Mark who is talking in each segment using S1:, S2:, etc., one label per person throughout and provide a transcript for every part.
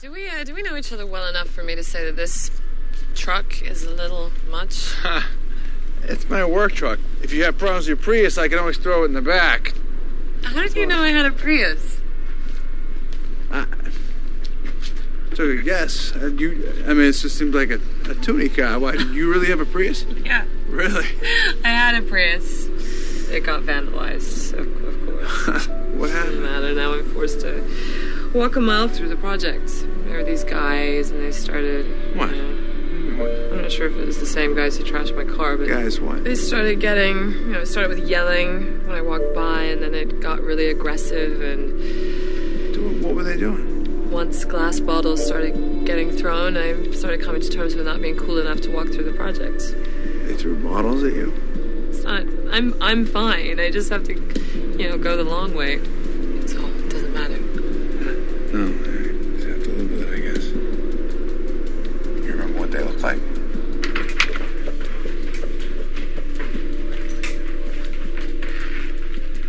S1: Do we uh, do we know each other well enough for me to say that this truck is a little much?
S2: It's my work truck. If you have problems with your Prius, I can always throw it in the back.
S1: How did you know I had a Prius?
S2: Took a guess. Uh, you, I mean, it just seemed like a, a tuning car. Why, do you really have a Prius?
S1: Yeah,
S2: Really?
S1: I had a Prius. It got vandalized, of, of course.
S2: What happened?
S1: I don't know. I'm forced to walk a mile through the projects. There were these guys, and they started. you
S2: What?
S1: know,
S2: What?
S1: I'm not sure if it was the same guys who trashed my car, but
S2: Guys, what?
S1: They started getting, you know, it started with yelling when I walked by, and then it got really aggressive. And
S2: Doing, what were they doing?
S1: once glass bottles started getting thrown, I started coming to terms with not being cool enough to walk through the project.
S2: They threw bottles at you?
S1: It's not. I'm. I'm fine. I just have to, you know, go the long way. So it doesn't matter.
S2: No. I just have to live with it, I guess. You remember what they looked like?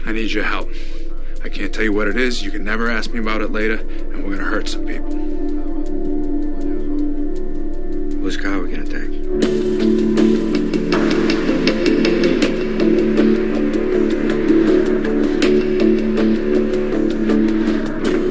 S2: I need your help. I can't tell you what it is. You can never ask me about it later, and we're gonna hurt some people.
S3: Whose car we gonna take?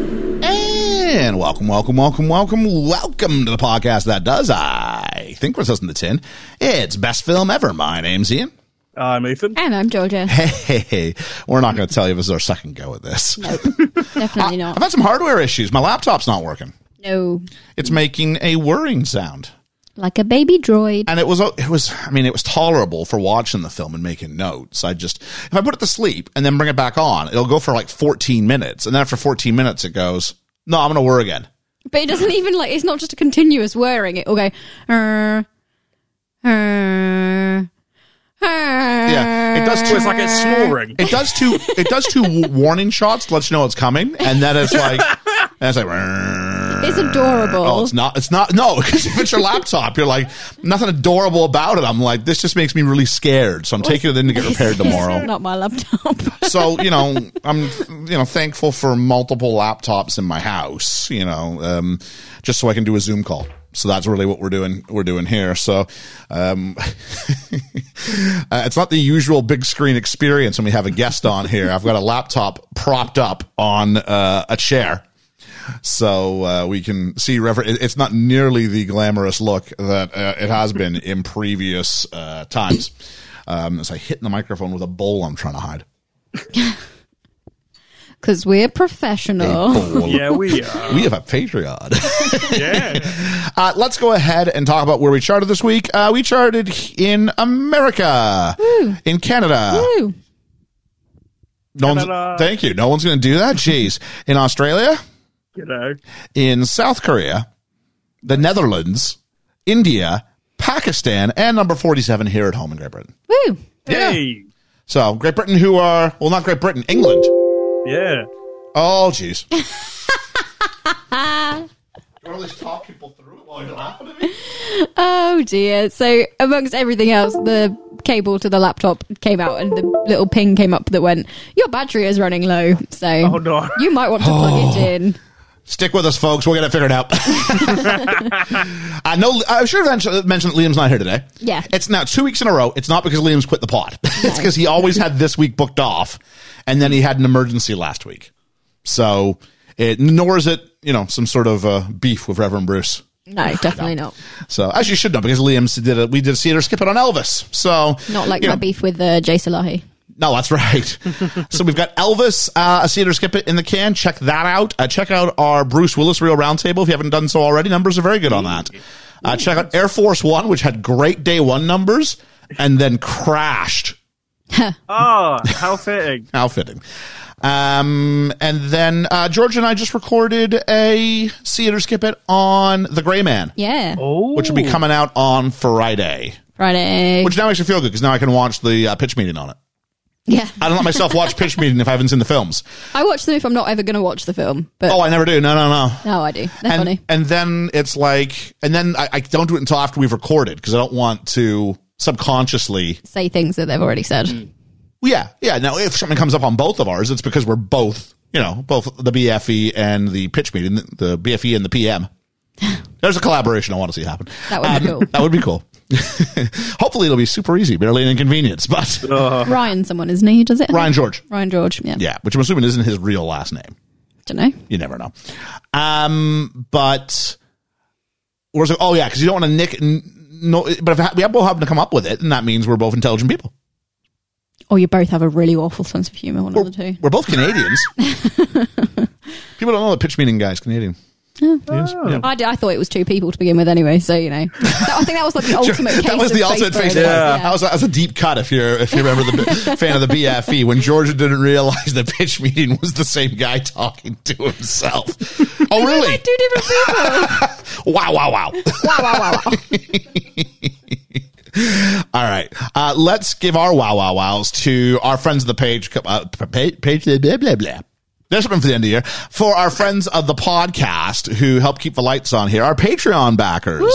S4: And welcome, welcome, welcome, welcome, welcome to the podcast that does. I think we're supposed to the tin. It's best film ever. My name's Ian.
S5: I'm Ethan.
S6: And I'm Georgia.
S4: Hey, hey, we're not going to tell you if this is our second go at this.
S6: Definitely
S4: I've
S6: not.
S4: had some hardware issues. My laptop's not working.
S6: No.
S4: It's making a whirring sound.
S6: Like a baby droid.
S4: and it was it was I mean it was tolerable for watching the film and making notes. I just if I put it to sleep and then bring it back on, it'll go for like 14 minutes, and then after 14 minutes, it goes, "No, I'm gonna whir again."
S6: But it doesn't even like, it's not just a continuous whirring. It will go, uh, uh,
S4: Yeah, it does
S5: So
S4: two.
S5: it's like it's snoring.
S4: It does two. It does two w- warning shots to let you know it's coming, and then it's like, and it's like,
S6: It's adorable.
S4: oh, it's not. It's not. No, because if it's your laptop, you're like nothing adorable about it. I'm like, this just makes me really scared. So I'm taking it in to get repaired tomorrow.
S6: Not my laptop.
S4: so you know i'm you know thankful for multiple laptops in my house you know um, just so i can do a zoom call so that's really what we're doing we're doing here so um, uh, it's not the usual big screen experience when we have a guest on here i've got a laptop propped up on uh, a chair so uh, we can see refer- it- it's not nearly the glamorous look that uh, it has been in previous uh, times um, as i hit the microphone with a bowl i'm trying to hide
S6: Because we're professional.
S4: Bowl.
S5: Oh. Yeah, we are.
S4: We have a Patreon.
S5: yeah.
S4: uh, let's go ahead and talk about where we charted this week. Uh, we charted in America, in Canada.
S6: Woo.
S4: No one's-
S5: Canada.
S4: thank you. No one's going to do that. Jeez. In Australia,
S5: You know.
S4: in South Korea, the Netherlands, India, Pakistan, and number 47 here at home in Great Britain.
S6: Woo.
S5: Hey.
S4: So, Great Britain, who are, well, not Great Britain, England.
S5: Yeah.
S4: Oh, jeez. Or at least talk people through it while you're laughing at me.
S6: Oh dear. So amongst everything else, the cable to the laptop came out and the little ping came up that went, Your battery is running low. So
S5: Oh, no.
S6: you might want to plug it in.
S4: Stick with us, folks. We'll get it figured out. I know. I should have mentioned mentioned that Liam's not here today.
S6: Yeah.
S4: it's now two weeks in a row. It's not because Liam's quit the pod. it's because he always had this week booked off, and then he had an emergency last week. So, it, nor is it you know some sort of uh, beef with Reverend Bruce.
S6: No, definitely not.
S4: So, as you should know, because Liam did it, we did see it or skip it on Elvis. So,
S6: Not like
S4: you
S6: my
S4: know,
S6: beef with uh, Jay Salahi.
S4: no, that's right. so we've got Elvis, uh, a theater skip it in the can. Check that out. Uh, check out our Bruce Willis Real Roundtable if you haven't done so already. Numbers are very good on that. Uh, check out Air Force One, which had great day one numbers and then crashed.
S5: Ah, how fitting.
S4: How fitting. Um, and then uh, George and I just recorded a theater skip it on The Gray Man,
S6: Yeah.
S4: which will be coming out on Friday.
S6: Friday.
S4: Which now makes me feel good because now I can watch the uh, pitch meeting on it.
S6: yeah.
S4: I don't let myself watch pitch meeting if I haven't seen the films.
S6: I watch them if I'm not ever going to watch the film. But
S4: Oh, I never do. No, no, no.
S6: no, I do. They're
S4: and,
S6: funny.
S4: and then it's like, and then I, I don't do it until after we've recorded because I don't want to subconsciously.
S6: Say things that they've already said.
S4: Mm. Well, yeah, yeah. Now, if something comes up on both of E ours, it's because we're both, you know, both the BFE E and the pitch meeting, the BFE and the PM. There's a collaboration I want to see happen. Um,
S6: That would be cool.
S4: That would be cool. Hopefully, it'll be super easy, barely an inconvenience. But
S6: Ryan, someone, isn't he? Does it?
S4: Uh-huh. Ryan George,
S6: Ryan George. Yeah.
S4: yeah, which I'm assuming isn't his real last name.
S6: Don't know.
S4: You never know. Um, but where's it? Oh yeah, because you don't want to nick. n- No, but if we both happen to come up with it, and that means we're both intelligent people.
S6: Or you both have a really awful sense of humor, one of the two.
S4: We're both Canadians. people don't know that pitch meeting guy is Canadian. Yes, yeah.
S6: I, did, I thought it was two people to begin with anyway, so you know. That, I think that was like the ultimate case.
S4: that was
S6: of
S4: the ultimate
S6: Facebook.
S4: face.
S5: Yeah.
S4: That was that was a deep cut. If you're if you're ever the bi- fan of the BFE, when Georgia didn't realize the pitch meeting was the same guy talking to himself. Oh
S6: They're
S4: really?
S6: like two different people.
S4: Wow! Wow! Wow!
S6: wow, wow, wow, wow.
S4: All right. Uh, let's give our wow wow wows to our friends of the page. Uh, page, page blah, blah, blah. There's something for the end of the year. For our friends of the podcast who help keep the lights on here, our Patreon backers.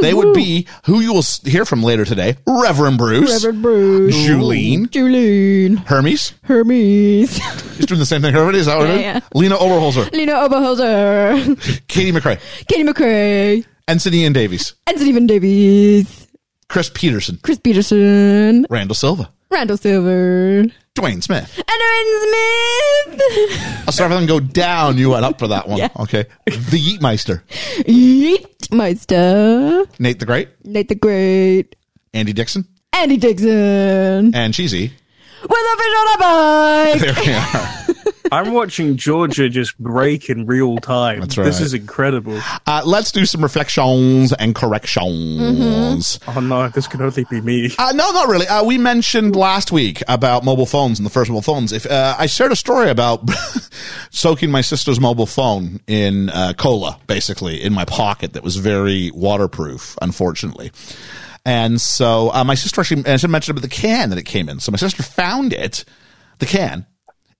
S4: they would be who you will s- hear from later today Reverend Bruce,
S6: Reverend Bruce.
S4: Julene,
S6: Julene.
S4: Hermes.
S6: Hermes.
S4: He's doing the same thing. Hermes, is that what it is?
S6: Yeah, yeah.
S4: Lena Oberholzer,
S6: Lena Oberholzer.
S4: Katie McRae,
S6: Katie McRae.
S4: and Sidney Ann Davies,
S6: And Stephen Davies.
S4: Chris Peterson,
S6: Chris Peterson.
S4: Randall Silva,
S6: Randall Silver.
S4: Dwayne Smith.
S6: And Owen Smith.
S4: I'll start with them go down. You went up for that one.
S6: Yeah.
S4: Okay. The Yeetmeister.
S6: Yeet Meister.
S4: Nate the Great,
S6: Nate the Great.
S4: Andy Dixon,
S6: Andy Dixon.
S4: and Cheesy.
S6: With a fish on a
S4: There
S6: bike.
S4: we are.
S5: I'm watching Georgia just break in real time.
S4: That's right.
S5: This is incredible.
S4: Uh, let's do some reflections and corrections.
S5: Oh no, this can only be me.
S4: Uh, no, not really. Uh, we mentioned last week about mobile phones and the first mobile phones. If uh, I shared a story about soaking my sister's mobile phone in uh, cola, basically in my pocket, that was very waterproof, unfortunately. And so uh, my sister actually and she mentioned about the can that it came in. So my sister found it, the can,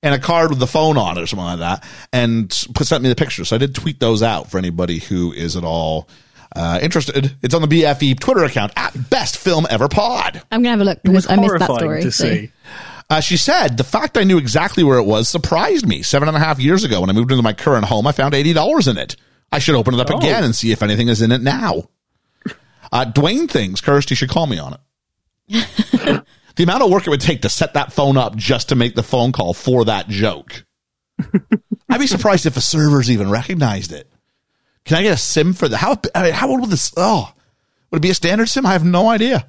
S4: and a card with the phone on it or something like that, and put, sent me the picture. So I did tweet those out for anybody who is at all uh, interested. It's on the BFE Twitter account at Best Film Ever Pod.
S6: I'm going to have a look
S5: It was
S6: because I missed that
S5: horrifying
S6: story.
S5: to
S6: so-
S5: see.
S4: Uh, she said, the fact I knew exactly where it was surprised me. Seven and a half years ago, when I moved into my current home, I found $80 in it. I should open it up
S5: Oh.
S4: again and see if anything is in it now. Uh, Dwayne thinks Kirsty should call me on it. the amount of work it would take to set that phone up just to make the phone call for that joke. I'd be surprised if the servers even recognized it. Can I get a SIM for the how? I mean, how old would this? Oh, would it be a standard SIM? I have no idea.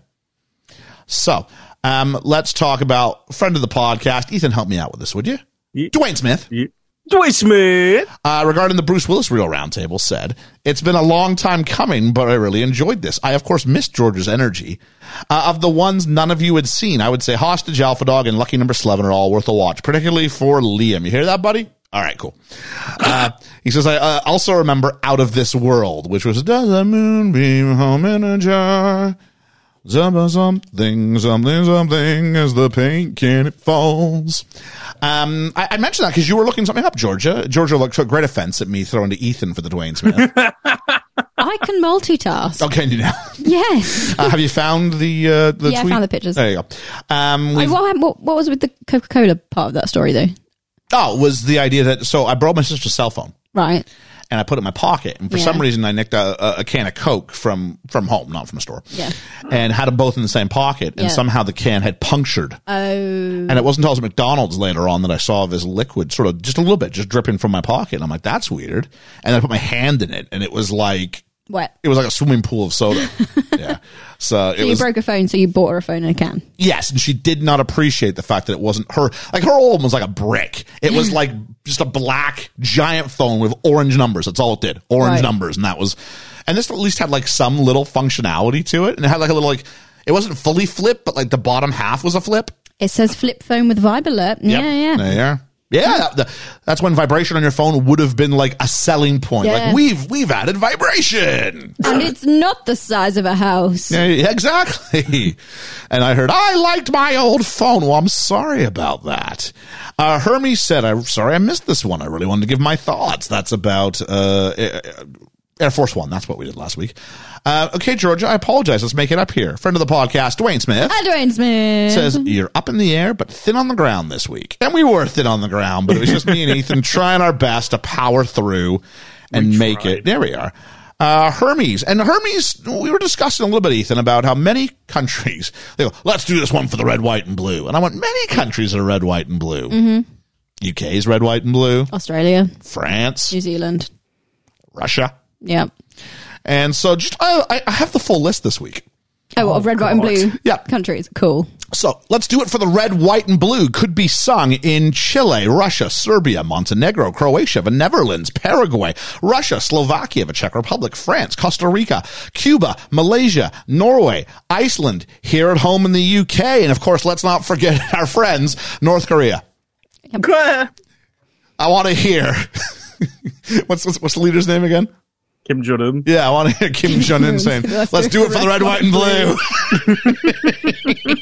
S4: So, um, let's talk about friend of the podcast, Ethan. Help me out with this, would you?
S5: Ye-
S4: Dwayne Smith,
S5: You- Dwight Smith.
S4: uh, regarding the Bruce Willis Real Roundtable, said, It's been a long time coming, but I really enjoyed this. I, of course, missed George's energy. Uh, of the ones none of you had seen, I would say Hostage, Alpha Dog, and Lucky Number 11 are all worth a watch, particularly for Liam. You hear that, buddy? All right, cool. Uh, he says, I uh, also remember Out of This World, which was, Does a moonbeam home in a jar? Zumba something, something, something as the paint can it falls. Um, I, I mentioned that because you were looking something up, Georgia. Georgia looked, took great offense at me throwing to Ethan for the Dwayne Smith.
S6: I can multitask.
S4: okay, you know.
S6: Yes.
S4: Uh, have you found the uh, the
S6: Yeah, I
S4: tweet?
S6: found the pictures.
S4: There you go. Um,
S6: Wait,
S4: we've-
S6: what, what, what was with the Coca Cola part of that story, though?
S4: oh, was the idea that so I borrowed my sister's cell phone.
S6: Right.
S4: and I put it in my pocket. And for
S6: Yeah.
S4: some reason, I nicked a, a- a can of Coke from from home, not from a store.
S6: Yeah.
S4: And had them both in the same pocket, and
S6: Yeah.
S4: somehow the can had punctured.
S6: Oh.
S4: And it wasn't until I was at McDonald's later on that I saw this liquid, sort of just a little bit, just dripping from my pocket. And I'm like, that's weird. And I put my hand in it, and it was like
S6: What?
S4: it was like a swimming pool of soda. yeah. So it
S6: So you
S4: was
S6: broke a phone, so you bought her a phone in a can.
S4: yes, and she did not appreciate the fact that it wasn't her. Like her old one was like a brick. It was like just a black giant phone with orange numbers. That's all it did. Orange
S6: Right.
S4: numbers, and that was. And this at least had like some little functionality to it, and it had like a little like it wasn't fully flip, but like the bottom half was a flip.
S6: It says flip phone with vibe alert.
S4: Yep.
S6: Yeah, yeah.
S4: There you are. Yeah, that- the- that's when vibration on your phone would have been like a selling point.
S6: Yeah.
S4: Like we've we've added vibration.
S6: And it's not the size of a house.
S4: Yeah, exactly. and I heard I liked my old phone. Well, I'm sorry about that. Uh, Hermes said, "I'm sorry I missed this one. I really wanted to give my thoughts." That's about uh, Air- Air Force One. That's what we did last week. Uh, okay, Georgia, I apologize. Let's make it up here. Friend of the podcast, Dwayne Smith
S6: Hi, Dwayne Smith.
S4: says you're up in the air but thin on the ground this week and we were thin on the ground but it was just me and ethan trying our best to power through and make it there we are Uh, Hermes and Hermes, we were discussing a little bit, Ethan, about how many countries they go, let's do this one for the red, white, and blue. And I went, many countries are red, white, and blue. UK is red, white, and blue.
S6: Australia,
S4: France,
S6: New Zealand.
S4: Russia,
S6: Yeah.
S4: and so just I, I- I have the full list this week.
S6: Oh, of red, white, and blue
S4: Yeah.
S6: countries. Cool.
S4: So let's do it for the red, white, and blue. Could be sung in Chile, Russia, Serbia, Montenegro, Croatia, the Netherlands, Paraguay, Russia, Slovakia, the Czech Republic, France, Costa Rica, Cuba, Malaysia, Norway, Iceland, here at home in the UK. And of course, let's not forget our friends, North Korea. I want to hear. what's, what's, what's the leader's name again?
S5: Kim Jong Un.
S4: Yeah, I want to hear Kim Jong Un saying,
S6: Let's
S4: let's do
S6: do
S4: it for the red, white, and blue.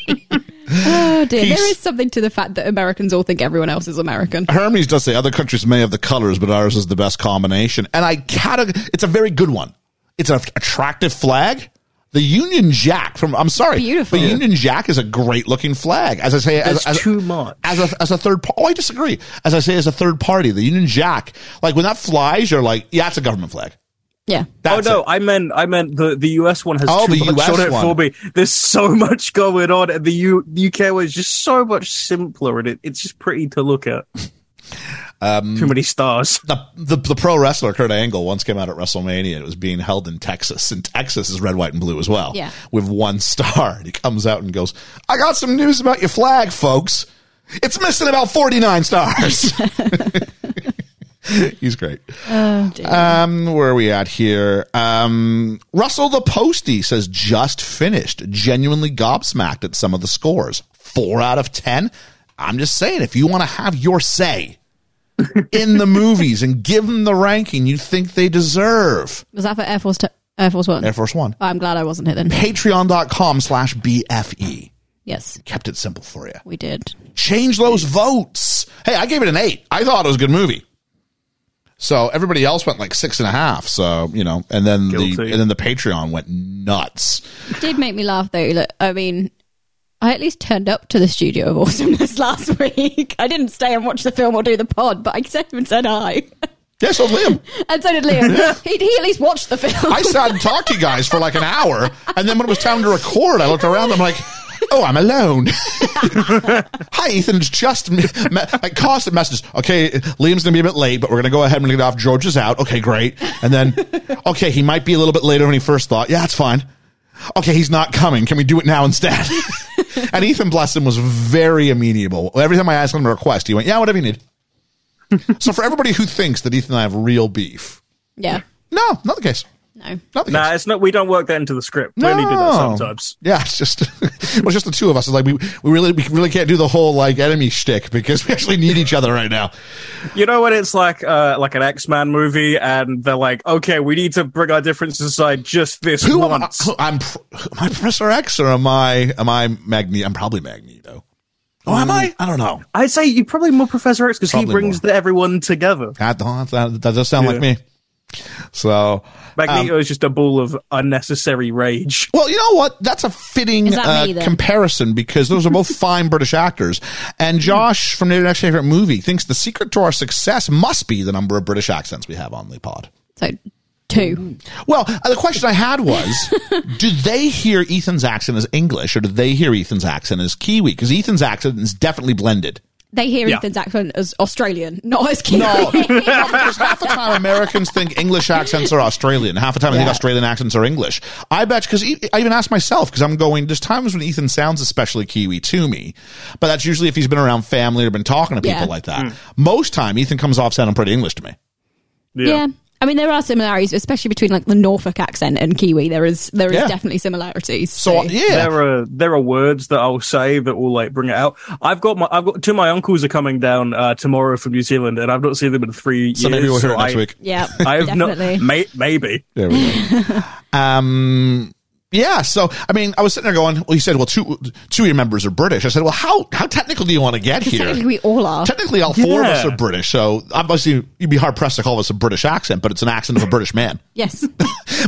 S6: Oh dear.
S4: Peace. Uh,
S6: There is something to the fact that Americans all think everyone else is American.
S4: Hermes does say other countries may have the colors, but ours is the best combination. And I cate- it's a very good one. It's an attractive flag. The Union Jack from I'm sorry,
S6: Beautiful.
S4: The Union Jack is a great looking flag. As I say, as,
S5: That's
S4: as,
S5: too much.
S4: as a as a third. par- Oh, I disagree. As I say, as a third party, the Union Jack. Like when that flies, you're like, yeah, it's a government flag.
S6: Yeah.
S4: That's
S5: oh no,
S4: it.
S5: I meant I meant the, the US one has
S4: Oh,
S5: too
S4: the
S5: much
S4: US
S5: on it
S4: one.
S5: for me. There's so much going on, and the U, UK one is just so much simpler, and it, it's just pretty to look at.
S4: Um,
S5: too many stars.
S4: the, the the pro wrestler Kurt Angle once came out at WrestleMania. It was being held in Texas, and Texas is red, white, and blue as well.
S6: Yeah.
S4: with one star. And he comes out and goes, "I got some news about your flag, folks. It's missing about forty nine stars." He's great.
S6: Oh dear.
S4: Um, where are we at here? Um, Russell the Postie says just finished, genuinely gobsmacked at some of the scores. Four out of ten. I'm just saying, if you want to have your say in the movies and give them the ranking you think they deserve,
S6: was that for Air Force t- Air Force One?
S4: Air Force One.
S6: Oh, I'm glad I wasn't hit then.
S4: Patreon.com slash BFE.
S6: Yes,
S4: Kept it simple for you.
S6: we did.
S4: Change those votes. Hey, I gave it an eight. I thought it was a good movie. So everybody else went like six and a half. So you know, and then the
S5: Guilty.
S4: and then the Patreon went nuts.
S6: It did make me laugh though. Look, I mean, I at least turned up to the studio of awesomeness last week. I didn't stay and watch the film or do the pod, but I said and said hi,
S4: Yeah, so Liam,
S6: and so did Liam. he, he at least watched the film.
S4: I sat and talked to you guys for like an hour, and then when it was time to record, I looked around. I'm like, oh, I'm alone. Hi, Ethan. It's just me- me- like constant messages. Okay, Liam's gonna be a bit late, but we're gonna go ahead and get off. George is out. Okay, great. And then, okay, he might be a little bit later than he first thought. Yeah, that's fine. Okay, he's not coming. Can we do it now instead? and Ethan, bless him, was very amenable. Every time I asked him a request, he went, "Yeah, whatever you need." so for everybody who thinks that Ethan and I have real beef,
S6: yeah,
S4: no, not the case.
S6: no.
S4: Not the case.
S5: Nah, it's not. We don't work that into the script. We only do that sometimes.
S4: Yeah, it's just well, it's just the two of us. It's like we, we really we really can't do the whole like enemy shtick because we actually need each other right now.
S5: You know when it's like uh, like an X Man movie, and they're like, okay, we need to bring our differences aside just this
S4: Who am I?
S5: once.
S4: who- I'm pr- am I Professor X or am I am I Magneto? I'm probably Magneto. Oh,
S5: Hmm.
S4: am I? I don't know.
S5: I'd say you're probably more Professor X because he
S4: Probably
S5: brings
S4: more.
S5: the, everyone together.
S4: That, that, that does sound like me. So, Um,
S5: Magneto is just a ball of unnecessary rage.
S4: well, you know what? That's a fitting
S6: Is that
S4: uh,
S6: me then?
S4: comparison because those are both fine British actors. And
S6: Hmm.
S4: Josh from the next favorite movie thinks the secret to our success must be the number of British accents we have on the pod.
S6: So two.
S4: Well, uh, the question I had was, do they hear Ethan's accent as English or do they hear Ethan's accent as Kiwi? Because Ethan's accent is definitely blended.
S6: They hear
S5: Yeah.
S6: Ethan's accent as Australian, not as Kiwi.
S4: No, because half the time Americans think English accents are Australian. Half the time they think
S6: Yeah.
S4: Australian accents are English. I bet because I even ask myself because I'm going. There's times when Ethan sounds especially Kiwi to me, but that's usually if he's been around family or been talking to people
S6: Yeah.
S4: like that. Most time Ethan comes off sounding pretty English to me.
S6: Yeah. I mean, there are similarities, especially between like the Norfolk accent and Kiwi. There is there is
S4: Yeah.
S6: definitely similarities.
S4: So yeah,
S5: There are there are words that I'll say that will like bring it out. I've got my I've got two of my uncles are coming down uh, tomorrow from New Zealand, and I've not seen them in three
S4: so
S5: years.
S4: maybe we'll hear
S5: so
S4: it next
S5: I,
S4: week.
S6: yeah,
S5: I've not
S6: definitely.
S5: may, maybe
S4: There we go. um, yeah. So, I mean, I was sitting there going, well, you said, well, two, two of your members are British. I said, well, how, how technical do you want to get here?
S6: Technically, we all are.
S4: Technically, all four of us
S5: Yeah.
S4: are British. So obviously you'd be hard pressed to call us a British accent, but it's an accent of a British man.
S6: yes.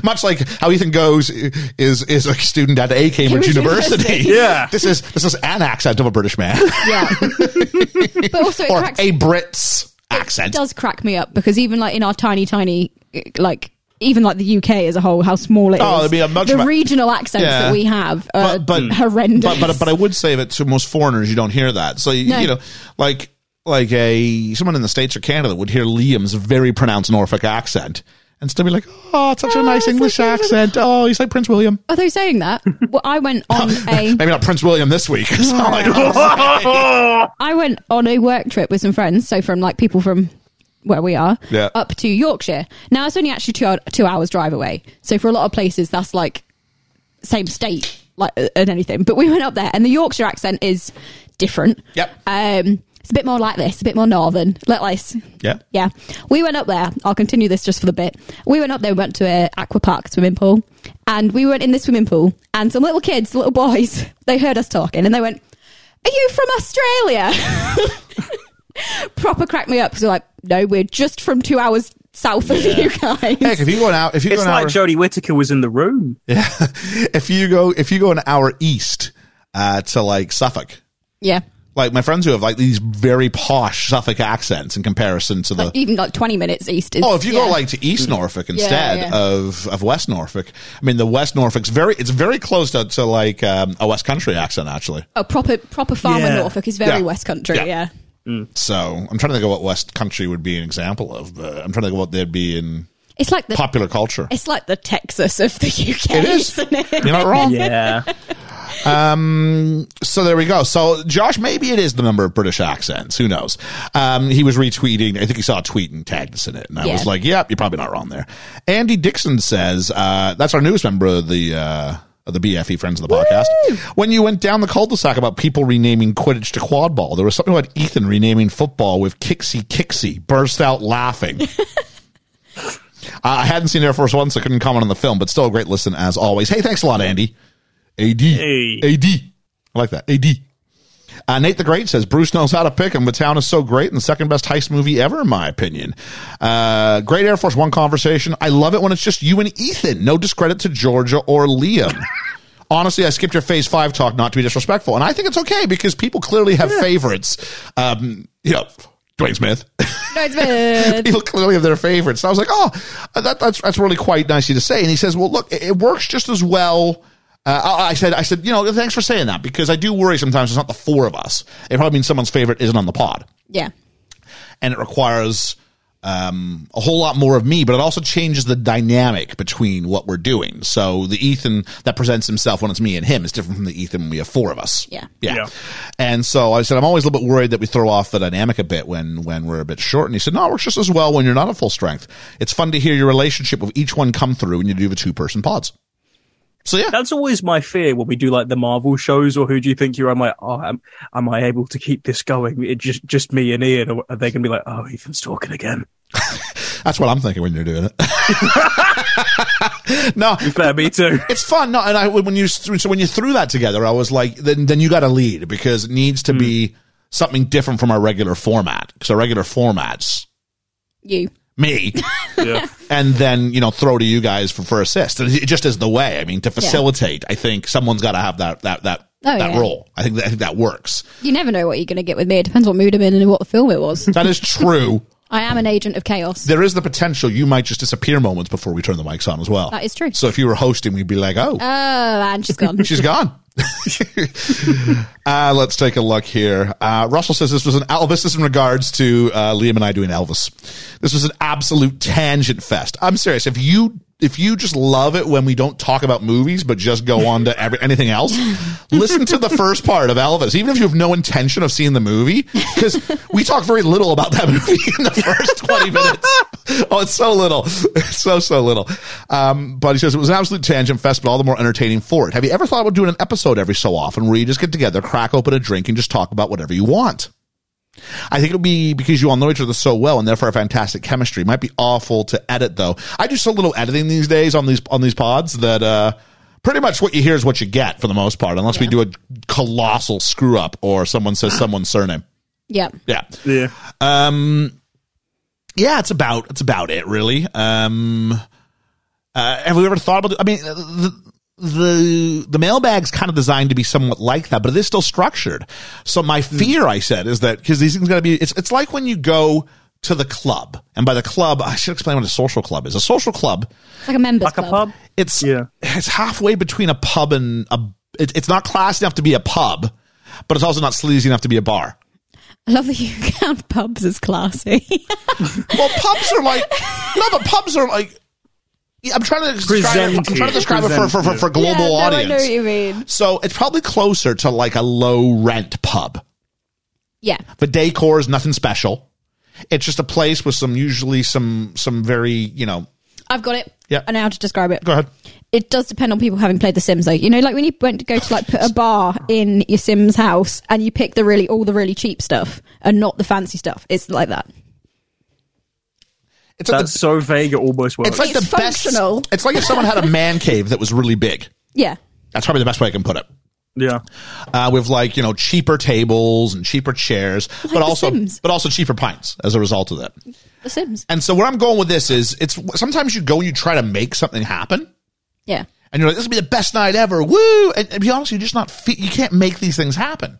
S4: Much like how Ethan goes i- is, is a student at a Cambridge
S6: Cambridge
S4: University.
S6: University.
S5: Yeah.
S4: This is, this is an accent of a British man
S6: Yeah. but also, it
S4: or
S6: cracks,
S4: a Brit's accent.
S6: does crack me up because even like in our tiny, tiny, like even like the UK as a whole, how small it is.
S4: Oh, it'd be a much
S6: the
S4: ma-
S6: regional accents
S4: Yeah.
S6: that we have are
S4: But- but-
S6: horrendous.
S4: But, but but I would say that to most foreigners, you don't hear that. So you-
S6: No.
S4: you know, like like a someone in the states or Canada would hear Liam's very pronounced Norfolk accent and still be like, "Oh, it's such a
S6: Oh,
S4: nice
S6: it's
S4: English
S6: like a-
S4: accent. Oh, he's like Prince William."
S6: Although saying that, well, I went on a
S4: Maybe not Prince William this week. It's not like-
S6: I went on a work trip with some friends, so from like people from where we are
S4: Yeah.
S6: up to Yorkshire. Now it's only actually two hour, two hours drive away, so for a lot of places that's like same state like uh, and anything. But we went up there, and the Yorkshire accent is different.
S4: Yep.
S6: Um, it's a bit more like this, a bit more northern, like this.
S4: Yeah.
S6: Yeah. We went up there. I'll continue this just for the bit. We went up there, we went to a aqua park swimming pool, and we went in the swimming pool, and some little kids, little boys, they heard us talking, and they went, "Are you from Australia?" Proper cracked me up because they're like, "No, we're just from two hours south of you guys."
S4: Heck, if you go an hour, if you go
S5: It's
S4: an
S5: like
S4: hour,
S5: Jodie Whittaker was in the room.
S4: if you go, if you go an hour east uh, to like Suffolk,
S6: yeah.
S4: like my friends who have like these very posh Suffolk accents in comparison to the
S6: Like, even like twenty minutes east is.
S4: Oh, if you go
S6: yeah. Mm.
S4: like to East Norfolk instead
S6: yeah.
S4: of of West Norfolk, I mean the West Norfolk's very it's very close to, to like um, a West Country accent actually.
S6: a proper proper farmer
S5: Yeah.
S6: Norfolk is very
S4: Yeah.
S6: West Country.
S4: Yeah.
S6: Yeah.
S4: So I'm trying to think of what West Country would be an example of. But I'm trying to think of what they'd be in
S6: it's like the
S4: popular culture.
S6: it's like the Texas of the UK.
S4: It is.
S6: isn't it?
S4: You're not wrong.
S5: Yeah.
S4: So there we go. So Josh, maybe it is the number of British accents. Who knows? Um, he was retweeting. I think he saw a tweet and tagged us in it, and I
S6: Yeah.
S4: was like, "Yep, you're probably not wrong there." Andy Dixon says uh, that's our newest member of the uh, of the BFE friends of the podcast. When you went down the cul-de-sac about people renaming Quidditch to quadball, there was something about Ethan renaming football with Kixie Kixie. Burst out laughing. I hadn't seen Air Force One, so I couldn't comment on the film, but still a great listen as always. Hey, thanks a lot, Andy. AD.
S5: Hey.
S4: AD. I like that. AD. Uh, Nate the Great says Bruce knows how to pick him. The town is so great and the second best heist movie ever, in my opinion. Uh, great Air Force One conversation. I love it when it's just you and Ethan. No discredit to Georgia or Liam. Honestly, I skipped your phase five talk not to be disrespectful, and I think it's okay because people clearly have favorites. Um, you know, Dwayne Smith.
S6: No, it's bad.
S4: people clearly have their favorites. And I was like, oh, that, that's that's really quite nice of you to say. And he says, well, look, it, it works just as well. Uh, I I said, I said, you know, thanks for saying that because I do worry sometimes it's not the four of us. It probably means someone's favorite isn't on the pod,
S6: yeah.
S4: and it requires um, a whole lot more of me. But it also changes the dynamic between what we're doing. So the Ethan that presents himself when it's me and him is different from the Ethan when we have four of us.
S6: Yeah.
S4: Yeah.
S5: Yeah.
S4: And so I said, I'm always a little bit worried that we throw off the dynamic a bit when, when we're a bit short. And he said, no, it works just as well when you're not at full strength. It's fun to hear your relationship with each one come through when you do the two person pods. So yeah,
S5: That's always my fear when we do like the Marvel shows or who do you think you are? I'm like, oh, am, am I able to keep this going? It just just me and Ian. Or are they going to be like, oh, Ethan's talking again?
S4: that's what I'm thinking when you're doing it. no,
S5: Fair, me too.
S4: it's fun. No, and I when you so when you threw that together, I was like, then then you got to lead because it needs to be something different from our regular format because our regular formats
S6: You.
S4: me
S5: yeah.
S4: and then you know throw to you guys for, for assist. It just is the way. I mean, to facilitate, I think someone's got to have that that that
S6: Oh,
S4: that
S6: yeah.
S4: role. I think that, I think that works.
S6: You never know what you're going to get with me. It depends what mood I'm in and what film it was.
S4: That is true.
S6: I am an agent of chaos.
S4: there is the potential you might just disappear moments before we turn the mics on as well.
S6: That is true.
S4: So if you were hosting, we'd be like, oh,
S6: Oh, and she's gone.
S4: she's gone. uh, let's take a look here. Uh, Russell says this was an Elvis. This is in regards to uh, Liam and I doing Elvis. This was an absolute tangent fest. I'm serious. If you if you just love it when we don't talk about movies, but just go on to every, anything else, listen to the first part of Elvis, even if you have no intention of seeing the movie, because we talk very little about that movie in the first 20 minutes. Oh, it's so little. It's so, so little. Um, but he says it was an absolute tangent fest, but all the more entertaining for it. Have you ever thought about doing an episode every so often where you just get together, crack open a drink, and just talk about whatever you want? I think it'll be because you all know each other so well and therefore have fantastic chemistry. Might be awful to edit though. I do so little editing these days on these on these pods that uh pretty much what you hear is what you get for the most part, unless we do a colossal screw up or someone says someone's surname.
S6: yeah.
S4: Yeah.
S5: Yeah.
S4: Yeah, it's about it's about it really. Um uh, have we ever thought about? I mean, the the the mailbag's kind of designed to be somewhat like that, but it is still structured. So my fear, I said, is that because these things got to be. It's it's like when you go to the club. And by the club, I should explain what a social club is. A social club,
S6: It's like a members
S5: Like a
S6: club.
S5: pub?
S4: it's
S5: Yeah.
S4: it's halfway between a pub and a it, it's not classy enough to be a pub, but it's also not sleazy enough to be a bar.
S6: I love that you count pubs as classy.
S4: Well, pubs are like no, but pubs are like. yeah, I'm trying to describe it, I'm trying to
S5: Presented.
S4: describe it for, for, for, for global
S6: Yeah, no,
S4: audience.
S6: I know what you mean.
S4: So it's probably closer to like a low rent pub.
S6: Yeah.
S4: The decor is nothing special. It's just a place with some usually some some very you know.
S6: I've got it.
S4: Yeah.
S6: I know how to describe it.
S4: Go ahead.
S6: It does depend on people having played The Sims, though. You know, like when you went to go to like put a bar in your Sims house and you pick the really all the really cheap stuff and not the fancy stuff. It's like that.
S4: It's like
S5: That's
S4: the,
S5: so vague it almost works.
S4: it's like
S6: It's
S4: the best.
S6: functional.
S4: It's like if someone had a man cave that was really big.
S6: Yeah.
S4: That's probably the best way I can put it.
S5: yeah.
S4: Uh, with like you know cheaper tables and cheaper chairs, but
S6: The
S4: also
S6: Sims.
S4: but also cheaper pints as a result of that.
S6: The Sims.
S4: And so where I'm going with this is, it's sometimes you go and you try to make something happen,
S6: Yeah.
S4: and you're like, this will be the best night ever, woo! And, and be honest, you're just not fe- you can't make these things happen.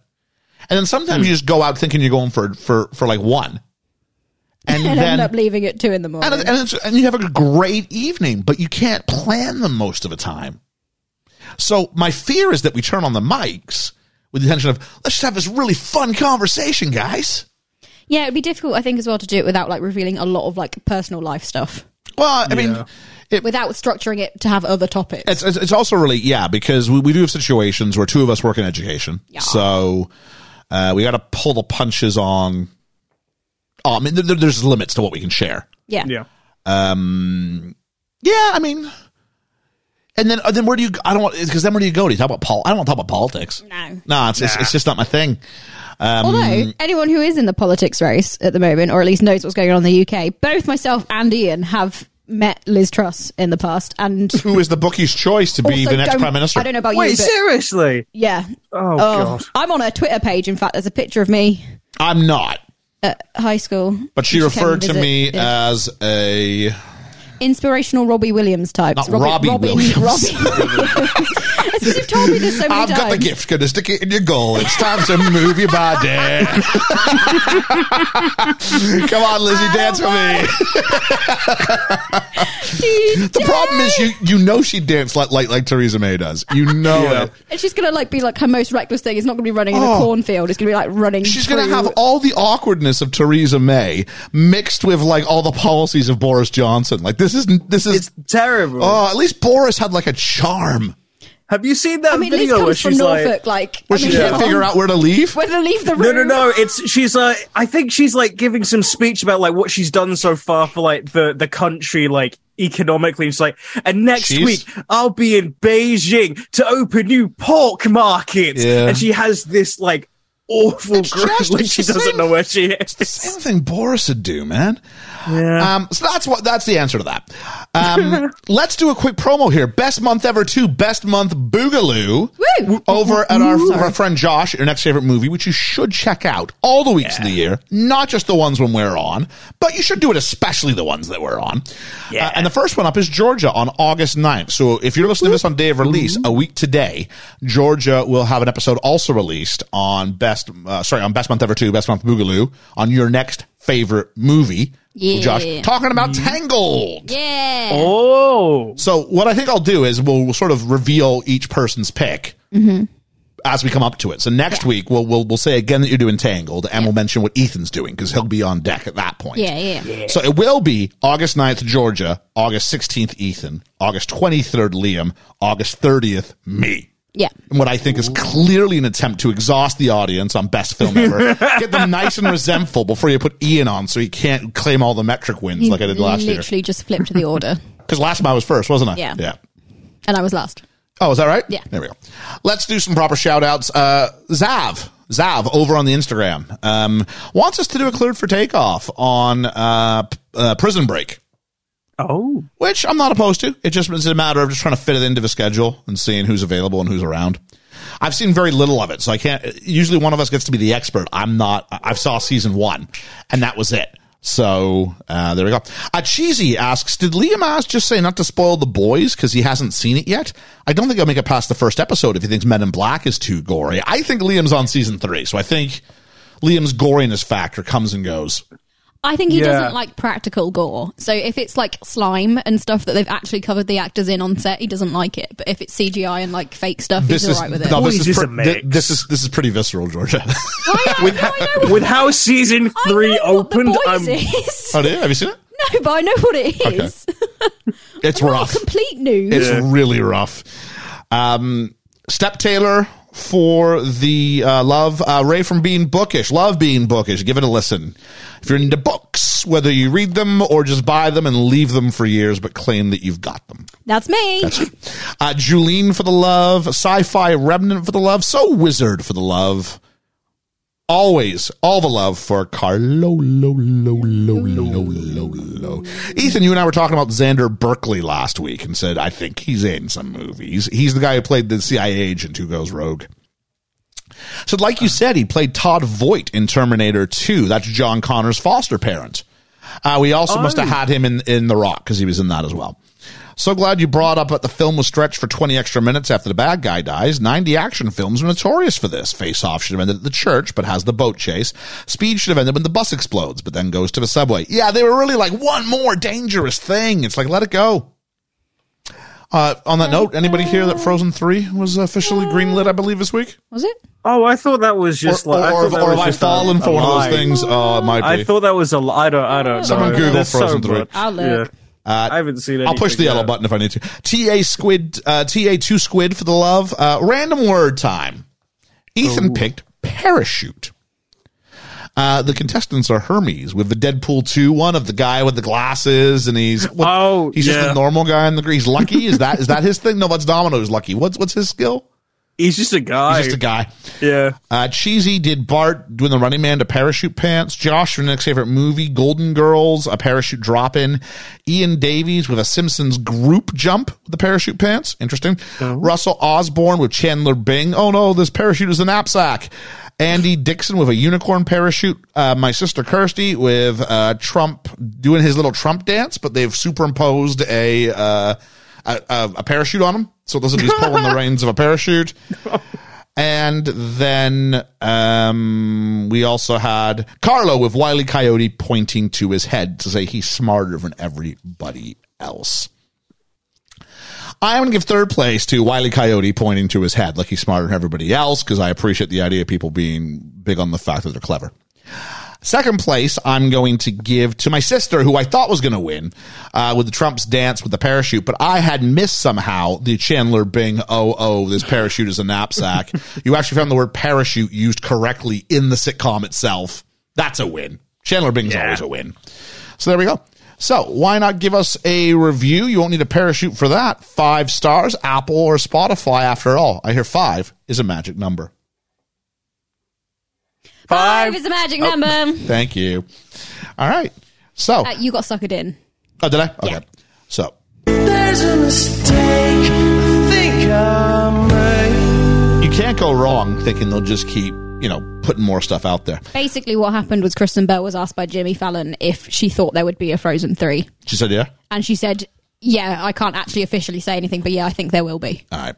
S4: And then sometimes you just go out thinking you're going for for for like one, and, then
S6: And end up leaving at two in the morning.
S4: and, and, it's, and you have a great evening, but you can't plan them most of the time. So my fear is that we turn on the mics with the intention of let's just have this really fun conversation, guys.
S6: yeah, it'd be difficult, I think, as well to do it without like revealing a lot of like personal life stuff.
S4: Well, I mean, it,
S6: Without structuring it to have other topics.
S4: it's, it's it's also really yeah because we, we do have situations where two of us work in education,
S6: Yeah.
S4: so uh, we got to pull the punches on. Oh, I mean, there, there's limits to what we can share.
S6: yeah.
S5: Yeah.
S4: Yeah, I mean, and then uh, then where do you? I don't want because then where do you go? Do you talk about pol? I don't want to talk about politics.
S6: No.
S4: no, it's it's, it's just not my thing.
S6: Although
S4: Mm.
S6: anyone who is in the politics race at the moment, or at least knows what's going on in the UK, both myself and Ian have met Liz Truss in the past, and
S4: Who is the bookie's choice to be
S6: also
S4: the next
S6: don't-
S4: prime minister?
S6: I don't know about
S5: Wait,
S6: you, but
S5: seriously?
S6: yeah.
S5: Oh, God.
S6: I'm on her Twitter page. In fact, there's a picture of me
S4: I'm not.
S6: at high school.
S4: But she
S6: You should come
S4: referred to
S6: visit.
S4: me uh,
S6: Yeah.
S4: as a
S6: inspirational Robbie Williams type.
S4: Not Robbie Williams.
S6: It's because you've told me this so many
S4: I've
S6: times.
S4: got the gift. Gonna stick it in your goal. It's time to move your body. Come on, Lizzie, dance with me. The problem is you you know she danced like like, like Theresa May does. You know it.
S6: And she's gonna like be like her most reckless thing. It's not gonna be running in a
S4: Oh.
S6: cornfield. It's gonna be like running.
S4: She's going to
S6: through-
S4: have all the awkwardness of Theresa May mixed with like all the policies of Boris Johnson. Like this is this is
S5: It's terrible.
S4: oh, at least Boris had like a charm
S5: Have you seen that
S6: I mean, Liz
S5: video where
S6: comes from
S5: she's like,
S6: Norfolk. Like,
S4: where
S6: I
S4: she
S6: mean,
S4: can't
S6: come
S4: figure
S6: on.
S4: out where to leave.
S6: whether leave the room.
S5: No, no, no. It's she's like I think she's like giving some speech about like what she's done so far for like the the country like economically. It's like, and next
S4: She's-
S5: week I'll be in Beijing to open new pork markets.
S4: Yeah.
S5: And she has this like awful
S4: It's
S5: grin,
S4: just-
S5: like
S4: it's
S5: she
S4: the
S5: doesn't
S4: same-
S5: know where she is.
S4: Same thing Boris would do, man.
S5: Yeah.
S4: Um, so that's what that's the answer to that. Um, let's do a quick promo here. Best month ever too. Best month Boogaloo
S6: Woo!
S4: over at our, our friend Josh. Your next favorite movie, which you should check out all the weeks of the year, not just the ones when we're on, but you should do it especially the ones that we're on.
S5: Yeah.
S4: Uh, and the first one up is Georgia on August 9th. So if you're listening to this on day of release, a week today, Georgia will have an episode also released on best uh, sorry on best month ever too. Best month Boogaloo on your next favorite movie.
S6: Yeah.
S4: Josh, talking about Tangled.
S6: Yeah.
S5: Oh,
S4: So what I think I'll do is we'll, we'll sort of reveal each person's pick as we come up to it. So next week we'll, we'll we'll say again that you're doing Tangled, and we'll mention what Ethan's doing because he'll be on deck at that point.
S6: Yeah, yeah.
S4: So it will be August 9th, Georgia, August 16th, Ethan, August 23rd, Liam, August 30th, me.
S6: Yeah.
S4: And what I think is clearly an attempt to exhaust the audience on best film ever. Get them nice and resentful before you put Ian on so he can't claim all the metric wins like I did last year.
S6: Literally just flipped the order,
S4: Because last time I was first, wasn't I?
S6: Yeah.
S4: Yeah.
S6: and I was last.
S4: Oh, is that right?
S6: Yeah.
S4: There we go. Let's do some proper shout outs. Uh, Zav, Zav over on the Instagram, um, wants us to do a cleared for takeoff on, uh, p- uh, prison break,
S5: oh,
S4: which I'm not opposed to. It just is a matter of just trying to fit it into the schedule and seeing who's available and who's around. I've seen very little of it, so I can't, usually one of us gets to be the expert. I'm not, I I saw season one and that was it. So, uh, there we go. Uh, Cheesy asks, did Liam Oz just say not to spoil the boys because he hasn't seen it yet? I don't think I'll make it past the first episode if he thinks Men in Black is too gory. I think Liam's on season three, so I think Liam's goriness factor comes and goes.
S6: I think he
S5: Yeah.
S6: doesn't like practical gore. So if it's like slime and stuff that they've actually covered the actors in on set, he doesn't like it. But if it's CGI and like fake stuff,
S4: This
S6: he's
S4: is
S6: alright with it.
S4: no,
S5: Boy,
S4: this
S5: is
S4: is
S5: this
S4: pre-
S5: a
S4: thi-
S5: mix.
S4: this is this is pretty visceral, Georgia.
S6: I know,
S5: With,
S6: I know
S5: ho- with how season
S6: I
S5: three
S6: know what
S5: opened,
S6: the boys
S5: I'm
S6: is.
S4: oh, dear, have you seen it?
S6: no, but I know what it
S4: Okay.
S6: is.
S4: It's
S6: Not
S4: rough.
S6: complete news.
S4: It's
S5: Yeah.
S4: really rough. Um, Step Taylor for the uh, love. Uh, Ray from Being Bookish. Love Being Bookish. Give it a listen. If you're into books, whether you read them or just buy them and leave them for years, but claim that you've got them.
S6: That's me.
S4: Uh, Julene for the love. Sci fi remnant for the love. So wizard for the love. Always, all the love for Carlo, lo, lo, lo, lo, lo, lo. Ethan, you and I were talking about Xander Berkeley last week and said, I think he's in some movies. He's the guy who played the CIA agent who goes rogue. So, like you said, he played Todd Voigt in Terminator 2. That's John Connor's foster parent. Uh, we also must have had him in, in The Rock because he was in that as well. So glad you brought up that the film was stretched for 20 extra minutes after the bad guy dies. 90 action films are notorious for this. Face Off should have ended at the church, but has the boat chase. Speed should have ended when the bus explodes, but then goes to the subway. Yeah, they were really like, one more dangerous thing. It's like, let it go. Uh, on that note, anybody here that Frozen 3 was officially greenlit, I believe, this week?
S6: Was it?
S5: Oh, I thought that was just
S4: or
S5: like.
S4: or,
S5: I thought that
S4: or
S5: was
S4: have I
S5: just a-
S4: fallen for
S5: a
S4: one of
S5: lie.
S4: those things? Oh, it might be.
S5: I thought that was a lie. I don't. I don't
S4: Someone
S5: know.
S4: Google
S5: There's
S4: Frozen three. Uh,
S5: much.
S6: I'll look.
S5: I haven't seen.
S4: I'll push
S5: anything
S4: the yellow
S5: yet.
S4: button if I need to. TA squid, uh, TA2 squid for the love. Uh, random word time. Ethan picked parachute. Uh, the contestants are Hermes with the Deadpool 2 one of the guy with the glasses and he's what-
S5: Oh,
S4: he's just
S5: yeah.
S4: a normal guy in the he's lucky is that is that his thing no that's Domino's lucky what's what's his skill
S5: He's just a guy.
S4: he's just a guy
S5: Yeah.
S4: uh, Cheesy did Bart doing the running man to parachute pants. Josh from the next favorite movie, Golden Girls, a parachute drop in. Ian Davies with a Simpsons group jump with the parachute pants. Interesting. Russell Osborne with Chandler Bing. Oh no, this parachute is a knapsack. Andy Dixon with a unicorn parachute. Uh, my sister Kirsty with uh, Trump doing his little Trump dance, but they've superimposed a uh, a, a, a parachute on him. So it doesn't he's pulling the reins of a parachute. And then um, we also had Carlo with Wiley Coyote pointing to his head to say he's smarter than everybody else. I'm going to give third place to Wiley Coyote pointing to his head like he's smarter than everybody else because I appreciate the idea of people being big on the fact that they're clever. Second place, I'm going to give to my sister, who I thought was going to win uh, with the Trump's dance with the parachute, but I had missed somehow the Chandler Bing. Oh, oh, this parachute is a knapsack. you actually found the word parachute used correctly in the sitcom itself. That's a win. Chandler Bing's always a win. So there we go. So why not give us a review? You won't need a parachute for that. Five stars, Apple or Spotify. After all, I hear five is a magic number.
S6: Five is a magic number.
S4: Thank you. All right. So
S6: Uh, you got suckered in.
S4: Oh, did I? Okay.
S6: Yeah.
S4: So,
S7: There's a mistake I think I made.
S4: you can't go wrong thinking they'll just keep, you know, putting more stuff out there.
S6: Basically, what happened was Kristen Bell was asked by Jimmy Fallon if she thought there would be a Frozen 3.
S4: She said, yeah?
S6: And she said, Yeah, I can't actually officially say anything, but yeah, I think there will be.
S5: Uh,
S4: All right.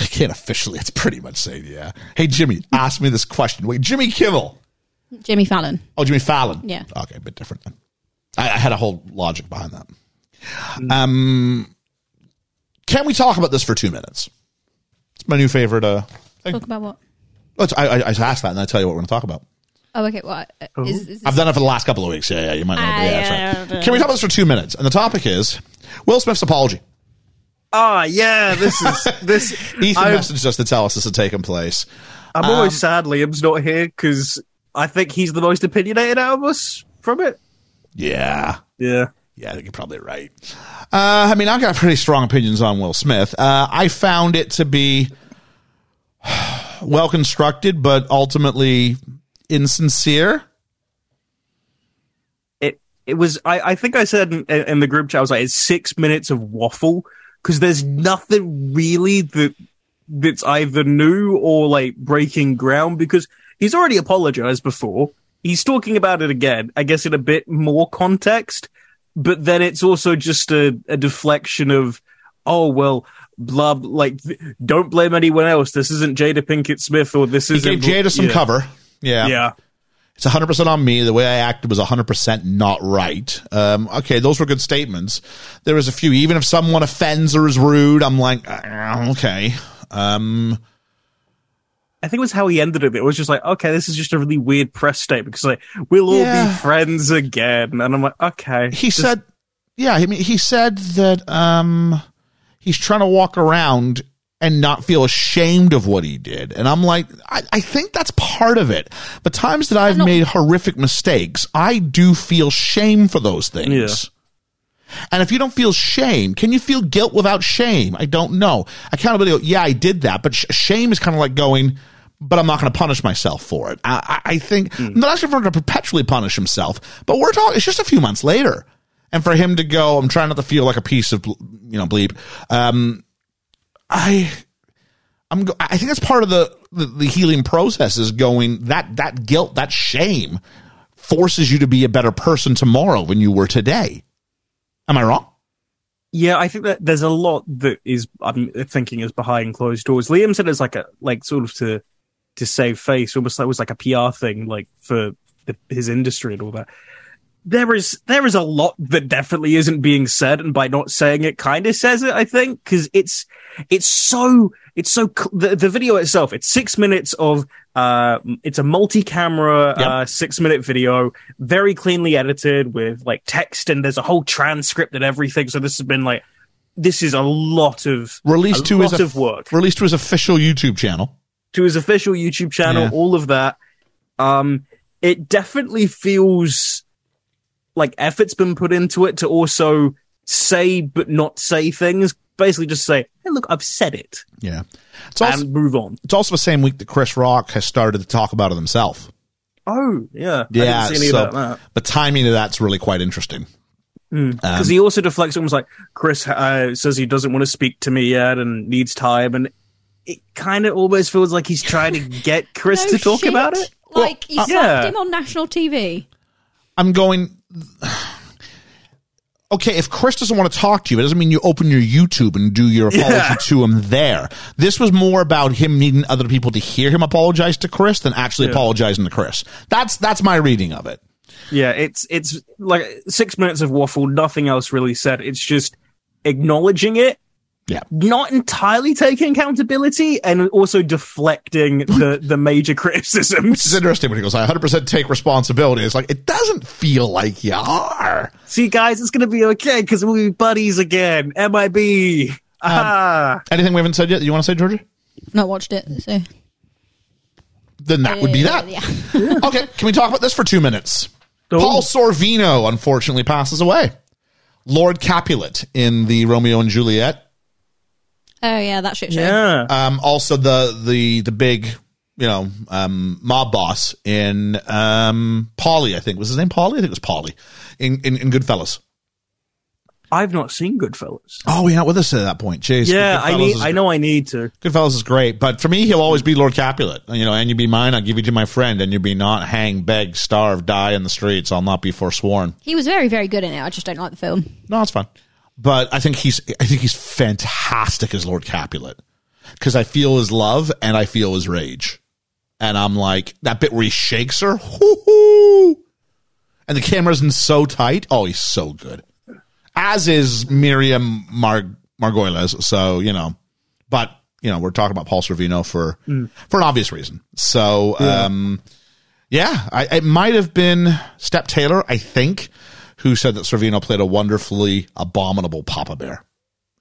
S4: I can't officially. It's pretty much saying, yeah. Hey, Jimmy, ask me this question. Wait, Jimmy Kimmel.
S6: Jimmy Fallon.
S4: Oh, Jimmy Fallon.
S6: Yeah.
S4: Okay, a bit different then. I, I had a whole logic behind that. Um, can we talk about this for two minutes? It's my new favorite. Uh, thing.
S6: Talk about what?
S4: Let's- I, I, I asked that, and I tell you what we're going to talk about.
S6: Oh, okay. What? uh, Is, is
S4: I've
S6: this,
S4: done it for the last couple of weeks. Yeah, yeah, you might. Not, yeah,
S6: Ah,
S4: that's
S6: yeah,
S4: right.
S6: yeah, yeah.
S4: Can we talk about this for two minutes? And the topic is Will Smith's apology.
S5: Ah, yeah. This is this.
S4: Ethan um,
S5: I've-
S4: messaged us to tell us this had taken place.
S5: I'm always sad Liam's not here because I think he's the most opinionated out of us from it.
S4: Yeah,
S5: Yeah.
S4: yeah, I think you're probably right. Uh, I mean, I've got pretty strong opinions on Will Smith. Uh, I found it to be well constructed, but ultimately insincere.
S5: It it was. I, I think I said in, in the group chat. I was like, it's six minutes of waffle because there's nothing really that that's either new or like breaking ground because he's already apologized before. He's talking about it again. I guess in a bit more context, but then it's also just a, a deflection of, oh well. Blah, blah, like, th- don't blame anyone else. This isn't Jada Pinkett Smith, or this
S4: He
S5: isn't
S4: gave Jada some
S5: Yeah.
S4: cover. Yeah,
S5: Yeah.
S4: It's 100% on me. The way I acted was 100% not right. Um, okay, those were good statements. There was a few. Even if someone offends or is rude, I'm like, "Ah, okay. Um,
S5: I think it was how he ended it. It was just like, okay, this is just a really weird press statement because like we'll all
S4: Yeah.
S5: be friends again, and I'm like, okay.
S4: he
S5: Just-
S4: said, yeah, I mean, he said that um, he's trying to walk around and not feel ashamed of what he did. And I'm like, I, I think that's part of it. The times that I've
S6: not-
S4: made horrific mistakes, I do feel shame for those things. And if you don't feel shame, can you feel guilt without shame? I don't know. Accountability, yeah, I did that, but sh- shame is kind of like going, but I'm not going to punish myself for it. I, I, I think I'm not asking for him to perpetually punish himself, but we're talking, it's just a few months later. And for him to go, I'm trying not to feel like a piece of, bl- you know, bleep. Um, I, I'm, go- I think that's part of the, the, the healing process is going that, that guilt, that shame forces you to be a better person tomorrow than you were today. Am I wrong?
S5: Yeah, I think that there's a lot that is I'm thinking is behind closed doors. Liam said it's like a like sort of to to save face, almost like it was like a PR thing, like for the, his industry and all that. There is there is a lot that definitely isn't being said, and by not saying it, kind of says it. I think because it's it's so it's so cl- the, the video itself. It's six minutes of uh, it's a multi-camera
S4: Yep.
S5: uh, six-minute video, very cleanly edited with like text, and there's a whole transcript and everything. So this has been like this is a lot of
S4: Released
S5: a
S4: to his
S5: lot of work
S4: Released to his official YouTube channel.
S5: to his official YouTube channel,
S4: Yeah.
S5: all of that. Um, it definitely feels like effort's been put into it to also say but not say things. Basically, just say, "Hey, look, I've said it,"
S4: Yeah, it's also
S5: and move on.
S4: it's also the same week that Chris Rock has started to talk about it himself.
S5: Oh, yeah, I
S4: Yeah,
S5: didn't see any
S4: so um,
S5: about that.
S4: the timing of that's really quite interesting.
S5: Because he also deflects almost like Chris uh, says he doesn't want to speak to me yet and needs time, and it kind of almost feels like he's trying to get Chris
S6: No
S5: to talk
S6: shit.
S5: about it.
S6: Like you
S5: uh,
S6: slapped
S5: yeah.
S6: him on national TV.
S4: I'm going. Okay, if Chris doesn't want to talk to you, it doesn't mean you open your YouTube and do your apology
S5: Yeah.
S4: to him there. This was more about him needing other people to hear him apologize to Chris than actually apologizing to Chris. That's that's my reading of it.
S5: Yeah, it's it's like six minutes of waffle, nothing else really said. It's just acknowledging it,
S4: Yeah.
S5: not entirely taking accountability, and also deflecting the the major
S4: Which is
S5: criticisms.
S4: interesting when he goes, I 100% take responsibility. It's like, it doesn't feel like you are.
S5: See, guys, it's gonna be okay because we'll be buddies again. MIB. Ah,
S4: Anything we haven't said yet that you want to say, Georgia?
S6: Not watched it. So
S4: Then that would be that.
S6: Yeah.
S4: okay, can we talk about this for two minutes?
S5: Oh.
S4: Paul Sorvino unfortunately passes away. Lord Capulet in the Romeo and Juliet.
S6: Oh yeah, that shit show.
S5: yeah.
S4: Um, also the the the big, you know, um, mob boss in um, Polly. I think was his name Polly. I think it was Polly in, in in Goodfellas.
S5: I've not seen Goodfellas.
S4: Oh, you're not with us at that point. Jeez.
S5: Yeah, I
S4: Goodfellas
S5: need.
S4: is-
S5: I know I need to.
S4: Goodfellas is great, but for me, he'll always be Lord Capulet. You know, and you be mine, I'll give you to my friend, and you be not hang, beg, starve, die in the streets, I'll not be forsworn.
S6: He was very, very good in it. I just don't like the film.
S4: No, it's fine. But I think he's, I think he's fantastic as Lord Capulet because I feel his love and I feel his rage, and I'm like that bit where he shakes her, hoo-hoo! and the camera's in so tight. Oh, he's so good. As is Miriam Mar- Margolyes. So you know, but you know, we're talking about Paul Sorvino for for an obvious reason. So um, yeah, I, it might have been Step Taylor, I think, who said that Sorvino played a wonderfully abominable Papa Bear,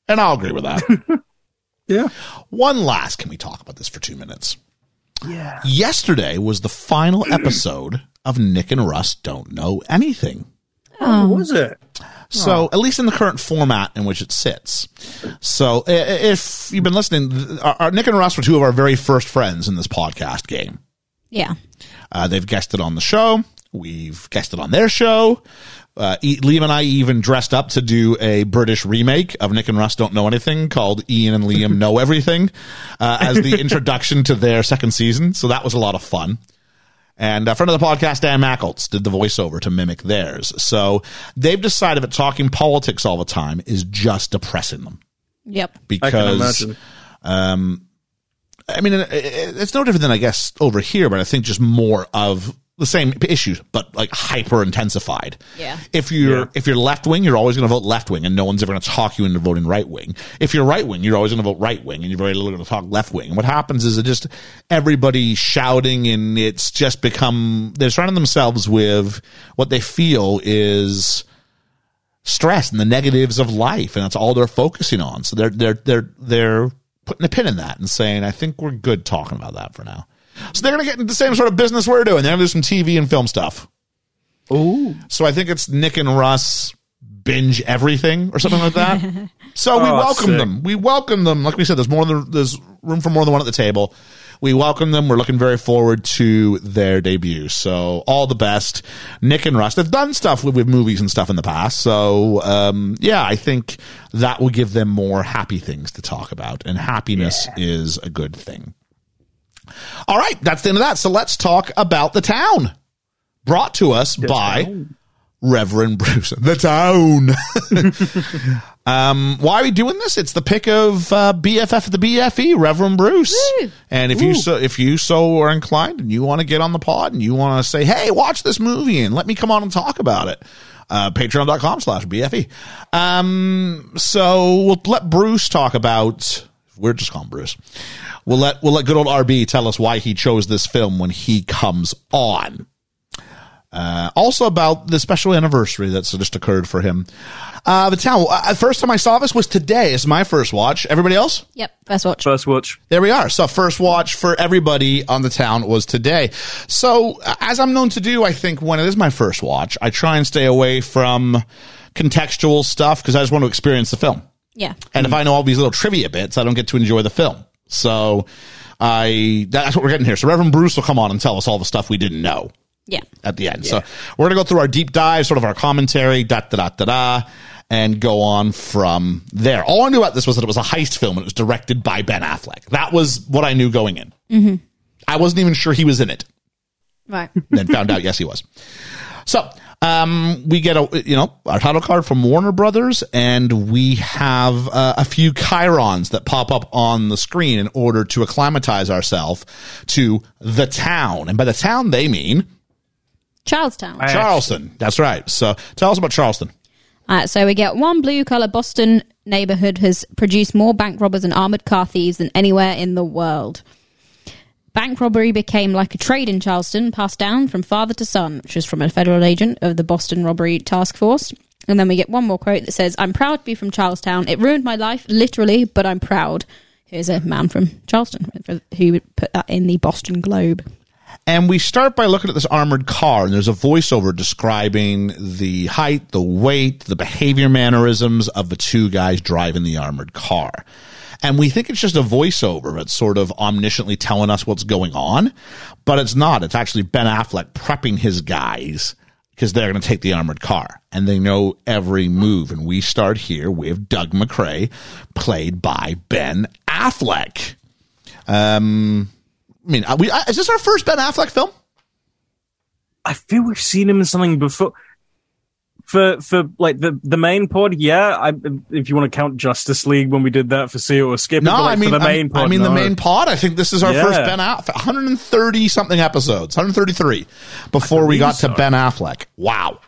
S4: and I'll agree with that.
S5: Yeah.
S4: One last, can we talk about this for two minutes?
S5: Yeah.
S4: Yesterday was the final episode of Nick and Russ Don't Know Anything.
S5: Oh, was it?
S4: So, at least in the current format in which it sits. So, i- i- if you've been listening, th- our, our- Nick and Russ were two of our very first friends in this podcast game.
S6: Yeah.
S4: Uh, they've guested on the show. We've guested on their show. Uh, e- Liam and I even dressed up to do a British remake of Nick and Russ Don't Know Anything called Ian and Liam Know Everything uh, as the introduction to their second season. So that was a lot of fun. And a friend of the podcast, Dan Mackles, did the voiceover to mimic theirs. So they've decided that talking politics all the time is just depressing them
S6: Yep.
S5: I
S4: because
S5: can imagine.
S4: uh, I mean, it- it- it's no different than I guess over here, but I think just more of the same issues, but like hyper intensified.
S6: Yeah.
S4: If you're
S5: Yeah.
S4: if you're left wing, you're always going to vote left wing, and no one's ever going to talk you into voting right wing. If you're right wing, you're always going to vote right wing, and you're very little going to talk left wing. And what happens is it just everybody shouting, and it's just become they're surrounding themselves with what they feel is stress and the negatives of life, and that's all they're focusing on. So they're they're they're they're putting a pin in that and saying, I think we're good talking about that for now. So they're gonna get into the same sort of business we're doing. They're gonna do some TV and film stuff.
S5: Ooh.
S4: So I think it's Nick and Russ binge everything or something like that. so we
S5: Oh,
S4: welcome
S5: sick.
S4: them. We welcome them. Like we said, there's more than there's room for more than one at the table. We welcome them. We're looking very forward to their debut. So all the best, Nick and Russ. They've done stuff with, with movies and stuff in the past. So um, yeah, I think that will give them more happy things to talk about, and happiness is a good thing. All right, that's the end of that. So let's talk about the town. Brought to us by Reverend Bruce. The town. um, why are we doing this? It's the pick of uh, BFF at the BFE, Reverend Bruce.
S6: Woo.
S4: And if you so if you so are inclined and you want to get on the pod and you want to say, hey, watch this movie and let me come on and talk about it. Uh, Patreon.com slash BFE. Um, so we'll let Bruce talk about. We're just calling Bruce. We'll let we'll let good old RB tell us why he chose this film when he comes on also about the special anniversary that's just occurred for him. Uh, the town. Uh, the first time I saw this was today. It's my first watch. Everybody else?
S6: Yep. First watch.
S5: First watch.
S4: There we are. So first watch for everybody on the town was today. So uh, as I'm known to do, I think when it is my first watch, I try and stay away from contextual stuff because I just want to experience the film.
S6: Yeah.
S4: And if I know all these little trivia bits, I don't get to enjoy the film. So I that's what we're getting here. So Reverend Bruce will come on and tell us all the stuff we didn't know
S6: Yeah.
S4: at the end. So we're going to go through our deep dive, sort of our commentary, da da da da da, and go on from there. All I knew about this was that it was a heist film and it was directed by Ben Affleck. That was what I knew going in. Mm-hmm. I wasn't even sure he was in it.
S6: Right.
S4: And then found out yes he was so um we get a you know our title card from warner brothers and we have uh, a few chirons that pop up on the screen in order to acclimatize ourselves to the town and by the town they mean
S6: Charlestown.
S5: I-
S4: charleston that's right so tell us about charleston
S6: Uh, so we get one blue collar Boston neighborhood has produced more bank robbers and armored car thieves than anywhere in the world. Bank robbery became like a trade in Charleston, passed down from father to son, which is from a federal agent of the Boston Robbery Task Force. And then we get one more quote that says, I'm proud to be from Charlestown. It ruined my life, literally, but I'm proud. Here's a man from Charleston who put that in the Boston Globe.
S4: And we start by looking at this armored car, and there's a voiceover describing the height, the weight, the behavior mannerisms of the two guys driving the armored car. And we think it's just a voiceover that's sort of omnisciently telling us what's going on, but it's not. It's actually Ben Affleck prepping his guys because they're going to take the armored car and they know every move. And we start here with Doug McRae, played by Ben Affleck. Um, I mean, are we, uh, is this our first Ben Affleck film?
S5: I feel we've seen him in something before. For for like the the main pod, yeah. I, if you want to count Justice League when we did that for see or skip, it,
S4: No,
S5: but, like,
S4: I mean,
S5: for the main
S4: I,
S5: pod,
S4: I mean the
S5: no.
S4: main pod. I think this is our
S5: Yeah.
S4: first Ben Affleck, 130 something episodes, 133 before we got to Ben Affleck. Wow.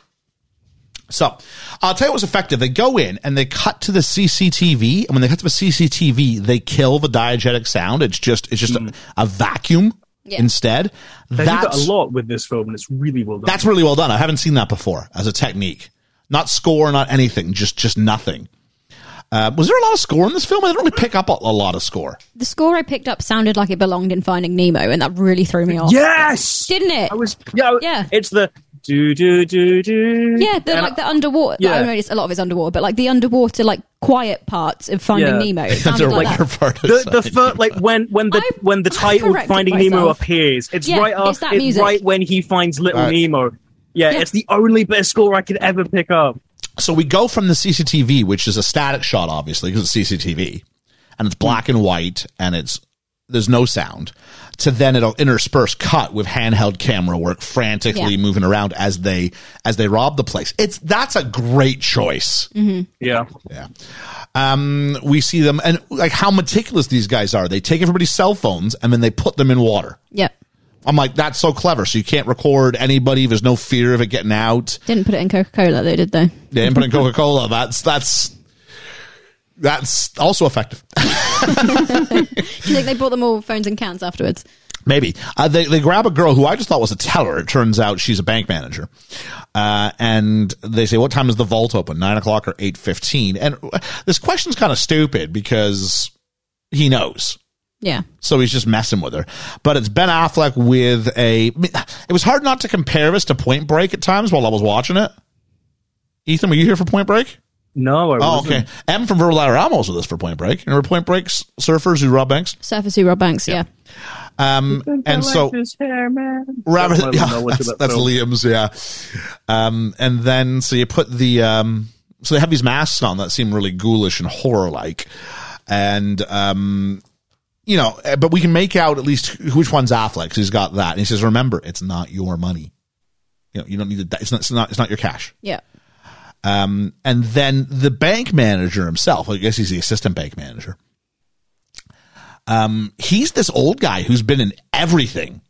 S4: So I'll tell you what was effective. They go in and they cut to the CCTV, and when they cut to the CCTV, they kill the diegetic sound. It's just it's just a, a vacuum
S6: Yeah.
S4: instead.
S5: Mm. They do that
S4: That's
S5: a lot with this film, and it's really well done.
S4: that's really well done. I haven't seen that before as a technique. Not score, not anything, just just nothing. Uh, was there a lot of score in this film? I didn't really pick up a, a lot of score.
S6: The score I picked up sounded like it belonged in Finding Nemo, and that really threw me off.
S5: yes.
S6: Didn't it?
S5: I was yeah,
S6: Yeah.
S5: It's the do do do do.
S6: Yeah, the,
S5: And
S6: like the underwater.
S5: Yeah.
S6: I don't know it's a lot of it's underwater, but like the underwater, like quiet parts of Finding
S5: Yeah.
S6: Nemo. It
S4: That's a
S6: sounded like
S4: regular
S6: that.
S4: part. of
S5: the, the
S4: it.
S5: fir- like when when the
S6: I-
S5: when the
S6: I
S5: title
S6: corrected
S5: Finding Nemo
S6: myself.
S5: appears, it's
S6: Yeah,
S5: right
S6: it's
S5: after
S6: that
S5: it's
S6: music.
S5: right when he finds Little
S4: Right.
S5: Nemo. Yeah,
S6: Yeah.
S5: it's the only best score I could ever pick up.
S4: so we go from the CCTV, which is a static shot, obviously, because it's CCTV, and it's black and white, and it's there's no sound. To then it'll intersperse cut with handheld camera work, frantically
S6: Yeah.
S4: moving around as they as they rob the place. It's that's a great choice.
S5: Yeah,
S4: Yeah. Um, we see them and like how meticulous these guys are. They take everybody's cell phones and then they put them in water
S6: Yep.
S4: I'm like, that's so clever. So you can't record anybody. There's no fear of it getting out.
S6: Didn't put it in Coca Cola though, did they?
S4: They didn't put in Coca Cola. That's that's that's also effective.
S6: Do you think they bought them all phones and cans afterwards?
S4: Maybe uh, they they grab a girl who I just thought was a teller. It turns out she's a bank manager, uh, and they say, "What time is the vault open? Nine o'clock or eight 15? And uh, this question's kind of stupid because he knows.
S6: Yeah.
S4: So he's just messing with her. But it's Ben Affleck with a. I mean, It was hard not to compare this to Point Break at times while I was watching it. Ethan, were you here for Point Break?
S5: No, I
S4: Oh,
S5: wasn't.
S4: okay. M from Verbal Hour, I'm also this for Point Break. Remember Point Break's surfers who rob banks?
S6: Surface who rob banks, yeah.
S4: Um, and so rather,
S5: That's my
S4: yeah,
S5: knowledge
S4: that's,
S5: about
S4: that's
S5: film.
S4: Liam's, yeah. Um, and then so you put the um, so they have these masks on that seem really ghoulish and horror like, and um, you know, eh, but we can make out at least wh- which one's Affleck. 'cause He's got that, and he says, "Remember, it's not your money. You know, you don't need to. It's not. It's not. It's not your cash."
S6: Yeah.
S4: Um, and then the bank manager himself, I guess he's the assistant bank manager. Um, he's this old guy who's been in everything.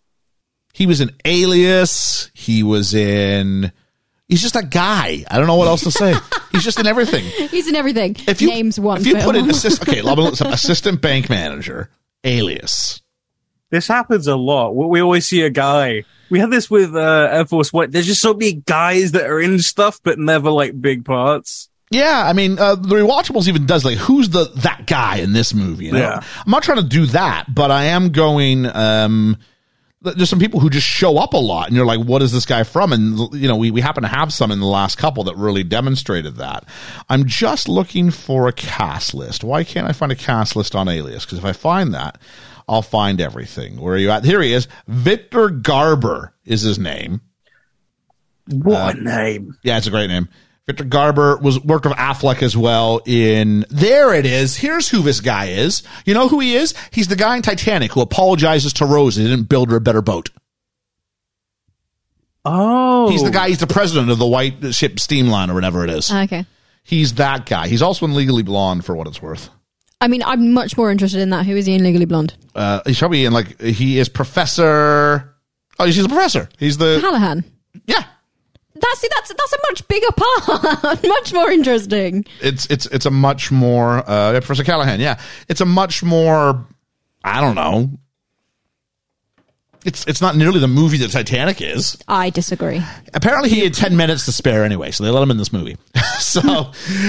S4: He was in Alias. He was in. He's just a guy. I don't know what else to say. he's just in everything.
S6: He's in everything.
S4: If you
S6: Names one.
S4: if you put
S6: film.
S4: in assist, okay, I'm gonna look this up. assistant bank manager, Alias.
S5: This happens a lot. We we always see a guy. We had this with uh, Air Force One. There's just so many guys that are in stuff but never like big parts.
S4: Yeah, I mean, uh, the rewatchables even does like who's the that guy in this movie? You know?
S5: Yeah.
S4: I'm not trying to do that, but I am going. um th- There's some people who just show up a lot, and you're like, "What is this guy from?" And you know, we we happen to have some in the last couple that really demonstrated that. I'm just looking for a cast list. Why can't I find a cast list on Alias? Because if I find that, I'll find everything. Where are you at? Here he is. Victor Garber is his name.
S5: What a name!
S4: Yeah, it's a great name. Victor Garber was worked with Affleck as well in There it is. Here's who this guy is. You know who he is? He's the guy in Titanic who apologizes to Rose and didn't build her a better boat.
S5: Oh,
S4: He's the guy, he's the president of the White Ship Steam Line or whatever it is.
S6: Ah, okay.
S4: he's that guy. He's also in Legally Blonde for what it's worth.
S6: I mean, I'm much more interested in that. Who is he in Legally Blonde?
S4: Uh, he's probably in like he is Professor Oh, he's he's a professor. He's the
S6: Callahan.
S4: Yeah.
S6: That's see, that's that's a much bigger part, much more interesting.
S4: It's it's it's a much more uh yeah, Professor Callahan, yeah. It's a much more I don't know. It's it's not nearly the movie that Titanic is.
S6: I disagree.
S4: Apparently he had ten minutes to spare anyway, so they let him in this movie. so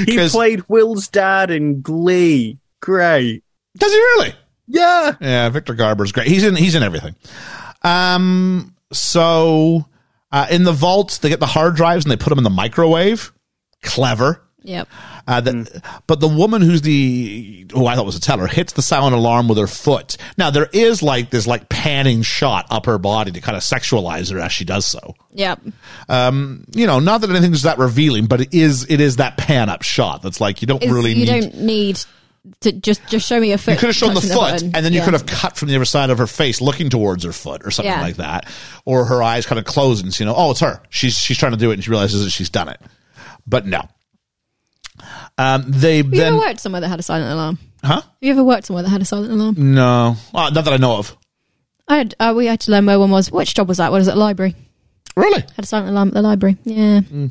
S5: he
S4: 'cause-
S5: played Will's dad in Glee. Great.
S4: Does he really?
S5: Yeah.
S4: Yeah, Victor Garber's great. He's in he's in everything. Um so uh, in the vaults they get the hard drives and they put them in the microwave. Clever.
S6: Yep.
S4: Uh, the, But the woman who's the who I thought was a teller hits the silent alarm with her foot. Now there is like this like panning shot up her body to kind of sexualize her as she does so.
S6: Yep.
S4: You know, not that anything's that revealing, but it is it is that pan up shot that's like you don't
S6: It's-
S4: really
S6: you
S4: need.
S6: don't need to just just show me a foot.
S4: you could have shown the
S6: touching
S4: foot,
S6: button.
S4: and then you
S6: Yeah.
S4: could have cut from the other side of her face, looking towards her foot, or something
S6: Yeah.
S4: like that, or her eyes kind of close, and so you know, oh, it's her. She's she's trying to do it, and she realizes that she's done it. But no, um, they
S6: Have you
S4: then
S6: ever worked somewhere that had a silent alarm?
S4: huh?
S6: Have you ever worked somewhere that had a silent alarm?
S4: No, uh, not that I know of.
S6: I had, uh, we had to learn where one was. Which job was that? What is it? Library.
S4: Really?
S6: Had a silent alarm at the library. Yeah.
S4: Mm.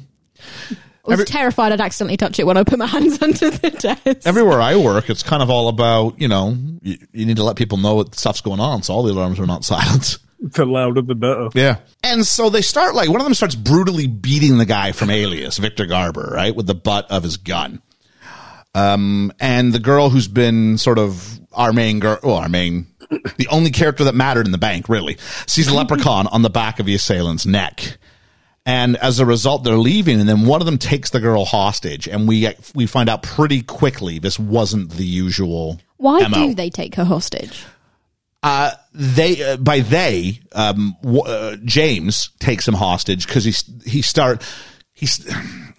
S6: I was terrified I'd accidentally touch it when I put my hands under the desk.
S4: Everywhere I work, it's kind of all about you know you, you need to let people know what stuff's going on, so all the alarms are not silent.
S5: The louder the better.
S4: Yeah, and so they start like one of them starts brutally beating the guy from Alias, Victor Garber, right, with the butt of his gun. Um, and the girl who's been sort of our main girl, well, our main, the only character that mattered in the bank, really, sees a leprechaun on the back of the assailant's neck. and as a result they're leaving and then one of them takes the girl hostage and we we find out pretty quickly this wasn't the usual
S6: Why
S4: MO.
S6: do they take her hostage?
S4: uh they uh, by they um w- uh, James takes him hostage cuz he's he start he's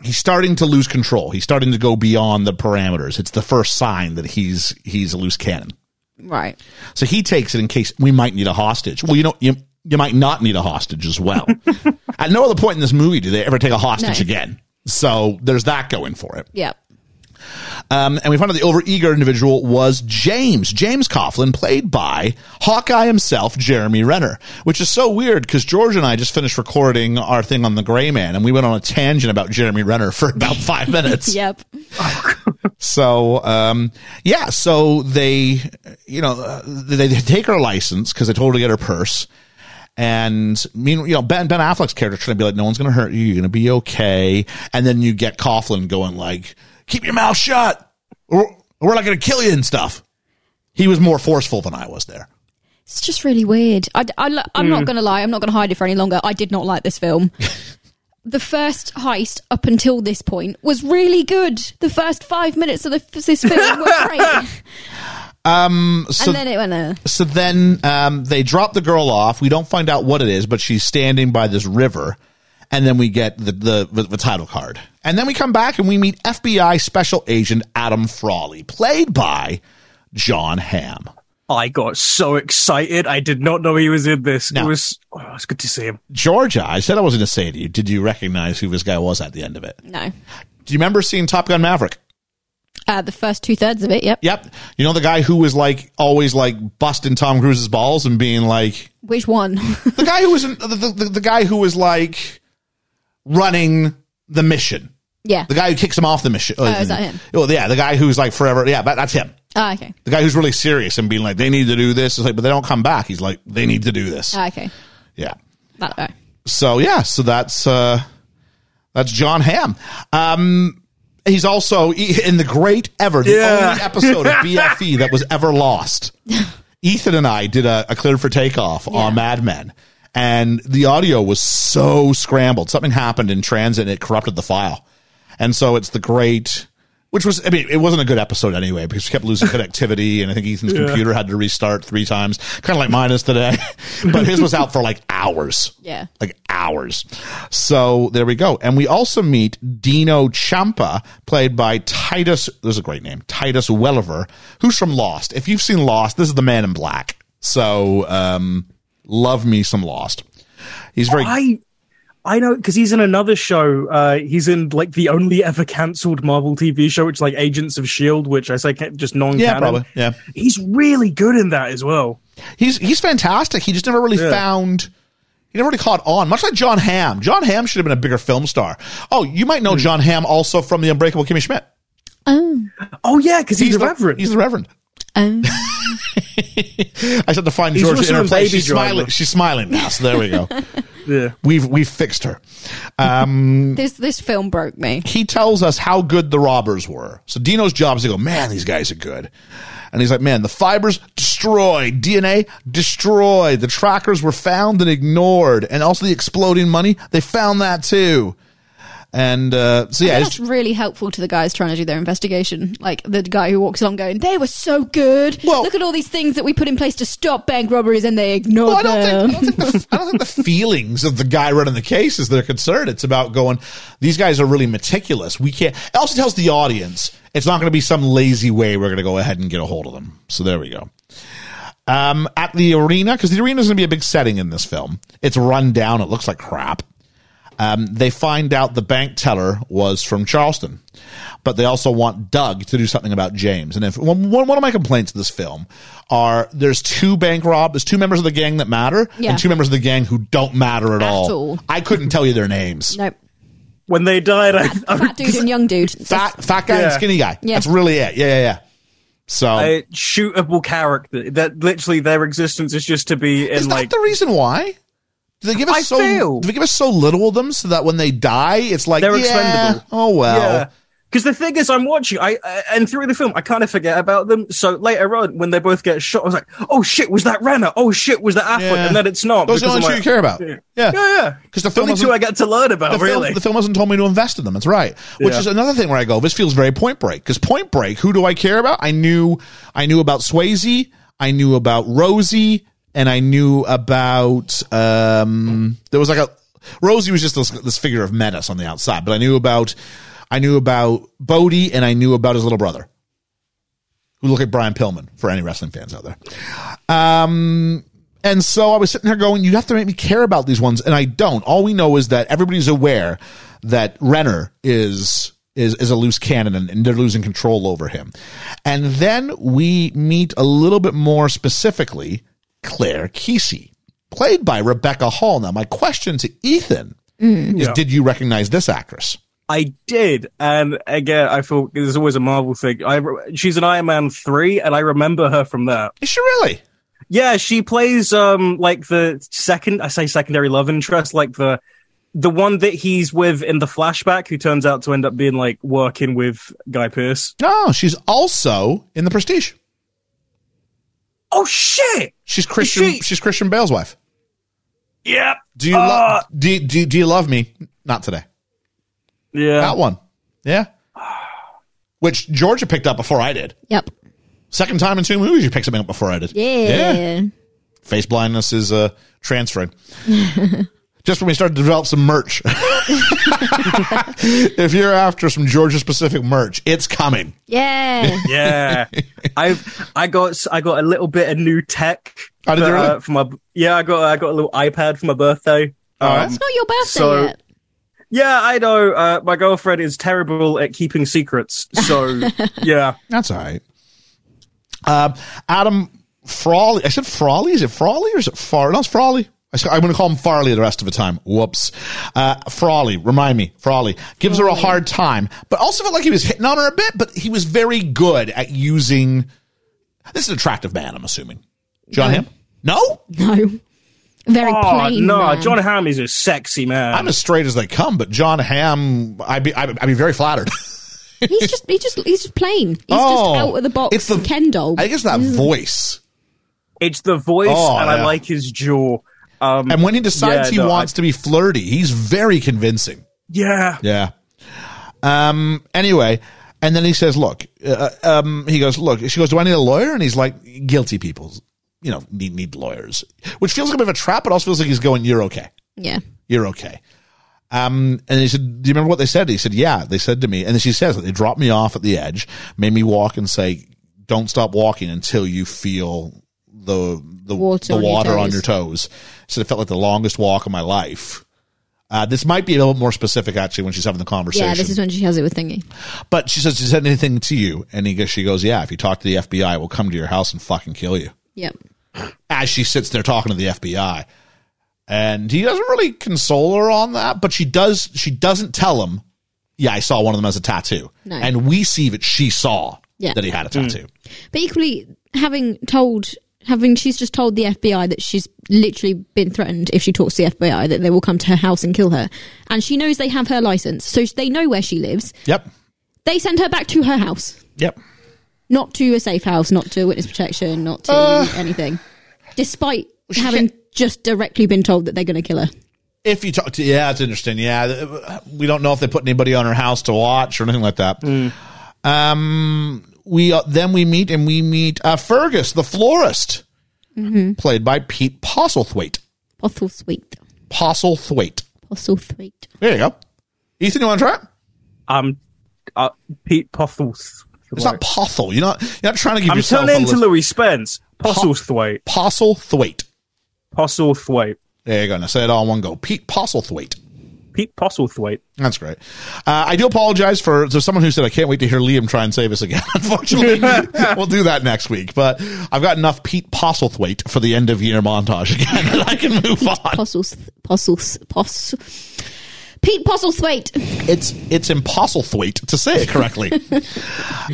S4: he's starting to lose control he's starting to go beyond the parameters it's the first sign that he's he's a loose cannon
S6: Right.
S4: so he takes it in case we might need a hostage well you know you you might not need a hostage as well. At no other point in this movie do they ever take a hostage
S6: No.
S4: again. So there's that going for it.
S6: Yep.
S4: Um, and we found out the overeager individual was James, James Coughlin, played by Hawkeye himself, Jeremy Renner, which is so weird because George and I just finished recording our thing on The Gray Man and we went on a tangent about Jeremy Renner for about five minutes.
S6: Yep.
S4: So, um, yeah, so they, you know, uh, they, they take her license because they told her to get her purse. And mean, you know, Ben Ben Affleck's character trying to be like, no one's going to hurt you. You're going to be okay. And then you get Coughlin going like, keep your mouth shut. Or, or we're not going to kill you and stuff. He was more forceful than I was there.
S6: It's just really weird. I, am not going to lie. I'm not going to hide it for any longer. I did not like this film. the first heist up until this point was really good. The first five minutes of the, this film were great. Um,
S4: so-
S6: and then it went, uh,
S4: So then um, they drop the girl off. We don't find out what it is, but she's standing by this river. And then we get the, the, the, the title card. And then we come back and we meet FBI Special Agent Adam Frawley, played by John Hamm.
S5: I got so excited. I did not know he was in this.
S4: No.
S5: It was oh, it's good to see him.
S4: Georgia, I said I wasn't going to say to you, did you recognize who this guy was at the end of it?
S6: no.
S4: Do you remember seeing Top Gun Maverick?
S6: Uh, the first two thirds of it, yep.
S4: Yep. You know the guy who was like always like busting Tom Cruise's balls and being like,
S6: Which one?
S4: the guy who was in, the, the, the, the guy who was like running the mission.
S6: yeah.
S4: The guy who kicks him off the mission. Oh,
S6: is that him?
S4: Oh, yeah, the guy who's like forever. Yeah, that, that's him.
S6: Ah, okay.
S4: The guy who's really serious and being like, they need to do this. It's like, but they don't come back. He's like, they need to do this.
S6: Ah, okay.
S4: yeah.
S6: That, all right.
S4: So yeah, so that's uh, that's John Hamm. Um, he's also e- in the great ever the
S5: Yeah.
S4: only episode of BFE that was ever lost. Ethan and I did a, a clear for takeoff on Mad Men. And the audio was so scrambled. Something happened in transit and it corrupted the file. And so it's the great, which was, I mean, it wasn't a good episode anyway because we kept losing connectivity. And I think Ethan's computer had to restart three times, kind of like mine is today. but his was out for like hours.
S6: Yeah.
S4: Like hours. So there we go. And we also meet Dino Champa, played by Titus, there's a great name, Titus Welliver, who's from Lost. If you've seen Lost, this is the man in black. So, um, love me some Lost. He's very,
S5: I I know because he's in another show. Uh, he's in like the only ever cancelled Marvel TV show, which is like Agents of Shield, which I say ca- just non-canon.
S4: yeah, probably. Yeah.
S5: He's really good in that as well.
S4: He's, he's fantastic. He just never really found, he never really caught on, much like John Hamm. John Hamm should have been a bigger film star. Oh, you might know
S5: Hmm.
S4: John Hamm also from The Unbreakable Kimmy Schmidt.
S6: Oh.
S5: Oh yeah, because he's, the Reverend.
S4: He's the Reverend. Um,
S6: Oh.
S4: I said to find
S5: He's
S4: Georgia
S5: also
S4: in her
S5: in
S4: place.
S5: Baby
S4: She's smiling.
S5: Driver.
S4: She's smiling now. So there we go.
S5: yeah.
S4: we've we've fixed her.
S6: this, this film broke me.
S4: He tells us how good the robbers were. So Dino's job is to go, man, these guys are good. And he's like, man, the fibers destroyed, DNA destroyed. The trackers were found and ignored, and also the exploding money. They found that too. And uh, so yeah,
S6: That's
S4: it's,
S6: really helpful to the guys trying to do their investigation. Like the guy who walks along going, they were so good.
S4: Well-
S6: Look at all these things that we put in place to stop bank robberies and they ignore
S4: Well, I don't
S6: them.
S4: think I don't think, the, I don't think the feelings of the guy running the case is their concern. It's about going. These guys are really meticulous. We can't. It also tells the audience it's not going to be some lazy way we're going to go ahead and get a hold of them. So there we go. Um, at the arena because the arena is going to be a big setting in this film. It's run down. It looks like crap. Um, they find out the bank teller was from Charleston, but they also want Doug to do something about James. And if one, one one of my complaints of this film are there's two bank rob, there's two members of the gang that matter,
S6: Yeah.
S4: and two members of the gang who don't matter at,
S6: At
S4: all.
S6: all.
S4: I couldn't tell you their names.
S6: Nope.
S5: When they died, I, I,
S6: Fat dude and young dude.
S4: Fat fat guy and
S5: Yeah.
S4: skinny guy.
S6: Yeah.
S4: That's really it. Yeah, yeah, yeah. So
S5: a shootable character that literally their existence is just to be in
S4: is
S5: like
S4: that the reason why? Do they give us
S5: I
S4: so
S5: feel-
S4: do they give us so little of them so that when they die, it's like
S5: They're
S4: yeah,
S5: expendable.
S4: Oh well.
S5: Because the thing is, I'm watching, I uh, and through the film, I kind of forget about them. So later on, when they both get shot, I was like, "Oh shit, was that Renner? Oh shit, was that Affleck?"
S4: Yeah.
S5: And then it's not.
S4: Those are the
S5: because
S4: only
S5: I'm
S4: two you
S5: like,
S4: care about.
S5: Yeah,
S4: Yeah.
S5: yeah. yeah.
S4: 'Cause the
S5: It's
S4: film
S5: only
S4: wasn't-
S5: two I get to learn about.
S4: the
S5: really,
S4: Film, the film hasn't told me to invest in them. That's right. Which
S5: Yeah.
S4: is another thing where I go, this feels very point break. Because point break, who do I care about? I knew I knew about Swayze, I knew about Rosie, and I knew about um there was like a Rosie was just this, this figure of menace on the outside, but I knew about I knew about Bodie and I knew about his little brother. Who look at Brian Pillman for any wrestling fans out there. And so I was sitting there going, you have to make me care about these ones. And I don't. All we know is that everybody's aware that Renner is is, is a loose cannon and, and they're losing control over him. And then we meet a little bit more specifically Claire Kesey, played by Rebecca Hall. Now, my question to Ethan is
S5: Mm-hmm. Yeah.
S4: Did you recognize this actress?
S5: I did, and again, I feel there's always a Marvel thing. I re- she's an Iron Man three, and I remember her from that.
S4: Is she really?
S5: Yeah, she plays um like the second I say secondary love interest, like the the one that he's with in the flashback, who turns out to end up being like working with Guy Pearce.
S4: No, she's also in The Prestige.
S5: Oh shit!
S4: She's Christian.
S5: she-
S4: She's Christian Bale's wife.
S5: Yep.
S4: Do you
S5: Ah.
S4: love? Do, do do you love me? Not today.
S5: Yeah.
S4: That one. Yeah. Which Georgia picked up before I did.
S6: Yep.
S4: Second time in two movies, you picked something up before I did.
S6: Yeah.
S4: Face blindness is uh, transferring. Just when we started to develop some merch. if you're after some Georgia specific merch, it's coming.
S6: Yeah.
S5: Yeah. I've I got I got a little bit of new tech.
S4: Oh, did you
S5: for,
S4: really?
S5: uh, for my yeah, I got I got a little iPad for my birthday. Um,
S4: All right.
S6: it's not your birthday
S5: So-
S6: yet.
S5: Yeah, I know. Uh, my girlfriend is terrible at keeping secrets, so yeah.
S4: That's all right. Um, Adam Frawley. I said Frawley. Is it Frawley or is it Far? No, it's Frawley. I s- I'm going to call him Farley the rest of the time. Whoops. Uh, Frawley, remind me. Frawley gives her a hard time, but also felt like he was hitting on her a bit, but he was very good at using. This is an attractive man, I'm assuming. John Hamm? No?
S6: No. Very
S5: Oh
S6: plain.
S5: no,
S6: man.
S5: John Hamm is a sexy man.
S4: I'm as straight as they come, but John Hamm, I'd be, I'd, I'd be very flattered.
S6: He's just he just he's just plain. He's
S4: Oh.
S6: just out of the box. It's the Ken doll.
S4: I guess that voice.
S5: It's the voice,
S4: Oh,
S5: and
S4: yeah.
S5: I like his jaw. Um,
S4: And when he decides
S5: Yeah,
S4: he
S5: no,
S4: wants to be flirty, he's very convincing.
S5: yeah,
S4: Yeah. Um. Anyway, and then he says, "Look." Uh, um. He goes, "Look." She goes, "Do I need a lawyer?" And he's like, "Guilty people, you know, need need lawyers," which feels like a bit of a trap, but also feels like he's going, "You're okay.
S6: yeah.
S4: You're okay." Um. And he said, "Do you remember what they said?" He said, "Yeah." They said to me, and then she says that they dropped me off at the edge, made me walk, and say, "Don't stop walking until you feel." The the
S6: Water
S4: the
S6: on your
S4: water on
S6: toes.
S4: your toes. So it felt like the longest walk of my life. Uh, this might be a little more specific actually when she's having the conversation.
S6: Yeah, this is when she has it with Thingy.
S4: But she says, "She said anything to you?" And he goes, "She goes, yeah. If you talk to the FBI, we'll come to your house and fucking kill you."
S6: Yep.
S4: As she sits there talking to the FBI, and he doesn't really console her on that, but she does. She doesn't tell him. Yeah, I saw one of them as a tattoo,
S6: No.
S4: and we see that she saw
S6: Yeah.
S4: that he had a tattoo.
S6: But equally, having told, having she's just told the FBI that she's literally been threatened if she talks to the FBI that they will come to her house and kill her, and she knows they have her license, so they know where she lives.
S4: Yep,
S6: They send her back to her house,
S4: yep.
S6: not to a safe house, not to witness protection, not to anything, despite having just directly been told that they're going to kill her.
S4: If you talk to, yeah, it's interesting. Yeah, th- uh, we don't know if they put anybody on her house to watch or anything like that. Um, we uh, then we meet and we meet uh, Fergus, the florist, played by Pete Postlethwaite.
S6: Postlethwaite,
S4: Postlethwaite.
S6: Postlethwaite.
S4: There you go. Ethan, you want to try it?
S5: um, uh, Pete Pothles.
S4: It's not Postle. You're not. You're not trying to give
S5: I'm
S4: yourself
S5: turning
S4: a
S5: into
S4: list.
S5: Louis Spence. Postlethwaite.
S4: Postlethwaite.
S5: Postlethwaite.
S4: There you go. Now say it all in one go. Pete Postlethwaite.
S5: Pete Postlethwaite.
S4: That's great. Uh, I do apologize for to someone who said I can't wait to hear Liam try and save us again. Unfortunately, we'll do that next week. But I've got enough Pete Postlethwaite for the end of year montage again that I can move on.
S6: Postleth, Postleth, Pos. Pete Postlethwaite.
S4: It's it's impostlethwaite to say it correctly.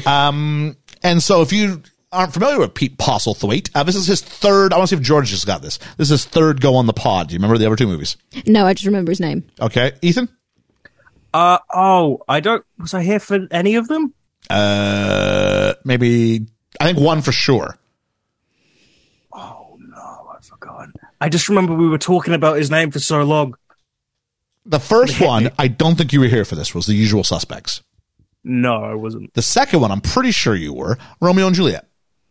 S4: um, and so if you aren't familiar with Pete Postlethwaite, uh, this is his third. I want to see if George just got this. This is his third go on the pod. Do you remember the other two movies?
S6: No, I just remember his name.
S4: Okay, Ethan.
S5: Uh, oh, I don't. Was I here for any of them?
S4: Uh, maybe I think one for sure.
S5: I've forgotten. Oh, I just remember we were talking about his name for so long.
S4: The first one, I don't think you were here for this, was The Usual Suspects.
S5: No, I wasn't.
S4: The second one, I'm pretty sure you were, Romeo and Juliet.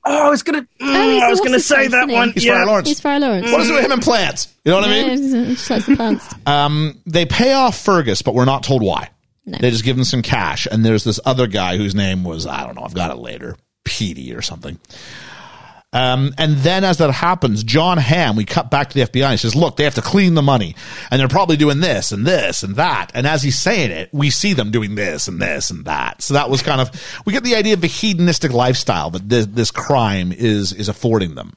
S5: Oh, I was gonna. Mm,
S6: he's
S5: I
S6: the-
S5: was
S6: what's
S5: gonna
S6: his
S5: say
S6: face,
S5: that
S6: isn't he?
S5: one.
S4: He's
S5: yeah.
S4: Friar Lawrence.
S6: He's Friar Lawrence.
S4: what is it with him and plants? You know what I
S6: Yeah,
S4: mean?
S6: it's- it's like the plants.
S4: They pay off Fergus, but we're not told why. They just give him some cash, and there's this other guy whose name was, I don't know, I've got it later, Petey or something. Um, and then as that happens, John Hamm, we cut back to the FBI and he says, look, they have to clean the money and they're probably doing this and this and that. And as he's saying it, we see them doing this and this and that. So that was kind of, we get the idea of the hedonistic lifestyle that this, this crime is, is affording them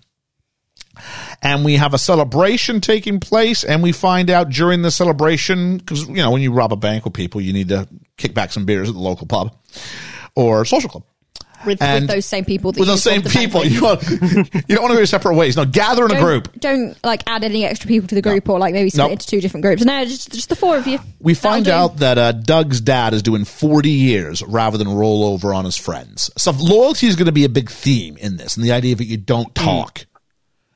S4: and we have a celebration taking place and we find out during the celebration because you know when you rob a bank with people you need to kick back some beers at the local pub or social club
S6: with,
S4: And-
S6: with those same people. That
S4: with
S6: you
S4: those
S6: robbed
S4: same
S6: the bank
S4: people
S6: with.
S4: you, want, you don't want to go separate ways no gather in a
S6: Don't-
S4: group
S6: Don't like add any extra people to the group or like maybe split
S4: Nope.
S6: into two different groups. No, just, just the four of you.
S4: we
S6: That'll
S4: find
S6: do.
S4: out that uh, Doug's dad is doing 40 years rather than roll over on his friends. So loyalty is going to be a big theme in this, and the idea that you don't
S5: Mm.
S4: talk,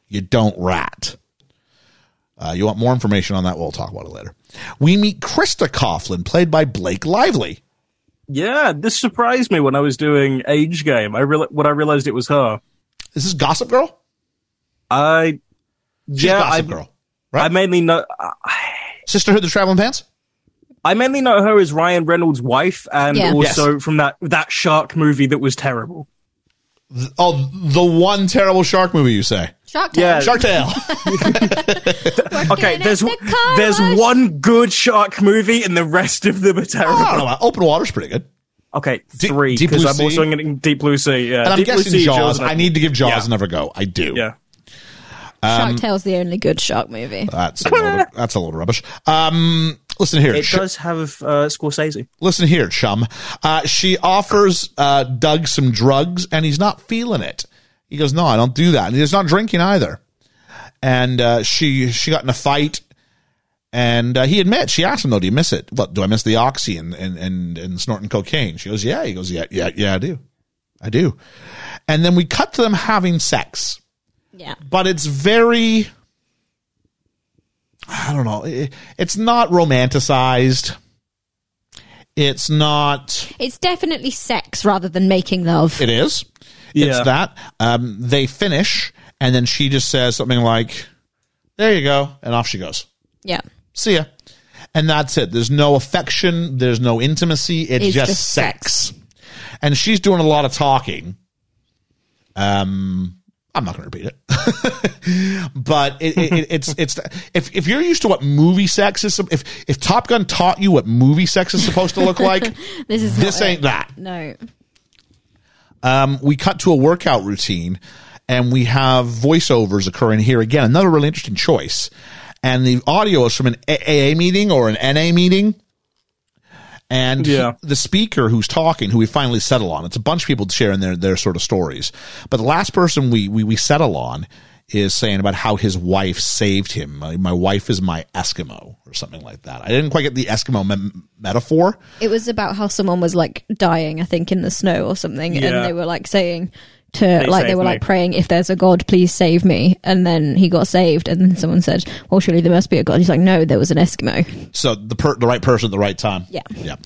S4: you don't rat. Uh, you want more information on that? We'll talk about it later. We meet Krista Coughlin, played by Blake Lively.
S5: Yeah, this surprised me when I was doing Age Game. I real when I realized it was her.
S4: Is this Gossip Girl?
S5: I
S4: She's
S5: yeah, I,
S4: Gossip Girl.
S5: I mainly know
S4: Sisterhood of the Traveling Pants?
S5: I mainly know her as Ryan Reynolds' wife, and
S6: Yeah.
S5: also from that that shark movie that was terrible.
S4: Oh, the one terrible shark movie you say.
S6: Shark Tale.
S5: Yeah.
S4: Shark Tale.
S5: Okay,
S6: Get
S5: there's
S6: in the car
S5: there's
S6: wash.
S5: one good shark movie, and the rest of them are terrible.
S6: Oh!
S4: I don't know. Open Water's pretty good.
S5: Okay,
S4: Deep-
S5: three
S4: Deep
S5: because
S4: Blue
S5: I'm
S4: Sea?
S5: also getting Deep Blue Sea. Yeah,
S4: And I'm
S5: Deep Blue
S4: guessing
S5: Sea,
S4: Jaws.
S5: and-
S4: I need to give Jaws
S5: Yeah.
S4: another go. I do.
S5: Yeah,
S4: Um,
S6: Shark Tale's the only good shark movie.
S4: That's a load of, that's a load of rubbish. Um, listen here,
S5: it
S4: sh-
S5: does have uh, Scorsese.
S4: listen here, chum. Uh, she offers uh, Doug some drugs, and he's not feeling it. He goes, "No, I don't do that," and he's not drinking either. And uh, she she got in a fight, and uh, he admits. She asked him, "Though, do you miss it? What do I miss the oxy and and and, and snorting cocaine?" She goes, "Yeah." He goes, "Yeah, yeah, yeah, I do, I do." And then we cut to them having sex
S6: Yeah.
S4: but it's very i don't know i- it's not romanticized it's not
S6: It's definitely sex rather than making love.
S4: it is
S5: Yeah.
S4: it's that um, they finish and then she just says something like there you go and off she goes
S6: yeah.
S4: see ya and that's it there's no affection there's no intimacy it's,
S6: It's
S4: just,
S6: just
S4: sex. and she's doing a lot of talking um i'm not going to repeat it but it, it, it, it's it's if if you're used to what movie sex is if if top gun taught you what movie sex is supposed to look like
S6: This is
S4: this
S6: not
S4: ain't
S6: it.
S4: that
S6: No.
S4: um, we cut to a workout routine and we have voiceovers occurring here again. Another really interesting choice. And the audio is from an AA meeting or an NA meeting. And he-
S5: Yeah.
S4: the speaker who's talking, who we finally settle on, it's a bunch of people sharing their, their sort of stories. But the last person we, we, we settle on is saying about how his wife saved him. My, my wife is my Eskimo or something like that. I didn't quite get the Eskimo mem- metaphor.
S6: It was about how someone was like dying, I think, in the snow or something,
S5: Yeah.
S6: and they were like saying to like they
S5: save
S6: were
S5: me.
S6: like praying, "If there's a God, please save me." And then he got saved, and then someone said, "Well, surely there must be a God." He's like, "No, there was an Eskimo."
S4: so the per- the right person at the right time.
S6: Yeah.
S4: yeah.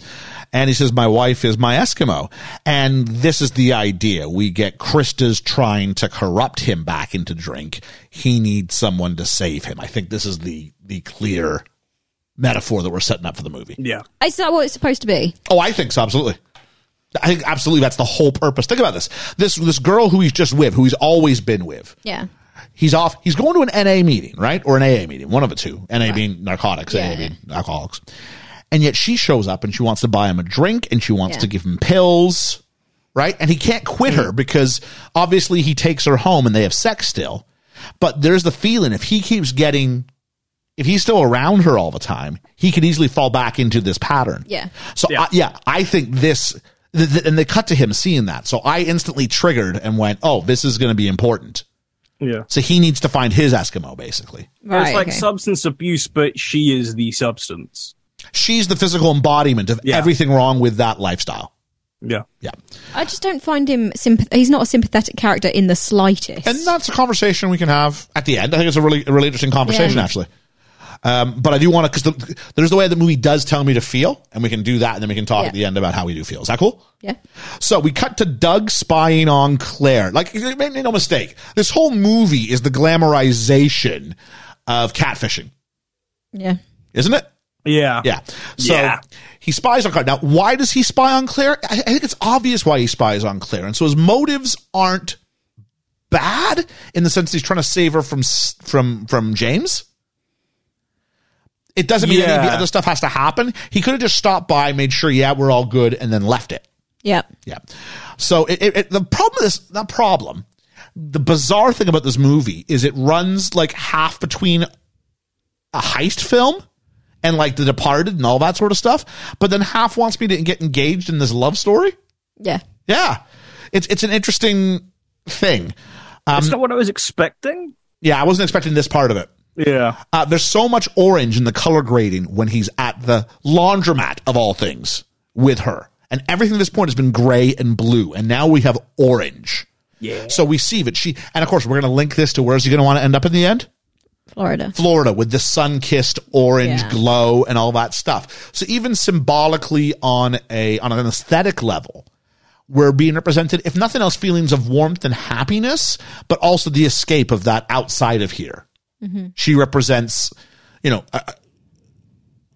S4: And he says, "My wife is my Eskimo," and this is the idea. We get Krista's trying to corrupt him back into drink. He needs someone to save him. I think this is the the clear metaphor that we're setting up for the movie.
S5: Yeah,
S6: It's not what it's supposed to be.
S4: Oh, I think so. Absolutely. I think absolutely that's the whole purpose. Think about this. This this girl who he's just with, who he's always been with.
S6: Yeah.
S4: He's off. He's going to an NA meeting, right? Or an AA meeting, one of the two. NA being narcotics,
S6: Yeah,
S4: AA being
S6: yeah.
S4: alcoholics. And yet she shows up and she wants to buy him a drink and she wants
S6: Yeah. Mm.
S4: to give him pills, right? And he can't quit her because obviously he takes her home and they have sex still. But there's the feeling if he keeps getting, if he's still around her all the time, he could easily fall back into this pattern.
S6: Yeah.
S4: So yeah,
S5: Yeah.
S4: I, yeah, I think this, th- th- and they cut to him seeing that. So I instantly triggered and went, oh, this is going to be important.
S5: yeah.
S4: So he needs to find his Eskimo, basically.
S6: Right.
S5: it's like
S6: okay.
S5: substance abuse, but she is the substance.
S4: She's the physical embodiment of
S5: Yeah.
S4: everything wrong with that lifestyle.
S5: Yeah,
S4: Yeah.
S6: I just don't find him sympath- he's not a sympathetic character in the slightest.
S4: And that's a conversation we can have at the end. I think it's a really, a really interesting conversation,
S6: Yeah.
S4: actually. Um, but I do want to, because the, there's the way the movie does tell me to feel, and we can do that, and then we can talk
S6: Yeah.
S4: at the end about how we do feel. Is that cool?
S6: yeah.
S4: So we cut to Doug spying on Claire. Like, make no mistake, this whole movie is the glamorization of catfishing,
S6: Yeah.
S4: isn't it?
S5: yeah,
S4: Yeah. So
S5: Yeah.
S4: he spies on Claire. Now, why does he spy on Claire? I, I think it's obvious why he spies on Claire. And so his motives aren't bad in the sense he's trying to save her from s- from from James. It doesn't mean any of the
S5: Yeah.
S4: other stuff has to happen. He could have just stopped by, made sure, yeah, we're all good, and then left it.
S6: Yep.
S4: Yeah. So it, it, it- the problem with this, not problem, the bizarre thing about this movie is it runs like half between a heist film and like The Departed and all that sort of stuff, but then half wants me to get engaged in this love story.
S6: Yeah.
S4: Yeah. It's, it's an interesting thing.
S5: It's not what I was expecting.
S4: Yeah. I wasn't expecting this part of it.
S5: Yeah.
S4: Uh, there's so much orange in the color grading when he's at the laundromat of all things with her. And everything at this point has been gray and blue. And now we have orange.
S5: Yeah.
S4: So we see that she, and of course, we're going to link this to where's he going to want to end up in the end?
S6: Florida.
S4: Florida with the sun kissed orange
S6: Yeah.
S4: glow and all that stuff. So even symbolically on a, on an aesthetic level, we're being represented, if nothing else, feelings of warmth and happiness, but also the escape of that outside of here. She represents, you know, uh, uh,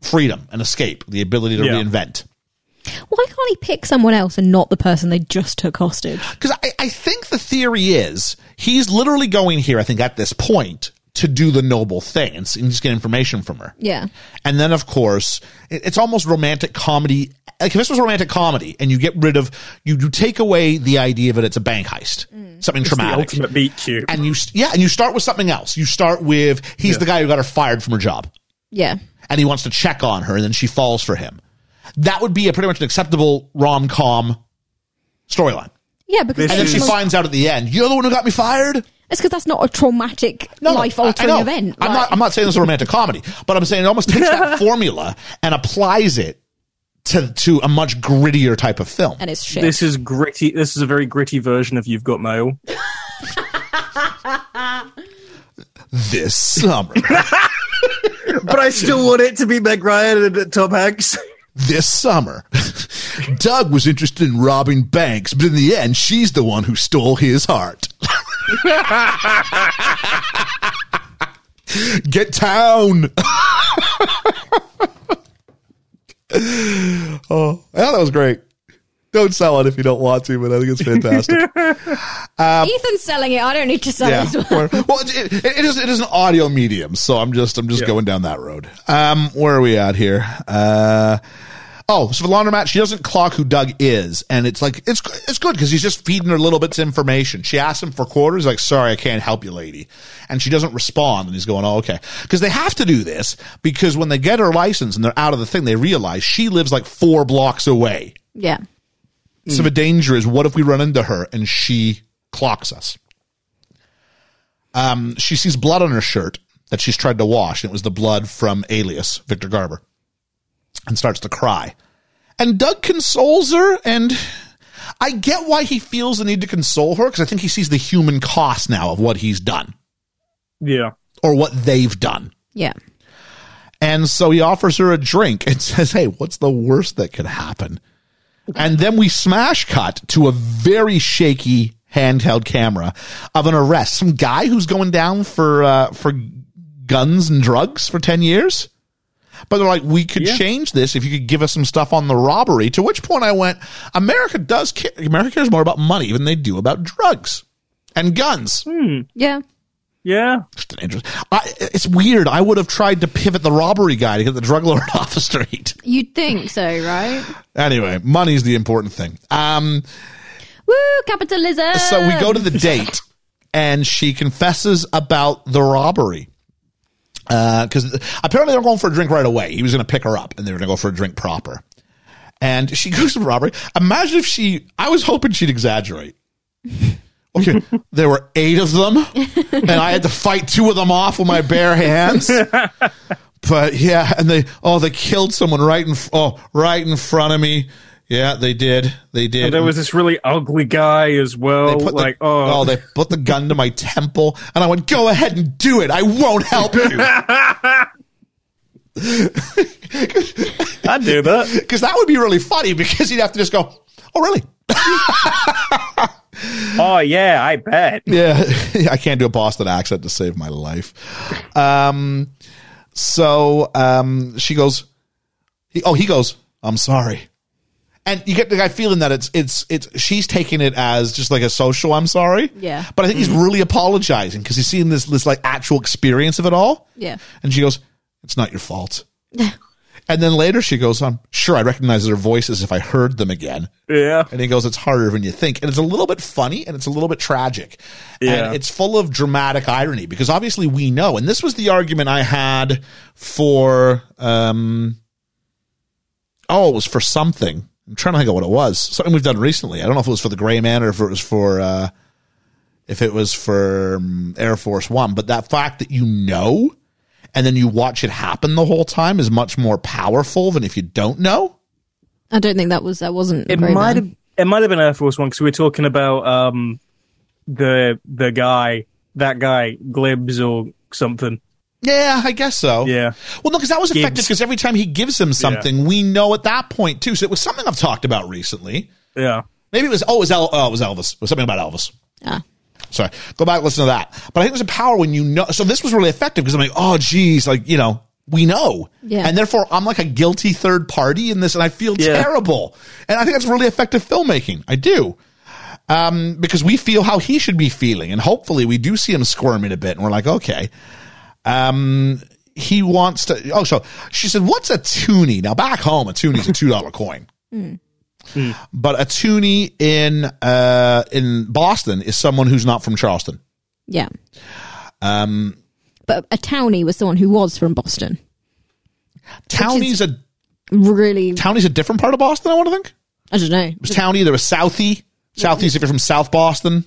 S4: freedom and escape, the ability to
S5: Yeah.
S4: reinvent.
S6: Why can't he pick someone else and not the person they just took hostage?
S4: Because I, I think the theory is he's literally going here, I think, at this point to do the noble thing and, s- and just get information from her.
S6: Yeah.
S4: And then, of course, it, it's almost romantic comedy. Like if this was romantic comedy and you get rid of, you, you take away the idea that it's a bank heist, something
S5: The
S4: traumatic.
S5: ultimate beat cube.
S4: And you, s- yeah, and you start with something else. You start with, he's the guy who got her fired from her job
S6: Yeah.
S4: and he wants to check on her and then she falls for him. That would be a pretty much an acceptable rom com storyline.
S6: Yeah, because
S4: And
S5: This
S4: then
S6: that's
S4: she
S6: the most-
S4: finds out at the end, you're the one who got me fired.
S6: it's because that's not a traumatic, life
S4: I- I
S6: altering
S4: know.
S6: event.
S4: I'm
S6: like-
S4: not. I'm not saying it's a romantic comedy, but I'm saying it almost takes that formula and applies it to to a much grittier type of film.
S6: and it's shit.
S5: This is gritty. This is a very gritty version of You've Got Mail.
S4: This summer,
S5: but I still want it to be Meg Ryan and Tom Hanks.
S4: this summer, Doug was interested in robbing banks, but in the end, she's the one who stole his heart. Get town. oh, yeah, that was great. Don't sell it if you don't want to, but I think it's fantastic.
S6: Ethan's selling it. I don't need to sell
S4: yeah.
S6: this one.
S4: Or- well, it, it, it is it is an audio medium, so I'm just I'm just going down that road. Um, where are we at here? Uh, oh, so the laundromat. She doesn't clock who Doug is, and it's like it's it's good because he's just feeding her little bits of information. She asks him for quarters, like sorry, I can't help you, lady, and she doesn't respond, and he's going oh okay because they have to do this because when they get her license and they're out of the thing, they realize she lives like four blocks away.
S6: Yeah.
S4: So the danger is what if we run into her and she clocks us? Um, she sees blood on her shirt that she's tried to wash, and it was the blood from Alias, Victor Garber, and starts to cry. And Doug consoles her, and I get why he feels the need to console her because I think he sees the human cost now of what he's done
S5: Yeah.
S4: or what they've done.
S6: Yeah.
S4: And so he offers her a drink and says, Hey, what's the worst that could happen? And then we smash cut to a very shaky handheld camera of an arrest. Some guy who's going down for, uh, for guns and drugs for 10 years. But they're like, we could
S5: Yeah.
S4: change this if you could give us some stuff on the robbery. To which point I went, America does care. America cares more about money than they do about drugs and guns.
S6: Yeah.
S5: Yeah.
S4: Just an interest. I, it's weird. I would have tried to pivot the robbery guy to get the drug lord off the street.
S6: You'd think so, right?
S4: Anyway, money's the important thing. Um,
S6: Woo, capitalism.
S4: so we go to the date, and she confesses about the robbery. Because apparently they're going for a drink right away. He was going to pick her up, and they were going to go for a drink proper. And she goes to the robbery. Imagine if she. I was hoping she'd exaggerate. Okay, there were eight of them, and I had to fight two of them off with my bare hands. but yeah, and they oh they killed someone right in f- oh right in front of me. Yeah, they did. They did.
S5: And there was this really ugly guy as well.
S4: They put
S5: Like,
S4: the,
S5: oh,
S4: they put the gun to my temple, and I went, "Go ahead and do it. I won't help you."
S5: I do that.
S4: Because that would be really funny. Because you'd have to just go, "Oh, really?
S5: Oh, yeah, I bet.
S4: Yeah, I can't do a Boston accent to save my life." Um, so um, she goes, he, "Oh, he goes, I'm sorry," and you get the guy feeling that it's it's it's she's taking it as just like a social I'm sorry.
S6: Yeah. Mm.
S4: But I think he's really apologizing because he's seeing this this like actual experience of it all.
S6: Yeah.
S4: And she goes, "It's not your fault." and then later she goes, "I'm sure I recognize their voices if I heard them again."
S5: Yeah.
S4: And he goes, "It's harder than you think." And it's a little bit funny and it's a little bit tragic.
S5: Yeah.
S4: And it's full of dramatic irony because obviously we know and this was the argument I had for um oh, it was for something. I'm trying to think of what it was. Something we've done recently. I don't know if it was for the Gray Man or if it was for uh, if it was for um, Air Force One. But that fact that you know and then you watch it happen the whole time is much more powerful than if you don't know.
S6: I don't think that was that wasn't.
S5: It
S6: Grey
S5: might
S6: Man.
S5: have it might have been Air Force One because we were talking about um the the guy that guy Glibs or something.
S4: Yeah, I guess so.
S5: Yeah.
S4: Well, no, because that was effective
S5: Gibbs.
S4: because every time he gives him something, we know at that point too. So it was something I've talked about recently.
S5: Yeah.
S4: Maybe it was oh, it was, El- oh, it was Elvis. It was something about Elvis.
S6: Ah.
S4: Sorry, go back and listen to that. But I think there's a power when you know. So this was really effective because I'm like, oh, geez, like you know, we know,
S6: Yeah.
S4: and therefore I'm like a guilty third party in this, and I feel
S5: Yeah.
S4: terrible. And I think that's really effective filmmaking. I do, um, because we feel how he should be feeling, and hopefully we do see him squirming a bit, and we're like, okay, Um, he wants to. Oh, so she said, "What's a toonie?" Now back home, a toonie's a two dollar coin, but a toonie in uh, in Boston is someone who's not from Charleston.
S6: Yeah. Um.
S4: Um,
S6: But a townie was someone who was from Boston.
S4: Townie's a
S6: Really,
S4: townie's a different part of Boston. I want to think it
S6: I don't know.
S4: was townie. There was southie, southeast if you're from South Boston.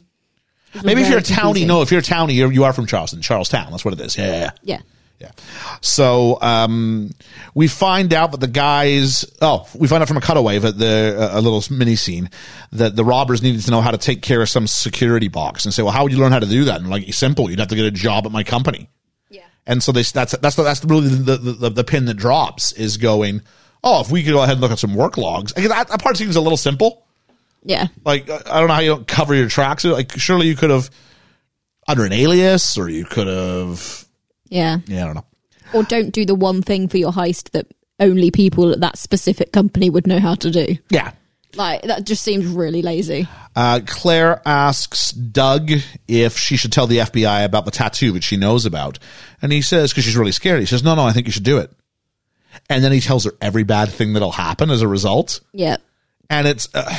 S4: Maybe if
S6: very
S4: you're a townie,
S6: confusing.
S4: no, if you're a townie, you're, you are from Charleston, Charlestown. That's what it is. Yeah, yeah, yeah.
S6: Yeah.
S4: Yeah. So um, we find out that the guys. Oh, we find out from a cutaway that the a little mini scene that the robbers needed to know how to take care of some security box and say, well, how would you learn how to do that? And like, simple. You'd have to get a job at my company.
S6: Yeah.
S4: And so they that's that's that's really the the, the, the pin that drops is going. Oh, if we could go ahead and look at some work logs. I, that, that part seems a little simple.
S6: Yeah.
S4: Like I I don't know how you don't cover your tracks. Like surely you could have under an alias, or you could have.
S6: Yeah.
S4: Yeah, I don't know.
S6: Or don't do the one thing for your heist that only people at that specific company would know how to do.
S4: Yeah,
S6: Like that just seems really lazy.
S4: Uh, Claire asks Doug if she should tell the FBI about the tattoo that she knows about. And he says, because she's really scared, he says, no, no, I think you should do it. And then he tells her every bad thing that'll happen as a result.
S6: Yeah.
S4: And it's, uh,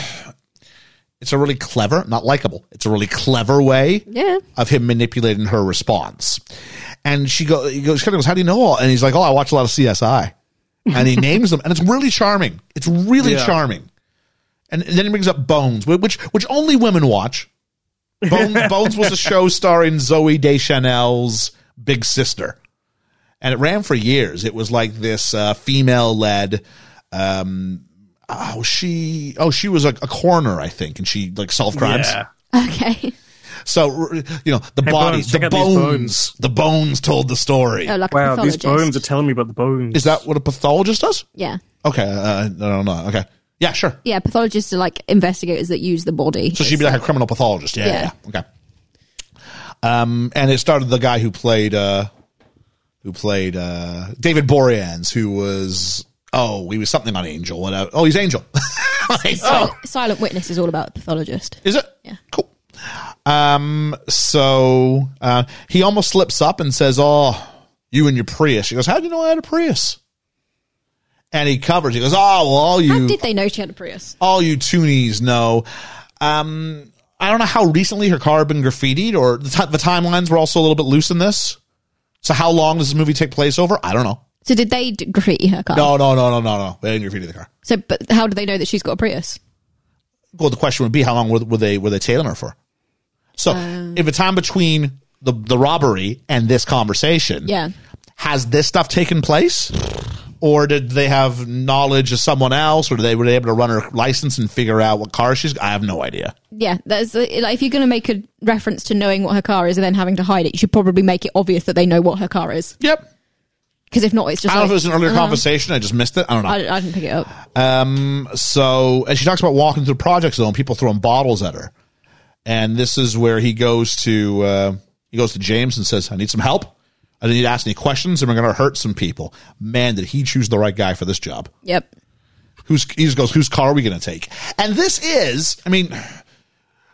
S4: it's a really clever, not likable, it's a really clever way
S6: Yeah.
S4: of him manipulating her response. And she go, he goes, she kind of goes, how do you know all? And he's like, oh, I watch a lot of CSI. And he names them. And it's really charming. It's really
S5: Yeah.
S4: charming. And, and then he brings up Bones, whi- which, which only women watch. Bone, Bones was a show starring Zoe Deschanel's big sister. And it ran for years. It was like this uh, female led, um, oh, she, oh, she was a, a coroner, I think. And she like solved crimes.
S5: Yeah.
S6: Okay.
S4: So r- you know the
S5: Hey,
S4: bodies,
S5: Bones,
S4: the
S5: check out these
S4: bones,
S5: bones.
S4: the bones told the story.
S6: Oh, like a
S5: Wow, these
S6: pathologist.
S5: bones are telling me about the bones.
S4: Is that what a pathologist does?
S6: yeah.
S4: Okay, uh, I don't know. Okay, yeah, sure.
S6: Yeah. Pathologists are like investigators that use the body.
S4: So she'd be like a criminal pathologist. Yeah, yeah.
S6: Yeah.
S4: yeah. Okay. Um, and it started the guy who played uh, who played uh, David Boreans, who was oh, he was something on Angel. Whatever. Oh, he's Angel. Like, oh.
S6: Sil- Silent Witness is all about the pathologist.
S4: Is it?
S6: Yeah.
S4: Cool. Um, so uh, he almost slips up and says, Oh, you and your Prius. She goes, How do you know I had a Prius? And he covers. He goes, Oh, well, all
S6: How
S4: you
S6: did they know she had a Prius?
S4: all you toonies know. Um, I don't know how recently her car had been graffitied, or the, ti the timelines were also a little bit loose in this. So how long does this movie take place over? I don't know.
S6: So did they d- graffiti her car?
S4: No, no, no, no, no, no. They didn't graffiti the car.
S6: So, but how do they know that she's got a Prius?
S4: well, the question would be how long were, were they were they tailing her for? So, if the time between the the robbery and this conversation,
S6: Yeah.
S4: has this stuff taken place, or did they have knowledge of someone else, or did they were they able to run her license and figure out what car she's? I have no idea.
S6: Yeah, that's like if you're going to make a reference to knowing what her car is and then having to hide it, you should probably make it obvious that they know what her car is.
S4: Yep,
S6: Because if not,
S4: I
S6: it's just
S4: don't know
S6: like,
S4: if it was an earlier
S6: uh,
S4: conversation. I just missed it. I don't know.
S6: I, I didn't pick it up.
S4: so and she talks about walking through the project zone people throwing bottles at her and this is where he goes to uh, he goes to james and says i need some help i need to ask any questions and we're going to hurt some people man did he choose the right guy for this job
S6: Yep.
S4: who's he just goes, whose car are we going to take? And this is, I mean,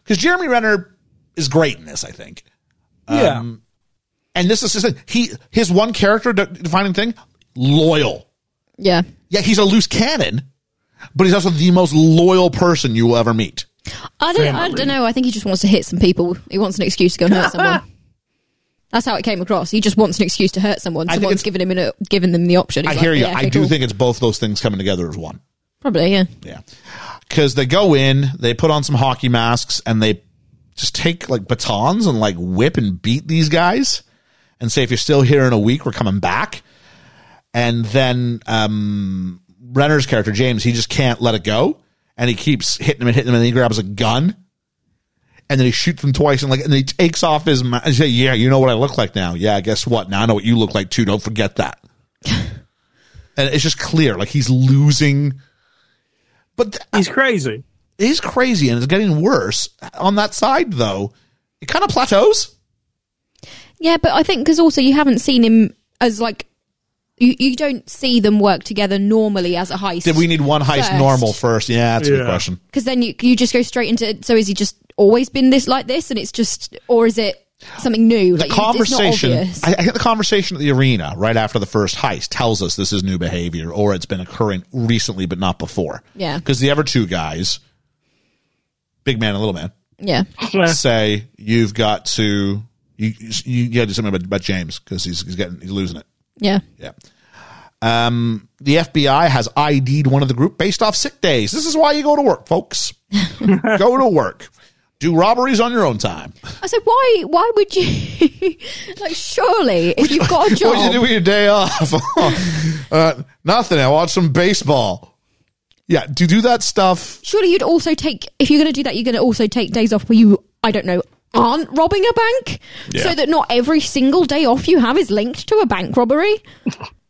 S4: because Jeremy Renner is great in this, I think.
S5: Yeah.
S4: Um, And this is just it. he his one character de- defining thing, loyal.
S6: Yeah.
S4: Yeah, he's a loose cannon, but he's also the most loyal person you will ever meet.
S6: I don't, I don't know. I think he just wants to hit some people. He wants an excuse to go and hurt someone. That's how it came across. He just wants an excuse to hurt someone.
S4: think
S6: Someone's
S4: it's-
S6: given him an, given them the option. He's
S4: I
S6: like,
S4: hear you.
S6: yeah,
S4: I
S6: okay,
S4: do
S6: cool.
S4: think it's both those things coming together as one.
S6: probably yeah.
S4: Yeah. Because they go in, they put on some hockey masks, and they just take like batons and like whip and beat these guys and say, if you're still here in a week, we're coming back. And then um, Renner's character, James, he just can't let it go. And he keeps hitting them and hitting them, and then he grabs a gun. And then he shoots them twice, and like, and he takes off his mask. And say, "Yeah, you know what I look like now. Yeah, guess what? Now I know what you look like too. Don't forget that." and it's just clear, like he's losing. But th-
S5: He's crazy.
S4: it is crazy and it's getting worse. On that side, though, it kind of plateaus.
S6: Yeah, but I think because also you haven't seen him as like you, you don't see them work together normally as a heist.
S4: Did we need one heist
S6: First.
S4: normal first? Yeah, that's a good
S5: Yeah.
S4: question.
S6: Because then you you just go straight into. So is he just always been this like this, and it's just, or is it something new?
S4: The
S6: like
S4: conversation,
S6: It's not
S4: I,
S6: obvious.
S4: I think the conversation at the arena right after the first heist tells us this is new behavior or it's been occurring recently but not before.
S6: Yeah.
S4: Because the other two guys, big man and little man,
S6: yeah,
S4: say you've got to, you, you, you got to do something about, about James because he's, he's getting, he's losing it.
S6: yeah.
S4: Yeah. Um, the FBI has ID'd one of the group based off sick days. This is why you go to work, folks. go to work. Do robberies on your own time.
S6: I said, why? Why would you? like, surely if you've got a job,
S4: What did you do with your day off? uh, nothing. I watched some baseball. Yeah, do you do that stuff?
S6: surely you'd also take if you're going to do that you're going to also take days off where you i don't know aren't robbing a bank
S4: Yeah.
S6: so that not every single day off you have is linked to a bank robbery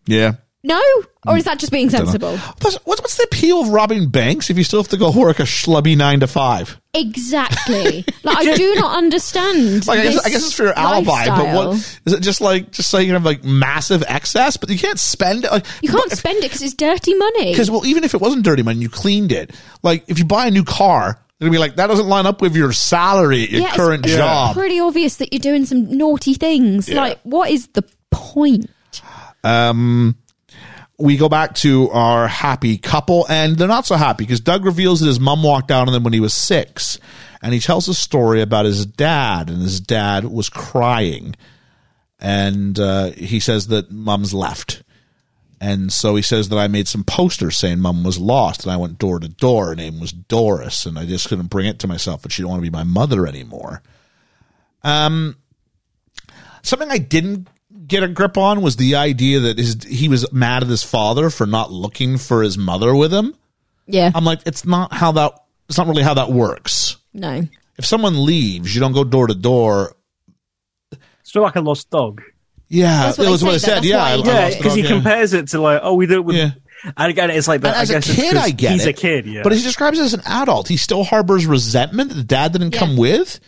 S4: Yeah.
S6: no or is that just
S4: Mm.
S6: being sensible
S4: Plus, what's, what's the appeal of robbing banks if you still have to go work a schlubby nine to five?
S6: exactly like i do not understand
S4: Like, I guess,
S6: this
S4: I guess it's for your alibi, but
S6: lifestyle.
S4: what is it? Just like just so you can have like massive excess, but you can't spend. Like,
S6: you can't spend it because it's dirty money
S4: Because well, even if it wasn't dirty money, you cleaned it. Like if you buy a new car, they're gonna be like, that doesn't line up with your salary at your
S6: Yeah, it's-
S4: current
S6: it's
S4: job.
S6: pretty obvious that you're doing some naughty things
S4: Yeah.
S6: like what is the point
S4: We go back to our happy couple, and they're not so happy because Doug reveals that his mom walked out on them when he was six, and he tells a story about his dad, and his dad was crying, and uh, he says that mom's left. And so he says that I made some posters saying mum was lost, and I went door to door. Her name was Doris, and I just couldn't bring it to myself that she didn't want to be my mother anymore. Um, something I didn't get a grip on was the idea that his he was mad at his father for not looking for his mother with him.
S6: yeah
S4: I'm like, it's not how that. It's not really how that works.
S6: no
S4: If someone leaves, you don't go door to door.
S5: Sort of like a lost dog.
S4: Yeah,
S6: That's
S4: it
S6: what
S4: was
S6: they
S4: what I
S6: say,
S4: said.
S6: that's
S4: Yeah,
S6: why
S4: I- I
S6: you do
S5: Yeah,
S4: lost
S6: it.
S5: because
S4: dog,
S5: he
S4: yeah.
S5: compares it to like, oh, we do it with.
S4: Yeah.
S5: And again, it's like that.
S4: as
S5: I
S4: a
S5: guess it's
S4: kid,
S5: 'cause
S4: I get
S5: he's
S4: it.
S5: a kid, yeah.
S4: But he describes it as an adult. He still harbors resentment that the dad didn't
S6: Yeah.
S4: come with.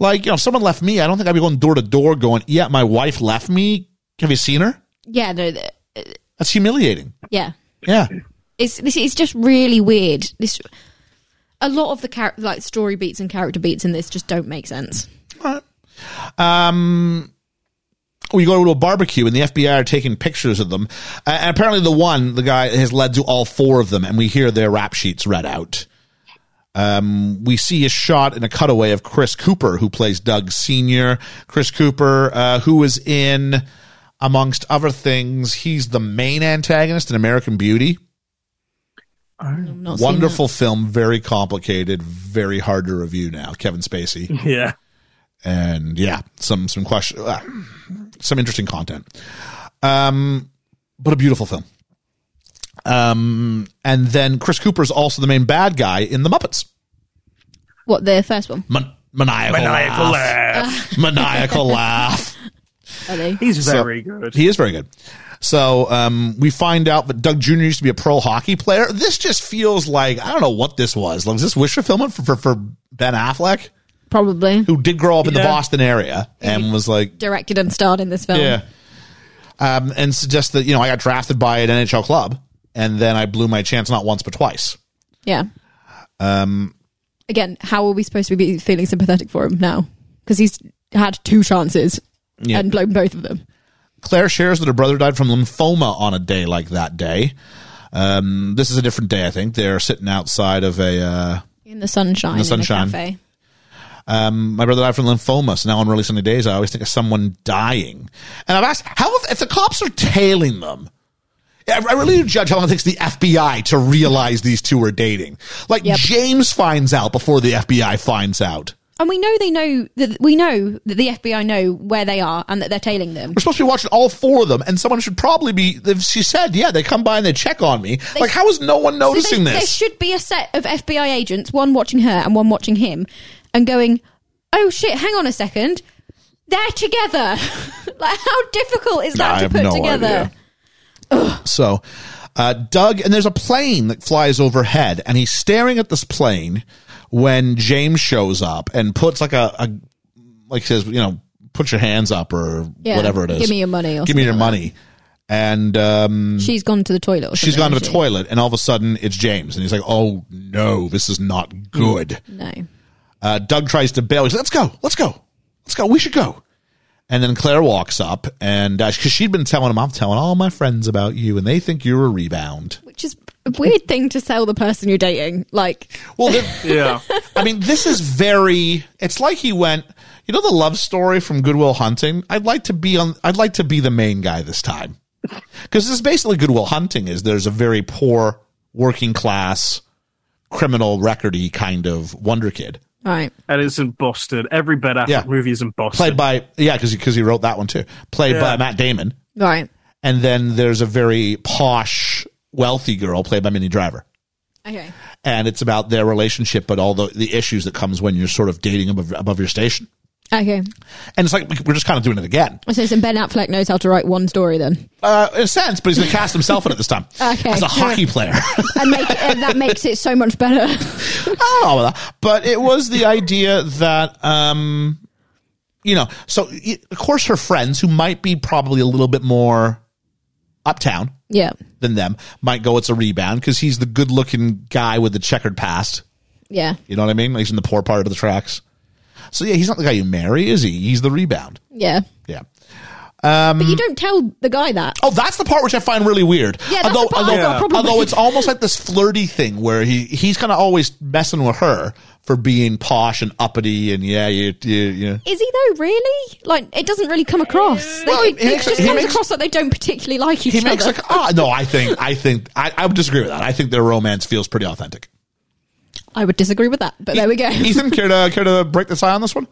S4: Like, you know, if someone left me, I don't think I'd be going door to door going, yeah, my wife left me. Have you seen her?
S6: yeah no th-
S4: That's humiliating.
S6: yeah
S4: Yeah.
S6: it's this it's just really weird. This a lot of the char- like story beats and character beats in this just don't make sense.
S4: All right. Um, we go to a barbecue and the FBI are taking pictures of them. Uh, and apparently, the one, the guy, has led to all four of them, and we hear their rap sheets read out. Um, we see a shot in a cutaway of Chris Cooper, who plays Doug Sr. Chris Cooper, uh, who is in, amongst other things, he's the main antagonist in American Beauty.
S6: I'm not seeing
S4: Wonderful film, very complicated, very hard to review now. Kevin Spacey
S5: yeah.
S4: and yeah, some some question, uh, some interesting content. Um, but a beautiful film. Um, and then Chris Cooper's also the main bad guy in the Muppets.
S6: that. What the first one?
S4: Man- maniacal,
S5: Maniacal
S4: laugh.
S5: laugh.
S4: maniacal laugh.
S6: Are they?
S5: He's
S4: So-
S5: very good.
S4: He is very good. So um, we find out that Doug Jr. used to be a pro hockey player. This just feels like I don't know what this was. Like, was this wish fulfillment for, for, for Ben Affleck,
S6: Probably
S4: who did grow up in the
S5: Yeah.
S4: Boston area and was like
S6: directed and starred in this film.
S4: Yeah. Um, and suggest that, you know, I got drafted by an NHL club and then I blew my chance not once but twice.
S6: Yeah. Um.
S4: Um,
S6: Again, how are we supposed to be feeling sympathetic for him now? Because he's had two chances
S4: Yeah.
S6: and blown both of them.
S4: Claire shares that her brother died from lymphoma on a day like that day. Um, this is a different day, I think. They're sitting outside of a. Uh,
S6: In the sunshine.
S4: In the sunshine.
S6: cafe.
S4: um, my brother died from lymphoma, so now on really sunny days, I always think of someone dying. And I've asked how if, if the cops are tailing them. I I really do judge how long it takes the FBI to realize these two are dating. Like
S6: Yep.
S4: James finds out before the FBI finds out.
S6: And we know they know that we know that the FBI know where they are and that they're tailing them.
S4: We're supposed to be watching all four of them, and someone should probably be. if She said, "Yeah, they come by and they check on me." like, how is no one
S6: So
S4: noticing
S6: they- There
S4: this?
S6: should be a set of FBI agents, one watching her and one watching him, and going, "Oh shit, hang on a second, they're together." like, how difficult is that
S4: I
S6: to
S4: have
S6: put
S4: no
S6: together?
S4: idea. So, uh, Doug, and there's a plane that flies overhead, and he's staring at this plane when James shows up and puts like a, a like says, you know, put your hands up or
S6: Yeah,
S4: whatever it is.
S6: give me your money or
S4: Give me your
S6: something like
S4: money. And um,
S6: She's gone to the toilet. Or
S4: she's
S6: something,
S4: gone to the
S6: hasn't she?
S4: toilet, and all of a sudden it's James, and he's like, "Oh no, this is not good."
S6: No.
S4: Uh, Doug tries to bail. He's like, let's go, let's go, let's go. We should go. And then Claire walks up and because she'd been telling him, I'm telling all my friends about you and they think you're a rebound.
S6: Which is a weird thing to sell the person you're dating. Like,
S4: Well, then-
S5: Yeah.
S4: I mean, this is very, it's like he went, you know, the love story from Goodwill Hunting. I'd like to be on, I'd like to be the main guy this time. Cause this is basically Goodwill Hunting is there's a very poor working class criminal recordy kind of wonder kid.
S6: right.
S5: and it's in Boston. Every bad Affleck
S4: Yeah.
S5: movie is in
S4: played
S5: Boston.
S4: by yeah because because he wrote that one too played
S5: Yeah.
S4: by matt damon
S6: Right.
S4: and then there's a very posh wealthy girl played by minnie driver
S6: Okay.
S4: and it's about their relationship but all the, the issues that comes when you're sort of dating above, above your station
S6: Okay.
S4: and it's like we're just kind of doing it again
S6: So, so Ben Affleck knows how to write one story then,
S4: uh, in a sense but he's going to cast himself in it this time
S6: Okay.
S4: as a hockey player Ah,
S6: and, make, and that makes it so much better.
S4: I don't know about that. But it was the idea that, um, you know, so y- of course her friends, who might be probably a little bit more uptown
S6: yeah.
S4: than them, might go, it's a rebound because he's the good looking guy with the checkered past.
S6: Yeah.
S4: You know what I mean? He's in the poor part of the tracks. So yeah, he's not the guy you marry, is he? He's the rebound.
S6: Yeah.
S4: Yeah.
S6: But
S4: Um,
S6: you don't tell the guy that.
S4: Oh, that's the part which I find really weird.
S6: Yeah, that's the part I've
S4: although,
S6: got a problem
S4: although
S6: with.
S4: it's almost like this flirty thing where he he's kind of always messing with her for being posh and uppity and yeah, you you, you.
S6: Is he though? Really? Like it doesn't really come across. They-
S4: Well,
S6: it,
S4: he
S6: it
S4: makes-
S6: just
S4: he
S6: comes
S4: makes-
S6: across that they don't particularly like each
S4: He
S6: other.
S4: makes like ah no, I think I think I, I would disagree with that. I think their romance feels pretty authentic.
S6: I would disagree with that, but there we go.
S4: Ethan, care to care to break the tie on this one?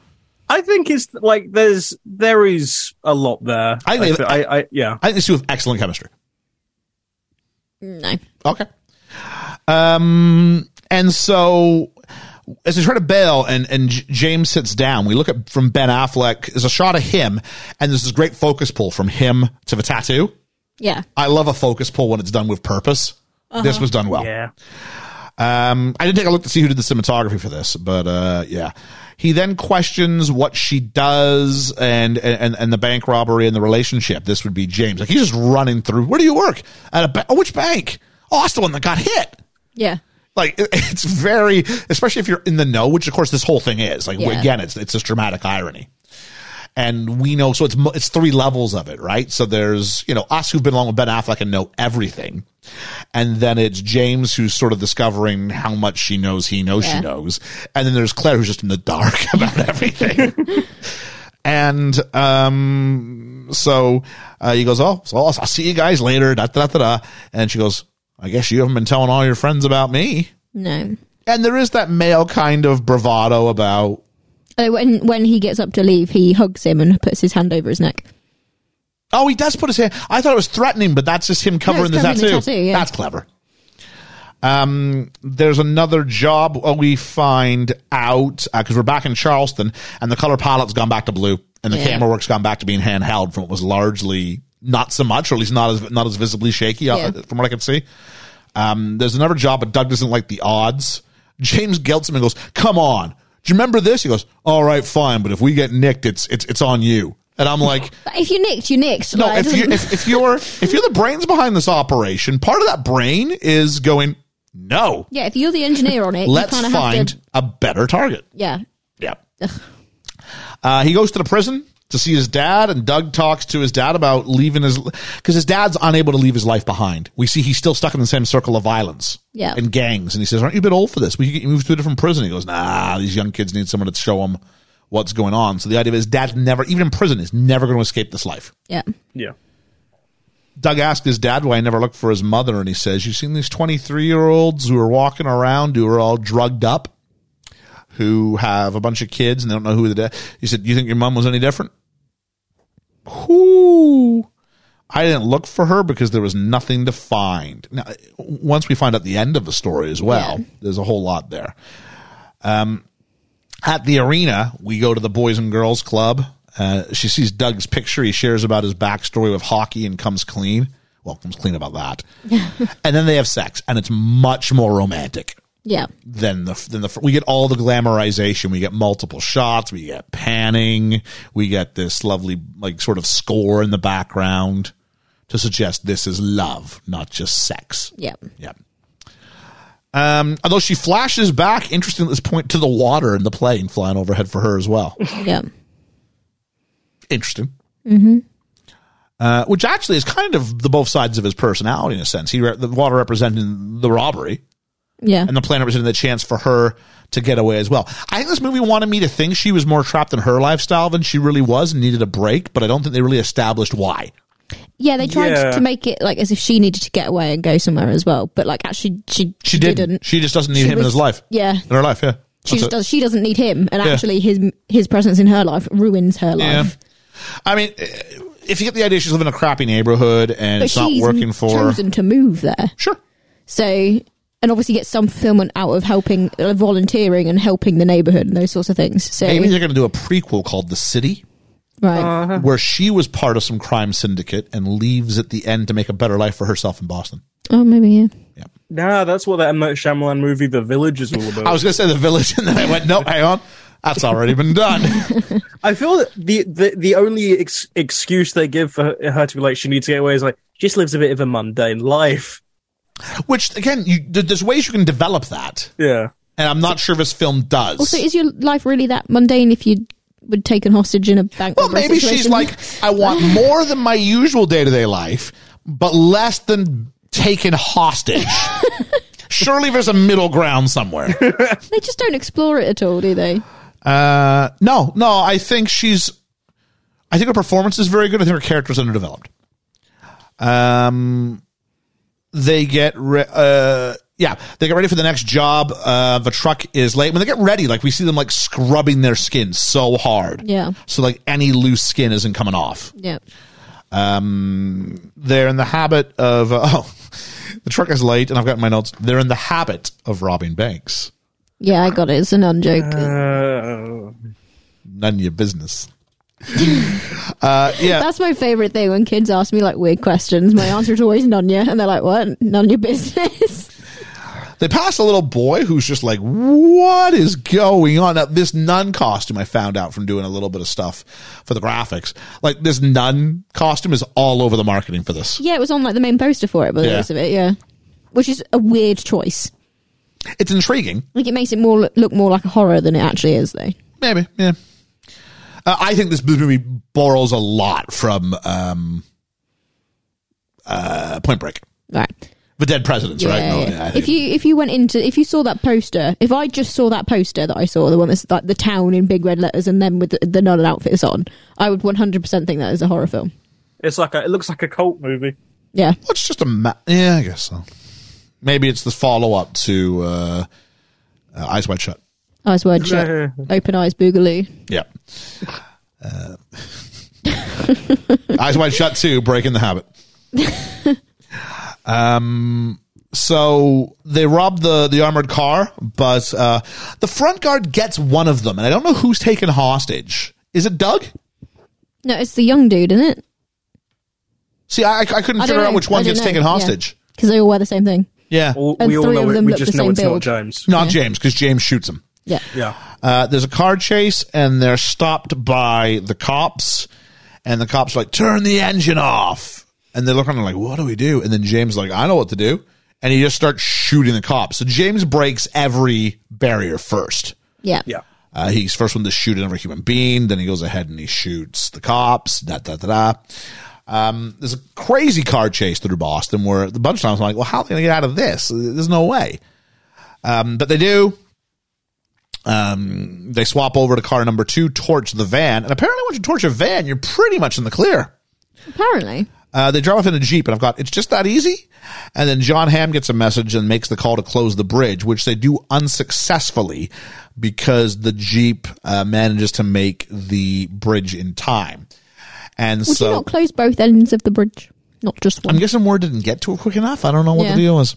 S5: I think it's like there's there is a lot there.
S4: I think-
S5: I, I, I yeah.
S4: I think these two have excellent chemistry.
S6: no.
S4: Okay. Um, and so as they try to bail and, and J- James sits down, we look at from Ben Affleck, there's a shot of him and there's this great focus pull from him to the tattoo.
S6: Yeah.
S4: I love a focus pull when it's done with purpose. This was done well.
S5: Yeah.
S4: Um, I didn't take a look to see who did the cinematography for this, but uh, yeah. He then questions what she does and, and and the bank robbery and the relationship. This would be James. Like he's just running through. Where do you work? At a ba- oh, which bank? Oh, that's the one that got hit
S6: Yeah.
S4: like it- it's very especially if you're in the know which of course this whole thing is like
S6: Yeah.
S4: again it's it's this dramatic irony and we know so it's mo- it's three levels of it right so there's you know us who've been along with ben affleck and know everything and then it's james who's sort of discovering how much she knows he knows she
S6: Yeah.
S4: knows and then there's claire who's just in the dark about everything and um, so uh, he goes, "Oh, so I'll, I'll see you guys later." Da, da, da, da. And she goes, "I guess you haven't been telling all your friends about me."
S6: No.
S4: And there is that male kind of bravado about.
S6: Oh, when when he gets up to leave, he hugs him and puts his hand over his neck.
S4: Oh, he does put his hand. I thought it was threatening, but that's just him covering, the,
S6: covering the
S4: tattoo.
S6: tattoo, yeah.
S4: That's clever. Um, there's another job uh, we find out because we're back in Charleston, and the color palette's gone back to blue, and the
S6: Yeah.
S4: camera work's gone back to being handheld from what was largely not so much, or at least not as not as visibly shaky uh,
S6: Yeah.
S4: from what I can see. Um, there's another job, but Doug doesn't like the odds. James guilts him and goes, "Come on, do you remember this?" He goes, "All right, fine, but if we get nicked, it's it's it's on you." And I'm like,
S6: But if you nicked, you nicked.
S4: no,
S6: Like, it
S4: if you
S6: doesn't-
S4: if, if you're if you're the brains behind this operation, part of that brain is going, no,
S6: yeah, if you're the engineer on it,
S4: let's
S6: you kind of
S4: find
S6: Have to,
S4: a better target.
S6: yeah.
S4: Yeah. Uh, he goes to the prison to see his dad, and Doug talks to his dad about leaving his because his dad's unable to leave his life behind. We see he's still stuck in the same circle of violence,
S6: Yeah.
S4: and gangs. And he says, "Aren't you a bit old for this? We could get you moved to a different prison." He goes, "Nah, these young kids need someone to show them what's going on." So the idea is, dad never, even in prison, is never going to escape this life.
S6: Yeah.
S5: Yeah.
S4: Doug asked his dad why he never looked for his mother, and he says, "You've seen these twenty-three-year-olds who are walking around, who are all drugged up, who have a bunch of kids, and they don't know who the dad." He said, "You think your mom was any different?" Who? I didn't look for her because there was nothing to find. Now, once we find out the end of the story as well,
S6: Yeah.
S4: there's a whole lot there. Um, at the arena, we go to the Boys and Girls Club. Uh, she sees Doug's picture. He shares about his backstory with hockey and comes clean. Well, comes clean about that. and then they have sex, and it's much more romantic
S6: Yeah.
S4: than the than the we get all the glamorization. We get multiple shots. We get panning. We get this lovely like sort of score in the background to suggest this is love, not just sex.
S6: Yeah.
S4: Yeah. Um, although she flashes back, interesting at this point, to the water and the plane flying overhead for her as well.
S6: Yeah.
S4: interesting. Mm-hmm. Uh, which actually is kind of the both sides of his personality in a sense. He re- the water representing the robbery,
S6: Yeah.
S4: and the planet was in the chance for her to get away as well. I think this movie wanted me to think she was more trapped in her lifestyle than she really was and needed a break, but I don't think they really established why.
S6: Yeah, they tried
S5: Yeah.
S6: to make it like as if she needed to get away and go somewhere as well, but like actually she
S4: She didn't.
S6: didn't.
S4: She just doesn't need
S6: She
S4: him in
S6: was-
S4: his life.
S6: yeah.
S4: In her life, yeah. That's
S6: She just
S4: it.
S6: does. She doesn't need him, and actually his his presence in her life ruins her
S4: Yeah.
S6: life.
S4: I mean, eh, if you get the idea she's living in a crappy neighborhood and
S6: But
S4: it's not
S6: she's
S4: working for her.
S6: chosen to move there.
S4: Sure.
S6: So, and obviously get some fulfillment out of helping, uh, volunteering, and helping the neighborhood and those sorts of things. So,
S4: Maybe they're going to do a prequel called The City.
S6: right,
S4: where she was part of some crime syndicate and leaves at the end to make a better life for herself in Boston.
S6: oh, maybe yeah,
S5: Nah, that's what that M. Night Shyamalan movie, The Village, is all about.
S4: I was going to say the village, and then I went, nope, hang on. That's already been done.
S5: I feel that the the, the only ex- excuse they give for her, her to be like she needs to get away is like she just lives a bit of a mundane life.
S4: Which, again, you, th- there's ways you can develop that.
S5: Yeah,
S4: And I'm not sure if this film does.
S6: Also, is your life really that mundane if you were taken hostage in a bank?
S4: well,
S6: robbery
S4: maybe she's
S6: situation?
S4: like, I want more than my usual day to day life, but less than taken hostage. Surely there's a middle ground somewhere.
S6: they just don't explore it at all, do they?
S4: Uh, no, no, I think she's. I think her performance is very good. I think her character's underdeveloped. Um, they get re- uh, yeah, they get ready for the next job. Uh, the truck is late. When they get ready, like we see them like scrubbing their skin so hard.
S6: Yeah.
S4: So like any loose skin isn't coming off Um,
S6: Yeah,
S4: they're in the habit of uh, oh the truck is late and i've got my notes they're in the habit of robbing banks
S6: yeah, I got it. It's a non joke.
S4: Uh,
S5: Uh,
S4: none of your business uh yeah
S6: That's my favorite thing when kids ask me like weird questions. My answer is always none, yeah, and they're like, "What? None of your business."
S4: they pass a little boy who's just like what is going on now this nun costume i found out from doing a little bit of stuff for the graphics like this nun costume is all over the marketing for this
S6: yeah, it was on like the main poster for it, but
S4: Yeah.
S6: yeah. of it, yeah, which is a weird choice.
S4: it's intriguing
S6: Like it makes it more look- look more like a horror than it actually is, though.
S4: maybe yeah uh, i think this movie borrows a lot from um uh point break
S6: Right.
S4: The dead presidents, right? No,
S6: Yeah,
S4: yeah, I
S6: if
S4: think-
S6: you if you went into if you saw that poster, if I just saw that poster that I saw, the one that's like the town in big red letters and then with the, the nodded outfits on, I would one hundred percent think that is a horror film.
S5: it's like a, it looks like a cult movie.
S6: Yeah,
S4: Well, it's just a ma- yeah, I guess so. Maybe it's the follow up to uh, uh, Eyes Wide Shut.
S6: eyes wide shut, open eyes boogaloo.
S4: Yeah. Uh, Eyes Wide Shut too, breaking the habit. um. So they rob the the armored car, but uh, the front guard gets one of them, and I don't know who's taken hostage. Is it Doug?
S6: No, it's the young dude, isn't it?
S4: See, I, I couldn't
S6: I don't
S4: figure out
S6: know.
S4: which
S6: I
S4: one
S6: don't
S4: gets
S6: know.
S4: taken
S6: Yeah.
S4: hostage.
S6: Because they all wear the same thing.
S4: Yeah,
S5: All,
S6: And
S5: we all
S6: three
S5: know
S6: of
S5: it.
S6: them
S5: We
S6: look
S5: just
S6: the
S5: know
S6: same
S5: it's not
S6: build.
S5: James.
S4: not James because James shoots him.
S6: Yeah,
S5: Yeah,
S4: Uh, there's a car chase, and they're stopped by the cops. And the cops are like, turn the engine off. And they look around and like, what do we do? And then James is like, I know what to do. And he just starts shooting the cops. So James breaks every barrier first.
S6: Yeah.
S5: Yeah.
S4: Uh, he's first one to shoot another human being. Then he goes ahead and he shoots the cops. Da da da da. Um, there's a crazy car chase through Boston where a bunch of times I'm like, well, how are they going to get out of this? There's no way. Um, but they do. Um, they swap over to car number two, torch the van, and apparently, once you torch a van, you're pretty much in the clear.
S6: Apparently.
S4: Uh, they drive off in a jeep, and I've got it's just that easy. And then John Hamm gets a message and makes the call to close the bridge, which they do unsuccessfully because the jeep uh, manages to make the bridge in time. And
S6: Would
S4: so
S6: you not close both ends of the bridge? Not just one.
S4: I'm guessing word didn't get to it quick enough. I don't know what
S6: Yeah.
S4: the deal is.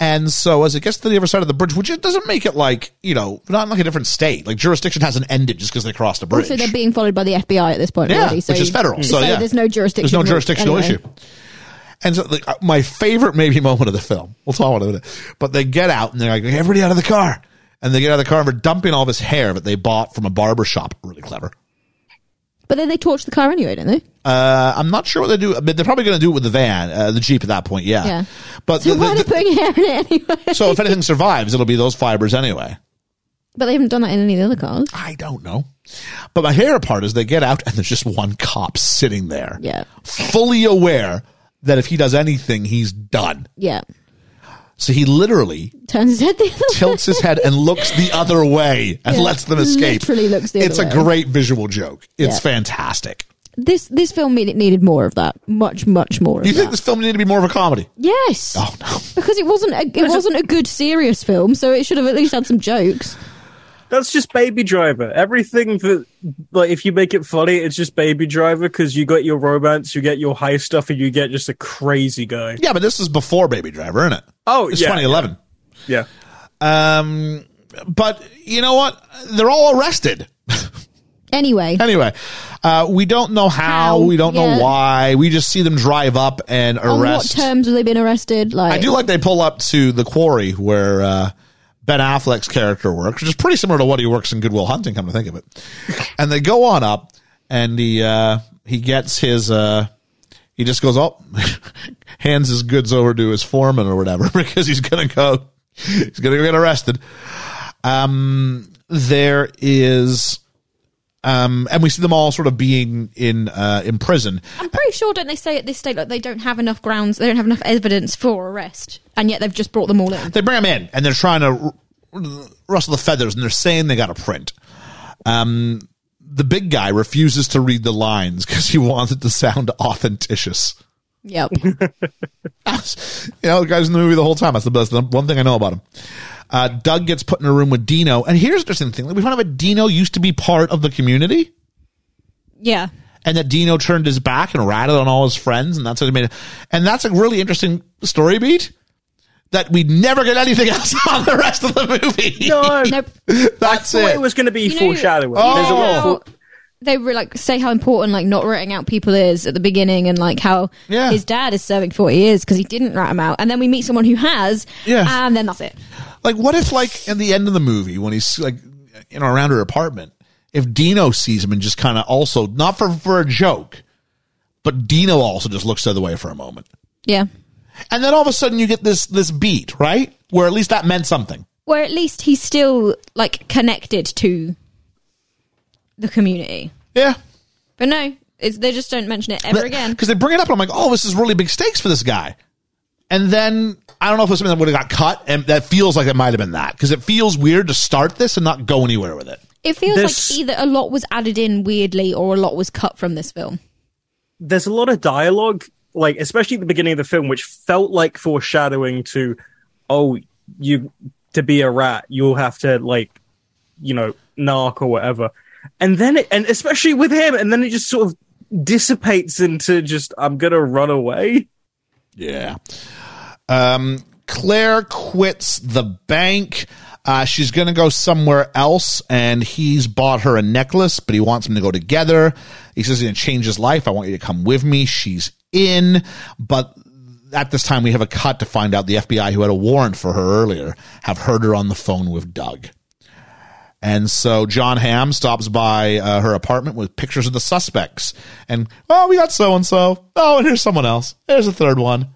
S4: And so as it gets to the other side of the bridge, which it doesn't make it like you know not like a different state, like jurisdiction hasn't ended just because they crossed a bridge.
S6: also, Oh, they're being followed by the FBI at this point
S4: Yeah,
S6: already. So
S4: which is federal. So, yeah.
S6: there's no jurisdiction.
S4: There's no
S6: really-
S4: jurisdictional
S6: anyway.
S4: issue. And so, like, uh, my favorite maybe moment of the film, we'll talk about it in a minute, but they get out and they're like, everybody out of the car. And they get out of the car and they're dumping all this hair that they bought from a barber shop. Really clever.
S6: But then they torch the car anyway, don't they?
S4: Uh, I'm not sure what they do, but they're probably going to do it with the van, uh, the Jeep at that point. Yeah.
S6: Yeah.
S4: But
S6: So
S4: the-
S6: why are
S4: the-
S6: they putting hair in it anyway?
S4: so if anything survives, it'll be those fibers anyway.
S6: But they haven't done that in any of the other cars.
S4: I don't know. But my favorite part is they get out and there's just one cop sitting there.
S6: Yeah.
S4: Fully aware that if he does anything, he's done.
S6: Yeah.
S4: So he literally
S6: Turns his head the other way.
S4: tilts his head and looks the other way and
S6: Yeah,
S4: lets them escape.
S6: literally looks the
S4: it's
S6: other
S4: a
S6: way.
S4: great visual joke. It's
S6: Yeah.
S4: fantastic.
S6: This this film needed needed more of that. Much much more. Of
S4: You think
S6: that.
S4: this film needed to be more of a comedy?
S6: Yes.
S4: Oh no.
S6: Because it wasn't a, it wasn't a good serious film, so it should have at least had some jokes.
S5: That's just Baby Driver. Everything that, like, if you make it funny, it's just Baby Driver because you got your romance, you get your high stuff, and you get just a crazy guy.
S4: Yeah, but this is before Baby Driver, isn't it?
S5: Oh,
S4: it's
S5: yeah,
S4: 2011.
S5: Yeah.
S4: Um, but you know what? They're all arrested.
S6: Anyway,
S4: anyway, uh, we don't know how,
S6: How,
S4: we don't
S6: yeah.
S4: know why. We just see them drive up and
S6: on what
S4: arrest.
S6: terms have they been arrested? Like
S4: I do like they pull up to the quarry where uh, Ben Affleck's character works, which is pretty similar to what he works in Goodwill Hunting. Come to think of it, and they go on up, and he uh, he gets his uh, he just goes up, hands his goods over to his foreman or whatever because he's gonna go he's gonna get arrested. Um, there is. Um, and we see them all sort of being in uh, in prison.
S6: I'm pretty sure, don't they say at this state like they don't have enough grounds, they don't have enough evidence for arrest, and yet they've just brought them all in.
S4: they bring them in and they're trying to r- rustle the feathers and they're saying they got a print. Um, the big guy refuses to read the lines because he wants it to sound authenticious.
S6: Yep.
S4: you know, the guy's in the movie the whole time. That's the best. The one thing I know about him. Uh, Doug gets put in a room with Dino. And here's the interesting thing. Like, we found out that Dino used to be part of the community
S6: yeah.
S4: and that Dino turned his back and ratted on all his friends. And that's what he made. it- And that's a really interesting story beat that we never get anything else on the rest of the movie.
S5: No,
S6: Nope.
S4: That's
S5: I thought
S4: it.
S5: it was going to be
S6: know-
S5: foreshadowing. There's a lot of
S6: How
S4: Oh.
S5: fore-
S6: they were like say how important like not writing out people is at the beginning and like how
S4: Yeah.
S6: his dad is serving 40 years because he didn't write them out and then we meet someone who has
S4: Yeah.
S6: and then that's it
S4: Like, what if, like, in the end of the movie, when he's like, you know, around her apartment, if Dino sees him and just kind of also not for for a joke, but Dino also just looks the other way for a moment,
S6: yeah
S4: and then all of a sudden you get this this beat right where at least that meant something.
S6: where at least he's still like connected to the community
S4: Yeah,
S6: but no it's, they just don't mention it ever again
S4: because they bring it up and I'm like, oh, this is really big stakes for this guy, and then. I don't know if it was something that would have got cut, and that feels like it might have been that because it feels weird to start this and not go anywhere with it.
S6: it feels
S5: This-
S6: like either a lot was added in weirdly or a lot was cut from this film
S5: there's a lot of dialogue, like especially at the beginning of the film, which felt like foreshadowing to, oh, you to be a rat, you'll have to like, you know, narc or whatever, and then it, and especially with him, and then it just sort of dissipates into just I'm gonna run away.
S4: Yeah. Um, Claire quits the bank. Uh, she's going to go somewhere else, and he's bought her a necklace, but he wants them to go together. He says he's going to change his life. I want you to come with me. She's in, but at this time, we have a cut to find out the FBI, who had a warrant for her earlier, have heard her on the phone with Doug. And so John Hamm stops by uh, her apartment with pictures of the suspects. And, oh, we got so and so. Oh, and here's someone else. There's a third one.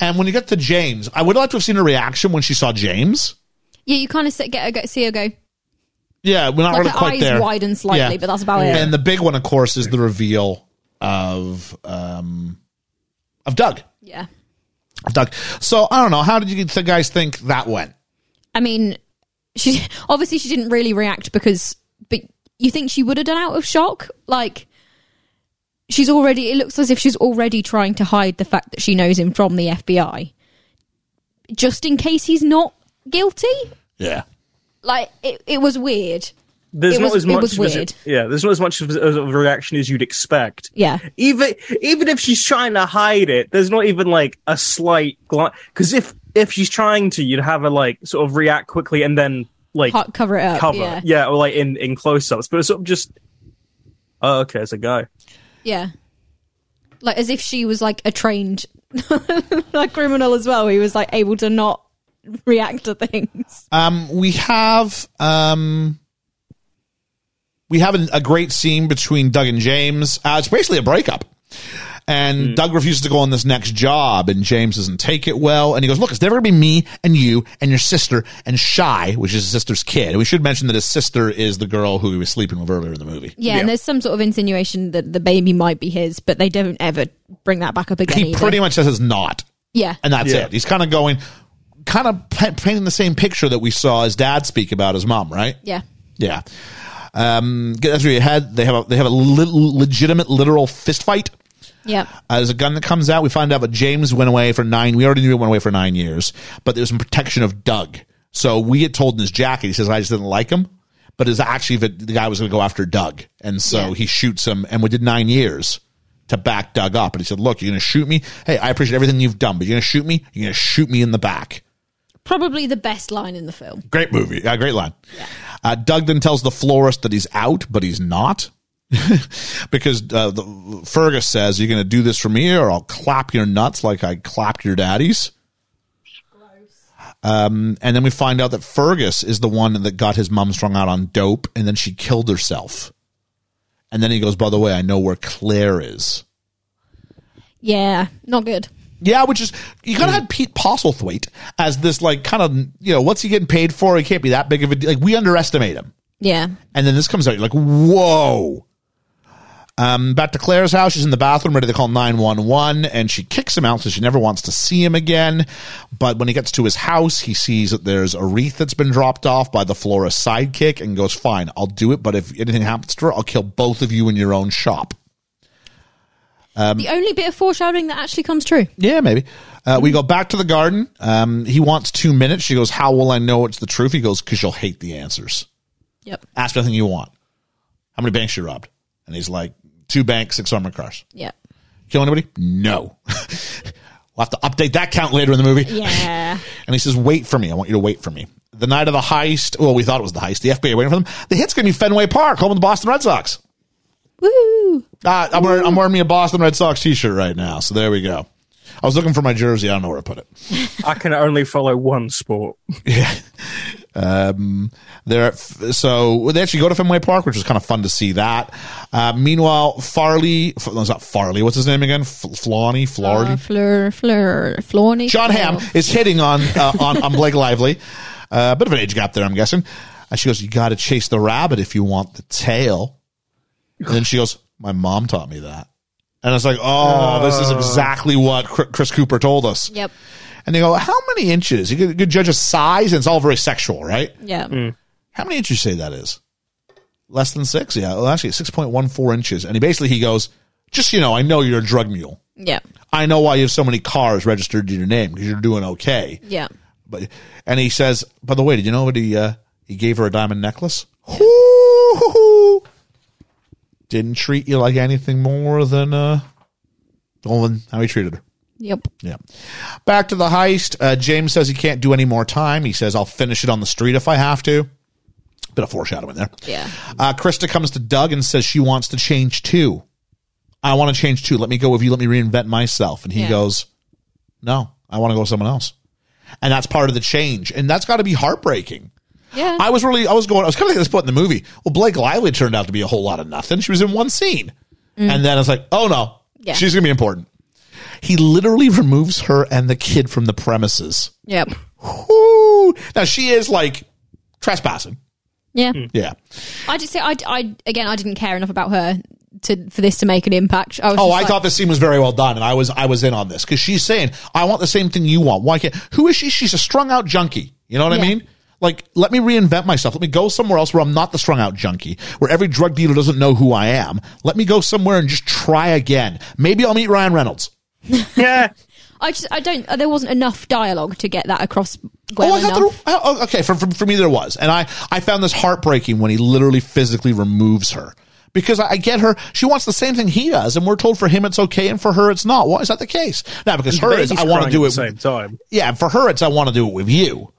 S4: And when you get to James, I would like to have seen her reaction when she saw James.
S6: Yeah, you kind of get her go, see her go.
S4: Yeah, we're not
S6: Like
S4: really
S6: her
S4: quite
S6: eyes
S4: there.
S6: widen slightly, but that's about it.
S4: And the big one, of course, is the reveal of um, of Doug.
S6: Yeah.
S4: Of Doug. So I don't know. How did you th- guys think that went?
S6: I mean, she obviously she didn't really react because, but you think she would have done out of shock? Like, she's already. It looks as if she's already trying to hide the fact that she knows him from the FBI, just in case he's not guilty.
S4: Yeah.
S6: Like, it, it was weird.
S5: There's
S6: It
S5: not
S6: was-
S5: as
S6: it
S5: much.
S6: was
S5: of a-
S6: weird.
S5: yeah, there's not as much of a, of a reaction as you'd expect.
S6: Yeah.
S5: even even if she's trying to hide it, there's not even like a slight glance. Because if if she's trying to, you'd have her like sort of react quickly and then like
S6: Cut- cover it up.
S5: cover,
S6: Yeah. yeah.
S5: yeah, or like in in close ups. But it's sort of just, oh, okay, it's a guy.
S6: Like, as if she was like a trained like criminal as well, who was like able to not react to things.
S4: Um, we have um, we have an, a great scene between Doug and James. Uh, it's basically a breakup, and Doug refuses to go on this next job, and James doesn't take it well, and he goes, "Look, it's never gonna be me and you and your sister and Shy, which is his sister's kid." We should mention that his sister is the girl who he was sleeping with earlier in the movie.
S6: Yeah, and there's some sort of insinuation that the baby might be his, but they don't ever bring that back up again.
S4: He
S6: either.
S4: pretty much says it's not.
S6: yeah,
S4: and that's
S5: Yeah.
S4: it. He's kind of going, kind of pa- painting the same picture that we saw his dad speak about his mom, right?
S6: yeah,
S4: Yeah. Um, that's where you had they have a, they have a lit legitimate literal fist fight.
S6: yeah,
S4: Uh, there's a gun that comes out. We find out that James went away for nine. We already knew he went away for nine years, but there was some protection of Doug. So we get told in his jacket, he says, "I just didn't like him," but it's actually that the guy was going to go after Doug, and so
S6: Yeah.
S4: he shoots him, and we did nine years to back Doug up. And he said, "Look, you're going to shoot me. Hey, I appreciate everything you've done, but you're going to shoot me. You're going to shoot me in the back."
S6: Probably the best line in the film.
S4: Great movie. Uh, great line. Uh, Doug then tells the florist that he's out, but he's not. because uh, the, Fergus says, You're going to do this for me, or I'll clap your nuts like I clapped your daddy's. Um, and then we find out that Fergus is the one that got his mom strung out on dope, and then she killed herself. And then he goes, By the way, I know where Claire is.
S6: Yeah, not good.
S4: Yeah, which is you kind of had Pete Postlethwaite as this like kind of you know what's he getting paid for? He can't be that big of a de- like we underestimate him.
S6: Yeah,
S4: And then this comes out. You're like, whoa. Um, back to Claire's house. She's in the bathroom, ready to call 911, and she kicks him out so she never wants to see him again. But when he gets to his house, he sees that there's a wreath that's been dropped off by the florist sidekick and goes, Fine, I'll do it, but if anything happens to her, I'll kill both of you in your own shop. Um,
S6: the only bit of foreshadowing that actually comes true.
S4: Yeah, maybe. Uh, we go back to the garden. Um, he wants two minutes. She goes, How will I know it's the truth? He goes, Because you'll hate the answers.
S6: Yep,
S4: Ask me anything you want. How many banks you robbed? And he's like, Two banks, six armored cars.
S6: yep,
S4: kill anybody? No. we'll have to update that count later in the movie.
S6: yeah,
S4: And he says, wait for me. I want you to wait for me. The night of the heist, well, we thought it was the heist. The FBI waiting for them. The hit's going to be Fenway Park, home of the Boston Red Sox.
S6: woo.
S4: Ah, I'm, wearing, I'm wearing me a Boston Red Sox t-shirt right now. So there we go. I was looking for my jersey. I don't know where I put it.
S5: I can only follow one sport.
S4: Um, they're at, F- so they actually go to Fenway Park, which was kind of fun to see that. Uh, meanwhile, Farley, F- no, it's not Farley. What's his name again? F- Flawney, Flaherty?
S6: Uh, Fleur, Fleur, Flawney.
S4: John Hamm is hitting on uh, on, on Blake Lively. A bit of an age gap there, I'm guessing. And she goes, "You got to chase the rabbit if you want the tail." And then she goes, "My mom taught me that." And it's like, "Oh, this is exactly what Cr- Chris Cooper told us."
S6: Uh. Yep,
S4: And they go, "How many inches?" You could, you could judge a size, and it's all very sexual, right?
S6: yeah,
S4: Mm. How many inches you say that is? Less than six? Yeah, well, actually, six point one four inches. And he basically he goes, "Just so you know, I know you're a drug mule.
S6: yeah,
S4: I know why you have so many cars registered to your name because you're doing okay."
S6: yeah.
S4: but and he says, by the way, did you know that he uh, he gave her a diamond necklace? Hoo-hoo-hoo. Didn't treat you like anything more than uh, than how he treated her.
S6: Yep.
S4: Yeah. Back to the heist. Uh, James says he can't do any more time. He says, I'll finish it on the street if I have to. Bit of foreshadowing there.
S6: Yeah.
S4: Uh, Krista comes to Doug and says she wants to change too. I want to change too. Let me go with you. Let me reinvent myself. And he
S6: Yeah.
S4: goes, No, I want to go with someone else. And that's part of the change. And that's got to be heartbreaking
S6: Yeah.
S4: I was really, I was going, I was kind of at this point in the movie. Well, Blake Lively turned out to be a whole lot of nothing. She was in one scene, and then I was like, oh no,
S6: Mm. Yeah.
S4: she's gonna be important. He literally removes her and the kid from the premises.
S6: Yep.
S4: Whoo! Now she is like trespassing.
S6: Yeah.
S4: Yeah.
S6: I just say I, I again I didn't care enough about her to for this to make an impact. I was
S4: Oh,
S6: just
S4: I
S6: like-
S4: thought this scene was very well done, and I was I was in on this because she's saying, "I want the same thing you want." Why can't? Who is she? She's a strung out junkie. You know what I
S6: Yeah.
S4: mean? Like, let me reinvent myself. Let me go somewhere else where I'm not the strung out junkie, where every drug dealer doesn't know who I am. Let me go somewhere and just try again. Maybe I'll meet Ryan Reynolds.
S5: Yeah.
S6: I just I don't there wasn't enough dialogue to get that across
S4: oh,
S6: well
S4: I
S6: enough.
S4: thought there, oh, oh, okay. For, for, for me, there was, and I I found this heartbreaking when he literally physically removes her because I, I get her. She wants the same thing he does, and we're told for him it's okay, and for her it's not. Why is that the case? Now because her is
S5: Baby's
S4: I want
S5: crying
S4: to do
S5: at
S4: it.
S5: the same time.
S4: yeah, and for her it's I want to do it with you,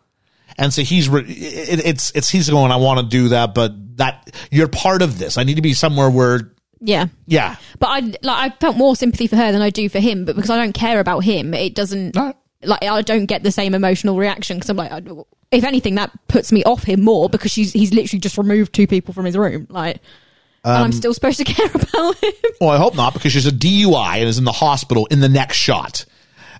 S4: and so he's re- it, it's it's he's going I want to do that, but that you're part of this. I need to be somewhere where
S6: yeah.
S4: yeah.
S6: But I like I felt more sympathy for her than I do for him, but because I don't care about him, it doesn't
S4: No.
S6: like I don't get the same emotional reaction because I'm like I, if anything that puts me off him more because she's he's literally just removed two people from his room like and
S4: Um,
S6: I'm still supposed to care about him.
S4: Well, I hope not because she's a DUI and is in the hospital in the next shot.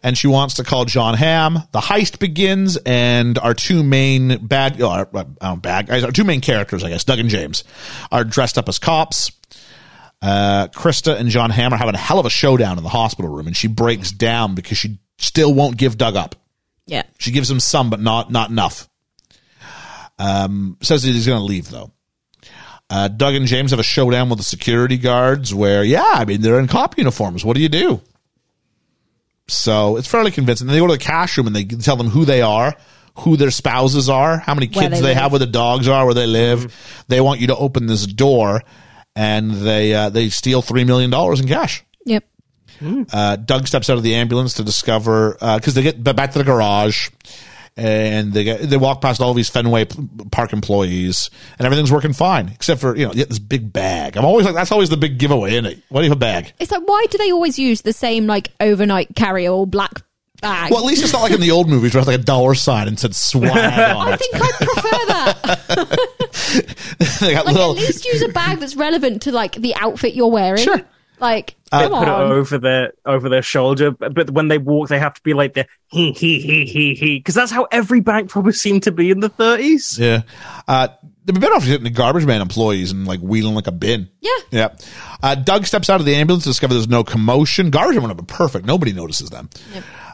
S4: And she wants to call John Hamm. The heist begins, and our two main bad, uh, uh, bad guys, our two main characters, I guess, Doug and James, are dressed up as cops. Uh, Krista and John Hamm are having a hell of a showdown in the hospital room, and she breaks down because she still won't give Doug up.
S6: Yeah.
S4: She gives him some, but not not enough. Um, says that he's going to leave though. Uh, Doug and James have a showdown with the security guards where, yeah, I mean they're in cop uniforms. What do you do? So it's fairly convincing. Then they go to the cash room and they tell them who they are, who their spouses are, how many
S6: Where
S4: kids they
S6: they live. Mm-hmm.
S4: have, where the dogs are, where they live. They want you to open this door, and they uh, they steal three million dollars in cash.
S6: Yep.
S4: Uh, Doug steps out of the ambulance to discover because they get b- back to the garage and they get, they walk past all these Fenway p- Park employees and everything's working fine except for you know you get this big bag. I'm always like that's always the big giveaway, isn't it? What do you have a bag?
S6: It's like why do they always use the same like overnight carrier or black bag?
S4: Well, at least it's not like in the old movies where it had like a dollar sign and said swag on
S6: I
S4: it.
S6: think I'd prefer that.
S4: they got
S6: Like,
S4: little.
S6: at least use a bag that's relevant to like the outfit you're wearing. Sure. Like,
S4: Uh,
S6: come
S5: Put it
S6: on.
S5: over their over their shoulder, but, but when they walk, they have to be like the he he he he he because that's how every bank probably seemed to be in the thirties.
S4: Yeah. Uh, they'd be better off getting the garbage man employees and like wheeling like a bin.
S6: Yeah.
S4: Yeah. Uh, Doug steps out of the ambulance to discover there's no commotion. Garbage men would have been perfect. Nobody notices them.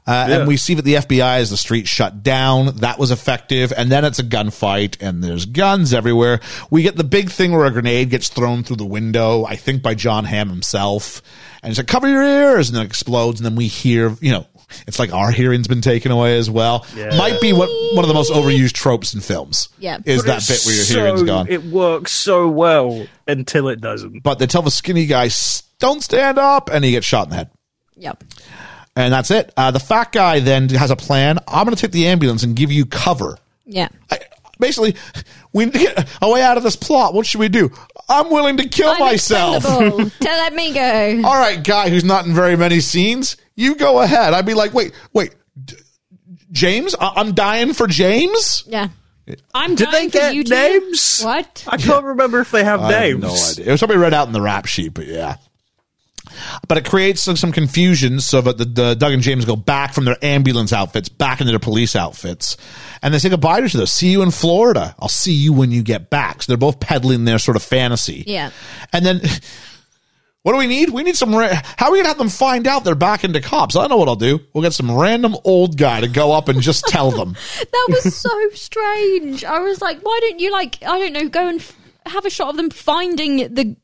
S4: Uh, And we see that the FBI is the street shut down. That was effective. And then it's a gunfight and there's guns everywhere. We get the big thing where a grenade gets thrown through the window, I think by John Hamm himself. And he's like, cover your ears. And then it explodes. And then we hear, you know, it's like our hearing's been taken away as well. Might be what, one of the most overused tropes in films.
S6: Yeah.
S4: Is that bit where your hearing's
S5: so,
S4: gone.
S5: It works so well until it doesn't.
S4: but they tell the skinny guy, "S- don't stand up. And he gets shot in the head.
S6: Yep.
S4: And that's it. Uh, the fat guy then has a plan. I'm going to take the ambulance and give you cover.
S6: Yeah.
S4: I, basically, we need to get a way out of this plot. What should we do? I'm willing to kill
S6: I'm
S4: myself.
S6: expendable. Don't let me go.
S4: All right, guy who's not in very many scenes, you go ahead. I'd be like, wait, wait, D- James? I- I'm dying for James?
S6: Yeah. I'm
S5: Did
S6: dying
S5: they
S6: for
S5: get
S6: you two.
S5: names?
S6: What?
S5: I can't remember if they have
S4: I
S5: names.
S4: have no idea. It was probably read out in the rap sheet, but yeah. But it creates some, some confusion so that the, the Doug and James go back from their ambulance outfits back into their police outfits. And they say goodbye to each other. See you in Florida. I'll see you when you get back. So they're both peddling their sort of fantasy.
S6: Yeah.
S4: And then what do we need? We need some. Ra- How are we going to have them find out they're back into cops? I know what I'll do. We'll get some random old guy to go up and just tell them.
S6: That was so strange. I was like, why don't you like I don't know, go and f- have a shot of them finding the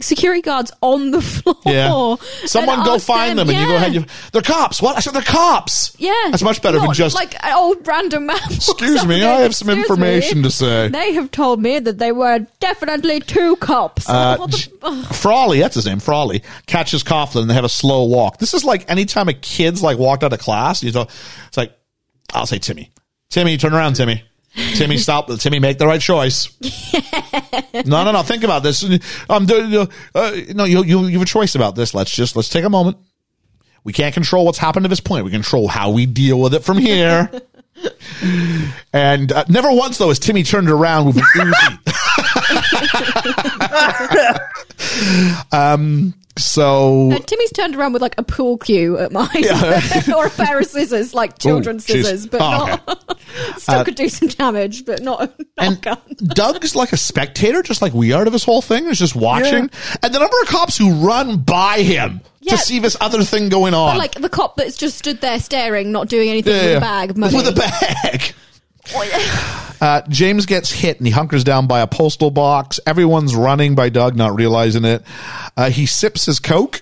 S6: security guards on the floor.
S4: Yeah.
S6: and
S4: Someone go
S6: ask
S4: find them, and you go
S6: yeah.
S4: ahead. You, they're cops. What? I said they're cops.
S6: Yeah,
S4: That's much better than
S6: Not
S4: just.
S6: like an old random man. or
S4: Excuse me,
S6: something.
S4: I have some
S6: Excuse
S4: information
S6: me.
S4: to say.
S6: They have told me that they were definitely two cops.
S4: Uh,
S6: What the
S4: J-
S6: f-
S4: Frawley, that's his name, Frawley, catches Coughlin and they have a slow walk. This is like anytime a kid's like walked out of class, you know, it's like, I'll say Timmy. Timmy, turn around, Timmy. Timmy, stop. Timmy, make the right choice. no, no, no. Think about this. Um, do- do- uh, no, you, you, you have a choice about this. Let's just, let's take a moment. We can't control what's happened to this point. We control how we deal with it from here. And uh, never once, though, has Timmy turned around with an Uzi. um, so
S6: Uh, Timmy's turned around with like a pool cue at mine, or a pair of scissors, like children's
S4: jeez.
S6: scissors, but
S4: Oh,
S6: not. still could do some damage, but not. not
S4: Uh, and
S6: gun.
S4: Doug's like a spectator, just like we are to this whole thing, is just watching. And the number of cops who run by him
S6: Yeah.
S4: to see this other thing going on.
S6: Like the cop that's just stood there staring, not doing anything
S4: Yeah,
S6: with
S4: yeah.
S6: a bag of money. Oh,
S4: With a bag. Uh, James gets hit and he hunkers down by a postal box. Everyone's running by Doug, not realizing it. Uh, he sips his Coke.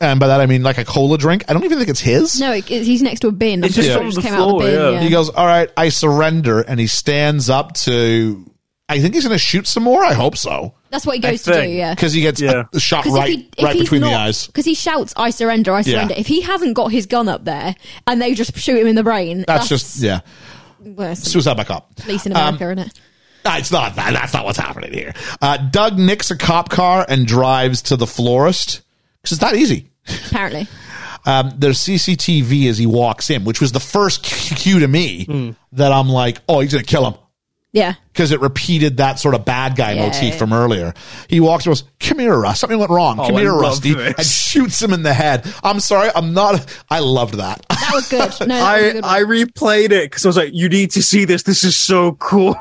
S4: And by that, I mean like a cola drink. I don't even think it's his.
S6: No, it, it- he's next to a bin.
S5: It's
S6: I'm
S5: just
S6: sure
S5: on
S6: it
S5: the
S6: came
S5: floor,
S6: out of the bin,
S5: yeah.
S4: He goes, All right, I surrender. And he stands up to. I think he's going to shoot some more. I hope so.
S6: That's what he
S5: I
S6: goes to do,
S5: think.
S6: yeah.
S4: Because he gets
S5: Yeah.
S4: uh, shot right, right between the eyes.
S6: because he shouts, "I surrender, I surrender." If he hasn't got his gun up there and they just shoot him in the brain,
S4: That's, just, yeah.
S6: worse.
S4: Suicide by cop. Um,
S6: Police in America, isn't it?
S4: No, Ah, it's not that. That's not what's happening here. Uh, Doug nicks a cop car and drives to the florist because it's not easy.
S6: Apparently,
S4: Um, there's CCTV as he walks in, which was the first c- cue to me
S5: Hmm.
S4: that I'm like, oh, he's going to kill him
S6: yeah.
S4: because it repeated that sort of bad guy
S6: Yeah,
S4: motif
S6: yeah.
S4: from earlier. He walks and goes, come here, Rust. Something went wrong.
S5: Oh,
S4: come
S5: I
S4: here,
S5: love
S4: Rusty.
S5: this.
S4: And shoots him in the head. I'm sorry. I'm not. I loved that.
S6: That was good. No, that was a
S5: I
S6: good one.
S5: I replayed it because I was like, you need to see this. This is so cool.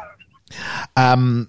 S4: And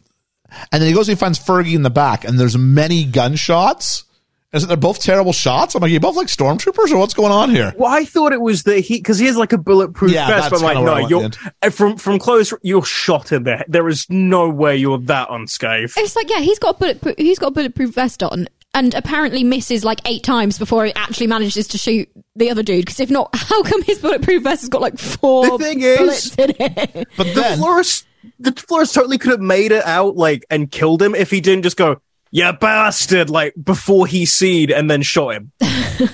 S4: then he goes and he finds Fergie in the back, and there's many gunshots. Isn't they're both terrible shots? I'm like, you both like stormtroopers, or what's going on here?
S5: Well, I thought it was that he because he has like a bulletproof
S4: Yeah,
S5: vest, but
S4: that's
S5: I'm like,
S4: kinda what I
S5: no, you're
S4: wanted.
S5: uh, from from close. You're shot in there. There is no way you're that unscathed.
S6: It's like yeah, he's got a bulletproof, he's got a bulletproof vest on, and apparently misses like eight times before he actually manages to shoot the other dude. Because if not, how come his bulletproof vest has got like four
S5: The thing is-
S6: bullets in it?
S4: But then,
S5: Florist, the florist totally could have made it out like and killed him if he didn't just go, "You bastard!" Like before he seed and then shot him.
S4: uh,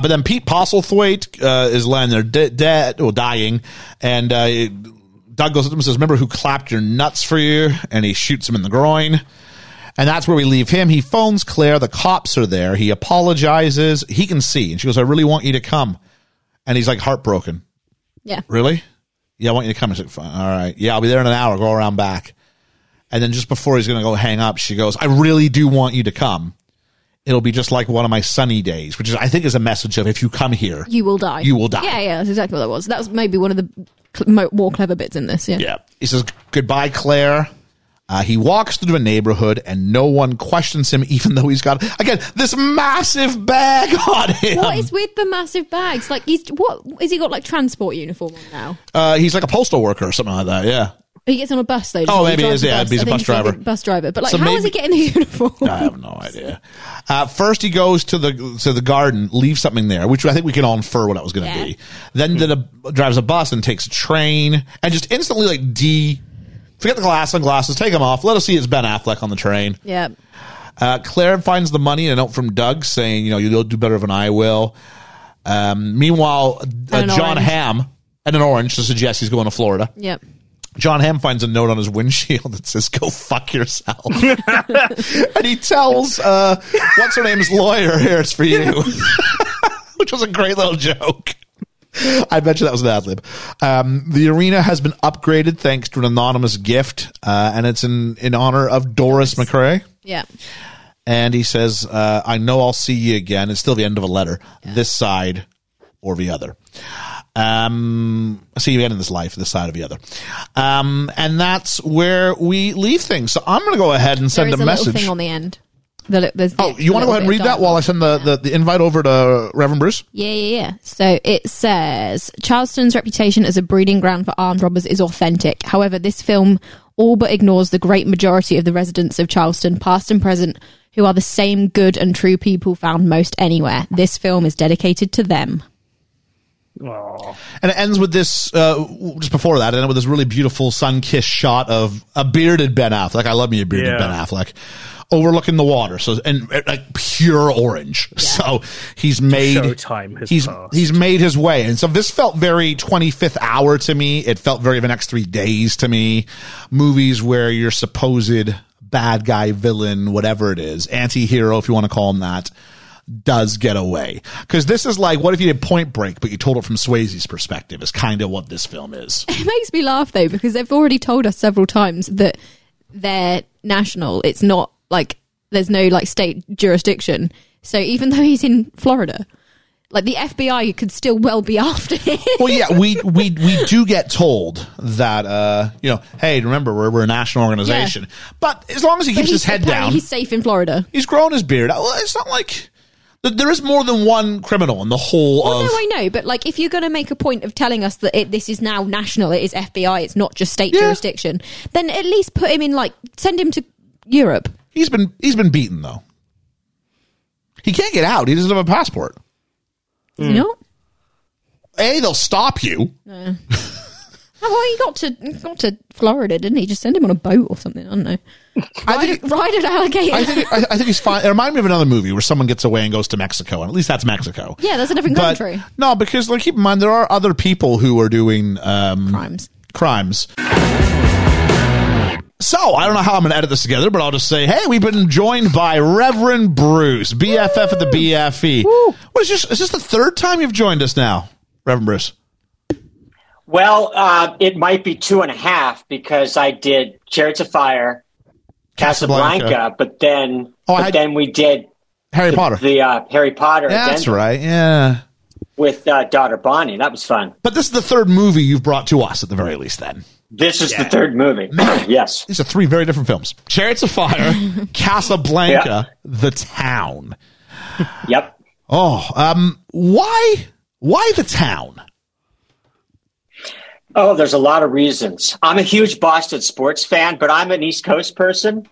S4: but then Pete Postlethwaite uh, is lying there de- dead or dying, and uh, Doug goes up to him and says, "Remember who clapped your nuts for you?" And he shoots him in the groin. And that's where we leave him. He phones Claire. The cops are there. He apologizes. He can see, and she goes, "I really want you to come." And he's like heartbroken.
S6: Yeah,
S4: really? Yeah, I want you to come. He's like, fine. All right. Yeah, I'll be there in an hour. Go around back. And then just before he's going to go hang up, she goes, I really do want you to come. It'll be just like one of my sunny days, which is, I think, is a message of if you come here,
S6: you will die.
S4: You will die.
S6: Yeah, yeah, that's exactly what that was. That was maybe one of the cl- mo- more clever bits in this. Yeah,
S4: Yeah. He says, Goodbye, Claire. Uh, he walks through a neighborhood and no one questions him, even though he's got, again, this massive bag on him.
S6: What is with the massive bags? Like he's what is he got like transport uniform on now?
S4: uh, he's like a postal worker or something like that. Yeah.
S6: He gets on a bus though. doesn't
S4: Oh,
S6: he?
S4: maybe he
S6: drives
S4: is, yeah,
S6: bus.
S4: he's a
S6: I think
S4: bus driver.
S6: Bus driver, but like,
S4: So
S6: how
S4: maybe-
S6: is he getting the uniform?
S4: I have no idea. Uh, first, he goes to the to the garden, leaves something there, which I think we can all infer what it was going to
S6: Yeah.
S4: be. Then did a, drives a bus and takes a train, and just instantly like D, forget the glass on glasses, take them off. Let us see it's Ben Affleck on the train.
S6: Yeah,
S4: Uh, Claire finds the money and a note from Doug saying, you know, you'll do better than I will. Um, meanwhile, uh,
S6: an
S4: John
S6: orange.
S4: Ham and an orange to suggest he's going to Florida.
S6: yeah.
S4: John Hamm finds a note on his windshield that says, "Go fuck yourself," and he tells uh, what's her name's lawyer, "Here it's for you," which was a great little joke. I bet you that was an ad lib. Um, the arena has been upgraded thanks to an anonymous gift, uh, and it's in in honor of Doris McRae.
S6: Yeah.
S4: And he says, uh, "I know I'll see you again." It's still the end of a letter. This side or the other. Um, I see you again in this life, this side or the other. Um, and that's where we leave things. So I'm going to go ahead and
S6: There
S4: send
S6: is
S4: a,
S6: a little
S4: message.
S6: thing on the end. The li- there's the
S4: oh, you want to go ahead and
S6: little
S4: read
S6: bit of
S4: that while I
S6: dialogue.
S4: send the, the, the invite over to Reverend Bruce?
S6: Yeah, yeah, yeah. So it says Charleston's reputation as a breeding ground for armed robbers is authentic. However, this film all but ignores the great majority of the residents of Charleston, past and present, who are the same good and true people found most anywhere. This film is dedicated to them.
S5: Oh,
S4: And it ends with this, uh, just before that, it ended with this really beautiful sun kissed shot of a bearded Ben Affleck. I love me a bearded
S5: Yeah.
S4: Ben Affleck overlooking the water. So, and uh, like pure orange. So he's made,
S5: Showtime has
S4: he's,
S5: passed.
S4: he's made his way. And so this felt very 25th hour to me. It felt very the next three days to me. Movies where your supposed bad guy, villain, whatever it is, anti hero, if you want to call him that, does get away. Because this is like, what if you did Point Break, but you told it from Swayze's perspective? Is kind of what this film is.
S6: It makes me laugh though because they've already told us several times that they're national. It's not like there's no like state jurisdiction. So even though he's in Florida, like the FBI could still well be after him.
S4: well, yeah, we we we do get told that uh, you know, hey, remember we're, we're a national organization. But as long as he
S6: But
S4: keeps his
S6: he's-
S4: head
S6: apparently
S4: down,
S6: He's safe in Florida.
S4: he's grown his beard. Uh, Well, It's not like th- there is more than one criminal in the whole
S6: Well,
S4: of.
S6: no, I know, but like, if you're going to make a point of telling us that it, this is now national, it is FBI, it's not just state
S4: Yeah.
S6: jurisdiction, then at least put him in like send him to Europe.
S4: he's been he's been beaten though. He can't get out. He doesn't have a passport. Hmm.
S6: You know,
S4: A, they'll stop you.
S6: oh, well, he got to he got to Florida, didn't he? Just send him on a boat or something. I don't know.
S4: I think.
S6: Ride an alligator.
S4: I think, I, I think he's fine. It reminded me of another movie where someone gets away and goes to Mexico, and at least that's Mexico.
S6: yeah, that's a different
S4: But-
S6: country.
S4: No, because like keep in mind there are other people who are doing um,
S6: Crimes.
S4: crimes. So I don't know how I'm going to edit this together, but I'll just say, hey, we've been joined by Reverend Bruce, BFF at the BFE. What is this? Is this the third time you've joined us now, Reverend Bruce?
S8: Well, uh, it might be two and a half because I did Chariots of Fire, Casablanca,
S4: Casablanca.
S8: but then
S4: Oh, I
S8: but
S4: had-
S8: then we did
S4: Harry Potter.
S8: the uh, Harry Potter
S4: Yeah, that's
S8: addendum
S4: right. Yeah,
S8: with uh, daughter Bonnie. That was fun.
S4: but this is the third movie you've brought to us, at the very least. Then
S8: This is the third movie. yes.
S4: these are three very different films: Chariots of Fire, Casablanca, The Town.
S8: Yep.
S4: Oh, um, why? Why the town?
S8: Oh, there's a lot of reasons. I'm a huge Boston sports fan, but I'm an East Coast person.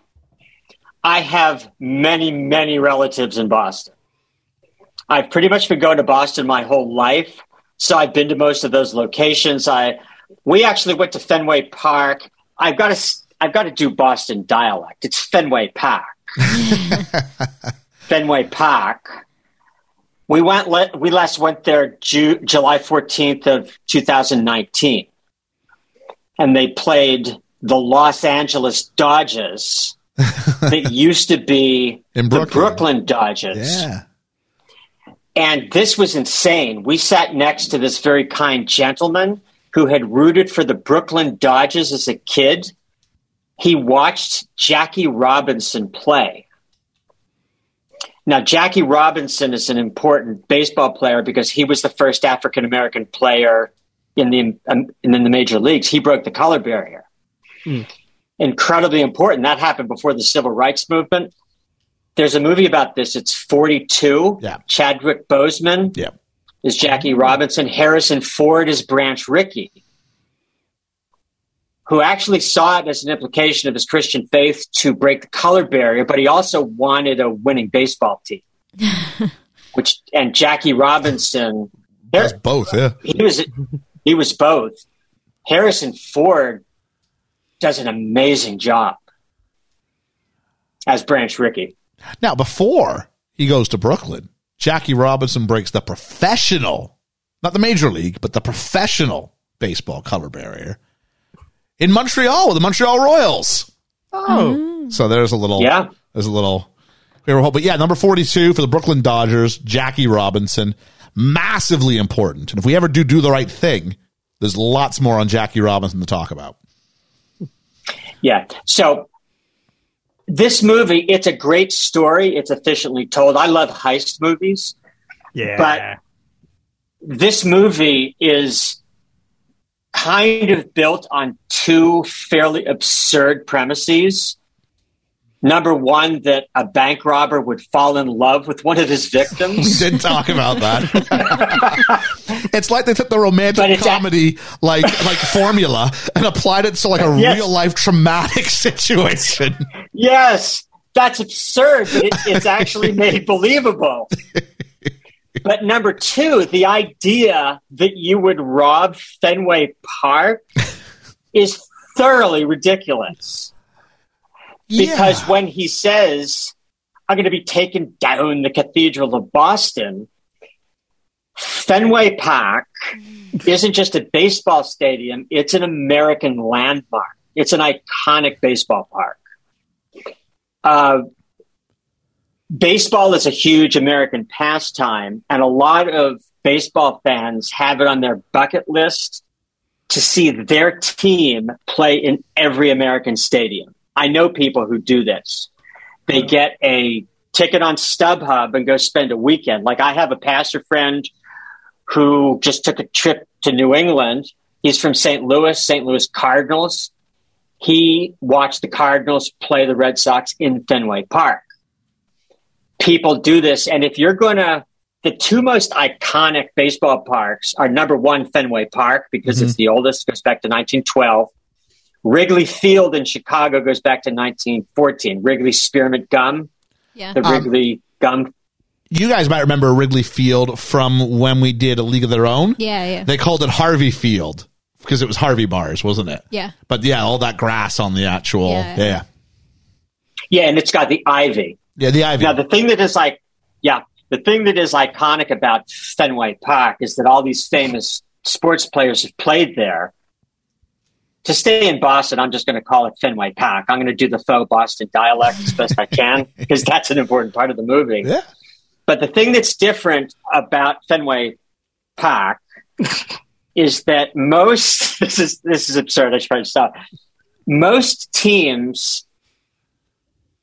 S8: I have many, many relatives in Boston. I've pretty much been going to Boston my whole life, so I've been to most of those locations. I we actually went to Fenway Park. I've got to I've got to do Boston dialect. It's Fenway Park. Fenway Park. We went. Le- we last went there Ju- July fourteenth of two thousand nineteen, and they played the Los Angeles Dodgers that used to be
S4: In
S8: the
S4: Brooklyn.
S8: Brooklyn Dodgers.
S4: Yeah.
S8: And this was insane. We sat next to this very kind gentleman who had rooted for the Brooklyn Dodgers as a kid. He watched Jackie Robinson play. Now, Jackie Robinson is an important baseball player because he was the first African American player in the um, in the major leagues. He broke the color barrier. Incredibly important. That happened before the civil rights movement. There's a movie about this. It's 42.
S4: Yeah.
S8: Chadwick Boseman
S4: Yeah.
S8: is Jackie Robinson. Harrison Ford is Branch Rickey, who actually saw it as an implication of his Christian faith to break the color barrier, but he also wanted a winning baseball team. Which and Jackie Robinson,
S4: That's both, yeah.
S8: he was he was both. Harrison Ford does an amazing job as Branch Rickey.
S4: Now, before he goes to Brooklyn, Jackie Robinson breaks the professional, not the major league, but the professional baseball color barrier in Montreal with the Montreal Royals.
S5: Oh,
S4: So there's a little,
S8: Yeah.
S4: there's a little. But yeah, number 42 for the Brooklyn Dodgers, Jackie Robinson, massively important. And if we ever do do the right thing, there's lots more on Jackie Robinson to talk about.
S8: Yeah. So this movie, it's a great story. It's efficiently told. I love heist movies.
S5: yeah.
S8: This movie is kind of built on two fairly absurd premises. Number one, that a bank robber would fall in love with one of his
S4: We
S8: victims.
S4: did talk about that. it's like they took the
S8: But
S4: romantic
S8: it's a-
S4: comedy like like formula and applied it to like a
S8: Yes.
S4: real life traumatic situation.
S8: Yes, that's absurd, but it, it's actually made believable. But number two, the idea that you would rob Fenway Park is thoroughly ridiculous. Because when he says, I'm going to be taken down the Cathedral of Boston, Fenway Park isn't just a baseball stadium, it's an American landmark. It's an iconic baseball park. Uh, baseball is a huge American pastime, and a lot of baseball fans have it on their bucket list to see their team play in every American stadium. I know people who do this. They get a ticket on StubHub and go spend a weekend. Like I have a pastor friend who just took a trip to New England. He's from St. Louis, St. Louis Cardinals. He watched the Cardinals play the Red Sox in Fenway Park people do this. And if you're going to, the two most iconic baseball parks are number one, Fenway Park, because it's the oldest, goes back to 1912. Wrigley Field in Chicago goes back to 1914. Wrigley Spearmint Gum,
S6: Yeah.
S8: the Wrigley Gum.
S4: You guys might remember Wrigley Field from when we did A League of Their Own.
S6: Yeah, yeah.
S4: They called it Harvey Field because it was Harvey Bars, wasn't it?
S6: Yeah.
S4: But yeah, all that grass on the actual.
S6: Yeah.
S4: Yeah. Yeah,
S8: Yeah, and it's got the ivy.
S4: Yeah, the ivy.
S8: Now, the thing that is like, yeah, the thing that is iconic about Fenway Park is that all these famous sports players have played there. To stay in Boston, I'm just going to call it Fenway Park. I'm going to do the faux Boston dialect as best I can because that's an important part of the movie.
S4: yeah.
S8: But the thing that's different about Fenway Park is that most this is this is absurd. I should probably stop. Most teams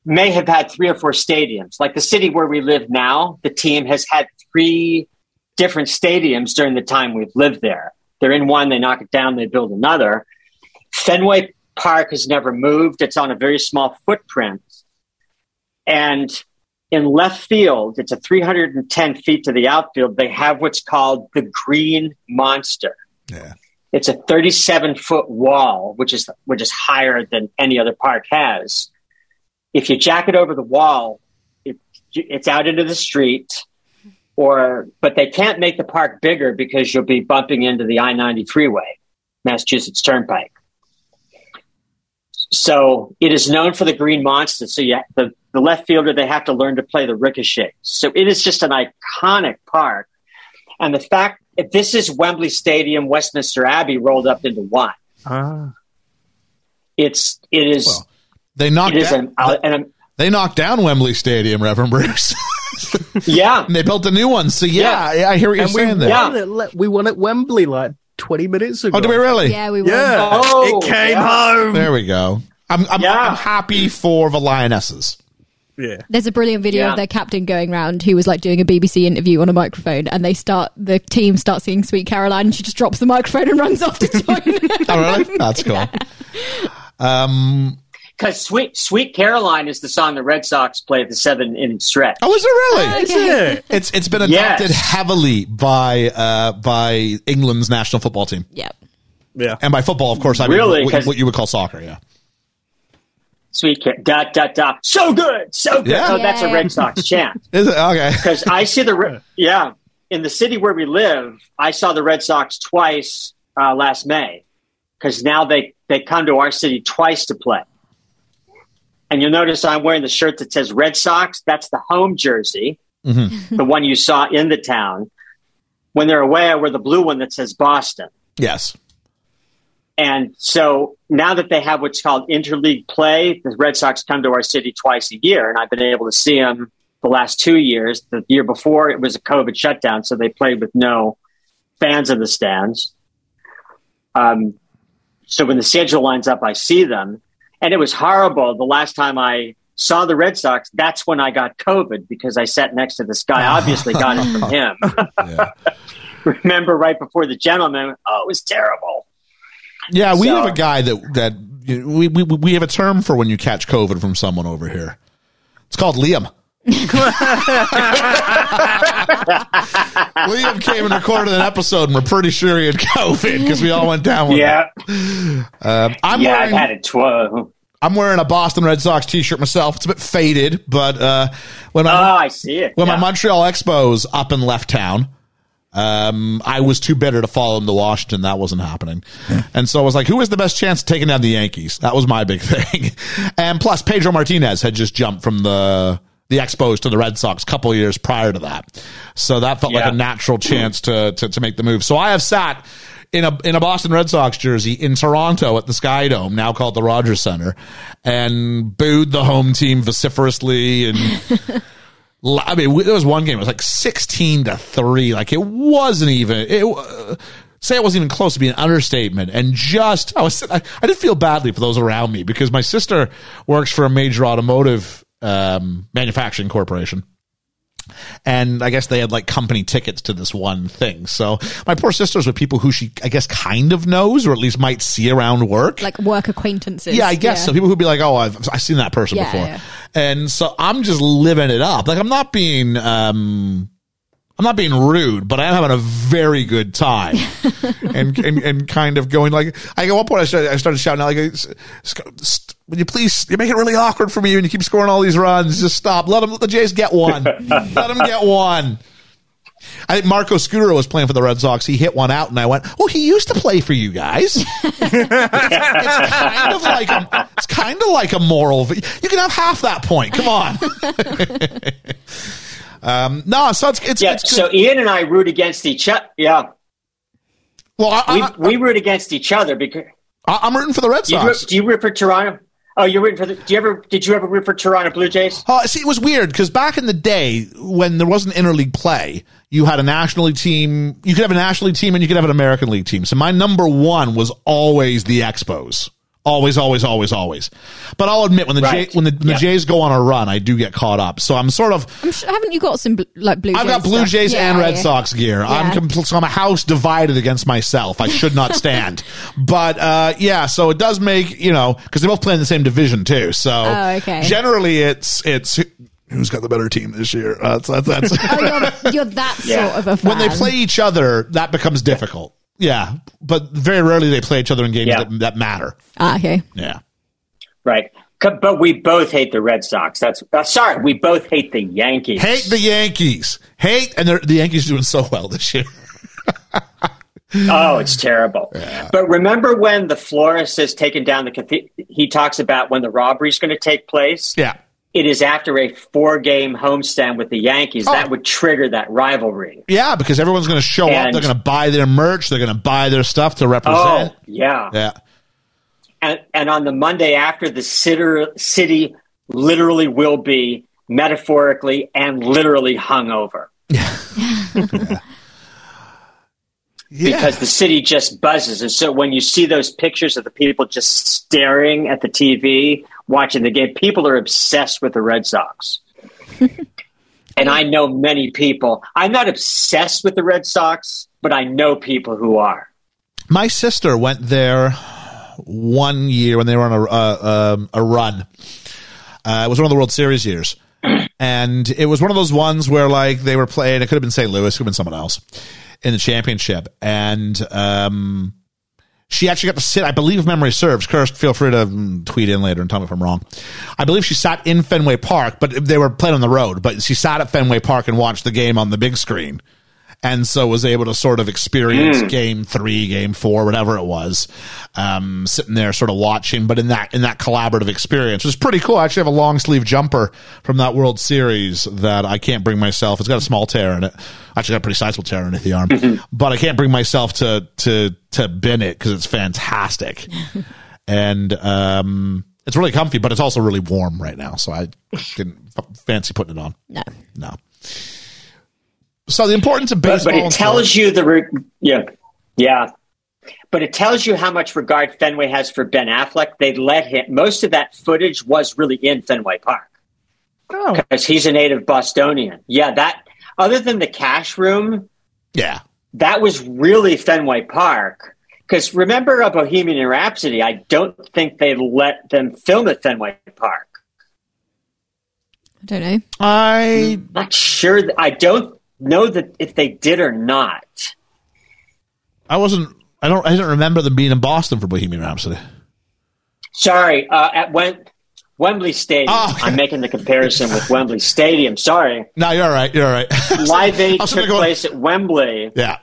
S8: may have had three or four stadiums. Like the city where we live now, the team has had three different stadiums during the time we've lived there. They're in one, they knock it down, they build another. Fenway Park has never moved. It's on a very small footprint. And in left field, it's a 310 feet to the outfield. They have what's called the green monster.
S4: Yeah.
S8: It's a 37 foot wall, which is which is higher than any other park has. If you jack it over the wall, it, it's out into the street. Or, but they can't make the park bigger because you'll be bumping into the I 90 freeway, Massachusetts Turnpike. So it is known for the green monster. So yeah, the, the left fielder they have to learn to play the ricochet. So it is just an iconic park. And the fact if this is Wembley Stadium, Westminster Abbey rolled up into one.
S5: Ah.
S8: It's it is
S4: Well, They knocked
S8: it is
S4: down,
S8: an, uh, an
S4: they knocked down Wembley Stadium, Reverend Bruce.
S8: yeah.
S4: and they built a new one. So yeah, I I hear what you're
S9: And we
S4: saying there.
S8: yeah.
S9: won, at, Le- we won at Wembley like 20 minutes ago.
S4: Oh, do we really?
S6: Yeah, we were.
S2: Yeah.
S8: Oh,
S2: it came
S8: yeah.
S2: home.
S4: There we go. I'm I'm,
S8: Yeah.
S4: I'm happy for the lionesses.
S5: Yeah.
S6: There's a brilliant video
S8: Yeah.
S6: of their captain going round who was like doing a BBC interview on a microphone, and they start the team starts singing "Sweet Caroline," and she just drops the microphone and runs off to join.
S4: Oh, really? That's cool. Um.
S8: Because Sweet Sweet Caroline is the song the Red Sox play at the seven inning stretch.
S4: Oh, is it really?
S5: Yeah.
S4: It's it's been
S8: Yes.
S4: adopted heavily by uh by England's national football team,
S6: yeah,
S5: Yeah.
S4: and by football, of course, I mean
S8: Really?
S4: what,
S8: 'Cause-
S4: what you would call soccer. Yeah,
S8: Sweet Car- dot dot dot. So good, so good.
S4: Yeah.
S8: Oh, that's a
S6: Yeah.
S8: Red Sox chant.
S4: is it okay?
S8: because I see the re- yeah in the city where we live. I saw the Red Sox twice uh, last May because now they they come to our city twice to play. And you'll notice I'm wearing the shirt that says Red Sox. That's the home jersey, the one you saw in the town. When they're away, I wear the blue one that says Boston.
S4: Yes.
S8: And so now that they have what's called interleague play, the Red Sox come to our city twice a year, and I've been able to see them the last two years. The year before, it was a COVID shutdown, so they played with no fans in the stands. Um, so when the schedule lines up, I see them, and it was horrible. The last time I saw the Red Sox, that's when I got COVID because I sat next to this guy. I obviously, got it from him.
S4: Yeah,
S8: Remember, right before the gentleman, oh, it was terrible.
S4: yeah. We
S8: So-
S4: have a guy that that we, we we have a term for when you catch COVID from someone over here. It's called Liam. Liam came and recorded an episode, and we're pretty sure he had COVID because we all went down with
S8: Yeah,
S4: it. Um, I'm
S8: yeah, I've
S4: wearing
S8: had it twice.
S4: I'm wearing a Boston Red Sox T-shirt myself. It's a bit faded, but uh, when my
S8: Oh, I see it.
S4: when
S8: Yeah.
S4: my Montreal Expos up and left town, um, I was too bitter to follow them to Washington. That wasn't happening, and so I was like, "Who has the best chance of taking down the Yankees?" That was my big thing. and plus, Pedro Martinez had just jumped from the the Expos to the Red Sox a couple years prior to that, so that felt like
S8: Yeah.
S4: a natural chance to, to to make the move. So I have sat. In a, in a Boston Red Sox jersey in Toronto at the Sky Dome, now called the Rogers Center, and booed the home team vociferously and la- I mean, we, there was one game. It was like sixteen to three. Like it wasn't even. It uh, say it wasn't even close to being an understatement. And just I was, I, I did feel badly for those around me because my sister works for a major automotive um, manufacturing corporation and I guess they had like company tickets to this one thing. So my poor sisters were people who she, I guess, kind of knows or at least might see around work.
S6: like work acquaintances.
S4: yeah, I guess so. People who'd be like, "Oh, I've I've seen that person
S6: Yeah,
S4: before,"
S6: yeah.
S4: and so I'm just living it up. Like I'm not being, um, I'm not being rude, but I'm having a very good time, and, and and kind of going like, I at one point I started, I started shouting out like, "S- s- "Would you please? You make it really awkward for me, and you keep scoring all these runs. Just stop. Let them, let the Jays get one. let them get one." I think Marco Scudero was playing for the Red Sox. He hit one out, and I went, "Well, he used to play for you guys." it's kind of like a, it's kind of like a moral. v- You can have half that point. Come on. um, no, so it's it's,
S8: Yeah.
S4: it's
S8: So Ian and I root against each other. Yeah.
S4: well, I,
S8: We,
S4: I,
S8: we root against each other because
S4: I, I'm rooting for the Red
S8: do you, root,
S4: Sox.
S8: do you root for Toronto? Oh, you're rooting for the. Do you ever? Did you ever root for Toronto Blue Jays?
S4: Oh, see, it was weird because back in the day when there wasn't interleague play, you had a national league team. You could have a national league team and you could have an American league team. So my number one was always the Expos. Always, always, always, always. But I'll admit when the
S8: Right.
S4: Jay, when the, when
S8: Yeah.
S4: the Jays go on a run, I do get caught up. So I'm sort of
S6: I'm sure, haven't you got some bl- like Blue?
S4: I've got
S6: Jays
S4: Blue
S6: stuff?
S4: Jays
S6: Yeah,
S4: and Red
S6: yeah.
S4: Sox gear. I'm
S6: Yeah.
S4: compl- so I'm a house divided against myself. I should not stand. but uh, yeah, so it does make you know because they both play in the same division too. So
S6: Oh, okay.
S4: generally, it's it's who's got the better team this year. Uh, that's that's, that's
S6: Oh, you're, you're that
S8: Yeah.
S6: sort of a fan.
S4: when they play each other, that becomes difficult. Yeah, but very rarely they play each other in games
S8: Yeah.
S4: that, that matter.
S6: Ah, okay.
S4: Yeah.
S8: Right. Co- But we both hate the Red Sox. That's uh, sorry. We both hate the Yankees.
S4: Hate the Yankees. Hate, and they're- the Yankees are doing so well this year.
S8: Oh, it's terrible. But remember when the florist has taken down the cathe- he talks about when the robbery is going to take place?
S4: Yeah.
S8: It is after a four-game homestand with the
S4: Oh.
S8: Yankees. That would trigger that rivalry.
S4: Yeah, because everyone's going to show up.
S8: And-
S4: They're going to buy their merch. They're going to buy their stuff to represent.
S8: Oh, yeah.
S4: Yeah.
S8: And, and on the Monday after, the sitter, city literally will be metaphorically and literally hungover
S4: Yeah.
S8: because the city just buzzes. And so when you see those pictures of the people just staring at the TV, watching the game, people are obsessed with the Red Sox. and I know many people. I'm not obsessed with the Red Sox, but I know people who are.
S4: My sister went there one year when they were on a, uh, um, a run. Uh, it was one of the World Series years. And it was one of those ones where, like, they were playing, it could have been St. Louis, could have been someone else in the championship. And, um, she actually got to sit, I believe, if memory serves. Kirst, feel free to mm, tweet in later and tell me if I'm wrong. I believe she sat in Fenway Park, but they were playing on the road, but she sat at Fenway Park and watched the game on the big screen. And so was able to sort of experience game three, game four, whatever it was, um, sitting there sort of watching, but in that, in that collaborative experience, which is pretty cool. I actually have a long sleeve jumper from that World Series that I can't bring myself. It's got a small tear in it. Actually got a pretty sizable tear in it, the arm, but I can't bring myself to, to, to bin it because it's fantastic. and um, it's really comfy, but it's also really warm right now. So I didn't f- fancy putting it on.
S6: No.
S4: No. So the importance of
S8: But,
S4: baseball.
S8: but it
S4: and
S8: tells
S4: sports-
S8: you the re- yeah yeah. But it tells you how much regard Fenway has for Ben Affleck. They let him. Most of that footage was really in Fenway Park
S5: Oh,
S8: because he's a native Bostonian. Yeah, that. Other than the cash room,
S4: yeah,
S8: that was really Fenway Park. Because remember a Bohemian Rhapsody? I don't think they let them film at Fenway Park.
S6: I don't know.
S4: I
S8: Not sure. That, I don't know that if they did or not.
S4: I wasn't. I don't. I didn't remember them being in Boston for Bohemian Rhapsody.
S8: Sorry, uh, at Wem- Wembley Stadium.
S4: Oh, okay.
S8: I'm making the comparison with Wembley Stadium. Sorry,
S4: No, you're all right. You're all right.
S8: Live Aid
S4: I was gonna
S8: took
S4: go-
S8: place at Wembley.
S4: yeah,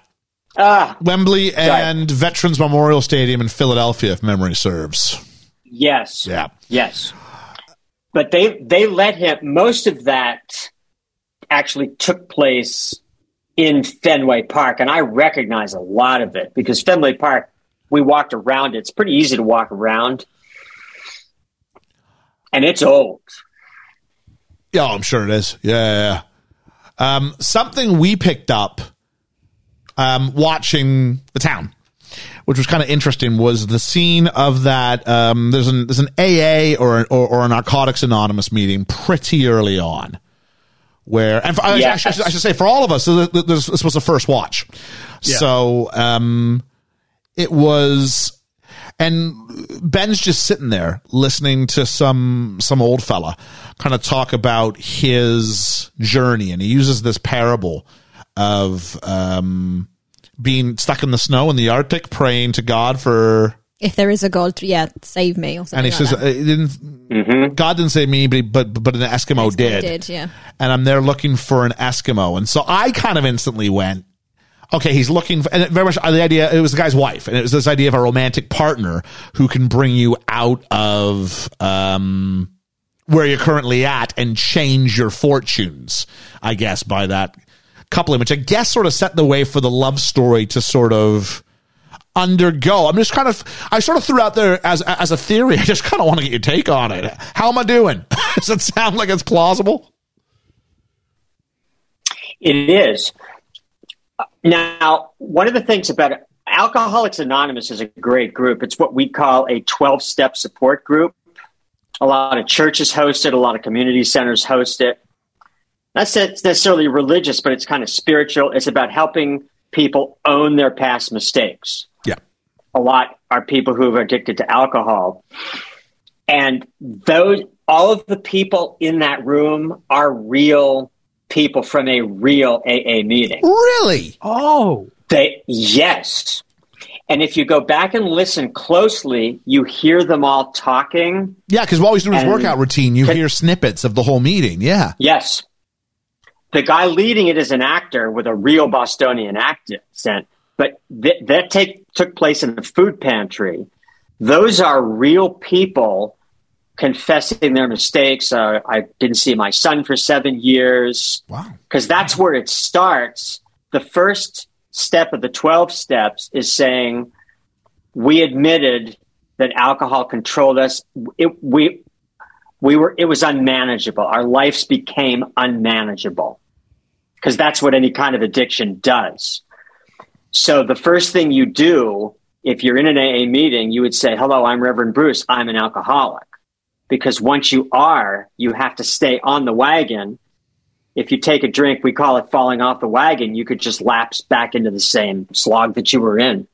S8: Ah,
S4: Wembley and Veterans Memorial Stadium in Philadelphia, if memory serves.
S8: yes,
S4: Yeah,
S8: yes. But they they let him. Most of that actually took place in Fenway Park, and I recognize a lot of it because Fenway Park. We walked around. it. It's pretty easy to walk around, and it's old.
S4: yeah, I'm sure it is. Yeah, yeah, yeah. Um, something we picked up um, watching the town, which was kind of interesting, was the scene of that. Um, there's an there's an AA or, or or a Narcotics Anonymous meeting pretty early on, where and for, I- I,
S8: Yes.
S4: should- I should, I should say for all of us, this, this this was the first watch, so um, it was. And Ben's just sitting there listening to some some old fella kind of talk about his journey, and he uses this parable of um, being stuck in the snow in the Arctic, praying to God for.
S6: If there is a God, yeah, save me or something.
S4: And he
S6: like
S4: says,
S6: that.
S4: uh, it didn't, God didn't say me, but, he- but but an Eskimo,
S6: He
S4: did.
S6: did, yeah.
S4: And I'm there looking for an Eskimo, and so I kind of instantly went, okay, he's looking for, and it very much uh, the idea. It was the guy's wife, and it was this idea of a romantic partner who can bring you out of um, where you're currently at and change your fortunes, I guess, by that coupling, which I guess sort of set the way for the love story to sort of undergo. I'm just kind of, I sort of threw out there as as a theory. I just kind of want to get your take on it. How am I doing? Does it sound like it's plausible?
S8: It is. Now, one of the things about Alcoholics Anonymous is a great group. It's what we call a 12 step support group. A lot of churches host it, a lot of community centers host it. That's not necessarily religious, but it's kind of spiritual. It's about helping people own their past mistakes.
S4: Yeah.
S8: A lot are people who are addicted to alcohol. And those all of the people in that room are real people from a real AA meeting.
S4: Really?
S5: Oh,
S8: They yes. And if you go back and listen closely, you hear them all talking.
S4: Yeah, because while he's doing his
S8: And-
S4: workout routine, you
S8: Can-
S4: hear snippets of the whole meeting. Yeah.
S8: Yes. The guy leading it is an actor with a real Bostonian accent, but th- that take, took place in the food pantry. Those are real people confessing their mistakes. Uh, I didn't see my son for seven years.
S4: Wow.
S8: because that's where it starts. The first step of the 12 steps is saying, we admitted that alcohol controlled us. It, we, we were, it was unmanageable. Our lives became unmanageable because that's what any kind of addiction does. So the first thing you do, if you're in an AA meeting, you would say, hello, I'm Reverend Bruce. I'm an alcoholic. Because once you are, you have to stay on the wagon if you take a drink, we call it falling off the wagon. You could just lapse back into the same slog that you were in.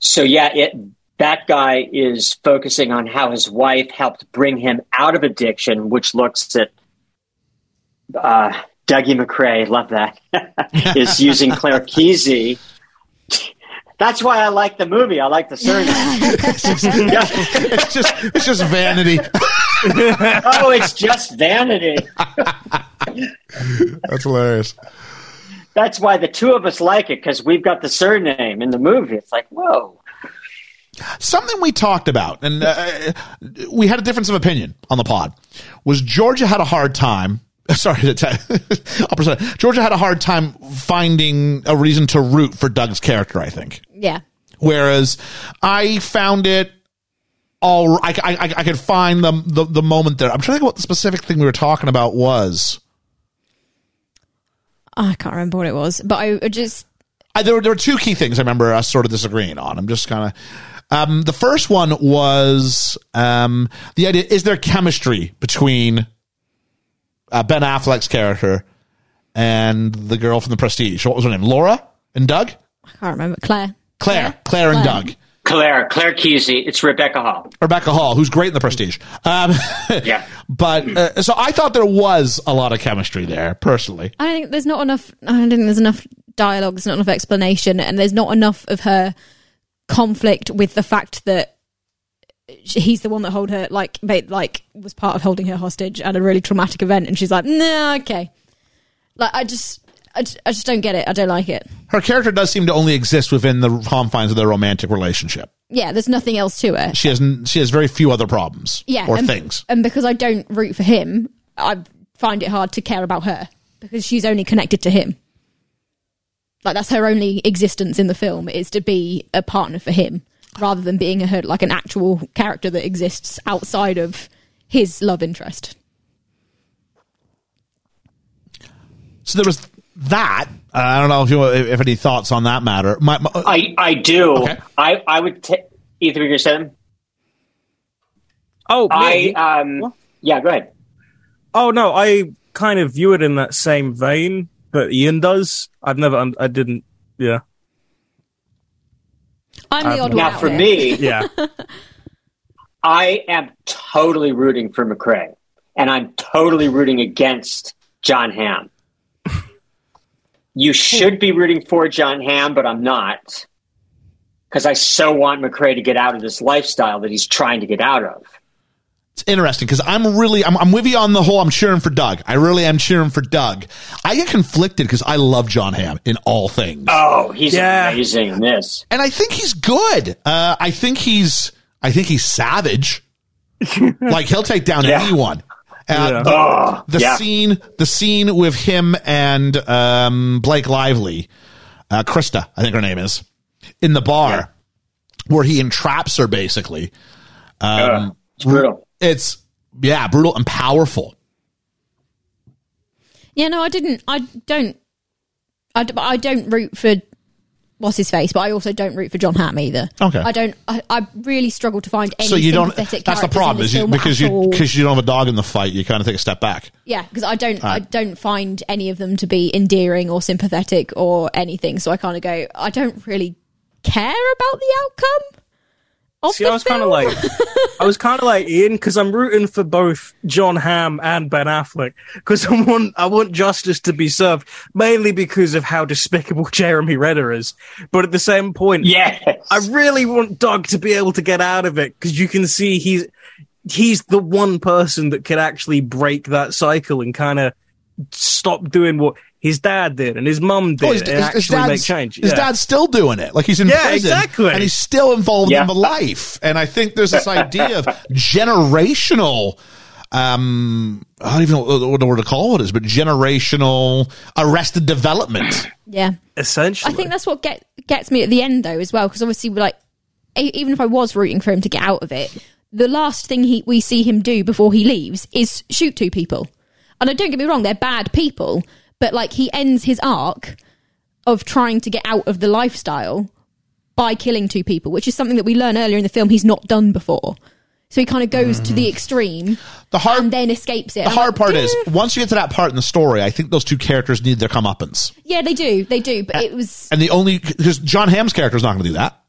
S8: So yeah, it, that guy is focusing on how his wife helped bring him out of addiction, which looks at uh, Dougie McRae. Love that is using Claire Kesey. That's why I like the movie. I like the surname.
S4: It's just it's just vanity.
S8: oh, it's just vanity.
S4: That's hilarious.
S8: That's why the two of us like it because we've got the surname in the movie. It's like whoa.
S4: Something we talked about, and uh, we had a difference of opinion on the pod, was Georgia had a hard time. Sorry to tell. I'll present- Georgia had a hard time finding a reason to root for Doug's character. I think.
S6: yeah.
S4: Whereas I found it all. I, I, I- I could find the, the the moment there. I'm trying to think what the specific thing we were talking about was.
S6: I can't remember what it was, but I I just
S4: I, there, were, there were two key things I remember us sort of disagreeing on. I'm just kind of. Um, the first one was um, the idea: is there chemistry between uh, Ben Affleck's character and the girl from The Prestige? What was her name? Laura and Doug,
S6: I can't remember Claire.
S4: Claire, Claire and
S6: Claire.
S4: Doug,
S8: Claire, Claire Kesey. It's Rebecca Hall.
S4: Rebecca Hall, who's great in The Prestige. Um,
S8: Yeah.
S4: But uh, so I thought there was a lot of chemistry there, personally.
S6: I don't think there's not enough. I don't think there's enough dialogue. There's not enough explanation, and there's not enough of her conflict with the fact that sh- he's the one that hold her like ba- like was part of holding her hostage at a really traumatic event, and she's like, no, okay. Like I just, I just, I just don't get it. I don't like it.
S4: Her character does seem to only exist within the confines of their romantic relationship.
S6: Yeah, there's nothing else to it.
S4: She has n- she has very few other problems
S6: Yeah,
S4: or
S6: and,
S4: things.
S6: And because I don't root for him, I find it hard to care about her because she's only connected to him. Like that's her only existence in the film is to be a partner for him, rather than being a like an actual character that exists outside of his love interest.
S4: So there was that. Uh, I don't know if you if, if any thoughts on that matter. My, my, uh,
S8: I, I do.
S4: Okay.
S8: I, I would take either of you said them.
S5: Oh,
S8: I
S5: me.
S8: um
S5: What?
S8: yeah, go ahead.
S5: oh no, I kind of view it in that same vein that Ian does. I've never, un- I didn't. Yeah,
S6: I'm the odd one.
S8: Now
S6: out
S8: for
S6: here.
S8: me,
S5: yeah.
S8: I am totally rooting for McRae, and I'm totally rooting against John Hamm. You should be rooting for John Hamm, but I'm not. Because I so want McRae to get out of this lifestyle that he's trying to get out of.
S4: it's interesting because I'm really I'm, I'm with you on the whole. I'm cheering for Doug. I really am cheering for Doug. I get conflicted because I love John Hamm in all things.
S8: Oh, he's
S5: Yeah.
S8: amazing in this.
S4: and I think he's good. Uh, I think he's I think he's savage. like he'll take down
S8: Yeah.
S4: anyone.
S5: Yeah.
S4: Uh, the-
S8: Oh,
S4: The,
S8: yeah.
S4: scene the scene with him and um, Blake Lively, uh, Krista, I think her name is, in the bar where he entraps her basically. Um,
S8: Ugh, it's brutal.
S4: It's yeah, brutal and powerful.
S6: Yeah, no, I didn't. I don't. I, d- I don't root for what's his face, but I also don't root for John Hamm either.
S4: Okay.
S6: I don't. I, I really struggle to find any.
S4: so you don't
S6: sympathetic
S4: that's the
S6: characters in
S4: problem
S6: this
S4: is you, because you
S6: film at all.
S4: because you don't have a dog in the fight, you kind of take a step back.
S6: Yeah, because I don't, I don't find any of them to be endearing or sympathetic or anything. So I kind of go, I don't really care about the outcome. Of
S5: See,
S6: the
S5: I was kind of
S6: film.
S5: like, I was kind of like Ian because I'm rooting for both John Hamm and Ben Affleck because I want I want justice to be served mainly because of how despicable Jeremy Renner is. But at the same point,
S8: Yes.
S5: I really want Doug to be able to get out of it because you can see he's he's the one person that could actually break that cycle and kind of stop doing what his dad did and his mum did
S4: Oh, his,
S5: and
S4: his- his
S5: actually make
S4: dad's,
S5: change.
S4: his
S5: Yeah.
S4: dad's still doing it. Like he's in
S5: Yeah,
S4: prison,
S5: exactly.
S4: and he's still involved
S8: Yeah.
S4: in the life. And I think there's this idea of generational. Um, I don't even know what the word to call it is, but generational arrested development.
S6: yeah.
S5: essentially.
S6: I think that's what get, gets me at the end though as well because obviously like e- even if I was rooting for him to get out of it the last thing he we see him do before he leaves is shoot two people and I don't get me wrong they're bad people but like he ends his arc of trying to get out of the lifestyle by killing two people which is something that we learn earlier in the film he's not done before so he kind of goes to the extreme
S4: The hard,
S6: and then escapes it
S4: Mm. the
S6: I'm
S4: hard
S6: like,
S4: part
S6: "Yeah."
S4: is once you get to that part in the story, I think those two characters need their comeuppance.
S6: yeah they do they do
S4: Uh,
S6: but it was
S4: And the only because John Hamm's character is not going to do that.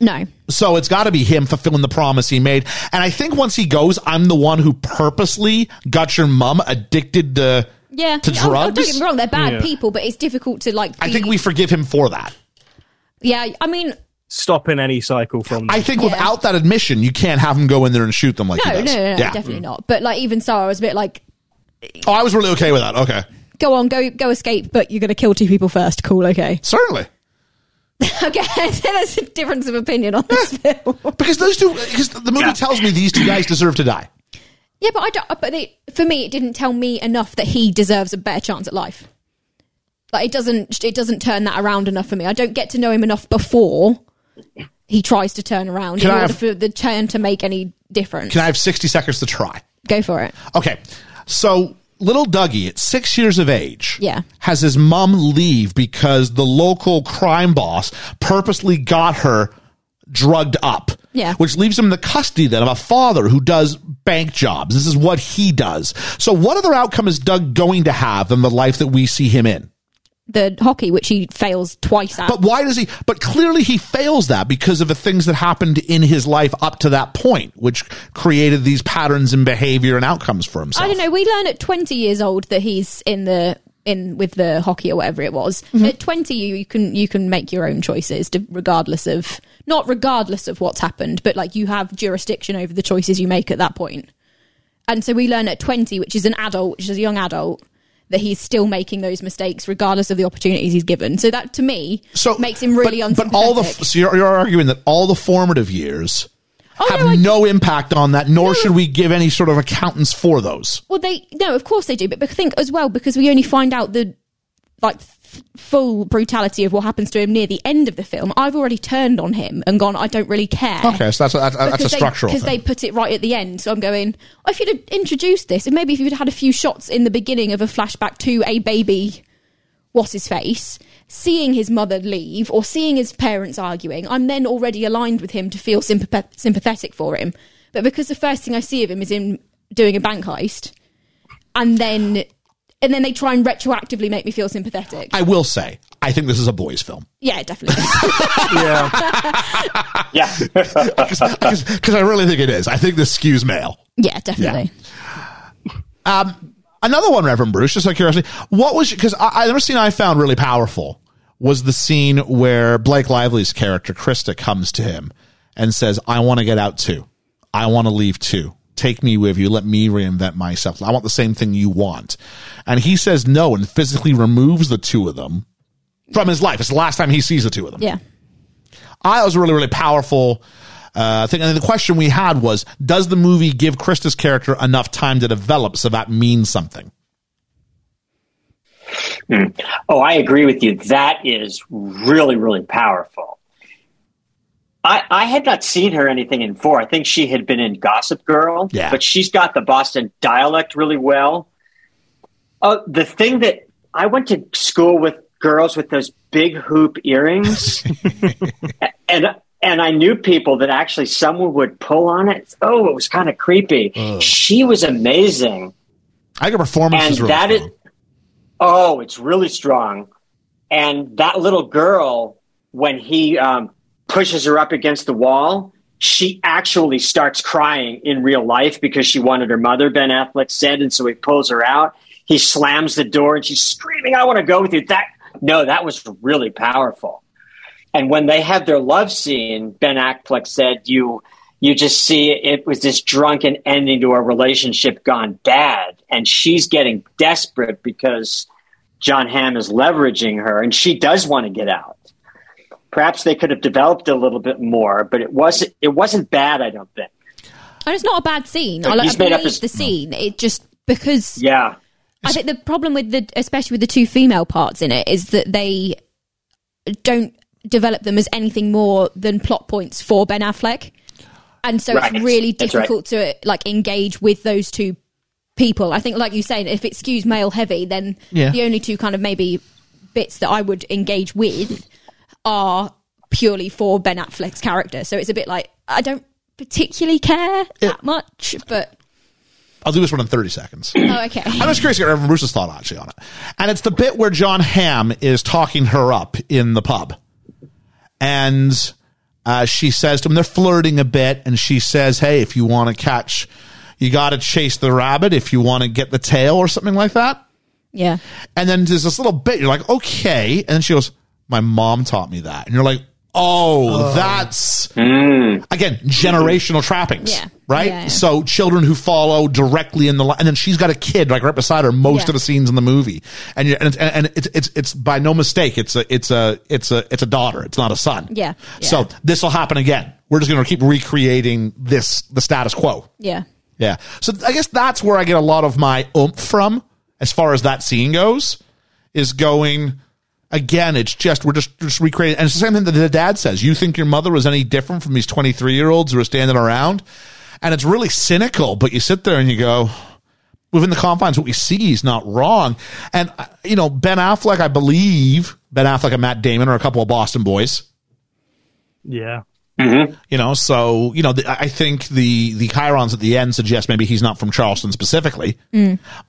S6: no
S4: So it's got to be him fulfilling the promise he made. And I think once he goes, I'm the one who purposely got your mum addicted to.
S6: yeah
S4: To
S6: Yeah, oh, oh, don't
S4: drugs?
S6: get me wrong they're bad people but it's difficult to like
S4: I
S6: be-
S4: think we forgive him for that.
S6: Yeah, I mean,
S5: stopping any cycle from
S4: I think
S6: Yeah.
S4: without that admission, you can't have him go in there and shoot them like
S6: no,
S4: he
S6: no,
S4: does.
S6: no, no,
S4: yeah. Mm.
S6: definitely not. But like, even so, I was a bit like,
S4: Oh, I was really okay with that. Okay,
S6: go on, go, go escape, but you're going to kill two people first. Cool, okay,
S4: certainly
S6: okay. There's a difference of opinion on this film.
S4: because those two. Because the movie tells me these two guys deserve to die.
S6: Yeah, but I don't. But they, for me, it didn't tell me enough that he deserves a better chance at life. Like it doesn't. It doesn't turn that around enough for me. I don't get to know him enough before he tries to turn around
S4: Can
S6: in
S4: I
S6: order
S4: have-
S6: for the turn to make any difference.
S4: Can I have sixty seconds to try?
S6: go for it?
S4: Okay, so little Dougie at six years of age,
S6: Yeah.
S4: has his mom leave because the local crime boss purposely got her drugged up.
S6: Yeah.
S4: which leaves him in the custody then of a father who does bank jobs. This is what he does. So, what other outcome is Doug going to have than the life that we see him in?
S6: The hockey, which he fails twice at.
S4: But why does he? But clearly he fails that because of the things that happened in his life up to that point, which created these patterns in behavior and outcomes for himself.
S6: I don't know. We learn at 20 years old that he's in the in with the hockey or whatever it was.
S4: Mm-hmm.
S6: At 20, you, you can you can make your own choices, to, regardless of not regardless of what's happened, but like you have jurisdiction over the choices you make at that point. And so we learn at 20, which is an adult, which is a young adult, that he's still making those mistakes regardless of the opportunities he's given. So that to me makes him really
S4: but,
S6: unsympathetic.
S4: but all the f- so you're, you're arguing that all the formative years
S6: Oh,
S4: have
S6: no, I-
S4: no impact on that, nor should we give any sort of accountants for those.
S6: Well, they no, of course they do, but, but think as well because we only find out the like f- full brutality of what happens to him near the end of the film. I've already turned on him and gone, I don't really care.
S4: Okay, so that's a, that's, a- that's a structural
S6: because they
S4: thing.
S6: put it right at the end. So I'm going, oh, if you'd have introduced this, and maybe if you'd had a few shots in the beginning of a flashback to a baby what's his face, seeing his mother leave or seeing his parents arguing, I'm then already aligned with him to feel sympath- sympathetic for him. But because the first thing I see of him is him doing a bank heist, and then and then they try and retroactively make me feel sympathetic.
S4: I will say, I think this is a boys' film
S6: yeah, definitely.
S5: Yeah.
S8: Yeah.
S4: because I really think it is. I think this skews male.
S6: yeah, definitely.
S4: Another one, Reverend Bruce, just out of curiosity, what was because I, I the scene I found really powerful was the scene where Blake Lively's character Krista comes to him and says, "I want to get out too. I want to leave too. Take me with you. Let me reinvent myself. I want the same thing you want." And he says no and physically removes the two of them from his life. It's the last time he sees the two of them.
S6: Yeah.
S4: I thought it was a really, really powerful uh, thing. And the question we had was Does the movie give Krista's character enough time to develop so that means something?
S8: Oh, I agree with you. That is really, really powerful. I, I had not seen her anything in four. I think she had been in Gossip Girl,
S4: Yeah.
S8: but she's got the Boston dialect really well. Uh, the thing that I went to school with girls with those big hoop earrings, and and I knew people that actually someone would pull on it. Oh, it was kind of creepy. She was amazing
S4: I think her performance
S8: and
S4: is really
S8: that is,
S4: strong.
S8: oh it's really strong and that little girl when he um, pushes her up against the wall she actually starts crying in real life because she wanted her mother ben affleck said and so he pulls her out he slams the door and she's screaming i want to go with you that no that was really powerful and when they had their love scene ben affleck said you you just see it was this drunken ending to a relationship gone bad and she's getting desperate because john hamm is leveraging her and she does want to get out perhaps they could have developed it a little bit more but it wasn't it wasn't bad i don't think
S6: And it's not a bad scene.
S8: But
S6: I, like, I
S8: he's made up
S6: believe
S8: his-
S6: the scene. It just because
S8: yeah
S6: I think the problem with the, especially with the two female parts in it, is that they don't develop them as anything more than plot points for Ben Affleck, and so
S8: Right.
S6: it's really
S8: That's right.
S6: difficult to like engage with those two people. I think, like you saying, if it skews male heavy, then
S4: Yeah.
S6: the only two kind of maybe bits that I would engage with are purely for Ben Affleck's character. So it's a bit like I don't particularly care that much, but
S4: I'll do this one in 30 seconds.
S6: oh, okay.
S4: I'm just curious to get Reverend Bruce's thought actually on it. And it's the bit where John Hamm is talking her up in the pub. And uh, she says to him, they're flirting a bit. And she says, hey, if you want to catch, you got to chase the rabbit if you want to get the tail or something like that.
S6: Yeah.
S4: And then there's this little bit, you're like, okay. And then she goes, my mom taught me that. And you're like, oh, that's again, generational trappings,
S6: Yeah.
S4: right?
S6: Yeah, yeah.
S4: So children who follow directly in the line. And then she's got a kid like right beside her most
S6: Yeah.
S4: of the scenes in the movie. And, you're, and, it's, and it's, it's, it's by no mistake. It's a, it's a, it's a, it's a daughter. It's not a son.
S6: Yeah.
S4: So this will happen again. We're just going to keep recreating this, the status quo.
S6: Yeah.
S4: Yeah. So I guess that's where I get a lot of my oomph from as far as that scene goes, is going again, it's just we're just, just recreating and it's the same thing that the dad says. You think your mother was any different from these twenty three year olds who are standing around? And it's really cynical, but you sit there and you go, within the confines what we see is not wrong. And uh, you know, Ben Affleck, I believe Ben Affleck and Matt Damon are a couple of Boston boys
S5: Yeah.
S4: you know so you know the, i think the the chirons at the end suggest maybe he's not from charleston specifically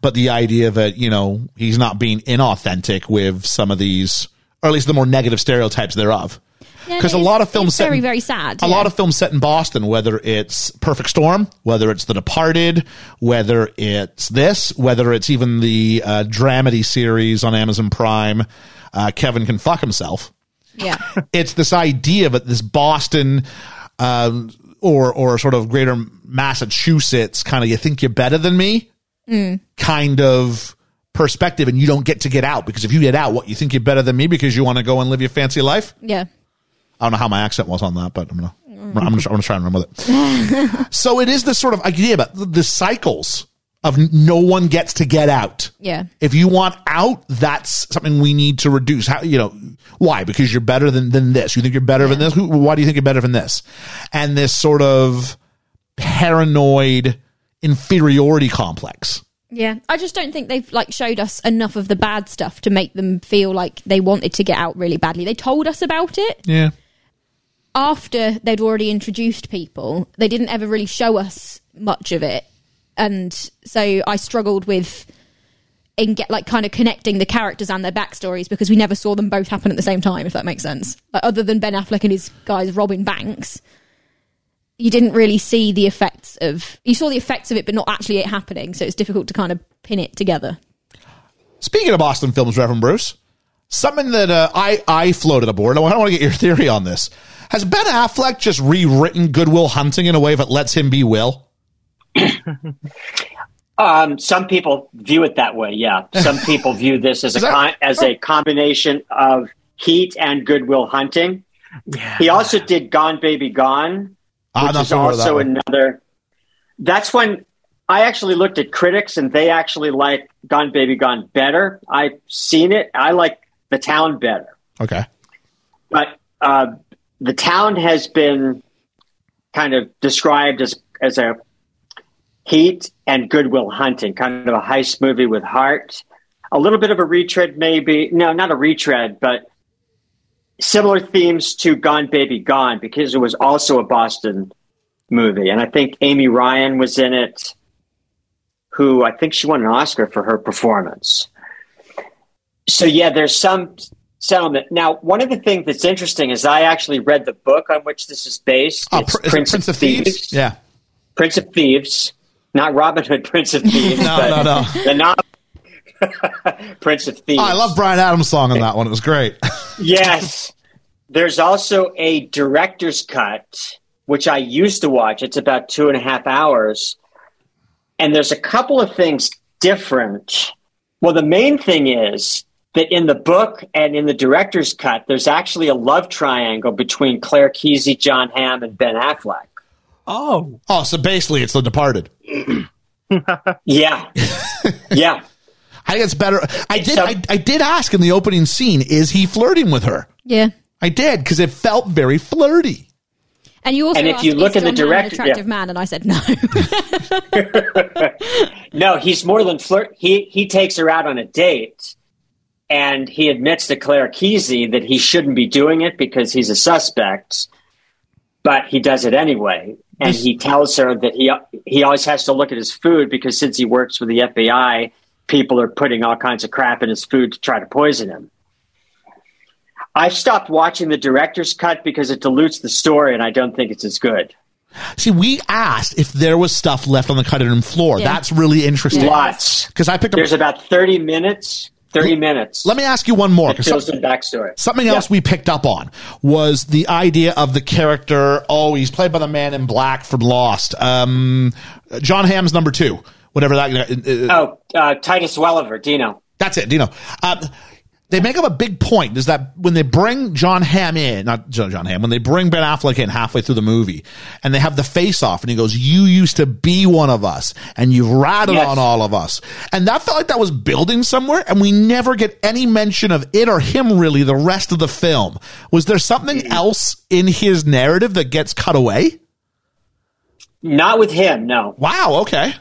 S4: but the idea that you know he's not being inauthentic with some of these or at least the more negative stereotypes thereof because a
S6: it's-
S4: lot of films
S6: it's
S4: set
S6: very,
S4: in-
S6: very sad,
S4: a lot
S6: yeah.
S4: of films set in boston whether it's perfect storm whether it's the departed whether it's this whether it's even the uh, dramedy series on amazon prime uh, kevin can fuck himself
S6: Yeah.
S4: it's this idea that this Boston um, or or sort of greater Massachusetts kind of you think you're better than me kind of perspective, and you don't get to get out because if you get out, what you think you're better than me because you want to go and live your fancy life.
S6: Yeah.
S4: I don't know how my accent was on that, but I'm gonna I'm gonna, I'm gonna, try- I'm gonna try and run with it. so it is this sort of idea about the, the cycles of n- no one gets to get out.
S6: Yeah.
S4: If you want out, that's something we need to reduce. How you know why? Because you're better than than this. You think you're better than this. Who, why do you think you're better than this? And this sort of paranoid inferiority complex
S6: Yeah, I just don't think they've like showed us enough of the bad stuff to make them feel like they wanted to get out really badly. They told us about it
S4: Yeah.
S6: after they'd already introduced people. They didn't ever really show us much of it, and so I struggled with in get like kind of connecting the characters and their backstories because we never saw them both happen at the same time. If that makes sense, like other than Ben Affleck and his guys robbing banks. You didn't really see the effects of you saw the effects of it, but not actually it happening. So it's difficult to kind of pin it together.
S4: Speaking of Boston films, Reverend Bruce, something that uh, I I floated aboard. I want to get your theory on this. Has Ben Affleck just rewritten Goodwill Hunting in a way that lets him be Will?
S8: Um, some people view it that way. Yeah, some people view this as a
S4: that-
S8: con- as a combination of Heat and Goodwill Hunting. He also did Gone Baby Gone,
S4: I'm
S8: which
S4: not
S8: is
S4: sure about that
S8: also
S4: one.
S8: another. That's when I actually looked at critics, and they actually like Gone Baby Gone better. I've seen it. I like The Town better,
S4: Okay.
S8: but uh, The Town has been kind of described as as a Heat and Goodwill Hunting, kind of a heist movie with heart. A little bit of a retread, maybe. No, not a retread, but similar themes to Gone Baby Gone because it was also a Boston movie. And I think Amy Ryan was in it, who I think she won an Oscar for her performance. So, yeah, there's some settlement. Now, one of the things that's interesting is I actually read the book on which this is based.
S4: Ah,
S8: It's
S4: Pr- is it Prince of Thieves? Yeah.
S8: Prince of Thieves, not Robin Hood, Prince of Thieves.
S4: No, no,
S8: but
S4: no.
S8: The novel, Prince of Thieves.
S4: Oh, I love Brian Adams' song on that one. It was great.
S8: Yes. There's also a director's cut, which I used to watch. It's about two and a half hours. And there's a couple of things different. Well, the main thing is that in the book and in the director's cut, there's actually a love triangle between Claire Keezy, John Hamm, and Ben Affleck.
S5: Oh,
S4: Oh, so basically it's The Departed.
S8: Yeah. yeah.
S4: I think it's better. I did.
S8: So-
S4: I, I did ask in the opening scene, is he flirting with her?
S6: Yeah,
S4: I did because it felt very flirty.
S6: and you also
S8: And if
S6: asked,
S8: you look
S6: "Is
S8: in the
S6: John Hamm an
S8: direct- yeah.
S6: attractive man, and I said no.
S8: No, he's more than flirt. He he takes her out on a date, and he admits to Claire Keezy that he shouldn't be doing it because he's a suspect, but he does it anyway. And he tells her that he he always has to look at his food because since he works for the FBI, people are putting all kinds of crap in his food to try to poison him. I've stopped watching the director's cut because it dilutes the story, and I don't think it's as good.
S4: See, we asked if there was stuff left on the cutting room floor.
S6: Yeah.
S4: That's really interesting.
S8: Lots.
S4: Because I picked up.
S8: There's about thirty minutes. Thirty minutes.
S4: let me ask you one more. 'cause
S8: Shows
S4: some-
S8: the backstory.
S4: something else we picked up on was the idea of the character. Oh, he's played by the man in black from Lost. Um, John Hamm's number two, whatever that. uh, uh,
S8: Oh, uh, Titus Welliver, Dino.
S4: That's it, Dino. Um, they make up a big point is that when they bring John Hamm in, not John John Hamm, when they bring Ben Affleck in halfway through the movie and they have the face off and he goes, you used to be one of us and you've ratted
S8: Yes.
S4: on all of us. And that felt like that was building somewhere and we never get any mention of it or him really the rest of the film. Was there something else in his narrative that gets cut away?
S8: Not with him, no.
S4: Wow. Okay.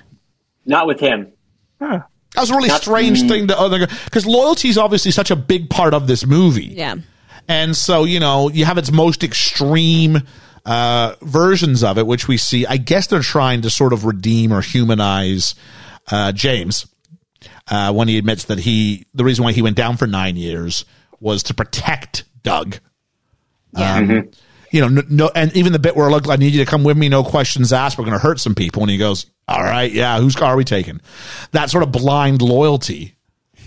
S8: Not with him.
S4: That was a really strange thing to other, because loyalty is obviously such a big part of this movie.
S6: yeah,
S4: And so, you know, you have its most extreme uh, versions of it, which we see. I guess they're trying to sort of redeem or humanize uh, James uh, when he admits that he, the reason why he went down for nine years was to protect Doug.
S6: yeah.
S4: You know, no, no and even the bit where, look, I need you to come with me, no questions asked, we're going to hurt some people. And he goes, all right, yeah, whose car are we taking? That sort of blind loyalty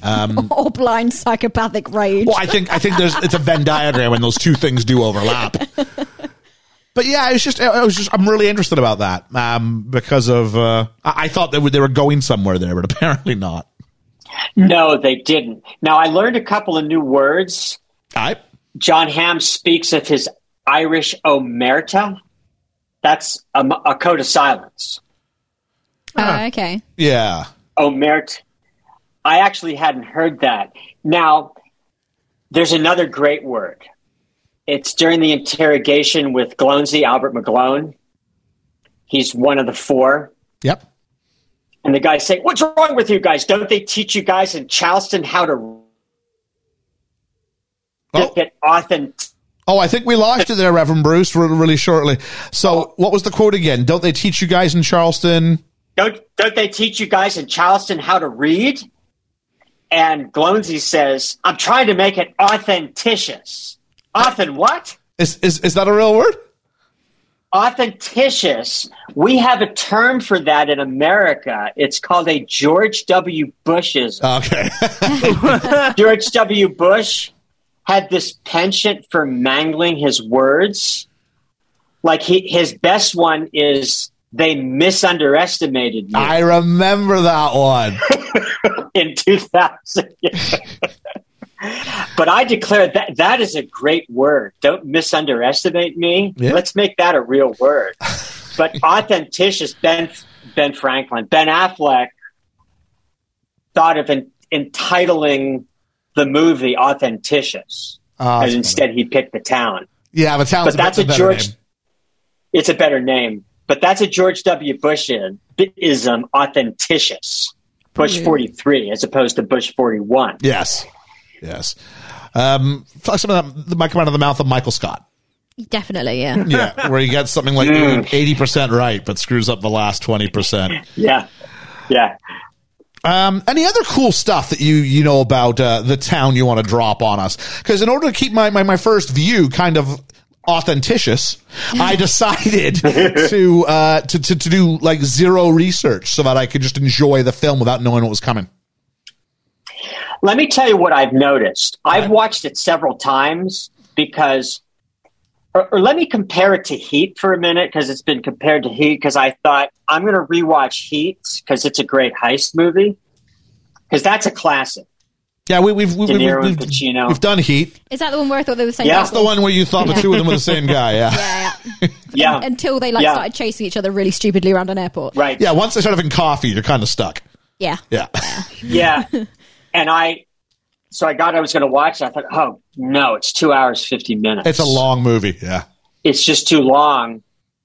S6: or blind psychopathic rage.
S4: Well, I think I think there's it's a Venn diagram when those two things do overlap. But yeah, it's just I was just I'm really interested about that um, because of uh, I, I thought they were, they were going somewhere there, but apparently not.
S8: No, they didn't. Now, I learned a couple of new words.
S4: I
S8: John Hamm speaks of his Irish omerta. That's a, m- a code of silence.
S4: Ah.
S6: Oh, okay.
S4: yeah
S8: Omert. I actually hadn't heard that. Now, there's another great word. It's during the interrogation with Glonesy, Albert McGlone. He's one of the four.
S4: yep
S8: And the guy's saying, What's wrong with you guys? Don't they teach you guys in Charleston how to
S4: Oh,
S8: get authentic?
S4: oh, I think we lost you there, Reverend Bruce, re- really shortly. So, what was the quote again? Don't they teach you guys in Charleston?
S8: Don't, don't they teach you guys in Charleston how to read? And Glonesy says, I'm trying to make it authenticious. Authen what?
S4: Is is is that a real word?
S8: Authenticious. We have a term for that in America. It's called a George W. Bush's.
S4: Okay.
S8: George W. Bush had this penchant for mangling his words. Like he, his best one is they misunderestimated me
S4: I remember that one.
S8: in 2000. but I declare that that is a great word. Don't misunderestimate me.
S4: Yeah.
S8: Let's make that a real word. but authenticious Ben Ben Franklin, Ben Affleck thought of en- entitling the movie Authenticious.
S4: Ah,
S8: and instead he picked the town.
S4: Yeah, but sounds
S8: But that's a
S4: better
S8: George
S4: name.
S8: It's a better name. But that's a George W. Bush in- ism, authenticious. Bush 43 as opposed to Bush 41.
S4: Yes. Yes. Um, fuck, some of that that might come out of the mouth of Michael Scott.
S6: Definitely, yeah.
S4: Yeah, where he gets something like eighty percent right, but screws up the last twenty percent.
S8: Yeah. Yeah.
S4: Um, any other cool stuff that you you know about uh, the town you want to drop on us? Because in order to keep my, my my first view kind of authenticious, I decided to, uh, to to to do like zero research so that I could just enjoy the film without knowing what was coming.
S8: Let me tell you what I've noticed. I've watched it several times because, or, or let me compare it to Heat for a minute because it's been compared to Heat because I thought I'm going to rewatch Heat because it's a great heist movie because that's a classic.
S4: Yeah, we, we've we,
S8: De
S4: we,
S8: Niro
S4: we've
S8: and Pacino.
S4: we've done Heat.
S6: Is that the one where I thought they were saying?
S8: Yeah.
S6: that
S8: That's
S4: That's the one where you thought the two of them were the same guy. Yeah,
S6: Yeah, yeah.
S8: Yeah.
S6: Until they like
S8: Yeah.
S6: started chasing each other really stupidly around an airport.
S8: right.
S4: yeah. Once they start having coffee, you're kind of stuck.
S6: Yeah.
S4: Yeah,
S8: Yeah. and I, so I got, I was going to watch it. I thought, oh, no, it's two hours, 50 minutes.
S4: it's a long movie. Yeah.
S8: It's just too long.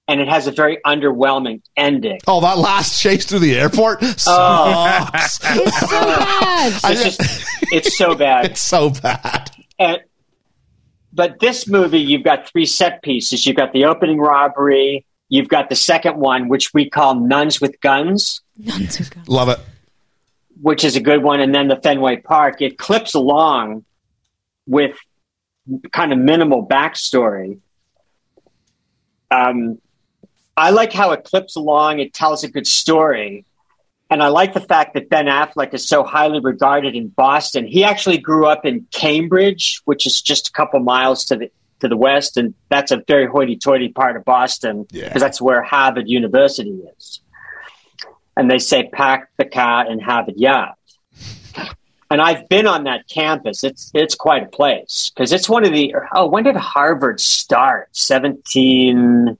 S8: And it has a very underwhelming ending.
S4: Oh, that last chase through the airport
S8: Oh.
S4: sucks.
S6: It's so bad.
S4: I
S8: It's
S4: just-
S8: just, it's so bad.
S4: it's so bad.
S8: and but this movie you've got three set pieces you've got the opening robbery you've got the second one which we call nuns with guns
S6: Nuns with guns.
S4: Love it.
S8: which is a good one and then the fenway park it clips along with kind of minimal backstory um, i like how it clips along it tells a good story and i like the fact that ben affleck is so highly regarded in boston he actually grew up in cambridge which is just a couple miles to the to the west and that's a very hoity-toity part of boston because
S4: Yeah.
S8: that's where harvard university is and they say pack the car and have it yacht. And I've been on that campus. It's it's quite a place because it's one of the oh when did Harvard start? Seventeen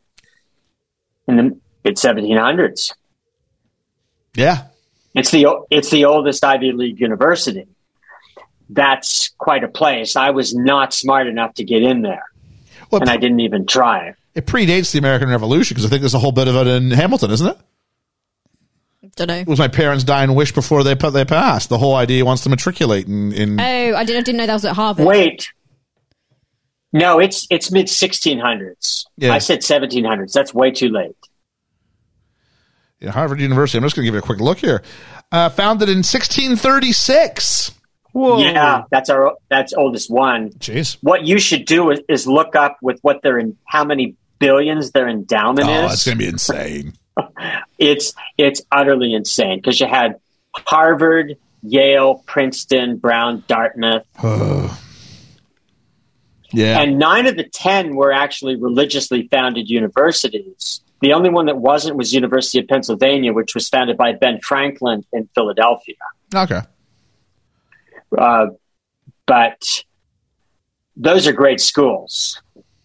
S8: in the mid seventeen hundreds.
S4: Yeah.
S8: It's the o- it's the oldest Ivy League university. That's quite a place. I was not smart enough to get in there,
S4: Well,
S8: and I didn't even try.
S4: it predates the American Revolution because I think there's a whole bit of it in Hamilton, isn't it?
S6: Don't know.
S4: It was my parents' dying wish before they pa- they passed. The whole idea wants to matriculate in, in
S6: Oh, I didn't. I didn't know that was at Harvard.
S8: Wait. No, it's it's mid 1600s.
S4: Yeah.
S8: I said 1700s. That's way too late.
S4: in Harvard University. I'm just going to give you a quick look here. Uh, founded in 1636.
S5: Whoa.
S8: Yeah, that's our that's oldest one.
S4: Jeez.
S8: What you should do is, is look up with what they're in, how many billions their endowment
S4: Oh,
S8: is.
S4: that's going to be insane.
S8: it's it's utterly insane because you had Harvard, Yale, Princeton, Brown, Dartmouth,
S4: Yeah.
S8: and nine of the ten were actually religiously founded universities. The only one that wasn't was University of Pennsylvania, which was founded by Ben Franklin in Philadelphia.
S4: okay.
S8: Uh, but those are great schools.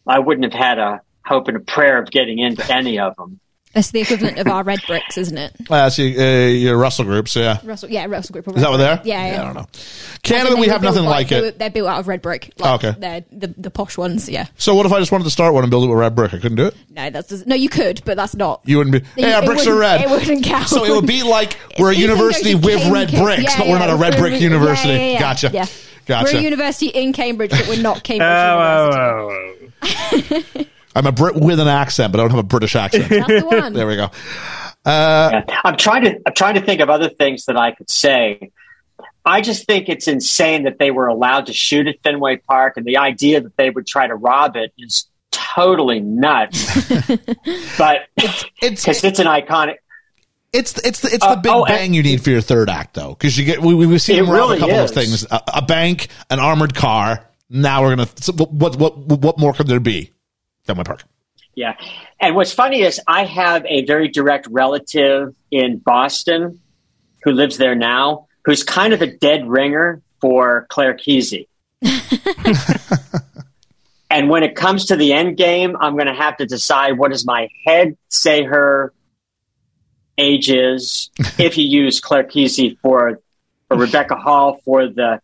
S8: I wouldn't have had a hope and a prayer of getting into any of them.
S6: That's the equivalent of our red bricks, isn't it?
S4: Uh, so you, uh, your Russell groups, yeah.
S6: Russell, yeah, Russell Group.
S4: Is that what they are?
S6: Yeah, yeah.
S4: I don't know.
S6: I
S4: Canada,
S6: think
S4: we
S6: they
S4: have
S6: were built
S4: nothing
S6: by-
S4: like
S6: they
S4: it.
S6: were- they're built out of red brick. Like,
S4: Oh, okay.
S6: They're the, the posh ones, yeah.
S4: so what if I just wanted to start one and build it with red brick? I couldn't do it.
S6: No, that's just, no. You could, but that's not.
S4: You wouldn't be.
S6: You-
S4: yeah,
S6: it
S4: bricks are
S6: wouldn't-
S4: red.
S6: It wouldn't count.
S4: So it would be like we're a
S6: It's even though
S4: university
S6: you
S4: with
S6: came-
S4: red
S6: came-
S4: bricks,
S6: yeah,
S4: but we're
S6: yeah,
S4: not a red
S6: we're-
S4: brick
S6: yeah,
S4: university.
S6: yeah, yeah, yeah.
S4: Gotcha.
S6: Yeah.
S4: Gotcha.
S6: We're a university in Cambridge, but we're not Cambridge University.
S5: Oh,
S4: I'm a Brit with an accent, but I don't have a British accent.
S6: That's the one.
S4: there we go.
S8: Yeah. I'm trying to I'm trying to think of other things that I could say. I just think it's insane that they were allowed to shoot at Fenway Park, and the idea that they would try to rob it is totally nuts. but
S4: It's
S8: because it's an iconic,
S4: It's it's the, it's
S8: Uh,
S4: the big
S8: oh, and-
S4: bang you need for your third act though, because you get we we- we've seen
S8: It
S4: them rob a
S8: really
S4: couple
S8: is.
S4: of things: a, a bank, an armored car. Now we're gonna so what what what, what more could there be? Fenway Park.
S8: Yeah. And what's funny is I have a very direct relative in Boston who lives there now, who's kind of a dead ringer for Claire Kesey. and when it comes to the end game, I'm going to have to decide what does my head say her age is if you use Claire Kesey for or Rebecca Hall for the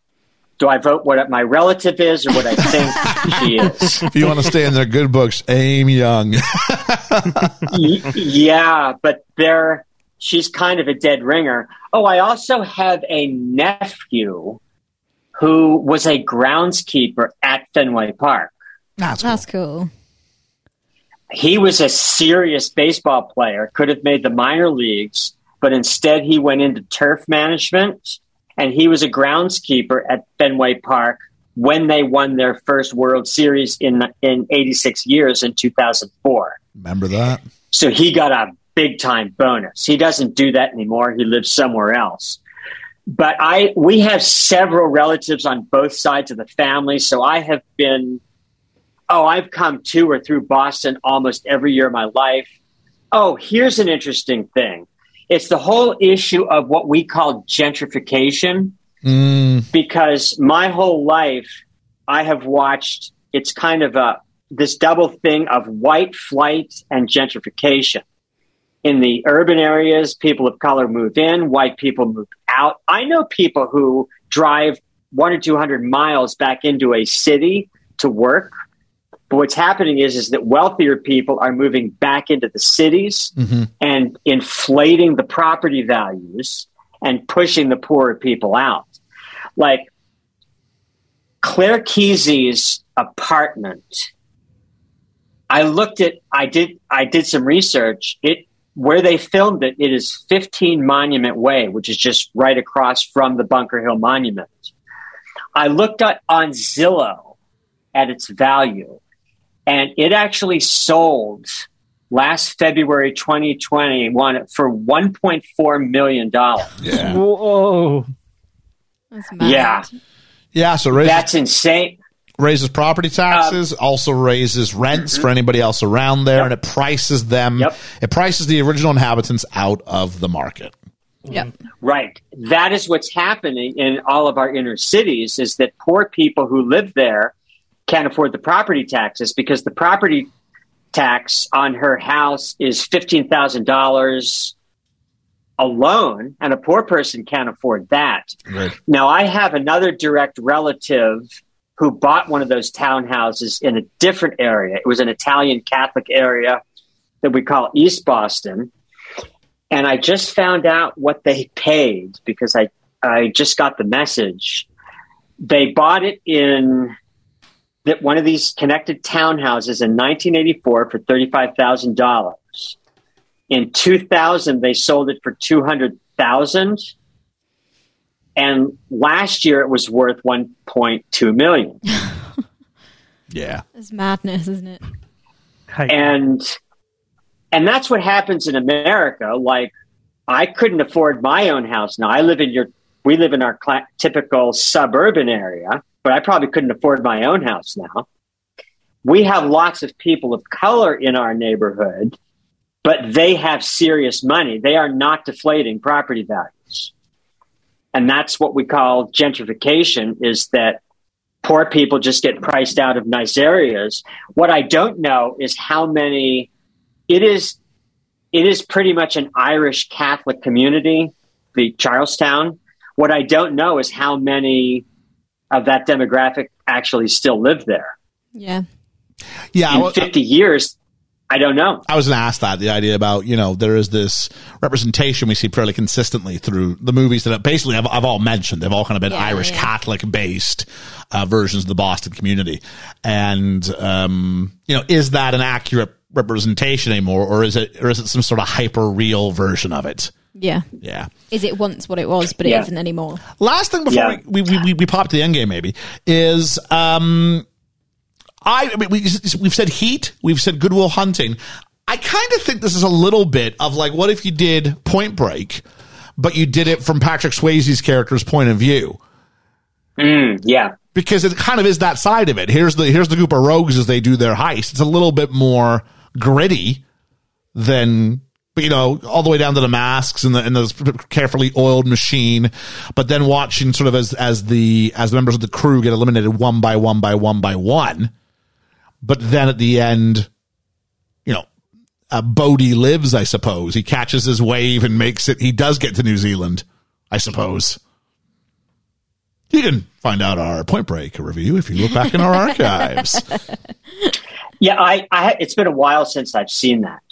S8: do I vote what my relative is or what I think she is?
S4: If you want to stay in their good books, aim young.
S8: Y- yeah, but there she's kind of a dead ringer. Oh, I also have a nephew who was a groundskeeper at Fenway Park.
S4: That's cool.
S6: That's cool.
S8: He was a serious baseball player, could have made the minor leagues, but instead he went into turf management and he was a groundskeeper at Fenway Park when they won their first World Series in in 86 years in 2004.
S4: Remember that?
S8: So he got a big time bonus. He doesn't do that anymore. He lives somewhere else. But I we have several relatives on both sides of the family, so I have been oh, I've come to or through Boston almost every year of my life. Oh, here's an interesting thing. It's the whole issue of what we call gentrification
S4: Mm,
S8: because my whole life I have watched it's kind of a this double thing of white flight and gentrification. In the urban areas, people of color move in, white people move out. I know people who drive one or two hundred miles back into a city to work. But what's happening is is that wealthier people are moving back into the cities
S4: mhm.
S8: and inflating the property values and pushing the poorer people out. Like Claire Kesey's apartment. I looked at I did I did some research. It where they filmed it, it is 15 Monument Way, which is just right across from the Bunker Hill Monument. I looked at on Zillow at its value, and it actually sold last February 2021 for 1.4 million dollars.
S4: Yeah.
S5: whoa.
S6: That's mad.
S8: Yeah.
S4: Yeah. So raises,
S8: That's Um, insane.
S4: raises property taxes, also raises rents for anybody else around there, and it prices them.
S8: mm-hmm. Yep.
S4: It prices the original inhabitants out of the market.
S6: Yep.
S8: Right. That is what's happening in all of our inner cities is that poor people who live there can't afford the property taxes because the property tax on her house is $15,000 alone and a poor person can't afford that.
S4: Right.
S8: Now, I have another direct relative who bought one of those townhouses in a different area. It was an Italian Catholic area that we call East Boston. And I just found out what they paid because I, I just got the message. They bought it in that one of these connected townhouses in 1984 for $35,000. In 2000, they sold it for 200,000 and last year it was worth 1.2 million
S4: Yeah.
S6: It's madness, isn't it?
S5: Hey.
S8: and and that's what happens in america like i couldn't afford my own house now i live in your we live in our cla- typical suburban area but i probably couldn't afford my own house now we have lots of people of color in our neighborhood but they have serious money they are not deflating property values and that's what we call gentrification is that poor people just get priced out of nice areas. What I don't know is how many it is it is pretty much an Irish Catholic community, the Charlestown. What I don't know is how many of that demographic actually still live there.
S6: Yeah.
S4: Yeah, I
S8: In
S4: wa-
S8: 50 years, I don't know.
S4: I was going to ask that the idea about you know there is this representation we see fairly consistently through the movies that basically I've, I've all mentioned they've all kind of been
S6: Yeah,
S4: Irish
S6: yeah.
S4: Catholic based uh, versions of the Boston community, and um, you know is that an accurate representation anymore, or is it or is it some sort of hyper real version of it?
S6: Yeah.
S4: Yeah.
S6: Is it once what it was, but it
S8: Yeah.
S6: isn't anymore?
S4: Last thing before
S8: Yeah.
S4: we, we, we, we pop to the end game maybe is um I, I mean, we, we've said heat, we've said Goodwill Hunting. I kind of think this is a little bit of like what if you did Point Break, but you did it from Patrick Swayze's character's point of view
S8: Mm, yeah.
S4: because it kind of is that side of it. Here's the here's the group of rogues as they do their heist. It's a little bit more gritty than but, you know all the way down to the masks and the and the carefully oiled machine. But then watching sort of as as the as members of the crew get eliminated one by one by one by one. But then at the end, you know. Uh, Bodhi lives, I suppose. He catches his wave and makes it. He does get to New Zealand, I suppose. You can find out our Point Break review if you look back in our archives.
S8: Yeah, I, I, it's been a while since I've seen that.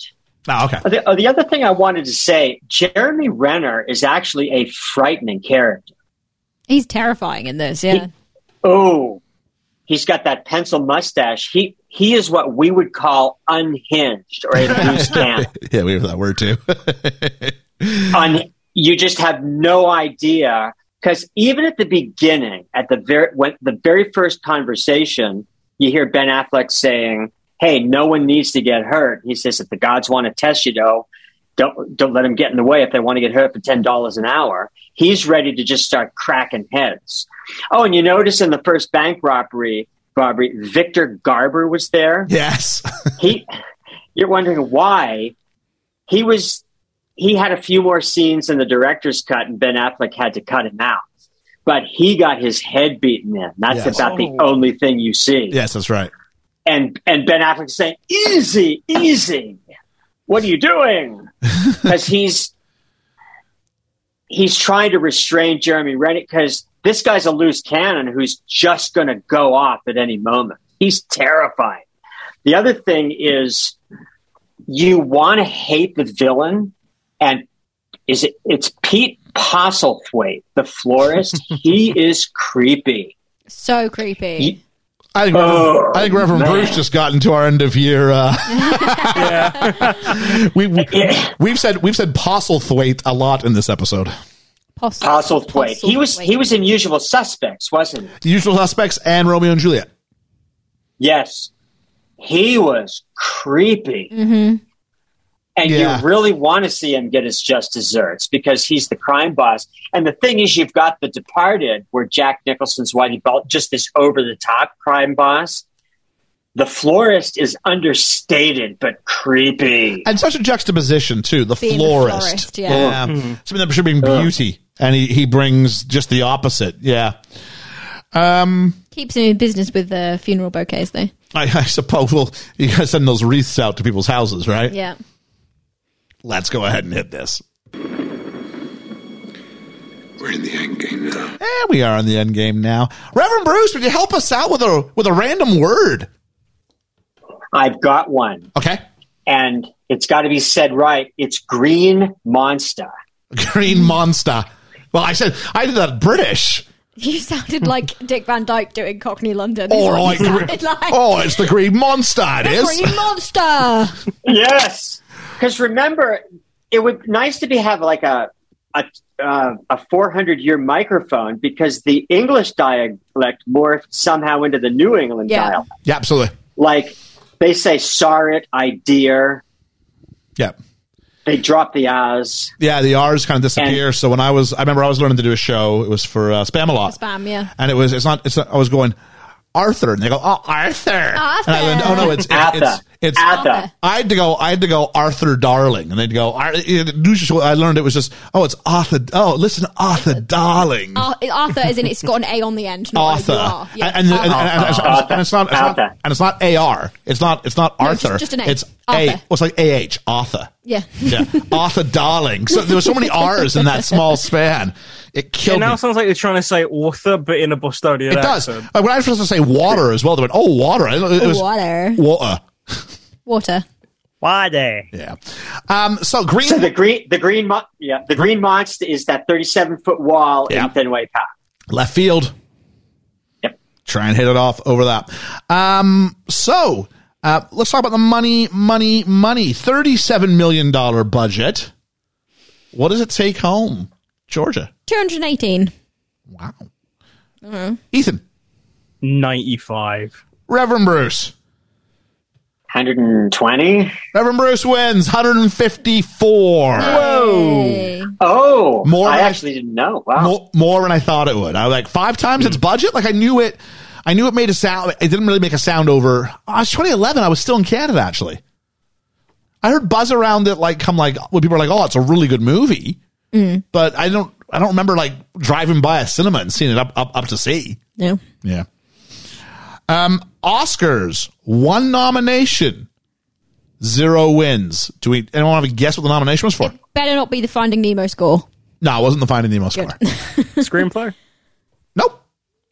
S4: Oh, okay.
S8: Oh, The, oh, the other thing I wanted to say Jeremy Renner is actually a frightening character.
S6: He's terrifying in this. Yeah.
S8: Oh, he's got that pencil mustache. He he is what we would call unhinged or a loose cannon.
S4: Yeah, we have that word too.
S8: Un- you just have no idea because even at the beginning, at the very when the very first conversation, you hear Ben Affleck saying, "Hey, no one needs to get hurt." He says, "If the gods want to test you, though." Don't, don't let them get in the way if they want to get hurt for $10 an hour. He's ready to just start cracking heads. Oh, and you notice in the first bank robbery, robbery, Victor Garber was there
S4: yes.
S8: he you're wondering why he was he had a few more scenes in the director's cut and ben affleck had to cut him out but he got his head beaten in that's
S4: Yes.
S8: about the only thing you see
S4: Yes, that's right.
S8: and and ben affleck saying easy easy what are you doing because he's he's trying to restrain jeremy renner because this guy's a loose cannon who's just going to go off at any moment he's terrifying the other thing is you want to hate the villain and is it it's pete postlethwaite the florist he is creepy
S6: So creepy.
S8: Ye-
S4: I think, Reverend,
S8: Oh,
S4: I think Reverend
S8: man.
S4: Bruce just got into our end of year. Uh, we, we,
S8: Yeah.
S4: We've said we've said Postlethwaite a lot in this episode.
S6: Postle.
S8: postlethwaite he was he was in usual suspects wasn't he
S4: The usual suspects and Romeo and Juliet.
S8: Yes. He was creepy.
S6: Mm-hmm.
S8: And
S4: Yeah.
S8: you really want to see him get his just desserts because he's the crime boss. And the thing is, you've got The Departed, where Jack Nicholson's Whitey Belt, just this over the top crime boss. The florist is understated, but creepy.
S4: And such a juxtaposition too. The
S6: Being the
S4: florist,
S6: florist, yeah.
S8: Oh.
S4: something that should bring beauty, and he, he brings just the opposite. Yeah, Um,
S6: Keeps him in business with the funeral bouquets, though.
S4: I, I suppose. Well, you gotta send those wreaths out to people's houses, right?
S6: Yeah.
S4: Let's go ahead and hit this.
S2: We're in the end game now.
S4: And we are on the end game now. Reverend Bruce, would you help us out with a with a random word?
S8: I've got one,
S4: Okay.
S8: and it's got to be said right. It's Green Monster.
S4: Green monster. Well, I said I did that British.
S6: You sounded like Dick Van Dyke doing Cockney London. is
S4: Or
S6: what you
S4: Oh, like,
S6: sounded like.
S4: oh, it's the green monster. It is.
S6: Green monster.
S8: Yes, because remember, it would nice to be have like a a uh, a four hundred year microphone because the English dialect morphed somehow into the New England
S6: Yeah.
S8: dialect.
S4: Yeah, absolutely.
S8: Like they say, "Sorry, it, I dear."
S4: Yeah.
S8: They drop the R's.
S4: Yeah, the R's kind of disappear. so when I was, I remember I was learning to do a show. It was for uh, Spam a lot.
S6: Spam, yeah.
S4: and it was it's not it's not, I was going Arthur and they go oh Arthur, and I learned oh no it's it's,
S8: Arthur.
S4: it's It's
S8: Arthur.
S4: I had to go. I had to go Arthur Darling, and they'd go. Ar- it- usually I learned it was just. Oh, it's Arthur. Oh, listen, Arthur Darling.
S6: Ar- Arthur is in it's got an A on the end. Not
S4: Arthur,
S6: An A-U-R. Oh, Yeah,
S4: and, and, and,
S6: Arthur.
S4: and, and, and, and it's not, it's not,
S8: Arthur.
S4: and it's not AR. It's not, it's not
S6: No, it's
S4: Arthur.
S6: just an A.
S4: It's A.
S6: Arthur.
S4: Well, it's like AH, Arthur.
S6: Yeah.
S4: Yeah. Arthur Darling. So there were so many R's in that small span. It
S5: It
S4: killed
S5: now
S4: me.
S5: sounds like they're trying to say author, but in a Bostonian
S4: It does.
S5: accent.
S4: Like when I was supposed to say water as well, they went, oh, water. It, it was
S6: water.
S4: water.
S6: Water.
S5: Why they?
S4: Yeah. Um, so green.
S8: So the green, the green, mon- yeah, the green monster is that thirty-seven foot wall
S4: Yeah.
S8: in Fenway Park.
S4: left field.
S8: Yep.
S4: Try and hit it off over that. Um, so uh, let's talk about the money, money, money. Thirty-seven million dollar budget. What does it take home, Georgia?
S6: 218.
S4: Wow. Ethan,
S5: 95.
S4: Reverend Bruce.
S8: Hundred and twenty.
S4: Reverend Bruce wins 154.
S6: Whoa.
S8: Oh,
S4: More
S8: I
S4: like-
S8: actually didn't know. Wow.
S4: Mo- more than I thought it would. I was like five times its budget. Like I knew it. I knew it made a sound. It didn't really make a sound over. oh, I was 2011. I was still in Canada actually. I heard buzz around it. Like come like when people are like, oh, it's a really good movie. But I don't. I don't remember like driving by a cinema and seeing it up up up to see.
S6: No.
S4: Yeah. Um, Oscars one nomination, zero wins. Do we? Anyone have a guess what the nomination was for?
S6: Better not be the Finding Nemo score.
S4: No, it wasn't the Finding Nemo score.
S5: Screenplay?
S4: nope.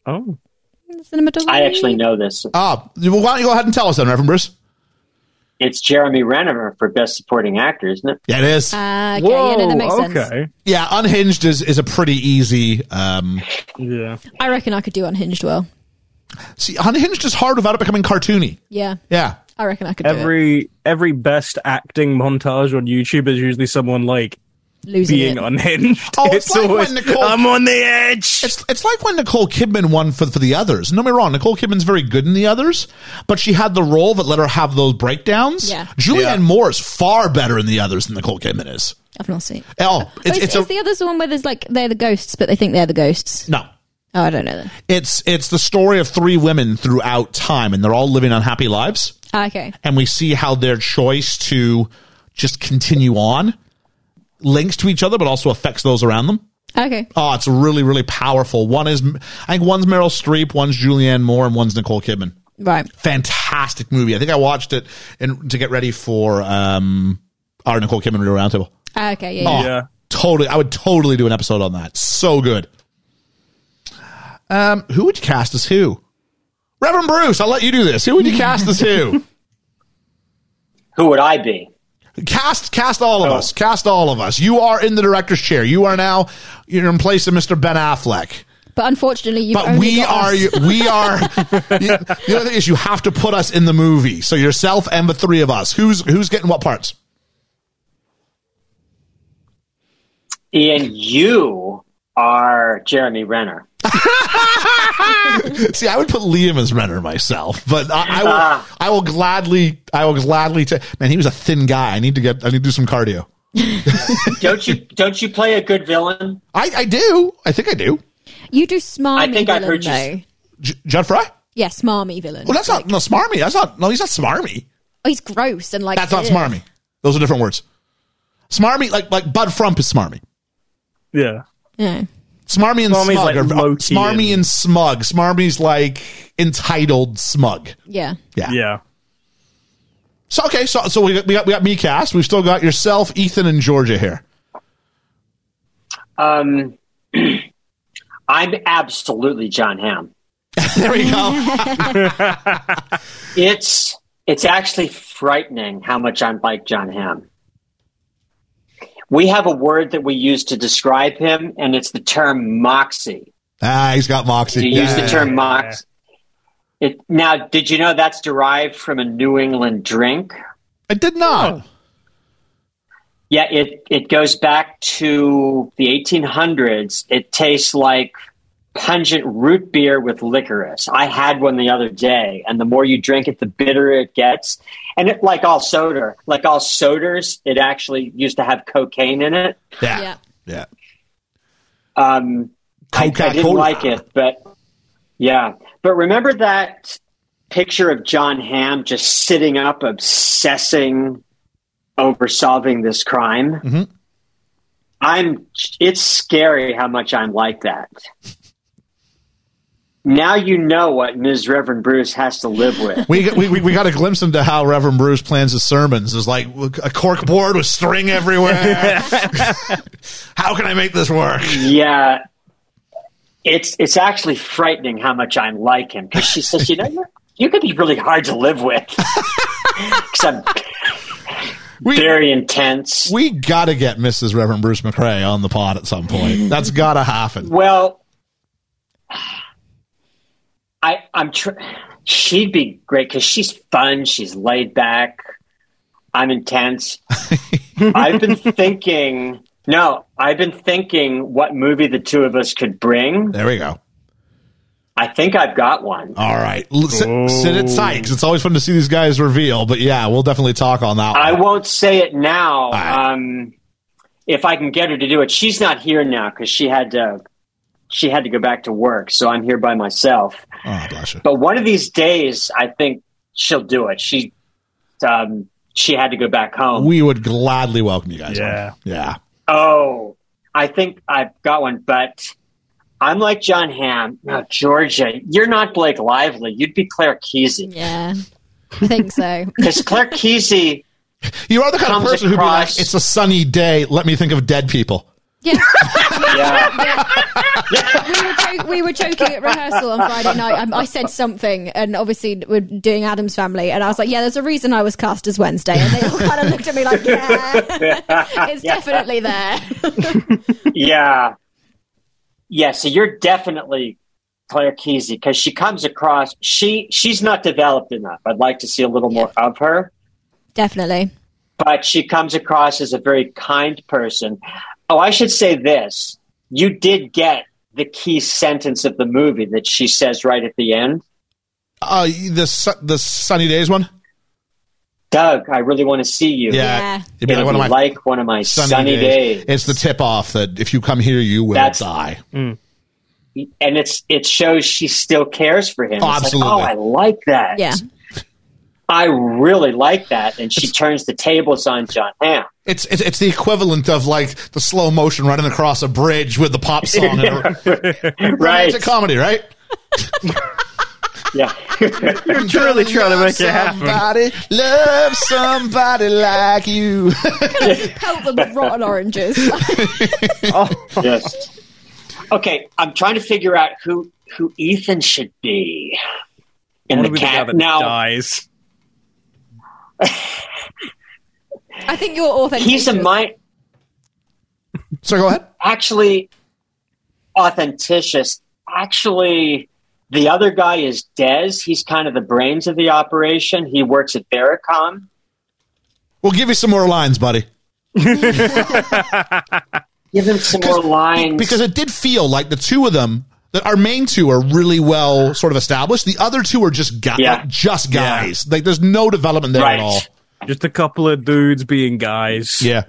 S5: Oh.
S6: Cinematography.
S8: I actually know this.
S4: Ah, well, why don't you go ahead and tell us then, Reverend Bruce?
S8: It's Jeremy Renner for Best Supporting Actor, isn't it?
S4: Yeah, it is.
S6: Uh, okay,
S5: Whoa,
S6: yeah, no, that makes sense.
S5: okay.
S4: yeah, Unhinged is, is a pretty easy. Um,
S5: Yeah.
S6: I reckon I could do Unhinged well.
S4: see, Unhinged is hard without it becoming cartoony.
S6: Yeah,
S4: Yeah,
S6: I reckon I could do
S5: Every every best acting montage on YouTube is usually someone like
S6: it. Losing
S5: being
S6: it.
S5: unhinged.
S4: Oh, it's like when Nicole-
S5: I'm on the edge.
S4: it's it's like when Nicole Kidman won for for the others. No, me wrong. Nicole Kidman's very good in the others, but she had the role that let her have those breakdowns.
S6: Yeah.
S4: Julianne Moore is far better in the others than Nicole Kidman is.
S6: I've not seen. it.
S4: Oh, it's,
S6: Oh, is,
S4: it's a
S6: is the others the one where there's like they're the ghosts, but they think they're the ghosts?
S4: no.
S6: Oh, I don't know that.
S4: It's it's the story of three women throughout time, and they're all living unhappy lives.
S6: Ah, okay,
S4: and we see how their choice to just continue on links to each other, but also affects those around them.
S6: okay.
S4: Oh, it's really, really powerful. One is, I think one's Meryl Streep, one's Julianne Moore, and one's Nicole Kidman.
S6: Right.
S4: Fantastic movie. I think I watched it in, to get ready for um, our Nicole Kidman Reader Roundtable.
S6: Ah, okay. Yeah.
S4: Oh,
S6: yeah.
S5: Yeah.
S4: Totally. I would totally do an episode on that. So good. Um, who would you cast as who? Reverend Bruce, I'll let you do this. Who would you cast as who?
S8: Who would I be?
S4: cast cast all of us cast all of us you are in the director's chair you are now you're in place of mr ben affleck
S6: But unfortunately, you've
S4: Oh. but
S6: only
S4: we
S6: got
S4: are
S6: us.
S4: you- we are you, the other thing is you have to put us in the movie so yourself and the three of us who's who's getting what parts
S8: Ian, you are Jeremy Renner.
S4: see i would put liam as renner myself but i, I will
S8: Ah.
S4: i will gladly i will gladly ta- man he was a thin guy i need to get i need to do some cardio
S8: Don't you? don't you play a good villain?
S4: i i do i think i do
S6: You do smarmy
S8: I think I've
S6: villain
S8: heard you s-
S6: though.
S4: J- judd fry
S6: Yeah, smarmy villain.
S4: well that's not no smarmy that's not no he's not smarmy
S6: Oh, he's gross and like
S4: That's not
S6: ugh.
S4: smarmy. Those are different words. Smarmy, like like Bud Frump is smarmy.
S5: Yeah.
S6: Yeah.
S4: Smarmy and
S5: Smarmy's
S4: smug.
S5: like
S4: are-
S5: low-key
S4: smarmy
S5: and-
S4: and smug. Smarmy's like entitled smug.
S6: Yeah.
S4: Yeah.
S5: Yeah.
S4: So okay, so so we got, we got we got me cast. We've still got yourself, Ethan, and Georgia here.
S8: Um, I'm absolutely John Hamm.
S4: There we go.
S8: It's it's actually frightening how much I'm like John Hamm. We have a word that we use to describe him, and it's the term moxie.
S4: ah, he's got moxie.
S8: You use the term mox. It, now, did you know that's derived from a New England drink?
S4: I did not.
S8: Yeah, it, it goes back to the 1800s. It tastes like pungent root beer with licorice. I had one the other day, and the more you drink it, the bitter it gets. And it, like all soda, like all sodas, it actually used to have cocaine in it.
S4: Yeah.
S6: Yeah.
S4: Yeah.
S8: Um, I, I didn't
S4: Coca-Cola.
S8: like it, but yeah. But remember that picture of John Hamm just sitting up, obsessing over solving this crime.
S4: Mhm.
S8: I'm. It's scary how much I'm like that. Now you know what Ms. Reverend Bruce has to live with.
S4: We, we, we- we got a glimpse into how Reverend Bruce plans his sermons. There's like a cork board with string everywhere. how can I make this work?
S8: yeah, it's it's actually frightening how much I'm like him because she says, you know, you're, you could be really hard to live with because I'm
S4: We,
S8: very intense.
S4: we got to get Mrs. Reverend Bruce McRae on the pod at some point. That's got to happen.
S8: Well, I I'm tr- she'd be great because she's fun. She's laid back. I'm intense. I've been thinking. No, I've been thinking what movie the two of us could bring.
S4: There we go.
S8: I think I've got one.
S4: All right. L- Sit, sit at sight 'cause it's always fun to see these guys reveal. But yeah, we'll definitely talk on that
S8: I
S4: one.
S8: won't say it now.
S4: right.
S8: Um, if I can get her to do it, she's not here now because she had to. She had to go back to work, so I'm here by myself.
S4: Oh, bless you.
S8: but one of these days i think she'll do it she um she had to go back home
S4: We would gladly welcome you guys. on.
S5: Yeah.
S4: Yeah.
S8: oh i think i've got one but i'm like john hamm now georgia you're not blake lively you'd be claire keezy
S6: Yeah. I think so.
S8: because claire keezy
S4: You are the kind of
S8: Comes
S4: person who'd be like,
S8: across-
S4: it's a sunny day. Let me think of dead people.
S6: Yeah.
S8: yeah
S6: we, were jo- we were joking at rehearsal on Friday night. Um, I said something, and obviously we're doing Adam's family, and I was like, "Yeah, there's a reason I was cast as Wednesday," and they all kind of looked at me like, "Yeah, it's definitely there."
S8: yeah yeah so you're definitely claire keezy because she comes across she she's not developed enough i'd like to see a little more of her
S6: definitely.
S8: but she comes across as a very kind person. Oh, I should say this. You did get the key sentence of the movie that she says right at the end.
S4: Uh, the, su- the sunny days one?
S8: Doug, I really want to see you.
S6: Yeah.
S4: It'd be like
S8: It'll
S4: one of my
S8: like one of my sunny, days.
S4: It's the tip off that if you come here, you will
S8: That's-
S4: die.
S8: and it's it shows she still cares for him.
S4: Oh,
S8: It's like,
S4: absolutely.
S8: oh, I like that.
S6: Yeah,
S8: I really like that. And she turns the tables on John Hamm.
S4: It's, it's it's the equivalent of like the slow motion running across a bridge with the pop song. and a,
S8: Right.
S4: It's a comedy, right?
S8: Yeah.
S4: You're
S5: truly trying to make it happen.
S4: somebody, Love somebody like you.
S6: pelt them with rotten oranges.
S8: yes. Okay, I'm trying to figure out who who Ethan should be.
S5: I
S8: In
S5: wanna
S8: the
S5: be the guy
S8: cat
S5: that
S8: now,
S5: dies.
S6: I think you're authentic.
S8: he's a my
S4: so go ahead.
S8: actually authenticious. Actually, the other guy is Dez. He's kind of the brains of the operation. He works at Vericom.
S4: We'll give you some more lines, buddy.
S8: Give him some more lines.
S4: Because it did feel like the two of them, that our main two are really well sort of established. The other two are just guys,
S8: Yeah.
S4: like, just guys. Like there's no development there
S8: right.
S4: at all.
S5: Just a couple of dudes being guys.
S4: Yeah.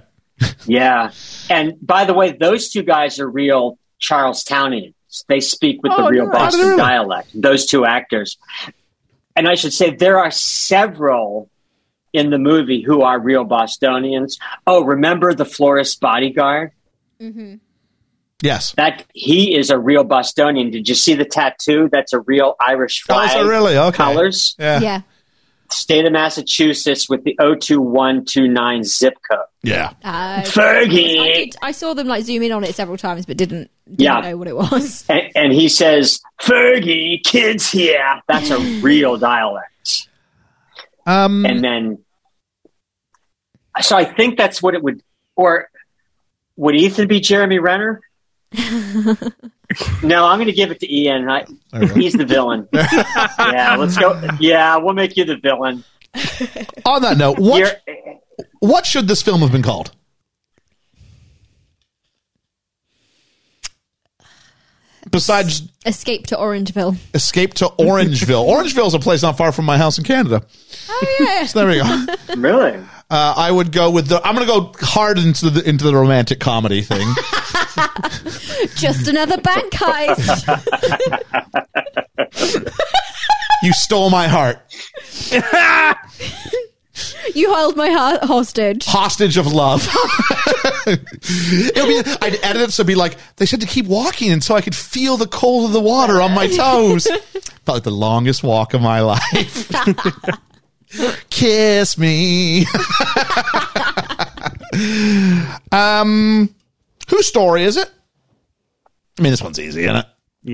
S8: Yeah. And by the way, those two guys are real Charlestownians. They speak with
S4: Oh,
S8: the real
S4: no,
S8: Boston
S4: absolutely.
S8: dialect, those two actors. And I should say there are several in the movie who are real Bostonians. Oh, remember the florist bodyguard?
S4: Yes.
S8: That he is a real Bostonian. Did you see the tattoo? That's a real Irish
S4: Oh,
S8: flag.
S4: is it really? Okay.
S8: Colors.
S4: Yeah.
S6: yeah,
S8: State of Massachusetts with the 021229 zip code.
S4: Yeah.
S6: uh,
S8: Fergie.
S6: I, did, I saw them like zoom in on it several times, but didn't, didn't
S8: Yeah.
S6: know what it was.
S8: and, and he says, "Fergie, kids here." That's a real dialect.
S4: Um,
S8: And then, so I think that's what it would. Or would Ethan be Jeremy Renner? no, I'm going to give it to Ian. I,
S4: there we go.
S8: he's the villain. yeah, let's go. Yeah, we'll make you the villain.
S4: On that note, what
S8: You're-
S4: what should this film have been called? Besides
S6: Escape to Orangeville.
S4: Escape to Orangeville. Orangeville's a place not far from my house in Canada.
S6: Oh yeah,
S4: So there we go.
S8: really?
S4: Uh, I would go with the. I'm going to go hard into the into the romantic comedy thing.
S6: just another bank heist.
S4: You stole my heart.
S6: You held my heart hostage.
S4: Hostage of love. It'll be, I'd edit it so it'd be like, they said to keep walking and so I could feel the cold of the water on my toes. Felt like the longest walk of my life. Kiss me. um, Um, whose story is it? I mean, this one's easy, isn't it?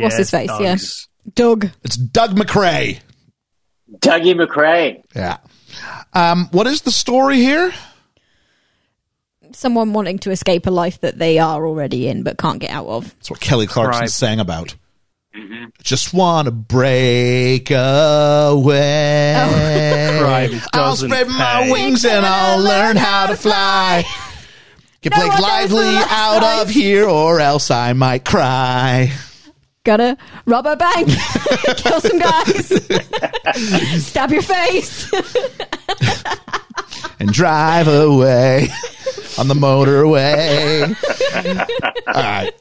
S6: What's his face? Yeah.
S5: Yes.
S6: Doug.
S4: It's Doug McRae.
S8: Dougie McRae.
S4: Yeah. Um, what is the story here?
S6: Someone wanting to escape a life that they are already in but can't get out of.
S4: That's what Kelly Clarkson
S5: Right.
S4: sang about. Just want to break away.
S5: Oh, Crime
S4: I'll
S5: doesn't
S4: spread my
S5: pay.
S4: wings and I'll learn how to fly. Get Blake
S6: one knows the
S4: Lively
S6: last
S4: out of
S6: life.
S4: here or else I might cry.
S6: Gotta rob a bank, kill some guys, stab your face.
S4: and drive away on the motorway. All right.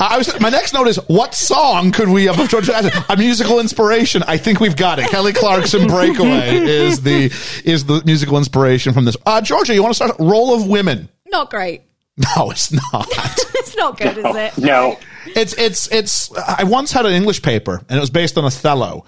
S4: I was, my next note is what song could we have a musical inspiration I think we've got it Kelly Clarkson Breakaway is the is the musical inspiration from this uh Georgia you want to start Role of Women
S6: Not great.
S4: no it's not
S6: It's not good, is it?
S8: No.
S4: it's it's it's i once had an english paper and it was based on othello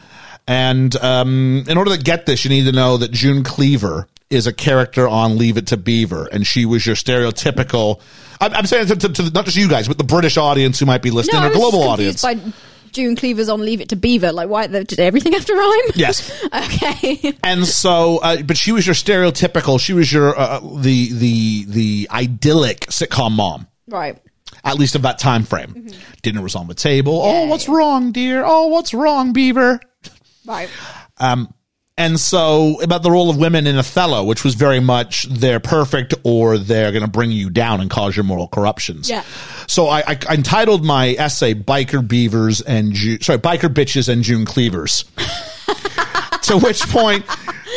S4: and um, in order to get this you need to know that june cleaver is a character on leave it to beaver and she was your stereotypical i'm, I'm saying to, to, to not just you guys but the british audience who might be listening
S6: I
S4: or
S6: was
S4: global audience
S6: just confused By June Cleaver's on Leave It to Beaver. Like, why they did everything have to rhyme?
S4: yes
S6: Okay.
S4: and so uh, but she was your stereotypical she was your uh, the the the idyllic sitcom mom
S6: right.
S4: at least of that time frame.
S6: Mm-hmm.
S4: Dinner was on the table. Oh, what's wrong, dear? Oh, what's wrong, Beaver?
S6: Right.
S4: And so about the role of women in Othello, which was very much they're perfect or they're going to bring you down and cause your moral corruptions.
S6: Yeah.
S4: So I, I, I entitled my essay "Biker Beavers and Ju- sorry Biker Bitches and June Cleavers." to which point,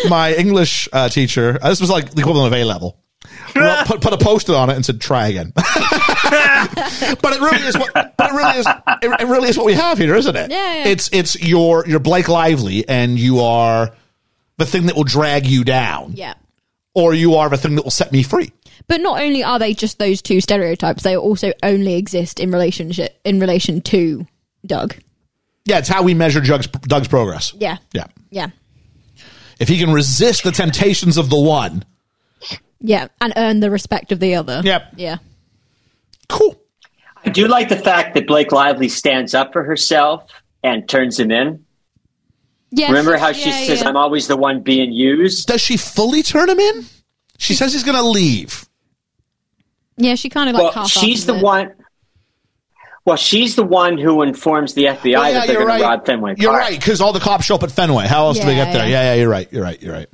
S4: my English uh, teacher, uh, this was like the equivalent of A level. wrote- Put, put a post-it on it and said, "Try again." but it really is what but it really is it, it really is what we have here, isn't it?
S6: Yeah.
S4: It's it's your you're Blake Lively and you are the thing that will drag you down,
S6: Yeah.
S4: or you are the thing that will set me free.
S6: But not only are they just those two stereotypes, they also only exist in relationship in relation to Doug.
S4: Yeah, it's how we measure Doug's, Doug's progress.
S6: Yeah.
S4: Yeah.
S6: Yeah.
S4: If he can resist the temptations of the one,
S6: Yeah. And earn the respect of the other.
S4: Yep.
S6: Yeah.
S4: cool.
S8: I do like the fact that Blake Lively stands up for herself and turns him in.
S6: Yeah.
S8: Remember how she
S6: yeah,
S8: says,
S6: yeah.
S8: I'm always the one being used?
S4: Does she fully turn him in? She says he's going to leave.
S6: Yeah, she kind of like
S8: Well,
S6: half
S8: she's the one. Well, she's the one who informs the FBI
S4: Well,
S8: that they're going to rob Fenway
S4: You're
S8: Park.
S4: right, because all the cops show up at Fenway. How else do they
S6: Yeah,
S4: get there? Yeah.
S6: yeah.
S4: yeah, you're right. You're right. You're right.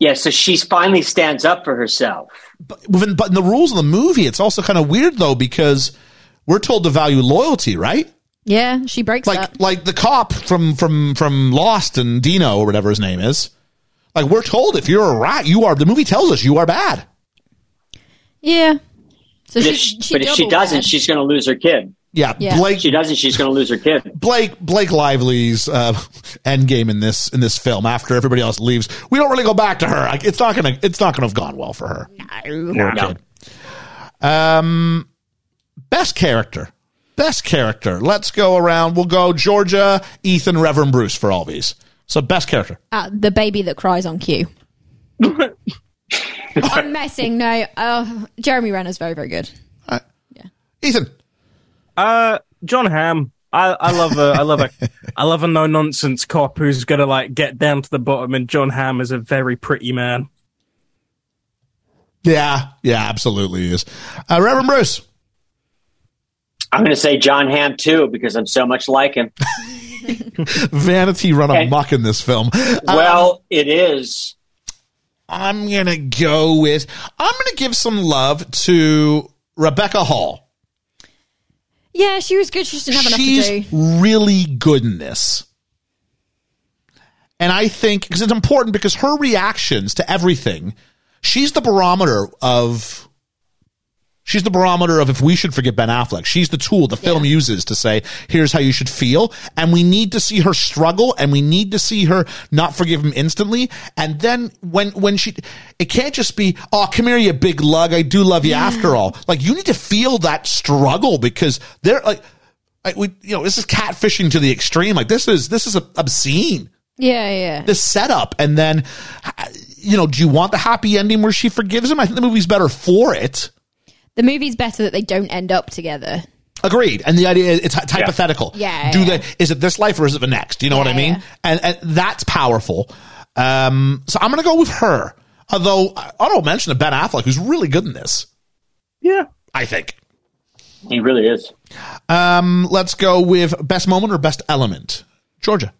S8: Yeah, so she finally stands up for herself.
S4: But, within, but in the rules of the movie, it's also kind of weird though because we're told to value loyalty, right?
S6: Yeah, she breaks
S4: Like,
S6: that.
S4: like the cop from from from Lost and Dino or whatever his name is. Like we're told if you're a rat, you are. The movie tells us you are bad.
S6: Yeah. So
S8: But
S6: she,
S8: if she,
S6: she
S8: but if she
S6: double
S8: doesn't,
S6: bad.
S8: she's going to lose her kid.
S4: Yeah,
S6: Yeah.
S4: Blake
S8: If she doesn't, she's going to lose her kid.
S4: Blake Blake Lively's uh, end game in this in this film. After everybody else leaves, we don't really go back to her. Like, it's not gonna it's not gonna have gone well for her.
S8: No.
S4: Best character, best character. Let's go around. We'll go Georgia, Ethan, Reverend Bruce for all these. So best character.
S6: Uh, the baby that cries on cue. I'm messing. No, uh, Jeremy Renner's very, very good.
S4: Ethan,
S5: Uh, John Hamm. I, I love a I love a I love a no nonsense cop who's gonna like get down to the bottom, and John Hamm is a very pretty man.
S4: Yeah, yeah, absolutely is. Uh, Reverend Bruce.
S8: I'm going to say John Hamm too because I'm so much like him.
S4: Vanity run
S8: Okay.
S4: amok in this film. Uh,
S8: Well, it is.
S4: I'm gonna go with I'm gonna give some love to Rebecca Hall.
S6: Yeah, she was good. She just didn't have enough to
S4: She's
S6: do.
S4: really good in this. And I think because it's important because her reactions to everything, she's the barometer of She's the barometer of if we should forget Ben Affleck. She's the tool the film uses to say, here's how you should feel. And we need to see her struggle and we need to see her not forgive him instantly. And then when, when she, it can't just be, oh, come here, you big lug. I do love you after all. Like you need to feel that struggle because they're like, I, we, you know, this is catfishing to the extreme. Like this is, this is obscene
S6: Yeah, yeah.
S4: the setup and then uh, you know do you want the happy ending where she forgives him i think the movie's better for it
S6: The movie's better that they don't end up together.
S4: agreed and the idea is it's hy- hypothetical
S6: Yeah,
S4: do
S6: yeah,
S4: they is it this life or is it the next you know what i
S6: Yeah,
S4: mean
S6: yeah.
S4: and, and that's powerful um so i'm gonna go with her although i will mention of ben affleck who's really good in this
S5: Yeah.
S4: i think
S8: He really is.
S4: um let's go with best moment or best element georgia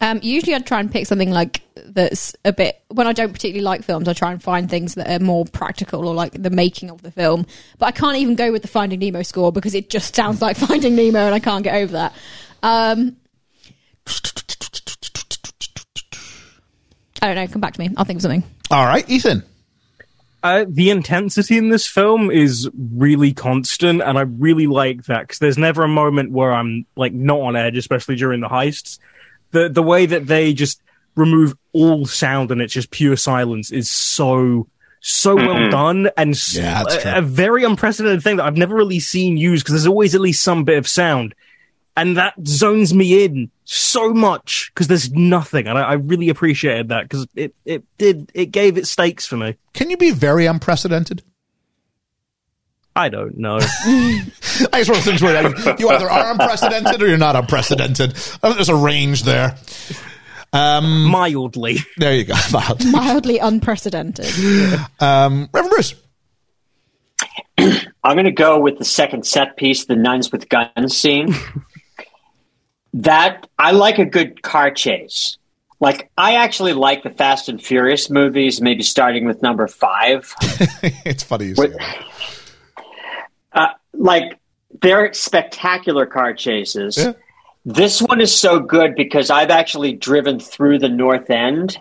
S6: Um, usually, I'd try and pick something like that's a bit. When I don't particularly like films, I try and find things that are more practical or like the making of the film. But I can't even go with the Finding Nemo score because it just sounds like Finding Nemo, and I can't get over that. Um, I don't know. Come back to me. I'll think of something.
S4: all right ethan
S5: Uh, the intensity in this film is really constant, and I really like that because there's never a moment where I'm like not on edge, especially during the heists. The the way that they just remove all sound and it's just pure silence is so so well done and s-
S4: Yeah, that's true.
S5: a, a very unprecedented thing that I've never really seen used because there's always at least some bit of sound, and that zones me in so much because there's nothing, and I, I really appreciated that because it it did it gave it stakes for me.
S4: can you be very unprecedented
S5: I don't know.
S4: I just want things where you either are unprecedented or you're not unprecedented. I think there's a range there.
S5: Mildly.
S4: There you go.
S6: Mildly unprecedented.
S4: um, Reverend Bruce.
S8: I'm going to go with the second set piece, the nuns with guns scene. that I like a good car chase. Like I actually like the Fast and Furious movies, maybe starting with number five.
S4: it's funny you say
S8: Wait.
S4: that.
S8: Like they're spectacular car chases.
S4: Yeah.
S8: This one is so good because I've actually driven through the North End,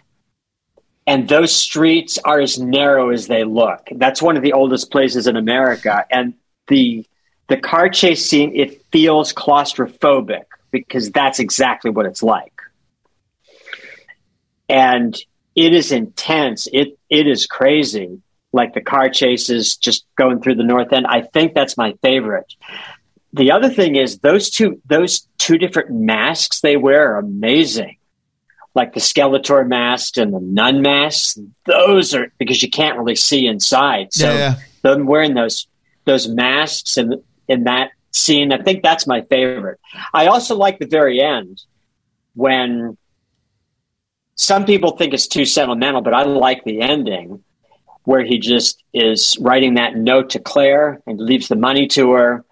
S8: and those streets are as narrow as they look. That's one of the oldest places in America, and the the car chase scene it feels claustrophobic because that's exactly what it's like, and it is intense. It it is crazy. Like the car chases just going through the North End. I think that's my favorite the other thing is those two those two different masks they wear are amazing like the skeletor mask and the nun mask those are because you can't really see inside so
S4: Yeah, yeah.
S8: them wearing those those masks and in that scene i think that's my favorite i also like the very end when some people think it's too sentimental but i like the ending where he just is writing that note to claire and leaves the money to her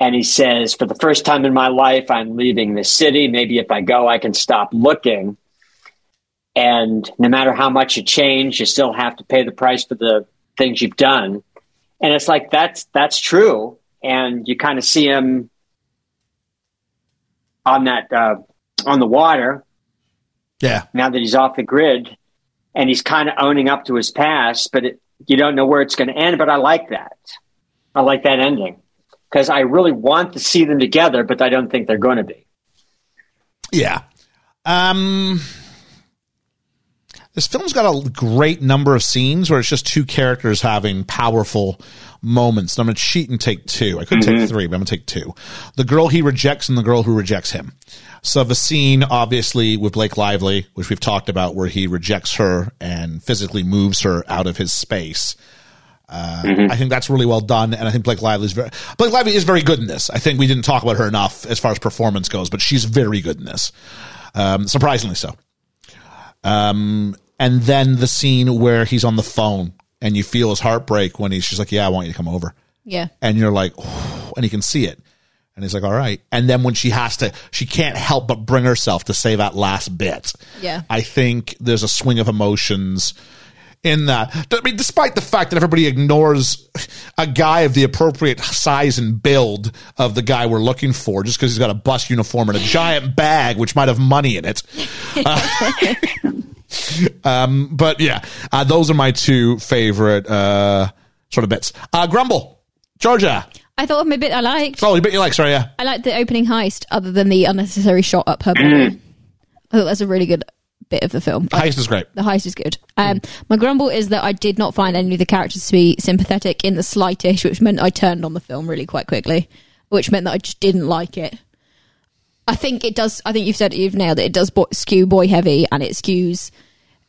S8: and he says, For the first time in my life, I'm leaving the city. Maybe if I go, I can stop looking. And no matter how much you change, you still have to pay the price for the things you've done. And it's like that's that's true. And you kind of see him on that uh, on the water
S4: Yeah.
S8: now that he's off the grid, and he's kind of owning up to his past. But it, you don't know where it's going to end. But I like that. I like that ending because I really want to see them together, but I don't think they're going to be.
S4: Yeah. Um, this film's got a great number of scenes where it's just two characters having powerful moments. And I'm going to cheat and take two. I could take three, but I'm going to take two. The girl he rejects and the girl who rejects him. So the scene, obviously, with Blake Lively, which we've talked about, where he rejects her and physically moves her out of his space. I think that's really well done, and I think Blake Lively is very Blake Lively is very good in this. I think we didn't talk about her enough as far as performance goes, but she's very good in this, um, surprisingly so. Um, and then the scene where he's on the phone and you feel his heartbreak when he's she's like, "Yeah, I want you to come over,"
S6: Yeah.
S4: and you're like, "Oh," and he can see it, and he's like, "All right," and then when she has to, she can't help but bring herself to say that last bit.
S6: Yeah.
S4: I think there's a swing of emotions in that. I mean, despite the fact that everybody ignores a guy of the appropriate size and build of the guy we're looking for, just because he's got a bus uniform and a giant bag, which might have money in it. Uh, um, but yeah, uh, those are my two favorite uh, sort of bits. Uh, Grumble, Georgia.
S6: I thought of my bit I liked.
S4: Oh, you bet you like, sorry, yeah.
S6: I liked the opening heist, other than the unnecessary shot up her body. I thought that's a really good bit of the film.
S4: Heist is great.
S6: The heist is good. Um, my grumble is that I did not find any of the characters to be sympathetic in the slightest, which meant I turned on the film really quite quickly, which meant that I just didn't like it. I think it does. I think you've said it, you've nailed it. It does bo- skew boy heavy and it skews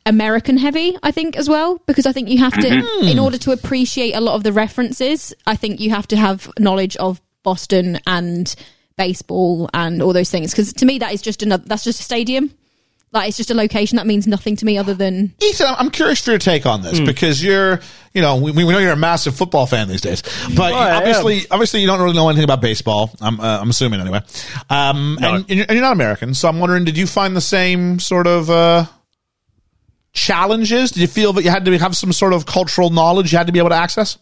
S6: American heavy. I think as well because I think you have to, in order to appreciate a lot of the references, I think you have to have knowledge of Boston and baseball and all those things. Because to me, that is just another. That's just a stadium. Like it's just a location that means nothing to me other than
S4: Ethan, I'm- I'm curious for your take on this because you're, you know, we, we know you're a massive football fan these days, but
S5: I
S4: obviously, obviously, you don't really know anything about baseball. I'm, uh, I'm assuming anyway. Um, and, and you're- and you're not American, so I'm wondering, did you find the same sort of uh, challenges? Did you feel that you had to have some sort of cultural knowledge you had to be able to access?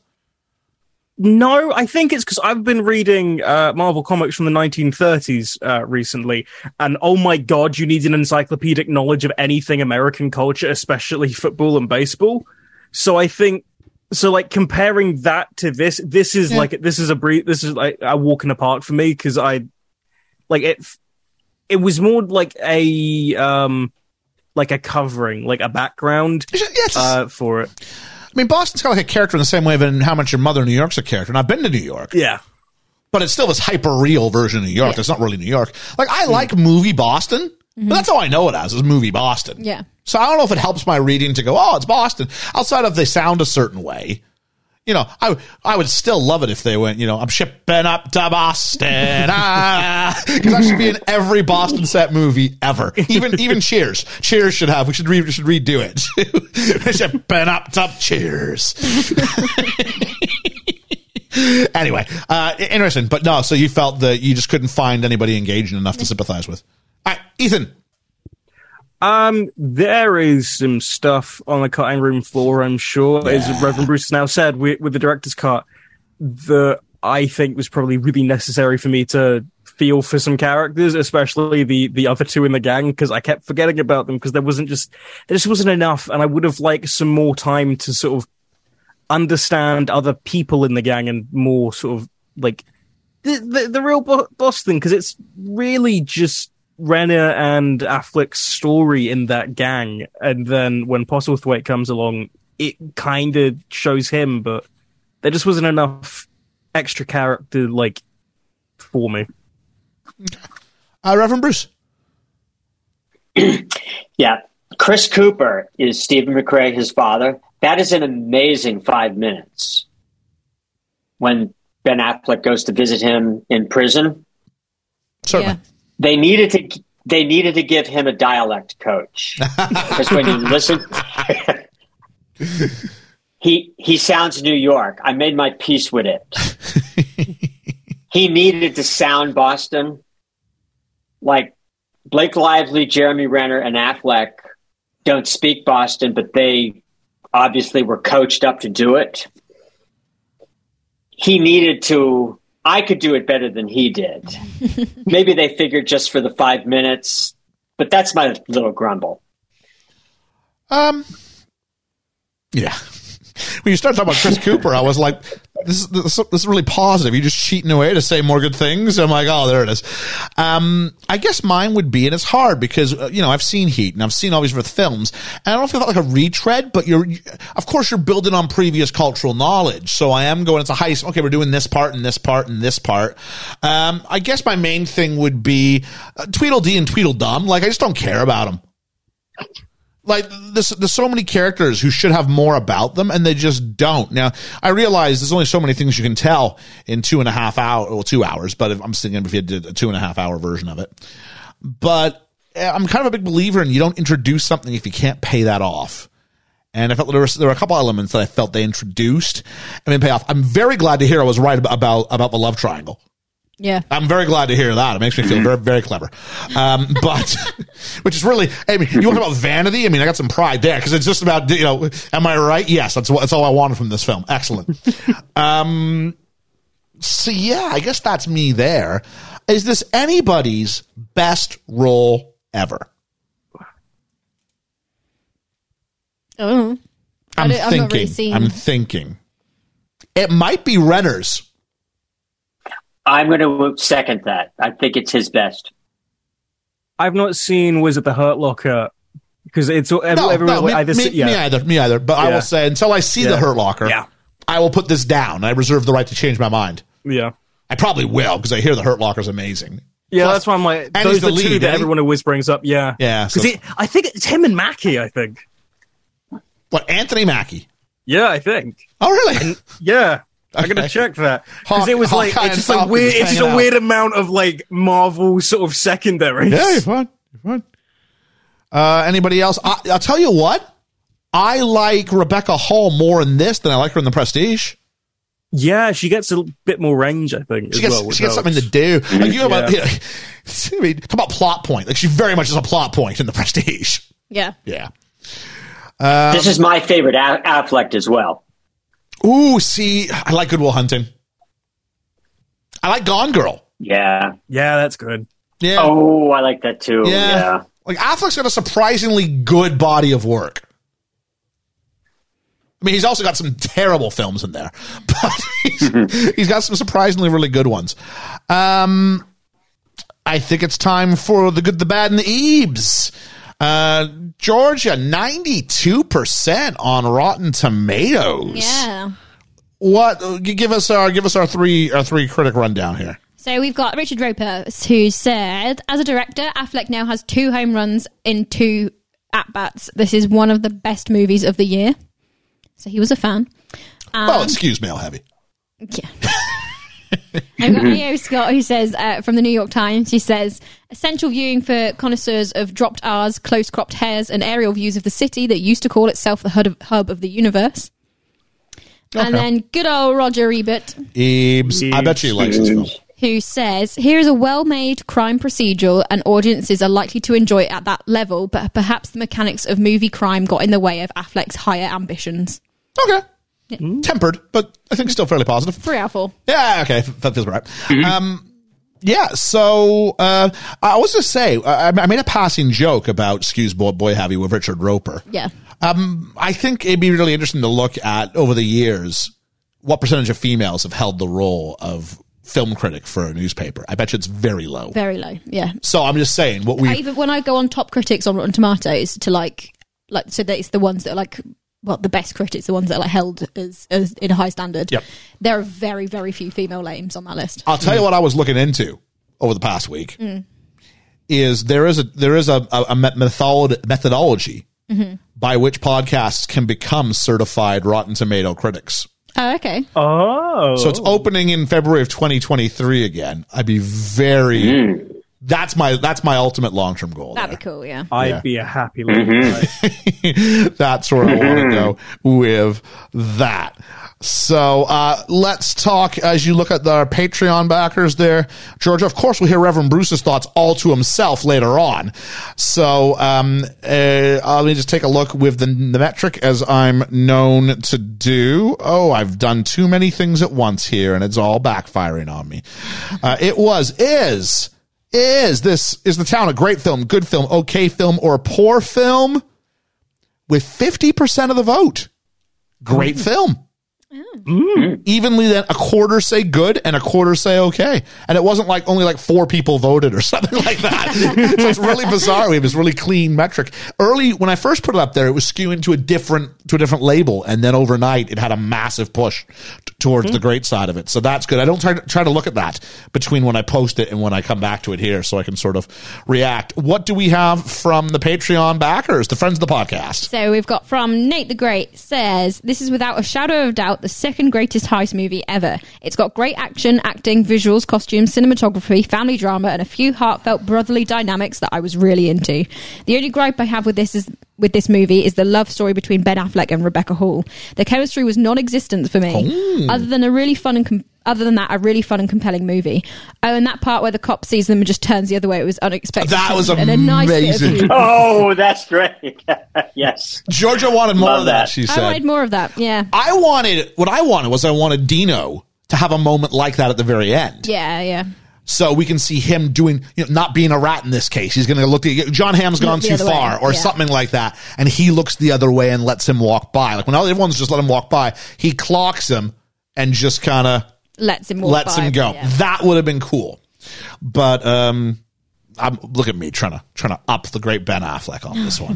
S5: No, I think it's because I've been reading uh, Marvel comics from the 1930s uh, recently, and oh my god, you need an encyclopedic knowledge of anything American culture, especially football and baseball. So I think so. Like comparing that to this, this is like this is a brief. This is like a walk in the park for me because I like it. It was more like a um like a covering, like a background
S4: Yes.
S5: uh, for it.
S4: I mean, Boston's kind of like a character in the same way than how much your mother in New York's a character. And I've been to New York.
S5: Yeah.
S4: but it's still this hyper real version of New York. That's not really New York. Like I like movie Boston, but that's all I know it as is movie Boston.
S6: Yeah.
S4: So I don't know if it helps my reading to go, oh, it's Boston. Outside of they sound a certain way. You know, I I would still love it if they went. You know, I'm shipping up to Boston because that should be in every Boston set movie ever. Even even Cheers, Cheers should have. We should re, we should redo it. shipping up to Cheers anyway, uh, interesting. But no, so you felt that you just couldn't find anybody engaging enough to sympathize with. All right, Ethan.
S5: Um, there is some stuff on the cutting room floor. I'm sure, as Reverend Bruce has now said, with, with the director's cut, that I think was probably really necessary for me to feel for some characters, especially the the other two in the gang, because I kept forgetting about them because there wasn't just there just wasn't enough, and I would have liked some more time to sort of understand other people in the gang and more sort of like the the, the real Bo- Boston because it's really just Renner and Affleck's story in that gang, and then when Postlethwaite comes along, it kind of shows him, but there just wasn't enough extra character like for me.
S4: Uh, Reverend Bruce.
S8: Yeah. Chris Cooper is Stephen McRae, his father. That is an amazing five minutes when Ben Affleck goes to visit him in prison.
S4: Certainly.
S6: yeah.
S8: They needed to they needed to give him a dialect coach. Because when you listen he he sounds New York. I made my peace with it. he needed to sound Boston. Like Blake Lively, Jeremy Renner, and Affleck don't speak Boston, but they obviously were coached up to do it. He needed to. I could do it better than he did. Maybe they figured just for the five minutes, but that's my little grumble.
S4: Um. Yeah. When you start talking about Chris Cooper, I was like, this is, this, this is really positive. You're just cheating away to say more good things. I'm like, oh, there it is. Um, I guess mine would be, and it's hard because, uh, you know, I've seen Heat and I've seen all these other films, and I don't feel like a retread, but you're, you- of course, you're building on previous cultural knowledge. So I am going, it's a heist. Okay, we're doing this part and this part and this part. Um, I guess my main thing would be uh, Tweedledee and Tweedledum. Like, I just don't care about them like there's, there's so many characters who should have more about them and they just don't now i realize there's only so many things you can tell in two and a half hour well two hours but if, i'm thinking if you did a two and a half hour version of it but eh, i'm kind of a big believer in you don't introduce something if you can't pay that off and I felt there were there were a couple elements that I felt they introduced and then pay off. I'm very glad to hear I was right about about, about the love triangle.
S6: Yeah.
S4: I'm very glad to hear that. It makes me feel very, very clever. Um, but, which is really, I mean, you want about vanity? I mean, I got some pride there because it's just about, you know, am I right? Yes, that's what, that's all I wanted from this film. Excellent. um, so yeah, I guess that's me there. Is this anybody's best role ever?
S6: Oh. I
S4: I'm
S6: don't- I've not really
S4: thinking.
S6: seen-
S4: I'm thinking. It might be Renner's
S8: I'm going to second that. I think it's his best.
S5: I've not seen Wizard the Hurt Locker because it's ev-
S4: No,
S5: everyone.
S4: no, me,
S5: either,
S4: me-
S5: yeah.
S4: me either. Me either. But I
S5: Yeah.
S4: will say until I see the
S5: Yeah.
S4: Hurt Locker,
S5: Yeah.
S4: I will put this down. I reserve the right to change my mind.
S5: yeah,
S4: I probably will because I hear the Hurt Locker is amazing.
S5: yeah. that's why I'm like
S4: and
S5: those
S4: he's
S5: are the
S4: the
S5: two
S4: lead,
S5: that
S4: eh?
S5: everyone always brings up. Yeah,
S4: Yeah, so-
S5: Because I think it's him and Mackie. I think.
S4: But Anthony Mackie.
S5: Yeah, I think.
S4: Oh, really?
S5: Yeah. I'm
S4: Okay.
S5: gonna check that because
S4: Hawk-
S5: it was like
S4: Hawkeye
S5: it's just
S4: and
S5: like weird.
S4: Falcon's
S5: It's just a
S4: hanging
S5: weird amount of like Marvel sort of secondaries.
S4: yeah, you're fine. You're fine. Uh, anybody else? I, I'll tell you what. I like Rebecca Hall more in this than I like her in The Prestige.
S5: Yeah, she gets a bit more range. I think
S4: She
S5: as
S4: gets,
S5: well, which
S4: she gets
S5: helps.
S4: something to do. Like you have a-
S5: Yeah.
S4: I mean, talk about plot point. Like she very much is a plot point in The Prestige.
S6: Yeah.
S4: Yeah.
S8: this is my favorite a- Affleck as well.
S4: Ooh, see, I like Goodwill Hunting. I like Gone Girl.
S8: Yeah.
S5: Yeah, that's good.
S4: Yeah.
S8: Oh, I like that too.
S4: yeah.
S8: yeah.
S4: Like Affleck's got a surprisingly good body of work. I mean, he's also got some terrible films in there, but he's, he's got some surprisingly really good ones. Um, I think it's time for the good, the bad, and the ebs. Uh, Georgia, ninety-two percent on Rotten Tomatoes.
S6: Yeah.
S4: What? uh, Give us our give us our three our three critic rundown here.
S6: So we've got Richard Roper, who said, as a director, Affleck now has two home runs in two at bats. This is one of the best movies of the year. So he was a fan.
S4: well, Oh, excuse male heavy.
S6: Yeah. I've got Leo Scott who says uh, from the New York Times. He says essential viewing for connoisseurs of dropped R's, close cropped hairs, and aerial views of the city that used to call itself the hud- hub of the universe. And then good old Roger Ebert,
S4: Ebs. I bet you he likes this film.
S6: who says, Here is a well made crime procedural, and audiences are likely to enjoy it at that level, but perhaps the mechanics of movie crime got in the way of Affleck's higher ambitions.
S4: Okay. Tempered, but I think still fairly positive.
S6: Three out of four.
S4: Yeah, okay, f- that feels right. Um, yeah, so uh, I was going to say, I, I made a passing joke about Excuse Boy, Boy Have You with Richard Roper.
S6: Yeah.
S4: Um, I think it'd be really interesting to look at over the years what percentage of females have held the role of film critic for a newspaper. I bet you it's very low.
S6: Very low. Yeah.
S4: So I'm just saying what we
S6: I even when I go on top critics on Rotten Tomatoes to like like so that it's the ones that are like well the best critics the ones that are like held as, as in a high standard.
S4: Yep. Oh.
S6: There are very very few female names on that list.
S4: I'll tell you what I was looking into over the past week is there is a there is a, a, a me- method, methodology by which podcasts can become certified Rotten Tomato critics.
S6: Oh okay.
S5: Oh,
S4: So it's opening in February of 2023 again. I'd be very that's my that's my ultimate long term goal.
S6: That'd be cool, yeah.
S5: I'd be a happy little guy.
S4: there. that's where I want to go with that. So uh, let's talk as you look at our Patreon backers there, Georgia. Of course, we'll hear Reverend Bruce's thoughts all to himself later on. So um, uh, uh, let me just take a look with the, the metric as I'm known to do. Oh, I've done too many things at once here, and it's all backfiring on me. Uh, it was is is this is the town a great film, good film, okay film, or poor film? With fifty percent of the vote, great film evenly then a quarter say good and a quarter say okay and it wasn't like only like four people voted or something like that so it's really bizarre we have this really clean metric early when i first put it up there it was skewing to a different to a different label and then overnight it had a massive push t- towards the great side of it so that's good i don't try to, try to look at that between when i post it and when i come back to it here so i can sort of react what do we have from the patreon backers the friends of the podcast
S6: So we've got from Nate the Great says, This is without a shadow of doubt the second greatest heist movie ever. It's got great action, acting, visuals, costumes, cinematography, family drama, and a few heartfelt brotherly dynamics that I was really into. The only gripe I have with this is with this movie is the love story between Ben Affleck and Rebecca Hall. The chemistry was non existent for me.
S4: Oh.
S6: Other than a really fun and com- other than that, a really fun and compelling movie. Oh, and that part where the cop sees them and just turns the other way, it was unexpected.
S4: That was
S6: and a nice bit of
S4: amazing.
S6: humor.
S8: Oh, that's great. yes.
S4: georgia wanted more
S8: Love
S4: of that,
S8: that.
S4: she
S6: I
S4: said
S6: wanted more of that. Yeah.
S4: I wanted what I wanted was I wanted Dino to have a moment like that at the very end,
S6: Yeah, yeah.
S4: so we can see him doing, you know, not being a rat in this case. He's going to look. The, John Hamm's gone
S6: Look the
S4: too
S6: other way,
S4: far, or
S6: yeah.
S4: something like that, and he looks the other way and lets him walk by. Like when all- everyone's just let him walk by, he clocks him and just kind of
S6: lets him walk
S4: lets
S6: by,
S4: him go.
S6: yeah.
S4: That would have been cool. But um I'm look at me trying to trying to up the great Ben Affleck on this one.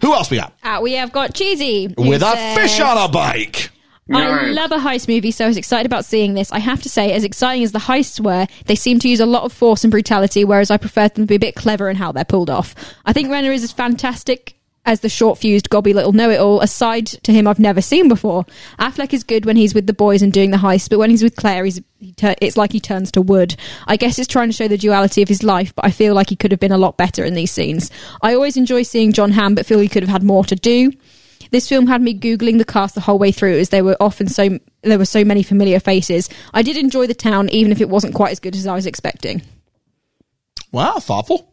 S4: Who else we got?
S6: Ah, we have got Cheesy. who
S4: With a
S6: says,
S4: fish on a bike.
S6: I love a heist movie, so I was excited about seeing this. I have to say, as exciting as the heists were, they seem to use a lot of force and brutality, whereas I prefer them to be a bit clever in how they're pulled off. I think Renner is as fantastic as the short fused gobby little know it all, a side to him I've never seen before. Affleck is good when he's with the boys and doing the heist, but when he's with Claire, he's, he tur- it's like he turns to wood. I guess it's trying to show the duality of his life, but I feel like he could have been a lot better in these scenes. I always enjoy seeing John Hamm, but feel he could have had more to do. This film had me googling the cast the whole way through, as there were often so there were so many familiar faces. I did enjoy the town, even if it wasn't quite as good as I was expecting.
S4: Wow, thoughtful.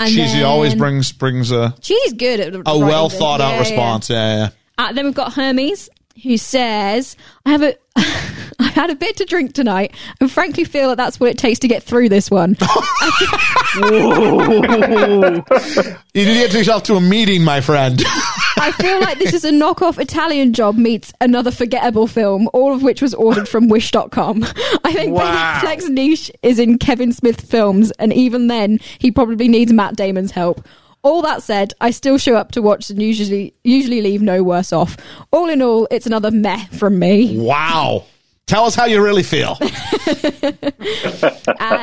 S6: And
S4: Cheesy
S6: then-
S4: always brings brings a
S6: Cheesy's good at
S4: a well thought out response. Yeah, yeah.
S6: Uh, then we've got Hermes, who says, "I have a." I've had a bit to drink tonight, and frankly feel that that's what it takes to get through this one.
S4: You need to get yourself to a meeting, my friend.
S6: I feel like this is a knockoff Italian job meets another forgettable film, all of which was ordered from Wish.com. I think
S5: Wow.
S6: Ben Affleck's niche is in Kevin Smith films, and even then, he probably needs Matt Damon's help. All that said, I still show up to watch and usually usually leave no worse off. All in all, it's another meh from me.
S4: wow. Tell us how you really feel.
S6: Uh,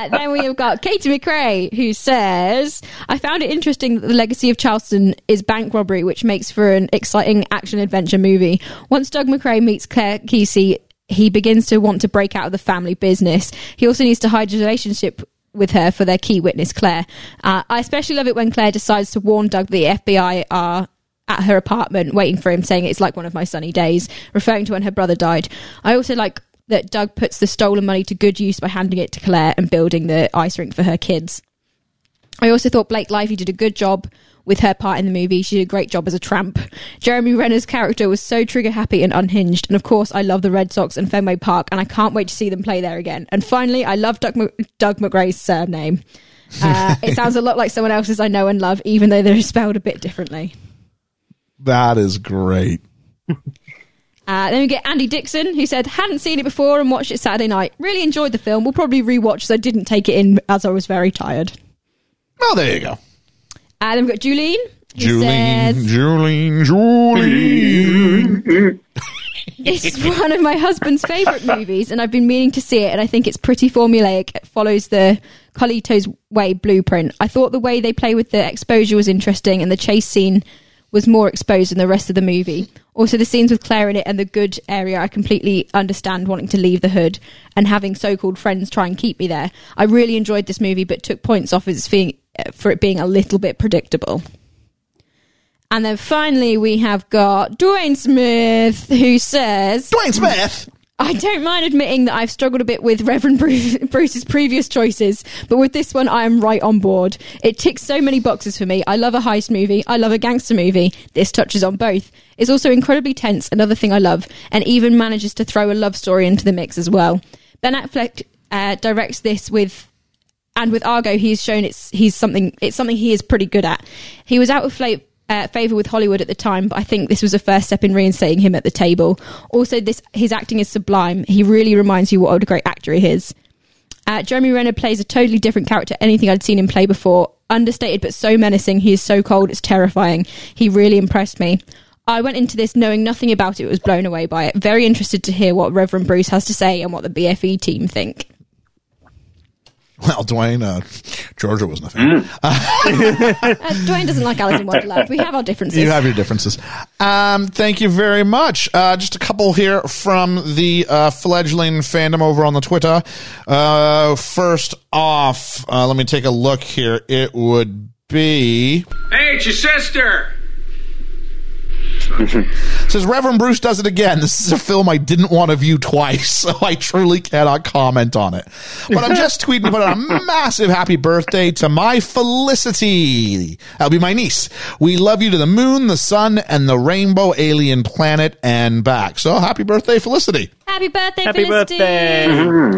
S6: then we have got Katie McRae, who says, I found it interesting that the legacy of Charleston is bank robbery, which makes for an exciting action adventure movie. Once Doug McRae meets Claire Kesey, he begins to want to break out of the family business. He also needs to hide his relationship with her for their key witness, Claire. Uh, I especially love it when Claire decides to warn Doug that the FBI are at her apartment waiting for him, saying it's like one of my sunny days, referring to when her brother died. I also like that Doug puts the stolen money to good use by handing it to Claire and building the ice rink for her kids. I also thought Blake Lively did a good job with her part in the movie. She did a great job as a tramp. Jeremy Renner's character was so trigger happy and unhinged. And of course, I love the Red Sox and Fenway Park, and I can't wait to see them play there again. And finally, I love Doug, Mc- Doug McRae's surname. Uh, it sounds a lot like someone else's I know and love, even though they're spelled a bit differently.
S4: that is great.
S6: Uh, then we get Andy Dixon, who said, hadn't seen it before and watched it Saturday night. Really enjoyed the film. We'll probably rewatch, so I didn't take it in as I was very tired.
S4: Well, there you go.
S6: And then we've got Julene. who
S4: Julie,
S6: says,
S4: Julie, Julie.
S6: This is one of my husband's favourite movies, and I've been meaning to see it, and I think it's pretty formulaic. It follows the Colito's Way blueprint. I thought the way they play with the exposure was interesting, and the chase scene was more exposed than the rest of the movie. Also, the scenes with Claire in it and the good area, I completely understand wanting to leave the hood and having so called friends try and keep me there. I really enjoyed this movie, but took points off as being, for it being a little bit predictable. And then finally, we have got Dwayne Smith, who says,
S4: Dwayne Smith.
S6: I don't mind admitting that I've struggled a bit with Reverend Bruce, Bruce's previous choices, but with this one, I am right on board. It ticks so many boxes for me. I love a heist movie. I love a gangster movie. This touches on both. It's also incredibly tense, another thing I love, and even manages to throw a love story into the mix as well. Ben Affleck uh, directs this with and with Argo, he's shown it's he's something it's something he is pretty good at. He was out of fla- uh, favor with Hollywood at the time, but I think this was a first step in reinstating him at the table. Also, this his acting is sublime. He really reminds you what a great actor he is. Uh, Jeremy Renner plays a totally different character anything I'd seen him play before. Understated but so menacing. He is so cold, it's terrifying. He really impressed me. I went into this knowing nothing about it, was blown away by it. Very interested to hear what Reverend Bruce has to say and what the BFE team think.
S4: Well, Dwayne, uh, Georgia wasn't a fan.
S6: Uh, Dwayne doesn't like Alice in Wonderland. We have our differences.
S4: You have your differences. Um, thank you very much. Uh, just a couple here from the uh, fledgling fandom over on the Twitter. Uh, first off, uh, let me take a look here. It would be
S7: Hey, it's your sister!
S4: it says Reverend Bruce does it again. This is a film I didn't want to view twice, so I truly cannot comment on it. But I'm just tweeting about a massive happy birthday to my Felicity. That'll be my niece. We love you to the moon, the sun, and the rainbow alien planet and back. So happy birthday, Felicity.
S6: Happy birthday,
S5: Happy
S6: Felicity.
S5: birthday!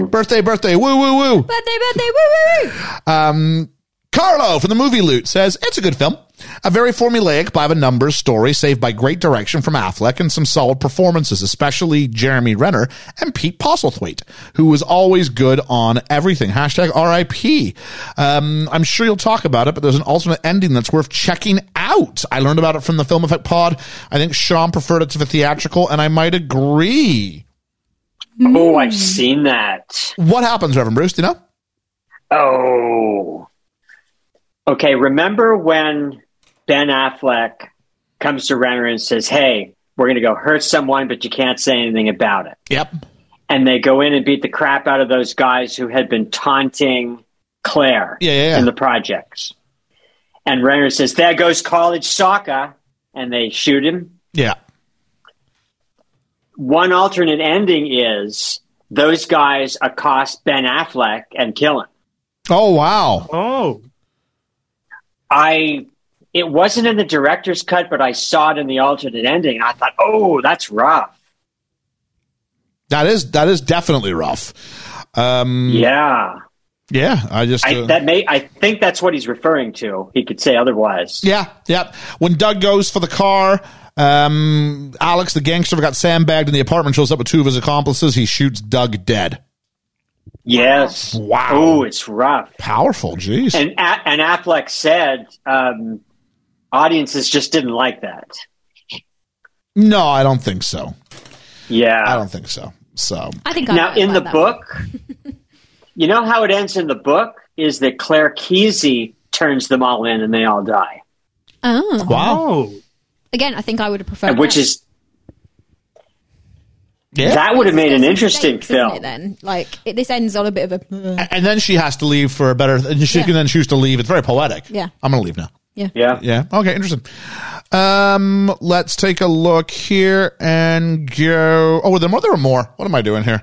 S4: Birthday, birthday, woo, woo, woo.
S6: Birthday, birthday, woo, woo, woo.
S4: Um, Carlo from the movie Loot says it's a good film. A very formulaic by the numbers story saved by great direction from Affleck and some solid performances, especially Jeremy Renner and Pete Postlethwaite, who was always good on everything. Hashtag RIP. Um, I'm sure you'll talk about it, but there's an alternate ending that's worth checking out. I learned about it from the Film Effect Pod. I think Sean preferred it to the theatrical, and I might agree.
S8: Oh, I've seen that.
S4: What happens, Reverend Bruce? Do you know?
S8: Oh. Okay, remember when Ben Affleck comes to Renner and says, Hey, we're going to go hurt someone, but you can't say anything about it.
S4: Yep.
S8: And they go in and beat the crap out of those guys who had been taunting Claire
S4: Yeah, yeah, yeah.
S8: in the projects. And Renner says, There goes college soccer. And they shoot him.
S4: Yeah.
S8: one alternate ending is those guys accost Ben Affleck and kill him.
S4: Oh, wow.
S5: Oh,
S8: I it wasn't in the director's cut, but I saw it in the alternate ending. I thought, oh, that's rough.
S4: That is, that is definitely rough. Um,
S8: Yeah,
S4: yeah, I just,
S8: I,
S4: uh,
S8: that may. I think that's what he's referring to. He could say otherwise.
S4: Yeah, yeah. When Doug goes for the car, um, Alex, the gangster, got sandbagged in the apartment, shows up with two of his accomplices. He shoots Doug dead.
S8: Yes.
S4: Wow.
S8: Oh, it's rough.
S4: Powerful, jeez.
S8: And A- and Affleck said, um, audiences just didn't like that.
S4: No, I don't think so.
S8: Yeah.
S4: I don't think so. So,
S6: I think I
S8: now
S6: might
S8: in the
S6: like that one.
S8: book you know how it ends in the book is that claire keezy turns them all in and they all die
S6: Oh.
S4: wow.
S5: oh,
S6: Again, I think I would have preferred
S8: which
S6: that.
S8: is
S4: Yeah.
S8: that would have made an
S6: There's
S8: interesting
S6: stakes, isn't it,
S8: film
S6: then, like it, this ends on a bit of a
S4: A- And then she has to leave for a better. And she
S6: Yeah.
S4: can then choose to leave. It's very poetic.
S6: Yeah.
S4: I'm going to leave now.
S8: yeah
S4: Yeah. Okay. Interesting. Um, let's take a look here and go. Oh, there more. There are more. What am I doing here?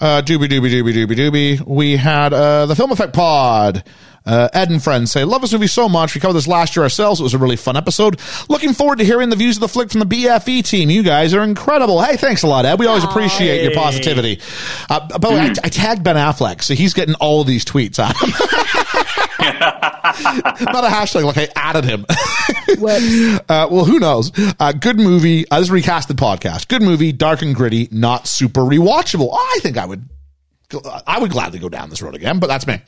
S4: Uh, doobie doobie doobie doobie doobie. We had uh, the Film Effect Pod. Uh, Ed and friends say, Love this movie so much. We covered this last year ourselves. It was a really fun episode. Looking forward to hearing the views of the flick from the BFE team. You guys are incredible. Hey, thanks a lot, Ed. We always appreciate your positivity. Uh, by the way, I, I tagged Ben Affleck, so he's getting all these tweets out of him. Not a hashtag, like I added him.
S6: whoops.
S4: Uh, well, who knows? Uh, good movie. Uh, this is recasted podcast. Good movie, dark and gritty, not super rewatchable. Oh, I think I would, I would gladly go down this road again, but that's me.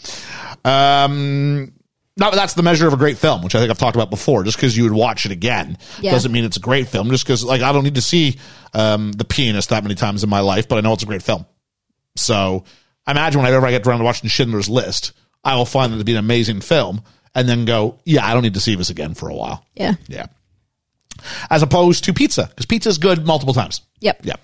S4: Um, not that that's the measure of a great film, which I think I've talked about before. Just because you would watch it again
S6: Yeah.
S4: doesn't mean it's a great film. Just because, like, I don't need to see um, the pianist that many times in my life, but I know it's a great film. So I imagine whenever I get around to watching Schindler's List, I will find that to be an amazing film, and then go, yeah, I don't need to see this again for a while.
S6: Yeah.
S4: Yeah. As opposed to pizza, because pizza is good multiple times.
S6: Yep.
S4: Yeah.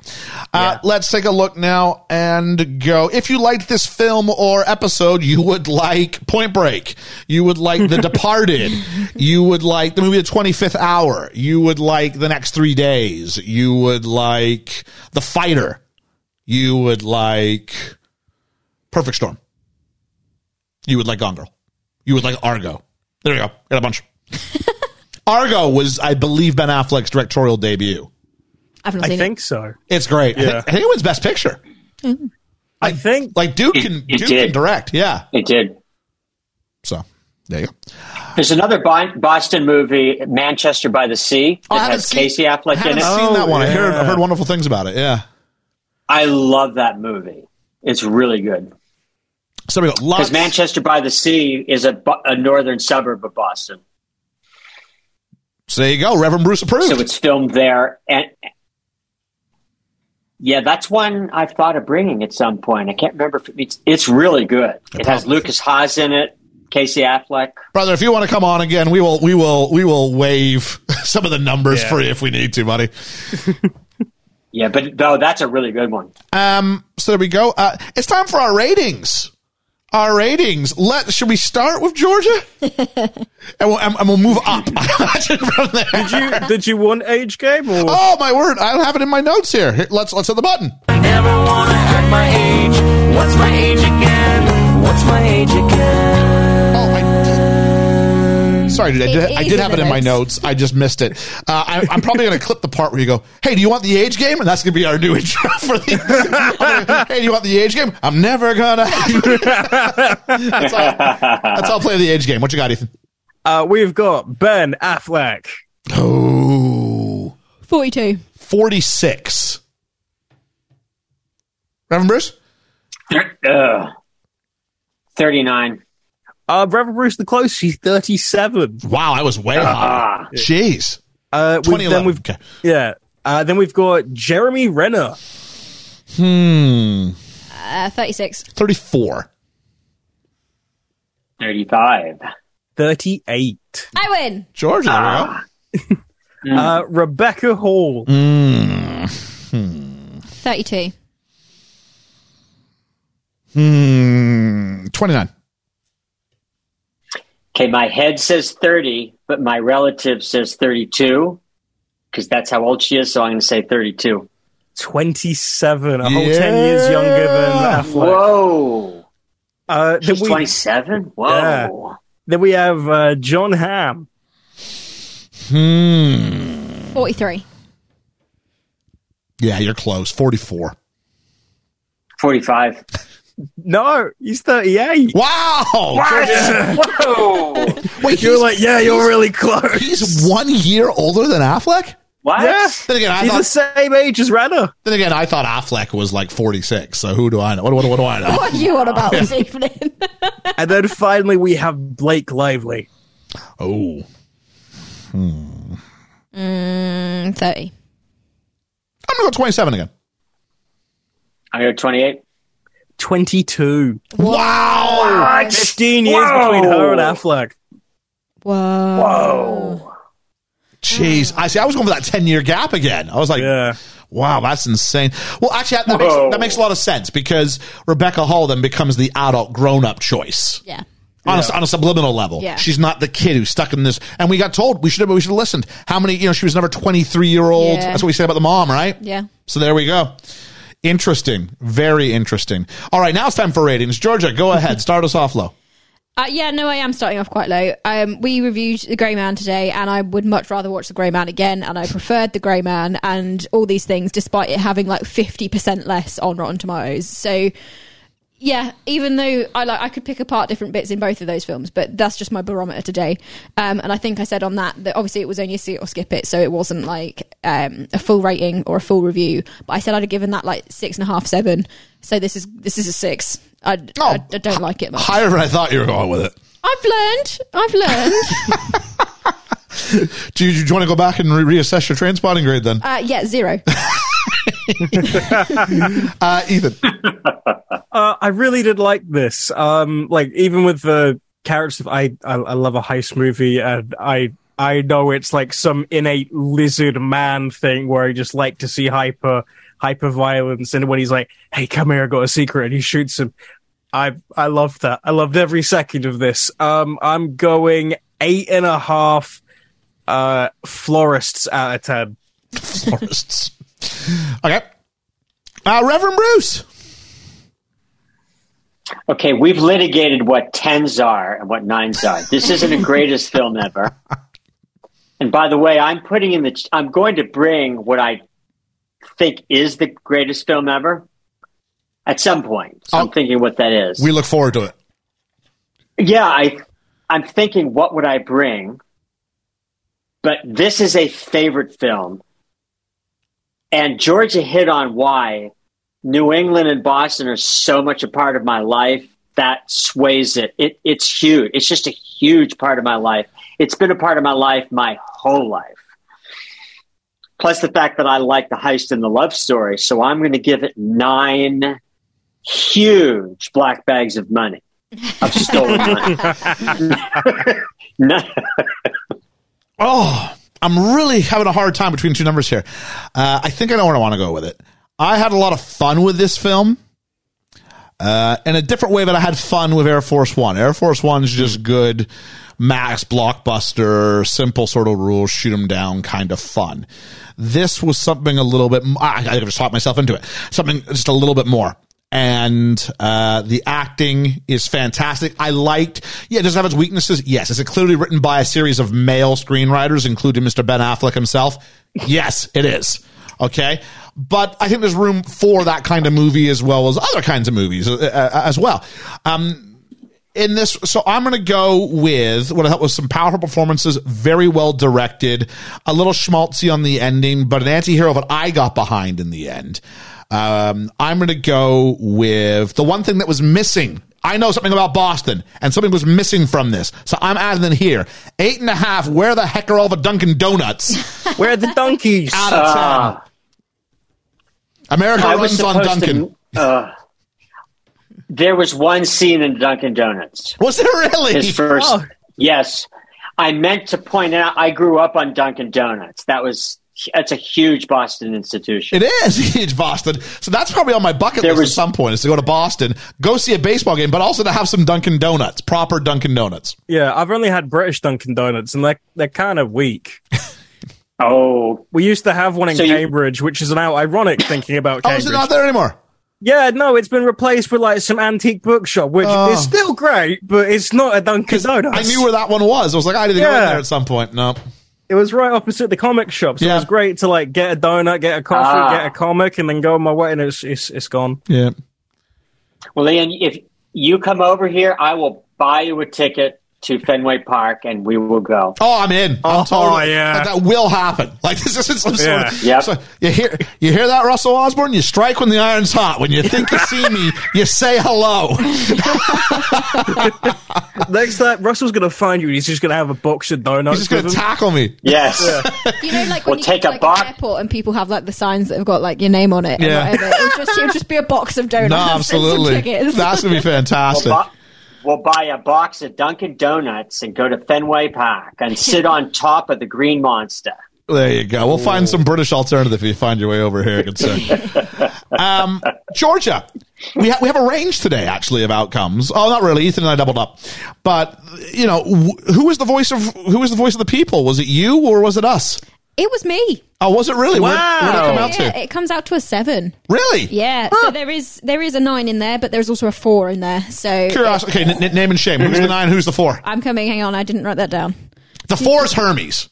S4: Uh, Let's take a look now and go. If you liked this film or episode, you would like Point Break. You would like The Departed. You would like the movie The 25th Hour. You would like The Next Three Days. You would like The Fighter. You would like Perfect Storm. You would like Gone Girl. You would like Argo. There you go. Got a bunch. Argo was, I believe, Ben Affleck's directorial debut.
S6: I've not
S5: I
S6: seen
S5: think so.
S4: It's great. I,
S5: Yeah.
S4: think, I think it was Best Picture.
S5: I think
S4: Like Duke
S8: It-
S4: can
S8: it
S4: Duke
S8: did.
S4: can direct. Yeah.
S8: it did
S4: So there you go.
S8: there's another Bo- boston movie manchester by the sea
S4: Oh, I
S8: that
S4: haven't
S8: has
S4: seen-
S8: casey
S4: I
S8: affleck in
S4: haven't
S8: it
S4: seen that one. I heard
S5: yeah.
S4: I've heard wonderful things about it. Yeah.
S8: i love that movie it's really good
S4: So we got lots.
S8: because manchester by the sea is a, bo- a northern suburb of boston
S4: so there you go. Reverend Bruce approved.
S8: so it's filmed there and yeah that's one i've thought of bringing at some point i can't remember if it meets, it's really good it has lucas haas in it casey affleck
S4: Brother, if you want to come on again, we will we will we will waive some of the numbers for you if we need to, buddy.
S8: yeah but no that's a really good one
S4: Um so there we go. Uh it's time for our ratings. Our ratings. Let should we start with Georgia? and we'll and, and we'll move up. from there.
S5: did you did you want age game or
S4: Oh my word! I don't have it in my notes here. Here, Let's let's hit the button.
S7: Never wanna hurt my age. What's my age again? What's my age again?
S4: Oh, I did. sorry, dude. I
S6: It
S4: did,
S6: is
S4: I did have it in my
S6: limits.
S4: notes. I just missed it. Uh, I, I'm probably going to clip the part where you go, "Hey, do you want the age game?" And that's going to be our new intro for the. hey, do you want the age game? I'm never gonna. Oh! that's, all, that's all. Play the age game. What you got, Ethan?
S5: Uh, we've got Ben Affleck.
S4: Oh,
S6: 42.
S4: 46. Reverend Bruce?
S8: Ugh. 39.
S5: Uh, Reverend Bruce the Close, he's 37.
S4: Wow, I was way high.
S8: Ah.
S4: Jeez.
S5: Uh, we,
S4: 2011.
S5: then we've,
S4: Okay.
S5: yeah. Uh, then we've got Jeremy Renner.
S4: Hmm.
S6: Uh, 36.
S4: 34.
S8: 35.
S5: 38.
S6: I win.
S4: George, there we go.
S8: Mm.
S5: Uh, Rebecca Hall.
S6: 32.
S4: Hmm. 29.
S8: Okay, my head says 30, but my relative says 32 because that's how old she is. So I'm going to say 32.
S5: 27. A whole 10 years
S4: Yeah.
S5: younger than Affleck.
S8: Whoa.
S5: Uh, then,
S8: She's
S5: we,
S8: 27? Whoa.
S5: Yeah. then we have uh, John Hamm.
S4: Hmm.
S6: 43.
S4: Yeah, you're close. 44.
S8: 45.
S5: No, he's 38.
S4: Wow. George,
S8: Whoa.
S4: wait,
S5: You're
S4: he's,
S5: like, yeah, you're really close.
S4: he's one year older than Affleck?
S8: What?
S5: Yeah.
S4: Then again, I
S5: He's the
S4: thought,
S5: same age as Renner.
S4: then again, I thought Affleck was like 46. So who do I know? What, what, what do I know?
S6: What are you on about this evening?
S5: And then finally, we have Blake Lively.
S4: Oh.
S6: Mm, 30.
S4: I'm going to go 27 again.
S8: I go 28.
S5: 22.
S4: Wow.
S5: 15 years
S8: Whoa.
S5: between her and Affleck.
S6: Whoa.
S4: Jeez. I see. I was going for that 10 year gap again. I was like,
S5: Yeah.
S4: Wow, that's insane. Well, actually, that makes,
S8: Whoa.
S4: that makes a lot of sense because Rebecca Hall then becomes the adult grown up choice
S6: Yeah.
S4: on, a, on a subliminal level.
S6: Yeah.
S4: She's not the kid who's stuck in this. And we got told we should have we should have listened. How many? You know, she was never twenty three year old.
S6: Yeah.
S4: That's what we said about the mom, right?
S6: Yeah.
S4: So there we go. Interesting, very interesting. All right, now it's time for ratings. Georgia, go ahead. Start us off low.
S6: Uh, yeah, no, I am starting off quite low. Um, we reviewed The Grey Man today, and I would much rather watch The Grey Man again, and I preferred The Grey Man and all these things, despite it having like 50% less on Rotten Tomatoes. So, yeah, even though I like, I could pick apart different bits in both of those films, but that's just my barometer today. Um, and I think I said on that that obviously it was only a see it or skip it, so it wasn't like um, a full rating or a full review. But I said I'd have given that like six and a half, seven. So this is this is a six. I, I, I don't like it much.
S4: Higher than I thought you were going with it.
S6: I've learned. I've learned.
S4: Do you, do you want to go back and re- reassess your transponding grade then,
S6: uh, yeah, zero.
S4: uh, Ethan?
S5: Uh, I really did like this. Um, like even with the characters, I, I I love a heist movie, and I I know it's like some innate lizard man thing where I just like to see hyper hyper violence, and when he's like, "Hey, come here, I got a secret," and he shoots him. I I loved that. I loved every second of this. Um, I'm going eight and a half uh florists out of ten.
S4: forests. Okay. Uh, Reverend Bruce.
S8: Okay, we've litigated what tens are and what nines are. This isn't the greatest film ever. And by the way, I'm putting in the. I'm going to bring what I think is the greatest film ever at some point. So
S5: Oh.
S8: I'm thinking what that is.
S4: We look forward to it.
S8: yeah, I. I'm thinking what would I bring, but this is a favorite film, and Georgia hit on why New England and Boston are so much a part of my life that sways it. it. It's huge. It's just a huge part of my life. It's been a part of my life my whole life. Plus the fact that I like the heist and the love story. So I'm going to give it nine huge black bags of money. I've stolen money. Nine-
S4: Oh, I'm really having a hard time between two numbers here. Uh, I think I know where I want to go with it. I had a lot of fun with this film. Uh, in a different way that I had fun with Air Force One. Air Force One's just good, max blockbuster, simple sort of rules, shoot 'em down kind of fun. This was something a little bit. m- I, I just talked myself into it. Something just a little bit more. and uh, the acting is fantastic. I liked, yeah, does it have its weaknesses? Yes. Is it clearly written by a series of male screenwriters, including Mr. Ben Affleck himself? Yes, it is. Okay. But I think there's room for that kind of movie as well as other kinds of movies uh, uh, as well. Um, in this, so I'm going to go with what I thought was some powerful performances, very well directed, a little schmaltzy on the ending, but an anti-hero that I got behind in the end. Um, I'm going to go with the one thing that was missing. I know something about Boston, and something was missing from this, so I'm adding it here. Eight and a half. Where the heck are all the Dunkin' Donuts?
S5: Where are the donkeys?
S4: Out of town. America
S8: I was
S4: runs on
S8: supposed
S4: Dunkin'.
S8: to. Uh, there was one scene in Dunkin' Donuts.
S4: was it really?
S8: His first.
S5: Oh.
S8: Yes, I meant to point out. I grew up on Dunkin' Donuts. That was that's a huge Boston institution.
S4: It is huge Boston. So that's probably on my bucket
S8: There
S4: list
S8: was-
S4: at some point is to go to Boston, go see a baseball game, but also to have some Dunkin' Donuts, proper Dunkin' Donuts.
S5: Yeah, I've only had British Dunkin' Donuts, and they're they're kind of weak.
S8: oh,
S5: We used to have one in
S8: So you-
S5: Cambridge, which is now ironic thinking about
S4: Oh, is
S5: Cambridge.
S4: it not there anymore?
S5: yeah, no, it's been replaced with like some antique bookshop, which
S4: Oh.
S5: is still great, but it's not a Dunkin' Donuts.
S4: I knew where that one was. I was like, I need to go in
S5: Yeah.
S4: there at some point. No.
S5: it was right opposite the comic shop, so
S4: Yeah.
S5: it was great to like get a donut, get a coffee,
S8: Ah.
S5: get a comic, and then go on my way, and it's it's, it's gone.
S4: Yeah.
S8: well, Ian, if you come over here, I will buy you a ticket to Fenway Park, and we will go.
S4: Oh, I'm in. I'm
S5: Oh, yeah.
S4: Like, that will happen. Like this isn't some sort of.
S8: Yeah. Yep.
S4: So you hear you hear that Russell Osborne? You strike when the iron's hot. When you think you see me, you say hello.
S5: Next time, Russell's gonna find you, and he's just gonna have a box of donuts.
S4: He's just gonna
S5: with him.
S4: tackle me.
S8: Yes.
S6: You know, like when
S8: Well,
S6: you
S8: take
S6: go to,
S8: a
S6: like,
S8: box-
S6: an airport and people have like the signs that have got like your name on it.
S4: Yeah.
S6: And whatever. It would just it would just be a box of donuts.
S4: No,
S6: and some
S4: absolutely.
S6: tickets.
S4: That's gonna be fantastic.
S8: We'll bu- We'll buy a box of Dunkin' Donuts and go to Fenway Park and sit on top of the Green Monster.
S4: There you go. We'll find some British alternative if you find your way over here, good sir. um, Georgia, we, ha- we have a range today, actually, of outcomes. Oh, not really. Ethan and I doubled up, but you know, wh- who was the voice of who was the voice of the people? Was it you or was it us?
S6: It was me.
S4: Oh, was it really? Where- Where, did it come out
S6: Yeah,
S4: to?
S6: it comes out to a seven.
S4: Really?
S6: Yeah. So there is there is a nine in there, but there's also a four in there. So
S4: Curiosity. Okay, n- n- name and shame. Who's the nine? Who's the four?
S6: I'm coming. Hang on, I didn't write that down.
S4: The four is Hermes.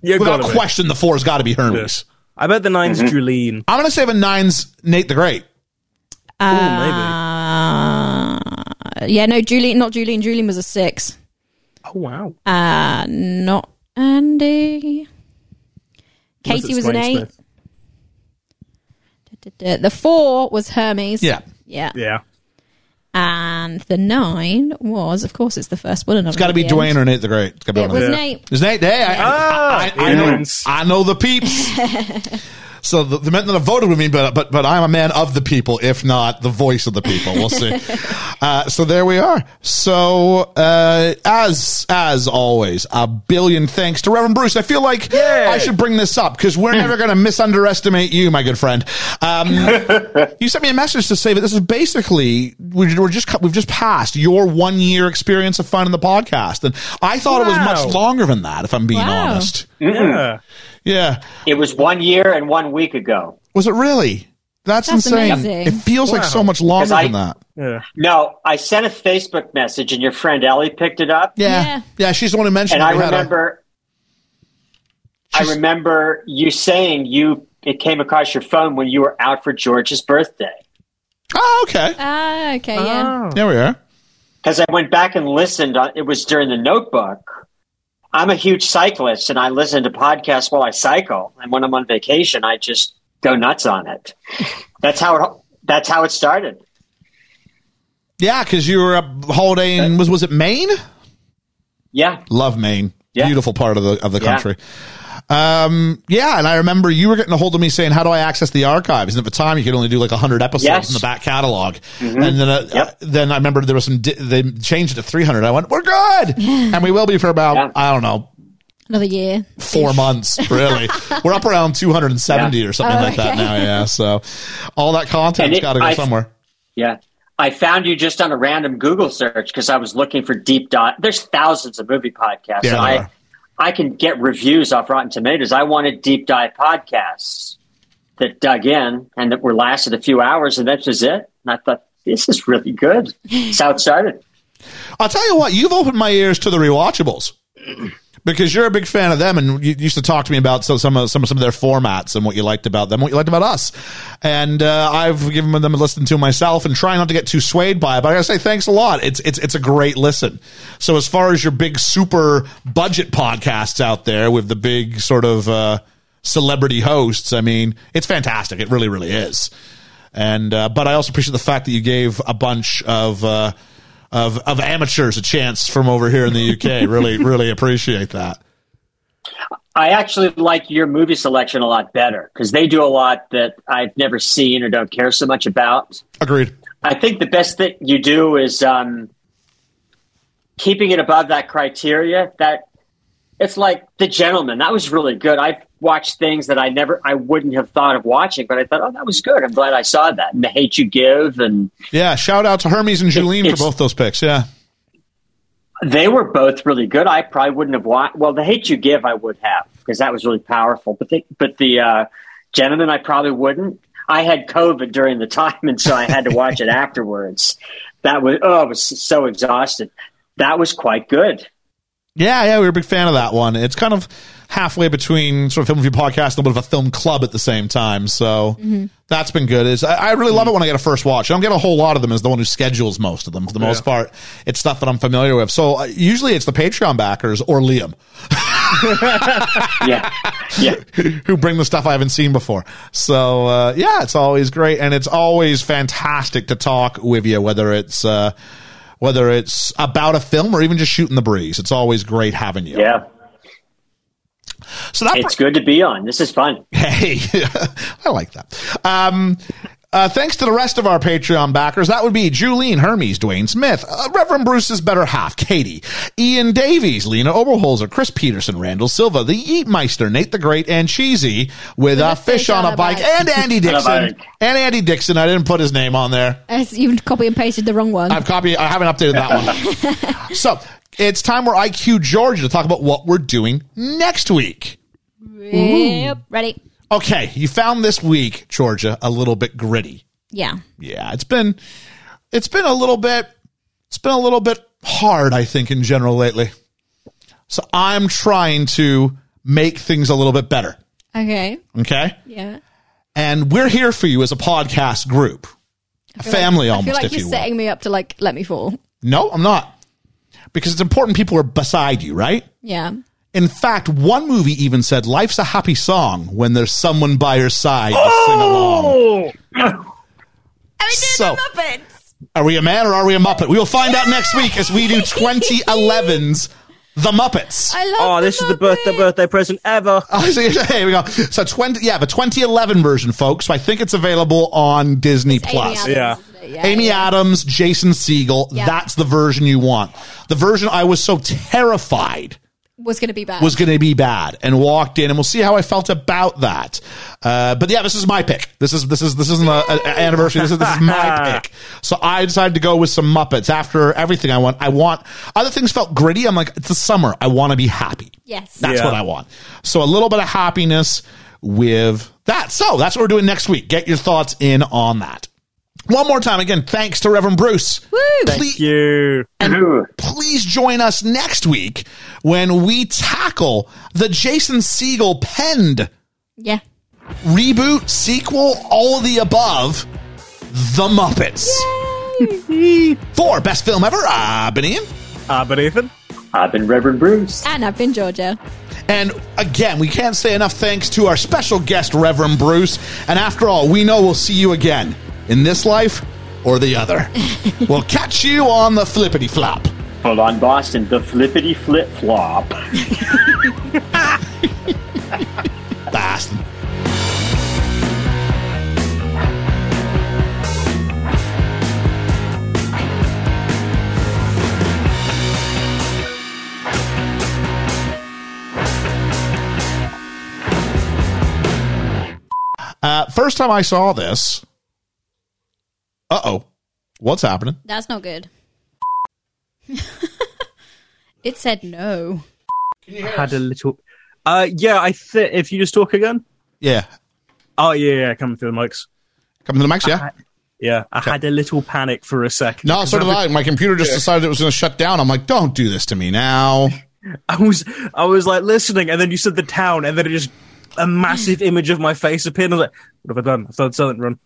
S5: You
S4: Without
S5: gotta be.
S4: question, Mm-hmm. the four's got to be Hermes.
S5: I bet the 9s Julene.
S4: I'm going to say the nine's Nate the Great.
S6: Uh, yeah, no, Julian, not Julian. Julian was a six.
S5: Oh wow,
S6: Uh, not Andy.
S5: Unless
S6: Katie
S5: it's
S6: was an
S5: Dwayne
S6: eight.
S5: Smith.
S6: Duh, duh. The four was Hermes.
S4: Yeah.
S6: Yeah.
S5: Yeah,
S6: And the nine was, of course, it's the first one.
S4: It's got to be Dwayne or Nate the Great. It's got to be
S6: It
S4: one of them.
S6: was
S5: Yeah.
S6: Nate.
S4: Is Nate Day? I, I, I, I, know,
S5: Ignorance.
S4: I know the peeps. so the, the men that have voted with me, but but but I'm a man of the people, if not the voice of the people. We'll see. uh, so there we are. So uh, as as always, a billion thanks to Reverend Bruce. I feel like I should bring this up because we're never going to misunderestimate you, my good friend. Um, you sent me a message to say that this is basically we- we're just we've just passed your one year experience of finding the podcast, and I thought it was
S5: Wow.
S4: much longer than that. If I'm being
S6: Wow.
S4: honest,
S5: yeah.
S4: yeah,
S8: It was one year and one week ago.
S4: was it really? That's,
S6: That's
S4: insane.
S6: amazing.
S4: It feels like so much longer
S8: 'Cause I-
S4: than that.
S5: yeah.
S8: No, I sent a Facebook message and your friend Ellie picked it up.
S4: Yeah. yeah,
S6: Yeah.
S4: She's the one who mentioned.
S8: and I
S4: we had a-
S8: remember, I remember you saying you it came across your phone when you were out for George's birthday.
S4: oh, okay.
S6: Ah, okay, yeah.
S4: There we are.
S8: because I went back and listened. On, it was during the Notebook. I'm a huge cyclist, and I listen to podcasts while I cycle. And when I'm on vacation, I just go nuts on it. That's how it. That's how it started.
S4: Yeah, because you were up holidaying. was was it Maine?
S8: Yeah,
S4: Love Maine.
S8: Yeah.
S4: Beautiful part of the of the
S8: Yeah.
S4: country. Um, yeah, and I remember you were getting a hold of me saying, "How do I access the archives?" And at the time, you could only do like hundred episodes
S8: Yes. Mm-hmm.
S4: in the back catalog. And then, uh,
S8: Yep.
S4: then I remember there was some. Di- they changed it to three hundred. I went, "We're good," and we will be for about
S8: Yeah.
S4: I don't know
S6: Another year.
S4: four months. Really, we're up around two hundred and seventy or something
S6: Oh,
S4: like that
S6: okay.
S4: now. Yeah, so all that
S8: And
S4: content's
S8: it-
S4: got to go
S8: I-
S4: somewhere.
S8: yeah. I found you just on a random Google search because I was looking for deep dot. There's thousands of movie
S4: Yeah,
S8: podcasts. and
S4: there
S8: I
S4: are.
S8: I can get reviews off Rotten Tomatoes. I wanted deep dive podcasts that dug in and that were lasted a few hours, and that was it. And I thought, this is really good. South started.
S4: I'll tell you what, you've opened my ears to the rewatchables because you're a big fan of them, and you used to talk to me about so some of some of some of their formats and what you liked about them, what you liked about us, and uh, I've given them a listen to myself and try not to get too swayed by it. But I gotta say, thanks a lot. It's it's it's a great listen. So as far as your big super budget podcasts out there with the big sort of uh, celebrity hosts, I mean, it's fantastic. It really really is. And uh, but I also appreciate the fact that you gave a bunch of. Uh, of of amateurs a chance from over here in the UK. really, really appreciate that.
S8: I actually like your movie selection a lot better because they do a lot that I've never seen or don't care so much about.
S4: Agreed.
S8: I think the best thing you do is um, keeping it above that criteria. That it's like the gentleman. That was really good. I've watched things that I never, I wouldn't have thought of watching, but I thought, oh, that was good. I'm glad I saw that. And the hate you give, and
S4: Yeah, shout out to Hermes and Julene for
S8: it's-
S4: both those picks. Yeah.
S8: They were both really good. I probably wouldn't have watched. Well, the Hate You Give, I would have because that was really powerful. But the, but the uh, Gentleman, I probably wouldn't. I had COVID during the time, and so I had to watch it afterwards. That was oh, I was so exhausted. That was quite good.
S4: Yeah, yeah, we were a big fan of that one. It's kind of halfway between sort of film review podcast and a little bit of a film club at the same time. So that's been good. Is I, I really love it when I get a first watch. I don't get a whole lot of them as the one who schedules most of them. For the most part, it's stuff that I'm familiar with. So uh, usually it's the Patreon backers or Liam
S8: Yeah, yeah.
S4: who bring the stuff I haven't seen before. So uh, yeah, it's always great, and it's always fantastic to talk with you, whether it's uh, whether it's about a film or even just shooting the breeze. It's always great having you.
S8: Yeah,
S4: So that
S8: it's good to be on. This is fun.
S4: hey, I like that. Um, uh, thanks to the rest of our Patreon backers. That would be Julene, Hermes, Dwayne Smith, uh, Reverend Bruce's better half, Katie, Ian Davies, Lena Oberholzer, Chris Peterson, Randall Silva, the Eatmeister, Nate the Great, and Cheesy with, a fish, on, a bike, and Andy
S8: On a
S4: Dixon.
S8: bike.
S4: and Andy Dixon. I didn't put his name on there.
S6: As you've copy and pasted the wrong one.
S4: I've copied. I haven't updated that one. so it's time we're IQ Georgia to talk about what we're doing next week.
S6: Yep. Ready?
S4: Okay, you found this week, Georgia, a little bit gritty.
S6: Yeah.
S4: Yeah, it's been it's been a little bit it's been a little bit hard, I think, in general lately. So I'm trying to make things a little bit better.
S6: Okay.
S4: Okay?
S6: Yeah.
S4: And we're here for you as a podcast group. A family
S6: I feel
S4: almost,
S6: like
S4: if
S6: you're
S4: you will.
S6: setting me up to like let me fall.
S4: No, I'm not. Because it's important people are beside you, right?
S6: Yeah.
S4: In fact, one movie even said life's a happy song when there's someone by your side to sing
S5: Oh!
S4: along. So-
S6: Muppets.
S4: Are we a man or are we a Muppet? We will find out next week as we do 2011's The Muppets.
S6: I love.
S5: Oh, this is the birthday birthday present ever.
S4: Oh, so, hey, we go. So 20, yeah, the 2011 version, folks. So I think it's available on Disney Plus.
S6: Amy
S5: Yeah.
S6: Adams, isn't it? yeah.
S4: Amy Adams, Jason Siegel.
S6: Yeah.
S4: That's the version you want. The version I was so terrified
S6: was going to be bad.
S4: was going to be bad and walked in and we'll see how I felt about that. Uh, but yeah, this is my pick. This is, this is, this isn't a- an anniversary. This is, this is my pick. So I decided to go with some Muppets after everything I want. I want other things felt gritty. I'm like, it's the summer. I want to be happy.
S6: yes.
S4: That's
S5: Yeah.
S4: what I want. So a little bit of happiness with that. So that's what we're doing next week. Get your thoughts in on that. One more time again, thanks to Reverend Bruce.
S6: Woo.
S4: Please,
S5: You.
S4: please join us next week when we tackle the Jason Siegel penned
S6: Yeah.
S4: reboot, sequel, all of the above, The Muppets. For best film ever, I've been Ian.
S5: Ah, but Ethan.
S8: I've been Reverend Bruce.
S6: And I've been Georgia.
S4: And again, we can't say enough thanks to our special guest, Reverend Bruce. And after all, we know we'll see you again in this life or the other. we'll catch you on the flippity flop.
S8: Hold on, Boston. The flippity flip flop.
S4: Bye. Uh, first time I saw this. Uh oh. What's happening?
S6: That's not good. it said no.
S5: Had a little. Uh, yeah. I think if you just talk again.
S4: Yeah.
S5: Oh yeah, yeah. Coming through the mics.
S4: Coming to the max, yeah?
S5: Yeah, I had a little panic for a second.
S10: No, so did I. My computer just decided it was going to shut down. I'm like, don't do this to me now.
S5: I was I was like listening, and then you said the town, and then it just a massive image of my face appeared. And I was like, "What have I done? I've done something wrong."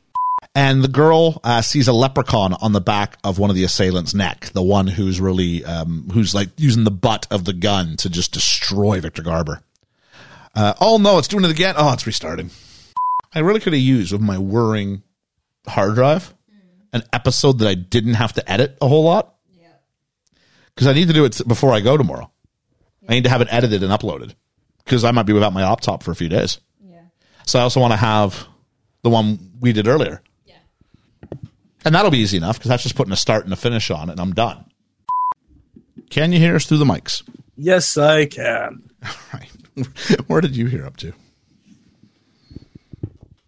S4: and the girl uh, sees a leprechaun on the back of one of the assailant's neck, the one who's really um, who's like using the butt of the gun to just destroy Victor Garber. Uh, oh no, it's doing it again. Oh, it's restarted. I really could have used with my whirring hard drive an episode that I didn't have to edit a whole lot because I need to do it before I go tomorrow. I need to have it edited and uploaded because I might be without my laptop for a few days. So I also want to have the one we did earlier. And that'll be easy enough because that's just putting a start and a finish on it, and I'm done. Can you hear us through the mics?
S5: Yes, I can.
S4: Where did you hear up to?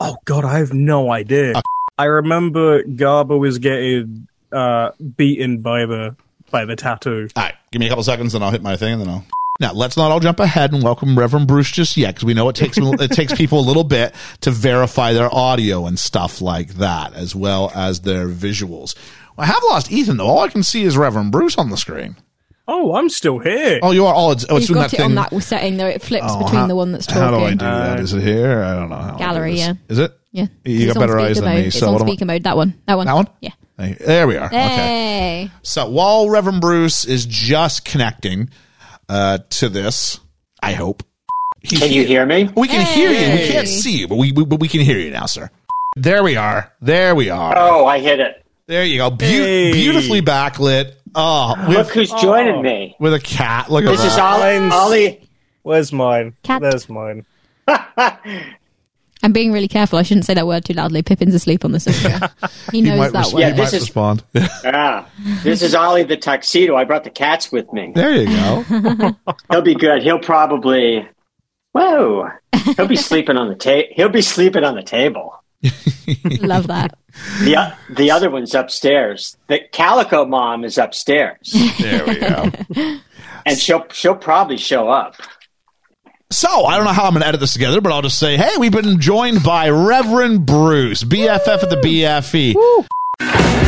S5: Oh God, I have no
S10: Ah.
S5: idea. I remember Garber was getting uh, beaten by the by the tattoo.
S4: All right, give me a couple seconds, and I'll hit my thing, and then I'll. Now let's not all jump ahead and welcome Reverend Bruce just yet, because we know it takes it takes people a little bit to verify their audio and stuff like that, as well as their visuals. I have lost Ethan though. All I can see is Reverend Bruce on the screen.
S5: Oh, I'm still here.
S4: Oh, you are. Oh, it's, oh, it's
S6: You've
S4: doing
S6: got
S4: that
S6: it on
S4: thing.
S6: that setting though. It flips
S4: Oh,
S6: between
S4: how-
S6: the one that's talking.
S4: How do I do that? Is it here? I don't know. How I do
S6: Gallery,
S4: this.
S6: yeah.
S4: Is it?
S6: Yeah,
S4: You
S6: It's
S4: got
S6: on
S4: better eyes
S6: speaker
S4: than
S6: mode.
S4: me.
S6: It's
S4: So
S6: on
S4: what am I-
S6: speaker mode. That one. That one.
S4: That one?
S6: Yeah.
S4: Hey, There we are. Okay.
S6: Hey.
S4: So while Reverend Bruce is just connecting uh, to this, I hope. He-
S8: Can you hear me?
S4: We can hear you. We
S6: Hey.
S4: can't see you, but we, we but we can hear you now, sir. There we are. There we are.
S8: Oh, I hit it.
S4: There you go. Beau-
S5: Hey.
S4: Beautifully backlit. Oh,
S8: Look
S4: with
S8: who's joining me.
S4: with a cat. Look at
S8: This is
S4: that.
S8: Ollie. Ollie.
S5: Where's mine?
S6: Cat.
S5: There's mine.
S6: I'm being really careful. I shouldn't say that word too loudly. Pippin's asleep on the sofa. He knows
S4: might
S6: that
S4: res-
S6: word.
S8: Yeah,
S4: he
S8: this
S4: might
S8: is-
S4: respond.
S8: Ah, this is Ollie the tuxedo. I brought the cats with me.
S4: there you go.
S8: He'll be good. He'll probably. Whoa. He'll be sleeping on the ta- He'll be sleeping on the table.
S6: Love that.
S8: The the other one's upstairs. The calico mom is upstairs,
S4: There we go.
S8: and she'll she'll probably show up.
S4: So I don't know how I'm going to edit this together, but I'll just say, E. hey, we've been joined by Reverend Bruce, BFF at the BFE.